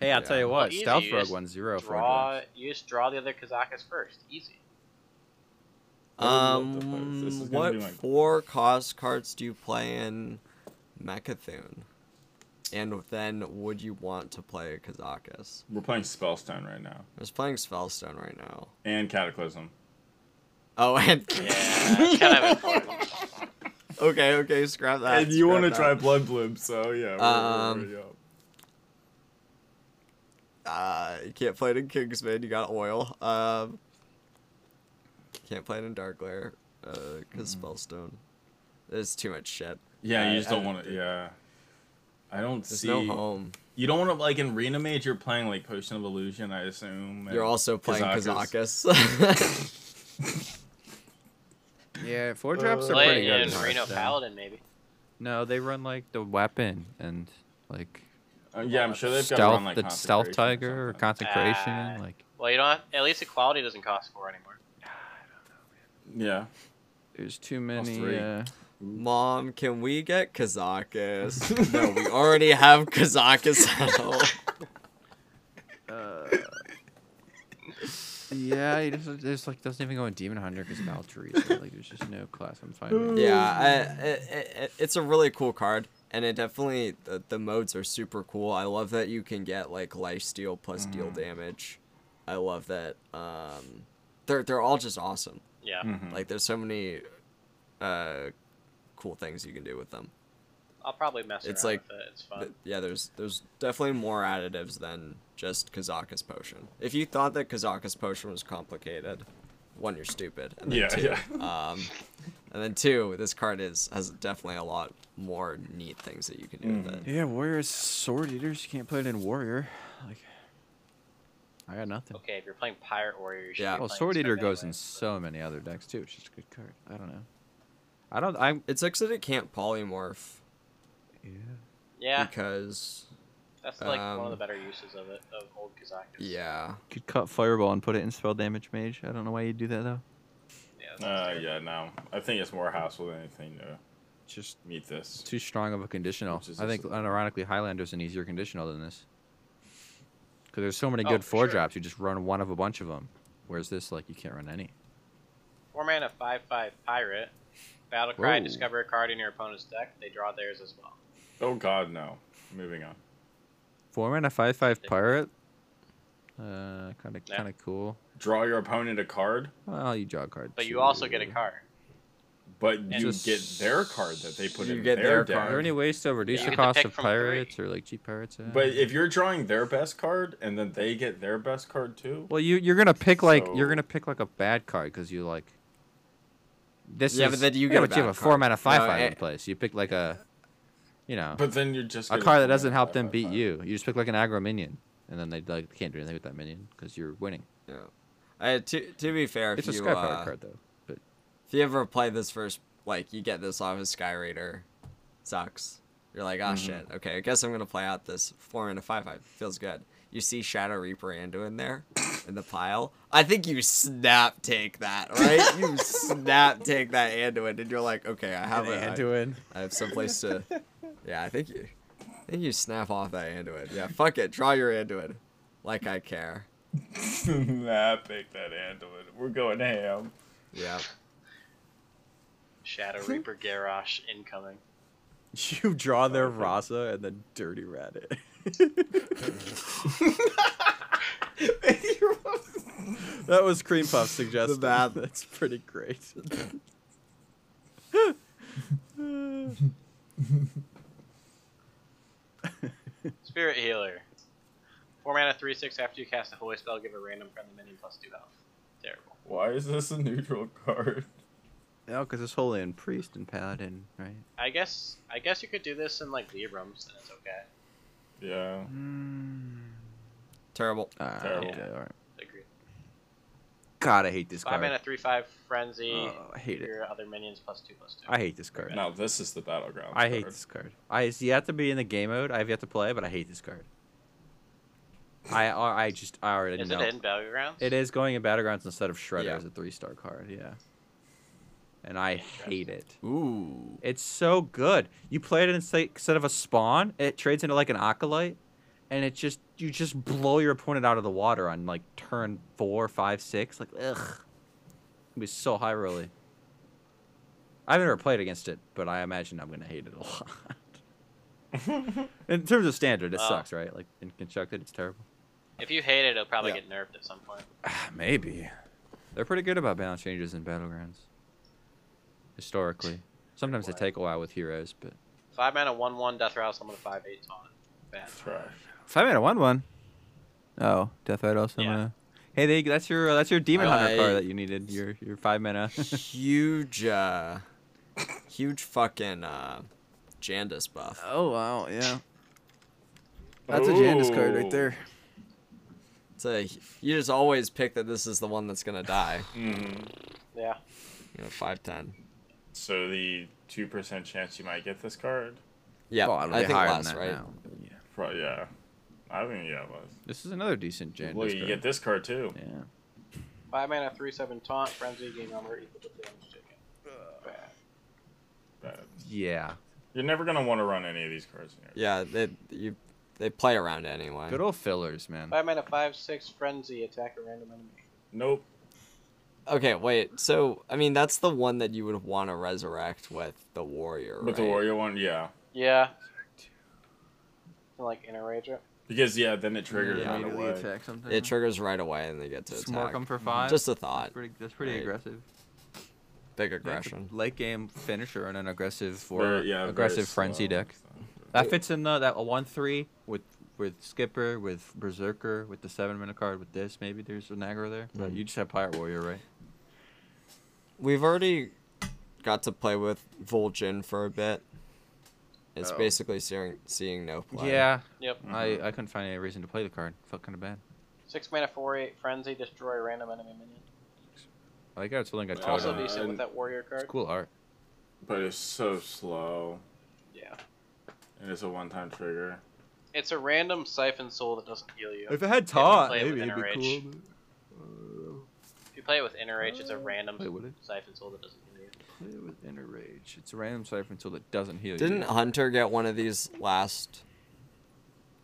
Hey, I'll tell you what,
Well, easy,
Stealth
you
Rogue
just
won zero for
Draw. You just draw the other Kazakas first. Easy.
I would love to play this. This
Um,
is gonna
what
be my-
four cost cards do you play in Mechathune? And then would you want to play Kazakus?
We're playing Spellstone right now
I was playing Spellstone right now.
and Cataclysm.
Oh, and
Yeah, it's kind of important.
okay, okay, scrap that.
and you want to
scrap
try
that.
Blood Blimp, so yeah. We're,
Um,
we're, already up.
Uh, you can't play it in Kingsman. You got oil. Um, can't play it in Darkglare. Uh, cause
Hmm.
Spellstone. There's too much shit.
yeah,
I-
you just don't
I-
want to. Yeah, I don't
There's
see.
no home.
You don't want to like in Arena Mage. You're playing like Potion of Illusion, I assume. and
You're also playing
Kazakus.
Kazakus.
Yeah, four drops are
They're
Play
pretty
in
good.
in
Reno
Hearthstone.
Paladin, maybe.
No, they run like the weapon and like
Uh, yeah, I'm sure they've got
stealth,
one, like
the stealth
Consecration or
tiger or
something.
consecration.
Ah.
like,
Well, you don't. Have, at least equality doesn't cost four anymore.
yeah,
there's too many.
three.
Uh,
Mom, can we get Kazakus? no, we already have Kazakus out.
uh, yeah, it just, there's like doesn't even go in demon hunter because of Valkyrie. So, like, there's just no class I'm finding.
yeah, I, it, it, it's a really cool card, and it definitely the, the modes are super cool. I love that you can get like lifesteal plus deal damage. I love that. Um, they're they're all just awesome.
Yeah.
Hmm. Mm-hmm. Mm.
Like there's so many uh, cool things you can do with them.
I'll probably mess
It's
around
like-
with it. It's fun.
Th- yeah, there's there's definitely more additives than just Kazakus potion. If you thought that Kazakus potion was complicated, one you're stupid, and then
Yeah,
two,
yeah.
um, and then two, this card is has definitely a lot more neat things that you can do with it.
Yeah, warrior is sword eaters. You can't play it in warrior. Like, I got nothing.
okay, if you're playing Pirate Warrior, you should
Yeah.
be
Well,
playing
sword
stuff
eater goes in
anyway.
so many other decks too. It's just a good card. I don't know. I don't. I'm.
It sucks that it can't polymorph
Yeah.
Yeah,
because
that's like one
um,
of the better uses of it of old Kazakas.
yeah,
Could cut fireball and put it in spell damage mage. I don't know why you'd do that though.
Yeah. that's
Uh,
terrible.
yeah, no. I think it's more hassle than anything to
It's just
meet this.
too strong of a conditional.
Which is
I think,
also-
unironically, Highlander's an easier conditional than this. Because there's so many
Oh,
good
for
four
sure.
drops, you just run one of a bunch of them. Whereas this, like, you can't run any.
Four mana, five five pirate. Battle cry.
Whoa.
Discover a card in your opponent's deck. They draw theirs as well.
Oh God, no. Moving on.
Four mana, five five
Yeah.
pirate. Uh, kind of,
Yeah.
kind of cool.
Draw your opponent a card.
Well, you draw a card.
But you also get a
too.
card.
But you
Just-
get their card that they put
You
in
get
their,
their
deck.
Are there any ways to reduce
you
the
get to
cost
pick
of
from three.
pirates or like cheap pirates? uh,
But if you're drawing their best card and then they get their best card too,
well, you you're gonna pick like you're
So-
gonna pick like a bad card because you like. This
Yeah,
is,
but then you get a
but you
bad
have a four
card.
mana five
No,
five in
eh.
place. You pick like a, you know.
but then you're just
a
gonna
card that
come
doesn't
in
help
five
them
by
beat
five.
you. You just pick like an aggro minion, and then they like can't do anything with that minion because you're winning.
yeah. Uh, to to be fair, if
It's a
you
sky power
uh,
card though. But
if you ever play this first like you get this off of Sky Raider, sucks. You're like, oh shit, okay, I guess I'm gonna play out this four and a five five. Feels good. You see Shadow Reaper Ando in there in the pile. I think you snap take that, right? you snap take that Anduin, and you're like, okay, I have a, I,
Anduin.
I have someplace to. Yeah, I think you, I think you snap off that Anduin. Yeah, fuck it, draw your Anduin, like I care.
nah, pick that Anduin. We're going ham.
Yeah.
Shadow Reaper Garrosh incoming.
You draw their Rasa and then dirty rat it. that was Cream Puff suggested.
The map.
That's pretty great.
Spirit Healer. Four mana, three six. After you cast a holy spell, give a random friendly minion plus two health. Terrible.
Why is this a neutral card?
no, because it's holy and priest and paladin, right?
I guess I guess you could do this in like Librams and it's okay.
Yeah.
Terrible.
Ah,
Terrible.
yeah, all right.
Agree.
God, I hate this
Five
card.
mana, three five frenzy.
Oh, I hate it.
Your other minions plus two plus two.
I hate this card.
Now this is the battleground.
I hate
card.
this card. I it's yet to be in the game mode. I've yet to play, but I hate this card. I I I just I already
Is
know.
it in battlegrounds?
It is going in battlegrounds instead of Shredder
Yeah.
as a three star card. Yeah. And I hate it.
Ooh.
It's so good. You play it instead instead of a spawn. It trades into like an acolyte, and it just you just blow your opponent out of the water on like turn four, five, six. Like ugh, it was so high really. I've never played against it, but I imagine I'm gonna hate it a lot. in terms of standard, it
Wow.
sucks, right? Like in constructed, it's terrible.
If you hate it, it'll probably
Yeah.
get nerfed at some point.
Maybe. They're pretty good about balance changes in battlegrounds. Historically, sometimes they
Why?
take a while with heroes, but
Five mana, one one. Deathrouse. Someone five eight taunt. Bad.
Trash.
Five minute one one. Oh, Death Ed also.
Yeah.
uh, Hey, they, that's your uh, that's your Demon Hunter
I-
card that you needed. Your your five mana.
huge uh huge fucking uh Jandis buff.
oh wow, yeah.
That's a Janus card right there.
It's a you just always pick that this is the one that's gonna die.
Mm-hmm.
Yeah.
You know, five ten.
So the two percent chance you might get this card.
Yeah,
Oh, it'll
I
be
think
higher than
less,
that
right?
now.
Pro- yeah. I think yeah. It was.
This is another decent Janus
Well, you
card.
get this card too.
Yeah.
Five mana, three seven taunt. Frenzy. Gain armor equal to damage taken. Bad.
Bad.
Yeah.
You're never gonna want to run any of these cards in here.
Yeah, they you they play around it anyway.
Good old fillers, man.
Five mana, five six. Frenzy. Attack a random enemy.
Nope.
Okay, wait. So I mean, that's the one that you would want to resurrect with the warrior.
But the
right?
warrior one, yeah.
Yeah. like inner rage it.
Because yeah, then it triggers
Yeah.
right away.
something.
It triggers right away, and they get to
Smirk
attack.
'em for Mhm. five.
Just a thought.
pretty, that's pretty
Right.
aggressive.
Big
That's a
aggression.
Late game finisher on an aggressive
Or,
or
yeah, very
aggressive frenzy
slow.
deck. That fits in the that one three with with skipper with berserker with the seven minute card with this maybe there's an aggro there but
Mhm.
you just have pirate warrior right
We've already got to play with Vol'jin for a bit. It's
Oh.
basically seeing seeing no play.
Yep.
Mm-hmm.
I I couldn't find any reason to play the card felt kind of bad
Six mana, four eight. Frenzy. Destroy a random enemy minion.
I like how it's only got
But
totem.
Also
Totally.
decent with that warrior
it's
card.
cool art
But it's so slow,
Yeah.
and it's a one-time trigger.
It's a random siphon soul that doesn't heal you.
if it had
taunt,
taunt
play it
maybe
maybe with
it'd
it'd be
be
NRH.
cool
If you play it with inner rage, it's a
uh,
random
Wait, would it?
siphon soul that doesn't heal you.
play it with inner rage it's a random cipher until it doesn't heal
Didn't
you
Hunter get one of these last?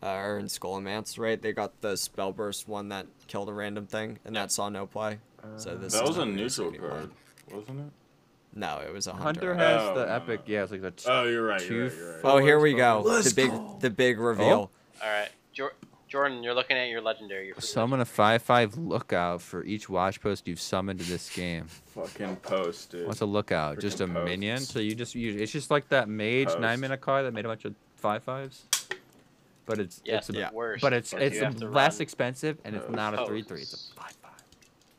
Uh, or in Skullomance, right? They got the Spellburst one that killed a random thing, and that saw no play. So this
that
is
was a
not really
neutral
gonna be
card,
fun.
wasn't it?
No, it was a
Hunter
Hunter.
has
Oh,
the
no,
epic
no.
yeah it's like the t-
Oh, you're right.
Two
You're right, you're right.
fu-
oh, here we go.
Spellburst.
the big, the big reveal.
All right, Jor- Jordan, you're looking at your legendary. Your free
summon a five five lookout for each watch post you've summoned to this game
Fucking post, dude.
What's a lookout? Just a
Freaking posts.
minion. So you just you, it's just like that mage
Posts.
nine minute card that made a bunch of five fives. But it's
Yeah,
it's a,
Yeah.
worse.
but it's
Like,
it's
you have to
less
run
expensive and it's
posts.
not a three three. It's
Posts.
a five five.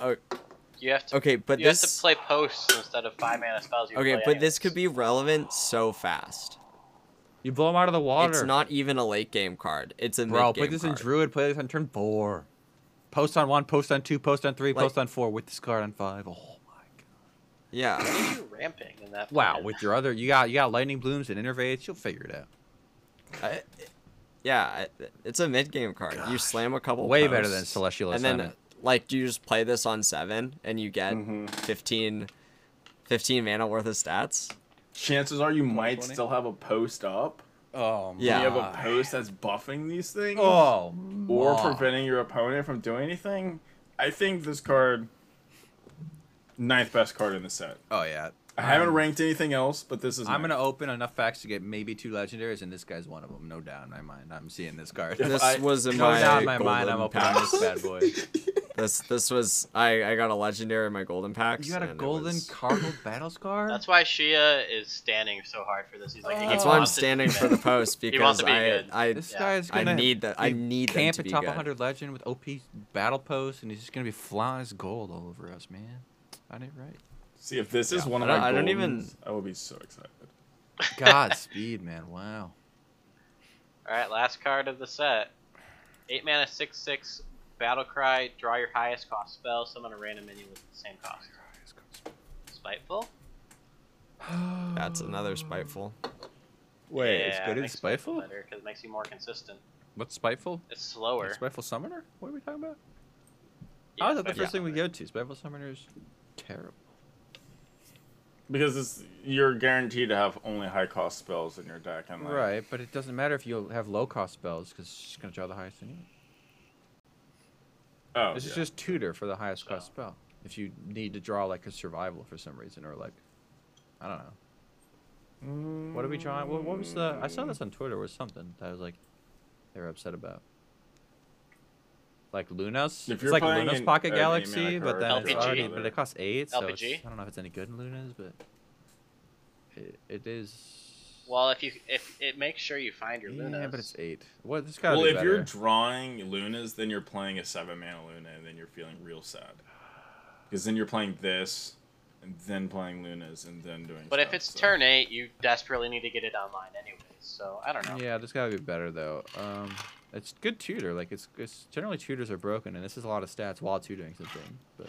You have to.
Oh, Okay, but
you
this.
have to play posts instead of five mana spells. You
okay,
play
but
anyways.
this could be relevant so fast.
You blow him out of the water.
It's not even a late game card. It's a
bro.
mid
Play
game
this
card.
in druid. Play this on turn four. Post on one. Post on two. Post on three.
Like-
post on four with this card on five. Oh my god.
Yeah.
What are you ramping in that?
Wow,
plan?
with your other, you got you got lightning blooms and innervates. You'll figure it out.
I, yeah, I, it's a mid game card. You slam a couple.
Way better than
posts,
Celestial
And then,
Ascendant.
like, you just play this on seven, and you get
Mhm.
15, 15 mana worth of stats.
Chances are you might
20?
still have a post up.
Oh my.
Yeah.
You have a post that's buffing these things.
Oh.
or
my.
preventing your opponent from doing anything. I think this card, ninth best card in the set.
Oh yeah.
I haven't ranked anything else, but this is.
I'm
ninth.
gonna open enough facts to get maybe two legendaries, and this guy's one of them. No doubt in my mind. I'm seeing this card.
Yeah.
no
This
I-
was in my,
doubt in my mind. I'm
golden
opening
packs.
this bad boy.
This this was I I got a legendary in my golden packs.
You got a
and it
golden
was-
cardinal battle scar.
That's why Shia is standing so hard for this. He's like, he
Oh.
Uh, That's
keeps
why I'm
wanting to do
standing
that.
for the post
He wants
because
to be
I
good.
I
This
Yeah.
guy's
I
gonna
need that. I
be
need them
camp
to
at
be
top
good.
100 legend with OP battle post, and he's just gonna be flying his gold all over us, man. I did right.
see if this is
Yeah.
one of
I
my.
don't- I don't even-
goldens, I will be so excited.
Godspeed, man. Wow.
All right, last card of the set. Eight mana, six six, battle cry. Draw your highest cost spell. Summon a random minion with the same cost. Spiteful.
That's another spiteful.
Wait,
yeah,
it's good
it
as
makes
spiteful.
better because it makes you more consistent.
What's spiteful?
It's slower.
Spiteful summoner? What are we talking about? Oh,
Yeah,
I thought the
Spiteful
first thing we
Summoner.
go to. Spiteful summoner is terrible.
Because it's, you're guaranteed to have only high cost spells in your deck, and like,
Right, but it doesn't matter if you have low cost spells because it's just gonna draw the highest thing.
Oh,
This is
yeah.
just tutor for the highest cost
So-
spell. If you need to draw like a survival for some reason or like, I don't know. What are we drawing? What, what was the? I saw this on Twitter was something that I was like, they were upset about. Like Lunas,
If
it's
you're
like
playing
Lunas
an-
Pocket
an
Galaxy,
Maniac
but
or
then it's
LPG.
already, but it costs eight. So it's-
LPG.
I don't know if it's any good in Lunas, but it, it is.
Well, if you if it makes sure you find your Luna.
yeah, but it's eight. What? This got to
Well,
be
if
better.
you're drawing Lunas, then you're playing a seven mana Luna, and then you're feeling real sad. Because then you're playing this, and then playing Lunas, and then doing.
But if
stuff,
it's
so.
turn eight, you desperately need to get it online anyways. So I don't know.
Yeah, this gotta be better though. Um, it's good tutor. Like it's, it's generally tutors are broken, and this is a lot of stats while tutoring something. But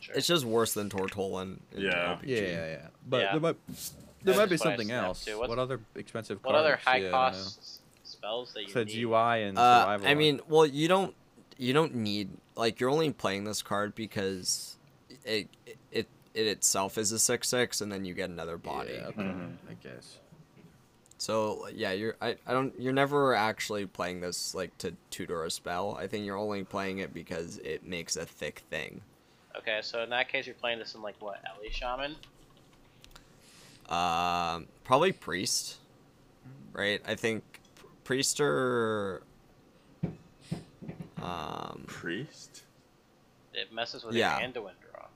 Sure.
It's just worse than Tortolan. in
Yeah.
LPG.
yeah, yeah, yeah. But
Yeah.
there might there
That's
might be
what I
something
snapped
else.
to. What's-
What other expensive?
What other
cards?
high
Yeah, I don't
cost s- spells that you
know. Said
need?
UI and
Uh,
survival.
I mean, well, you don't you don't need like you're only playing this card because it it it itself is a six six, and then you get another body. Mm-hmm.
Yeah, okay,
Mhm.
I guess.
So yeah, you're I, I don't you're never actually playing this like to tutor a spell. I think you're only playing it because it makes a thick thing.
Okay, so in that case, you're playing this in like what? Ellie Shaman.
Um, probably priest, right? I think priest or um
priest.
It messes with
Yeah.
your Anduin draw.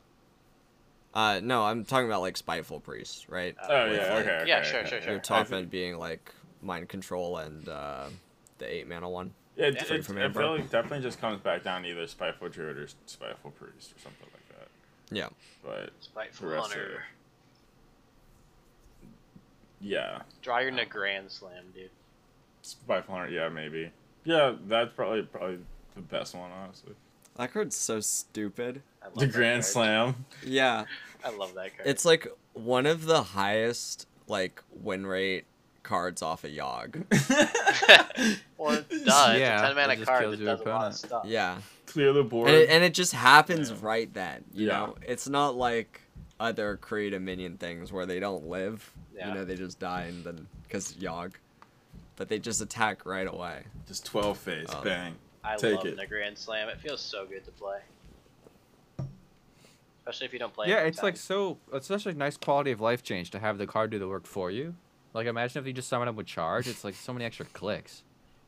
uh no, I'm talking about like spiteful priest, right?
Uh,
Oh
with,
yeah,
like,
okay.
Yeah,
okay,
sure,
okay.
sure,
Your
sure.
top end being like mind control and uh, the eight mana one.
Yeah, it,
Free
it,
from
I
Amber.
feel like it definitely just comes back down to either spiteful druid or spiteful priest or something like that.
Yeah.
But
Spiteful
The rest of
Hunter.
yeah,
Draw your Nagran Slam, dude.
spiteful hunter. Yeah, maybe. Yeah, that's probably probably the best one honestly.
That card's so stupid.
I love
The
that
grand
card.
slam.
Yeah.
I love that card.
It's like one of the highest like win rate cards off a of Yogg.
or duh,
Yeah,
it's a ten
it
mana
just
card that
kills
does
your
a lot of
opponent.
stuff.
Yeah.
Clear the board.
And it, and it just happens
Yeah.
right then, you
Yeah.
know. It's not like other create a minion things where they don't live.
Yeah.
You know, they just die and then cuz Yogg. But they just attack right away.
just twelve phase.
Oh.
bang.
I
Take
love
it.
Nagran Slam. It feels so good to play. Especially if you don't play.
yeah,
every
it's like
time.
so. It's such a nice quality of life change to have the card do the work for you. Like imagine if you just summon up with charge. It's like so many extra clicks.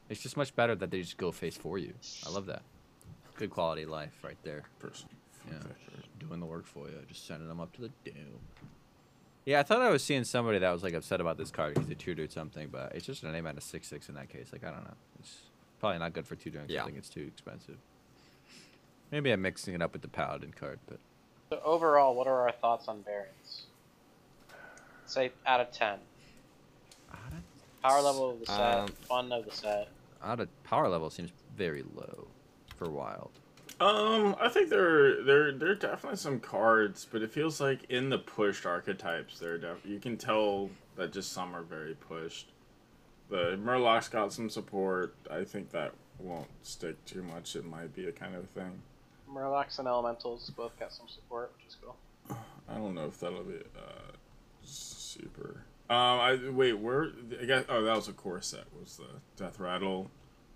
It's just much better that they just go face for you. I love that. Good quality of life right there.
Person.
Yeah, doing the work for you, just sending them up to the doom. Yeah, I thought I was seeing somebody that was like upset about this card because they tutored something, but it's just an name out of six six in that case. Like I don't know, it's probably not good for tutoring
Yeah.
something. It's too expensive. Maybe I'm mixing it up with the paladin card, but
So overall, what are our thoughts on variants? Say out of ten. Power level of the set,
Um,
fun of the set.
out of power level seems very low for wild.
Um, I think there there there are definitely some cards, but it feels like in the pushed archetypes, there def- you can tell that just some are very pushed. The Murloc's got some support. I think that won't stick too much. It might be a kind of thing.
Murlocs and Elementals both got some support, which is cool.
I don't know if that'll be uh, super. Um, I wait. Where I guess? Oh, that was a core set. Was the Death Rattle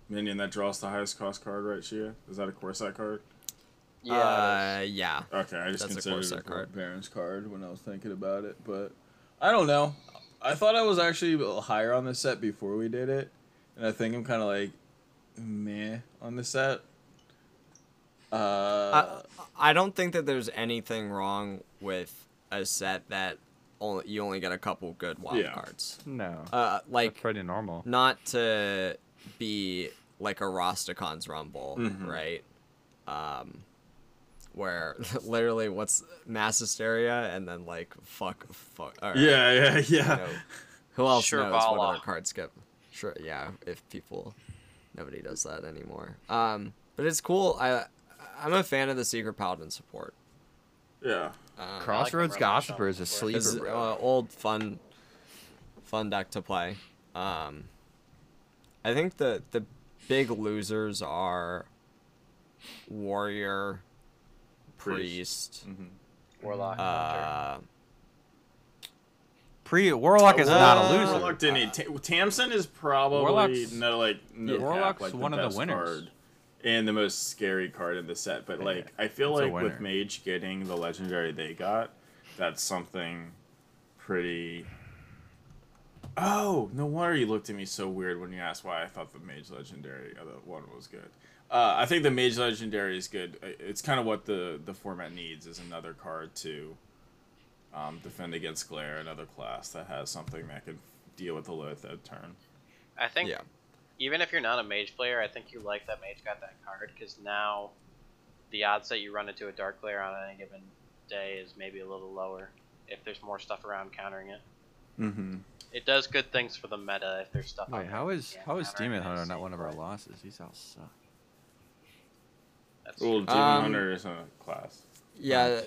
minion that draws the highest cost card, right, Shia? Is that a core set card?
Yeah.
Uh, yeah.
Okay, I just
That's a
considered
Corsair
it a
card.
Baron's card when I was thinking about it, but I don't know. I thought I was actually a little higher on this set before we did it, and I think I'm kind of like meh on the set. Uh,
I, I don't think that there's anything wrong with a set that only you only get a couple good wild
Yeah.
cards.
No.
Uh, like
That's pretty normal.
not to be like a Rostacon's Rumble,
Mm-hmm.
right? Um, where literally what's mass hysteria and then like fuck, fuck. Or,
yeah, yeah, yeah.
you know, who else
Sure,
knows what
Vala.
other cards get? Sure, yeah. If people, nobody does that anymore. Um, but it's cool. I, I'm a fan of the Secret Paladin support.
Yeah.
Um,
Crossroads
Rumble
Gossiper
Shuffle
is a
before.
sleeper,
is
bro.
uh, old fun fun deck to play. Um, I think the the big losers are warrior, priest,
Warlock. Hunter.
uh,
Pre Warlock is not a loser.
Warlock didn't need. Ta- Tamsin is probably
Warlock's-
no like no
Yeah.
cap,
Warlock's
like,
one of the
best
winners.
card and the most scary card in the set. But like I feel
it's a
like with
winner.
Mage getting the legendary they got, that's something pretty. Oh no wonder you looked at me so weird when you asked why I thought the Mage legendary uh, the one was good. Uh, I think the Mage legendary is good. I- It's kind of what the the format needs is another card to um, defend against glare, another class that has something that can deal with the Lilith at turn.
I think
yeah.
even if you're not a mage player, I think you like that mage got that card because now the odds that you run into a dark glare on any given day is maybe a little lower if there's more stuff around countering it.
Mm-hmm.
It does good things for the meta if there's stuff. out
Wait,
there
how
that you
is
can't
how is
counter in
Demon Hunter
a
not
safe
one of our
way?
losses? These all suck.
That's
Well,
true.
Demon
Um,
Hunter is a class.
yeah,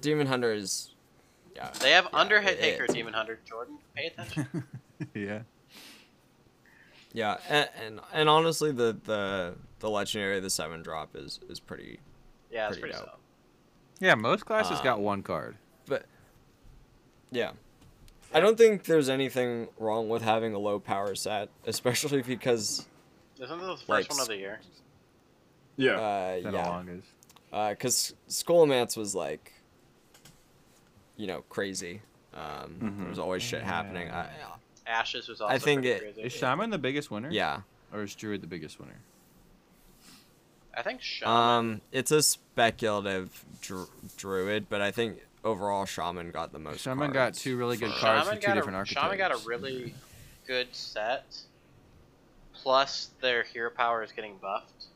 demon hunter is. Yeah,
They have
yeah,
under hit
it-
taker
it's-
Demon Hunter. Jordan, pay attention.
yeah.
Yeah, and, and and honestly, the the the legendary, the seven drop is is pretty
Yeah, it's
Pretty
pretty
dope.
solid.
Yeah, most classes
Uh,
got one card.
But yeah, I don't think there's anything wrong with having a low power set, especially because
Isn't this the first
Like,
one of the year?
Yeah.
uh,
Been a
yeah,
long is.
because Skullmance Uh, was like, you know, crazy. Um, There was always shit happening. I,
Ashes was also.
think
pretty
it-
crazy.
Is Shaman the biggest winner?
yeah,
Or is Druid the biggest winner?
I think Shaman.
um, it's a speculative dru- druid, but I think overall shaman got the most.
Shaman got
cards
two really good
for-
cards for
Shaman
two
got a-
different archetypes.
Shaman got a really good set. Plus their hero power is getting buffed.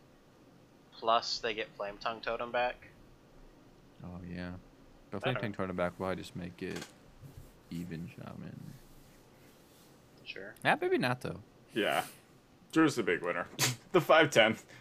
Plus they get Flame Tongue Totem back.
Oh yeah. But if
Better.
anything turning back, why just make it even Shaman?
Sure.
Nah, maybe not though.
yeah. Drew's the big winner. the 5'10.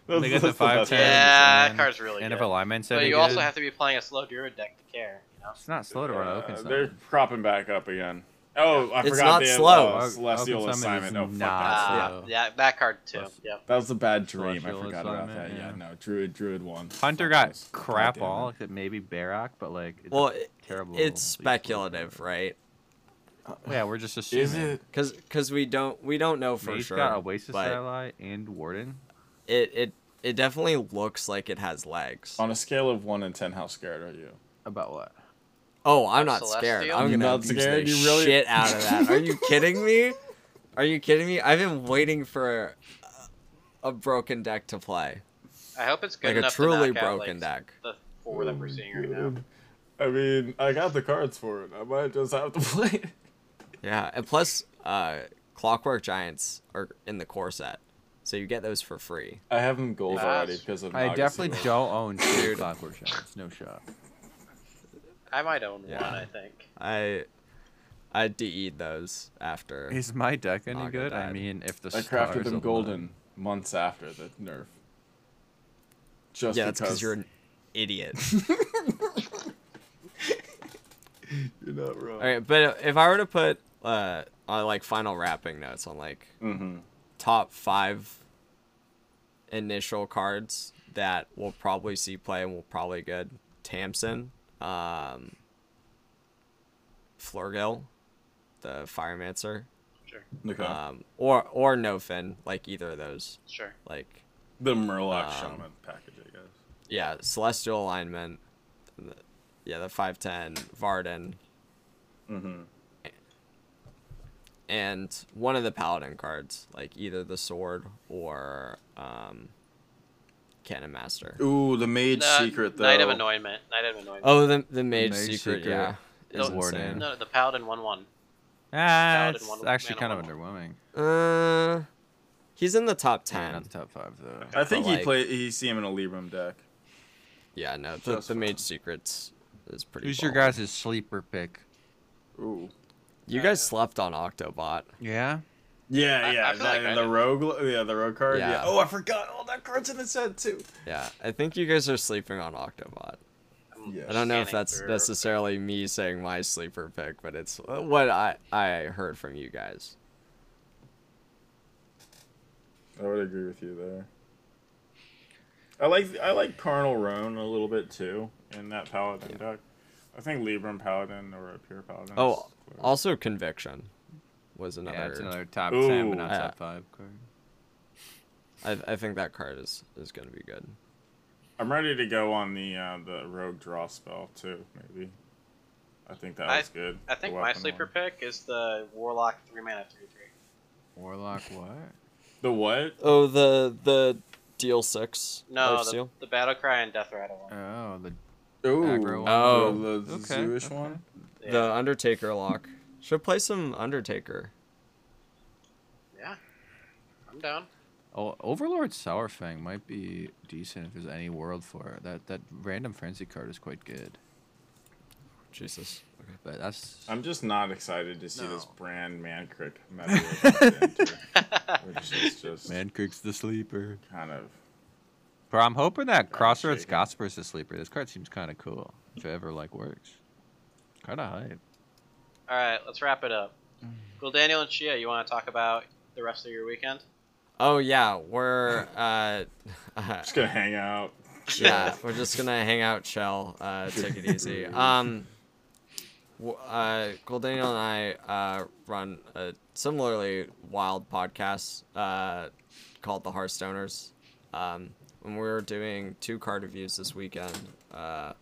That's,
They got the
that's best
Yeah,
5'10. Yeah,
one.
that
and-
card's really
and
good.
if alignment said
but
it
you also
good,
have to be playing a slow Druid deck to care. You know.
it's not slow to run
Uh,
Oaken
They're
Summon.
propping back up again. Oh, I
It's
forgot
not
they had,
slow.
uh,
Oak-
Celestial
Oaken Summon is
assignment. Oh, fuck
not
that.
slow.
Ah, yeah, that card too.
Plus-
Yep.
That was a bad dream. I
Celestial
forgot about that.
assignment,
Yeah.
yeah.
no. Druid, Druid won.
Hunter
Fuck
got
this.
crap
Goddamn it.
all except maybe Barak, but like it's
Well,
a
it-
terrible.
it's
least
speculative,
one.
right?
Yeah, we're just assuming.
Is it?
Because because we don't we don't know for
Mage
sure.
got Oasis
but
ally and Warden.
it it it definitely looks like it has legs.
On a scale of 1 and 10, how scared are you?
About what?
Oh, I'm not
Celestial?
scared. I'm
You're
gonna
not
abuse
scared?
the
You really-
shit out of that. Are you kidding me? Are you kidding me? I've been waiting for a, a broken deck to play,
I hope it's good
like a
enough
truly
to knock out, like,
broken deck.
The four that we're seeing right now.
I mean, I got the cards for it. I might just have to play it.
Yeah, and plus, uh, Clockwork Giants are in the core set, so you get those for free.
I have them gold
That's-
already because of.
I
Nagatsubo.
definitely don't own two
Dude.
Clockwork Shadows. No shot.
I might own
Yeah.
one. I think.
I I de'd those after.
Is my deck any
Naga
good? I
died.
mean, if the
I
stars
crafted them
align.
golden months after the nerf. Just
yeah, that's
because
because you're an idiot.
You're not wrong.
All right, but if I were to put uh on like final wrapping notes on like
Mm-hmm.
top five initial cards that we'll probably see play and will probably good. Tamsin, um, Flurgil, the Firemancer,
Sure.
Okay.
um, or or Nofin, like either of those.
Sure.
Like
the Murloc
um,
Shaman package, I guess.
yeah, Celestial Alignment, the, yeah, the five ten Varden,
Mm-hmm.
and one of the Paladin cards, like either the Sword or um, Cannon Master.
Ooh, the Mage
No,
Secret though.
Knight of Annoyment. Knight of Annoyment.
Oh, the the mage,
Mage
secret,
Secret
yeah.
is
Is
Warden.
insane.
No, the Paladin one one.
Ah,
Paladin
it's
one-
actually
mana
kind of
one
underwhelming.
Uh, he's in the top
Yeah,
ten.
not the top five though.
I think
but,
he
like-
played. He see him in a Libram deck.
Yeah, no, the,
That's
the
fine.
mage secrets is pretty.
Who's your
bomb.
guys' sleeper pick?
Ooh.
You guys slept on Octobot.
Yeah.
Yeah,
I-
yeah,
I feel
that-
like I
the
did.
rogue, yeah, the rogue card. Yeah.
Yeah.
Oh, I forgot all that cards in the set too.
Yeah, I think you guys are sleeping on Octobot.
I'm
Yeah.
I don't know if
scanning
that's
through.
necessarily me saying my sleeper pick, but it's what I I heard from you guys.
I would agree with you there. I like I like Carnal Roan a little bit too in that Paladin deck. I think Libram Paladin or a pure Paladin.
Oh,
is-
also conviction was another.
Yeah, it's another top
Ooh.
ten, but not
Yeah.
top five card.
I I think that card is is gonna be good.
I'm ready to go on the uh, the rogue draw spell too. Maybe. I think that
I-
was good.
I
the
think my
weapon
sleeper
one.
pick is the Warlock three mana three three.
Warlock what?
The what?
Oh, the the deal six.
No,
life
the,
steal?
the Battle Cry and Death Rattle one.
Oh, the
Ooh.
Aggro one.
Oh.
the, the
Okay,
Zewish
okay.
one.
Yeah.
the Undertaker lock. Should play some Undertaker.
yeah. I'm down.
oh, Overlord Sourfang might be decent if there's any world for it. That that random frenzy card is quite good,
Jesus.
but that's
I'm just not excited to see this
No.
brand man crick meta we're about to enter, which is just
man creeps the sleeper.
kind of
Bro, I'm hoping that Crossroads
shaking.
Gospel is the sleeper. This card seems kind of cool. If it ever like works, kind of hype.
All right, let's wrap it up. Well, Daniel and Shia, you want to talk about the rest of your weekend?
Oh yeah, we're uh,
just gonna hang out. chill.
yeah, we're just gonna hang out, chill, uh, take it easy. Um, w- uh, Gold Daniel and I uh run a similarly wild podcast uh called The Hearthstoners. Um, when we were doing two card reviews this weekend, uh,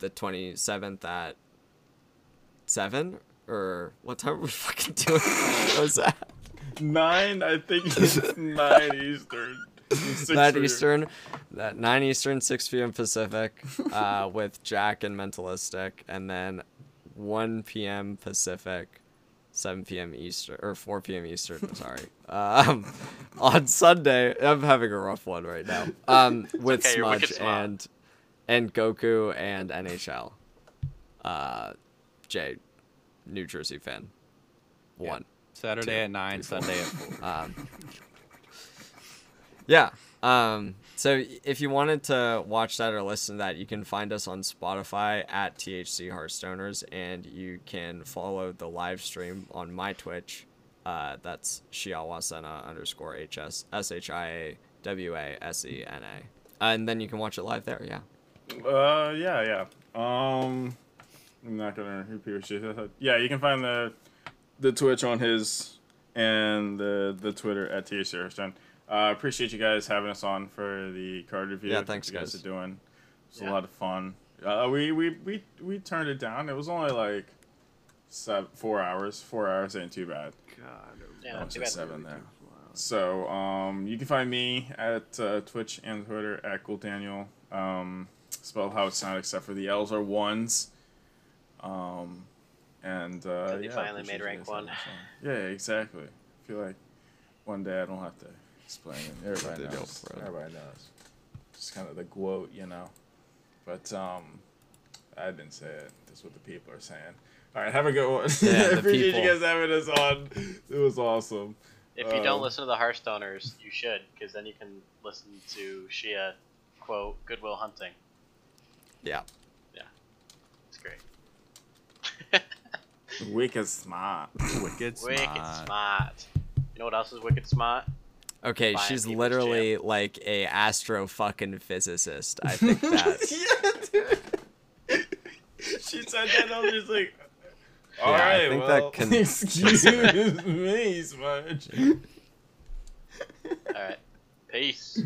the twenty seventh at seven or what time were we fucking doing? what was that?
Nine, I think it's nine Eastern. Six
That
for-
Eastern, that nine Eastern, six p.m. Pacific, uh, with Jack and Mentalistic, and then one p.m. Pacific, seven p.m. Eastern or four p.m. Eastern. Sorry. Um, on Sunday, I'm having a rough one right now. Um, with
okay, you're wicked
Smudge
smart.
and and Goku and NHL. Uh, Jay, New Jersey fan. One.
Saturday at nine, Sunday at four.
Um, yeah. Um, so if you wanted to watch that or listen to that, you can find us on Spotify at THC Hearthstoners, and you can follow the live stream on my Twitch. Uh, that's Shiawasena underscore HS S H I A W A S E N A. And then you can watch it live there, yeah.
Uh, yeah, yeah. Um, I'm not gonna repeat what she said. Yeah, you can find the the Twitch on his and the the Twitter at thcrstone. Uh, appreciate you guys having us on for the card review.
Yeah, thanks,
you guys.
guys.
are doing. It's
Yeah.
a lot of fun. Uh, we, we we we turned it down. It was only like seven, four hours. Four hours ain't too bad.
God,
Yeah,
Oh,
not
it's
too
at
bad.
seven there. So um, you can find me at uh, Twitch and Twitter at Cool Daniel. Um, spelled how it's not except for the L's are ones. Um, and uh,
Glad you
yeah, I
finally
appreciate
made
you
rank
guys having
one.
us on. Yeah, exactly. I feel like one day I don't have to explain it. Everybody
They don't,
knows.
bro.
Everybody knows. Just kind of the quote, you know. But um, I didn't say it. That's what the people are saying. All right, have a good one.
Yeah, the
appreciate you
people.
guys having us on. It was awesome.
If you don't
Um,
listen to the Hearthstoners, you should, because then you can listen to Shia quote Goodwill Hunting.
Yeah.
It's great.
Wicked smart.
Wicked smart.
Wicked smart. You know what else is wicked smart?
Okay,
Buy a people's
she's
jam.
literally like a astro fucking physicist. I think that.
yeah, dude. she said that and I was just like, all
Yeah, I
right,
think that
well,
can-
excuse me, smudge.
All right. Peace.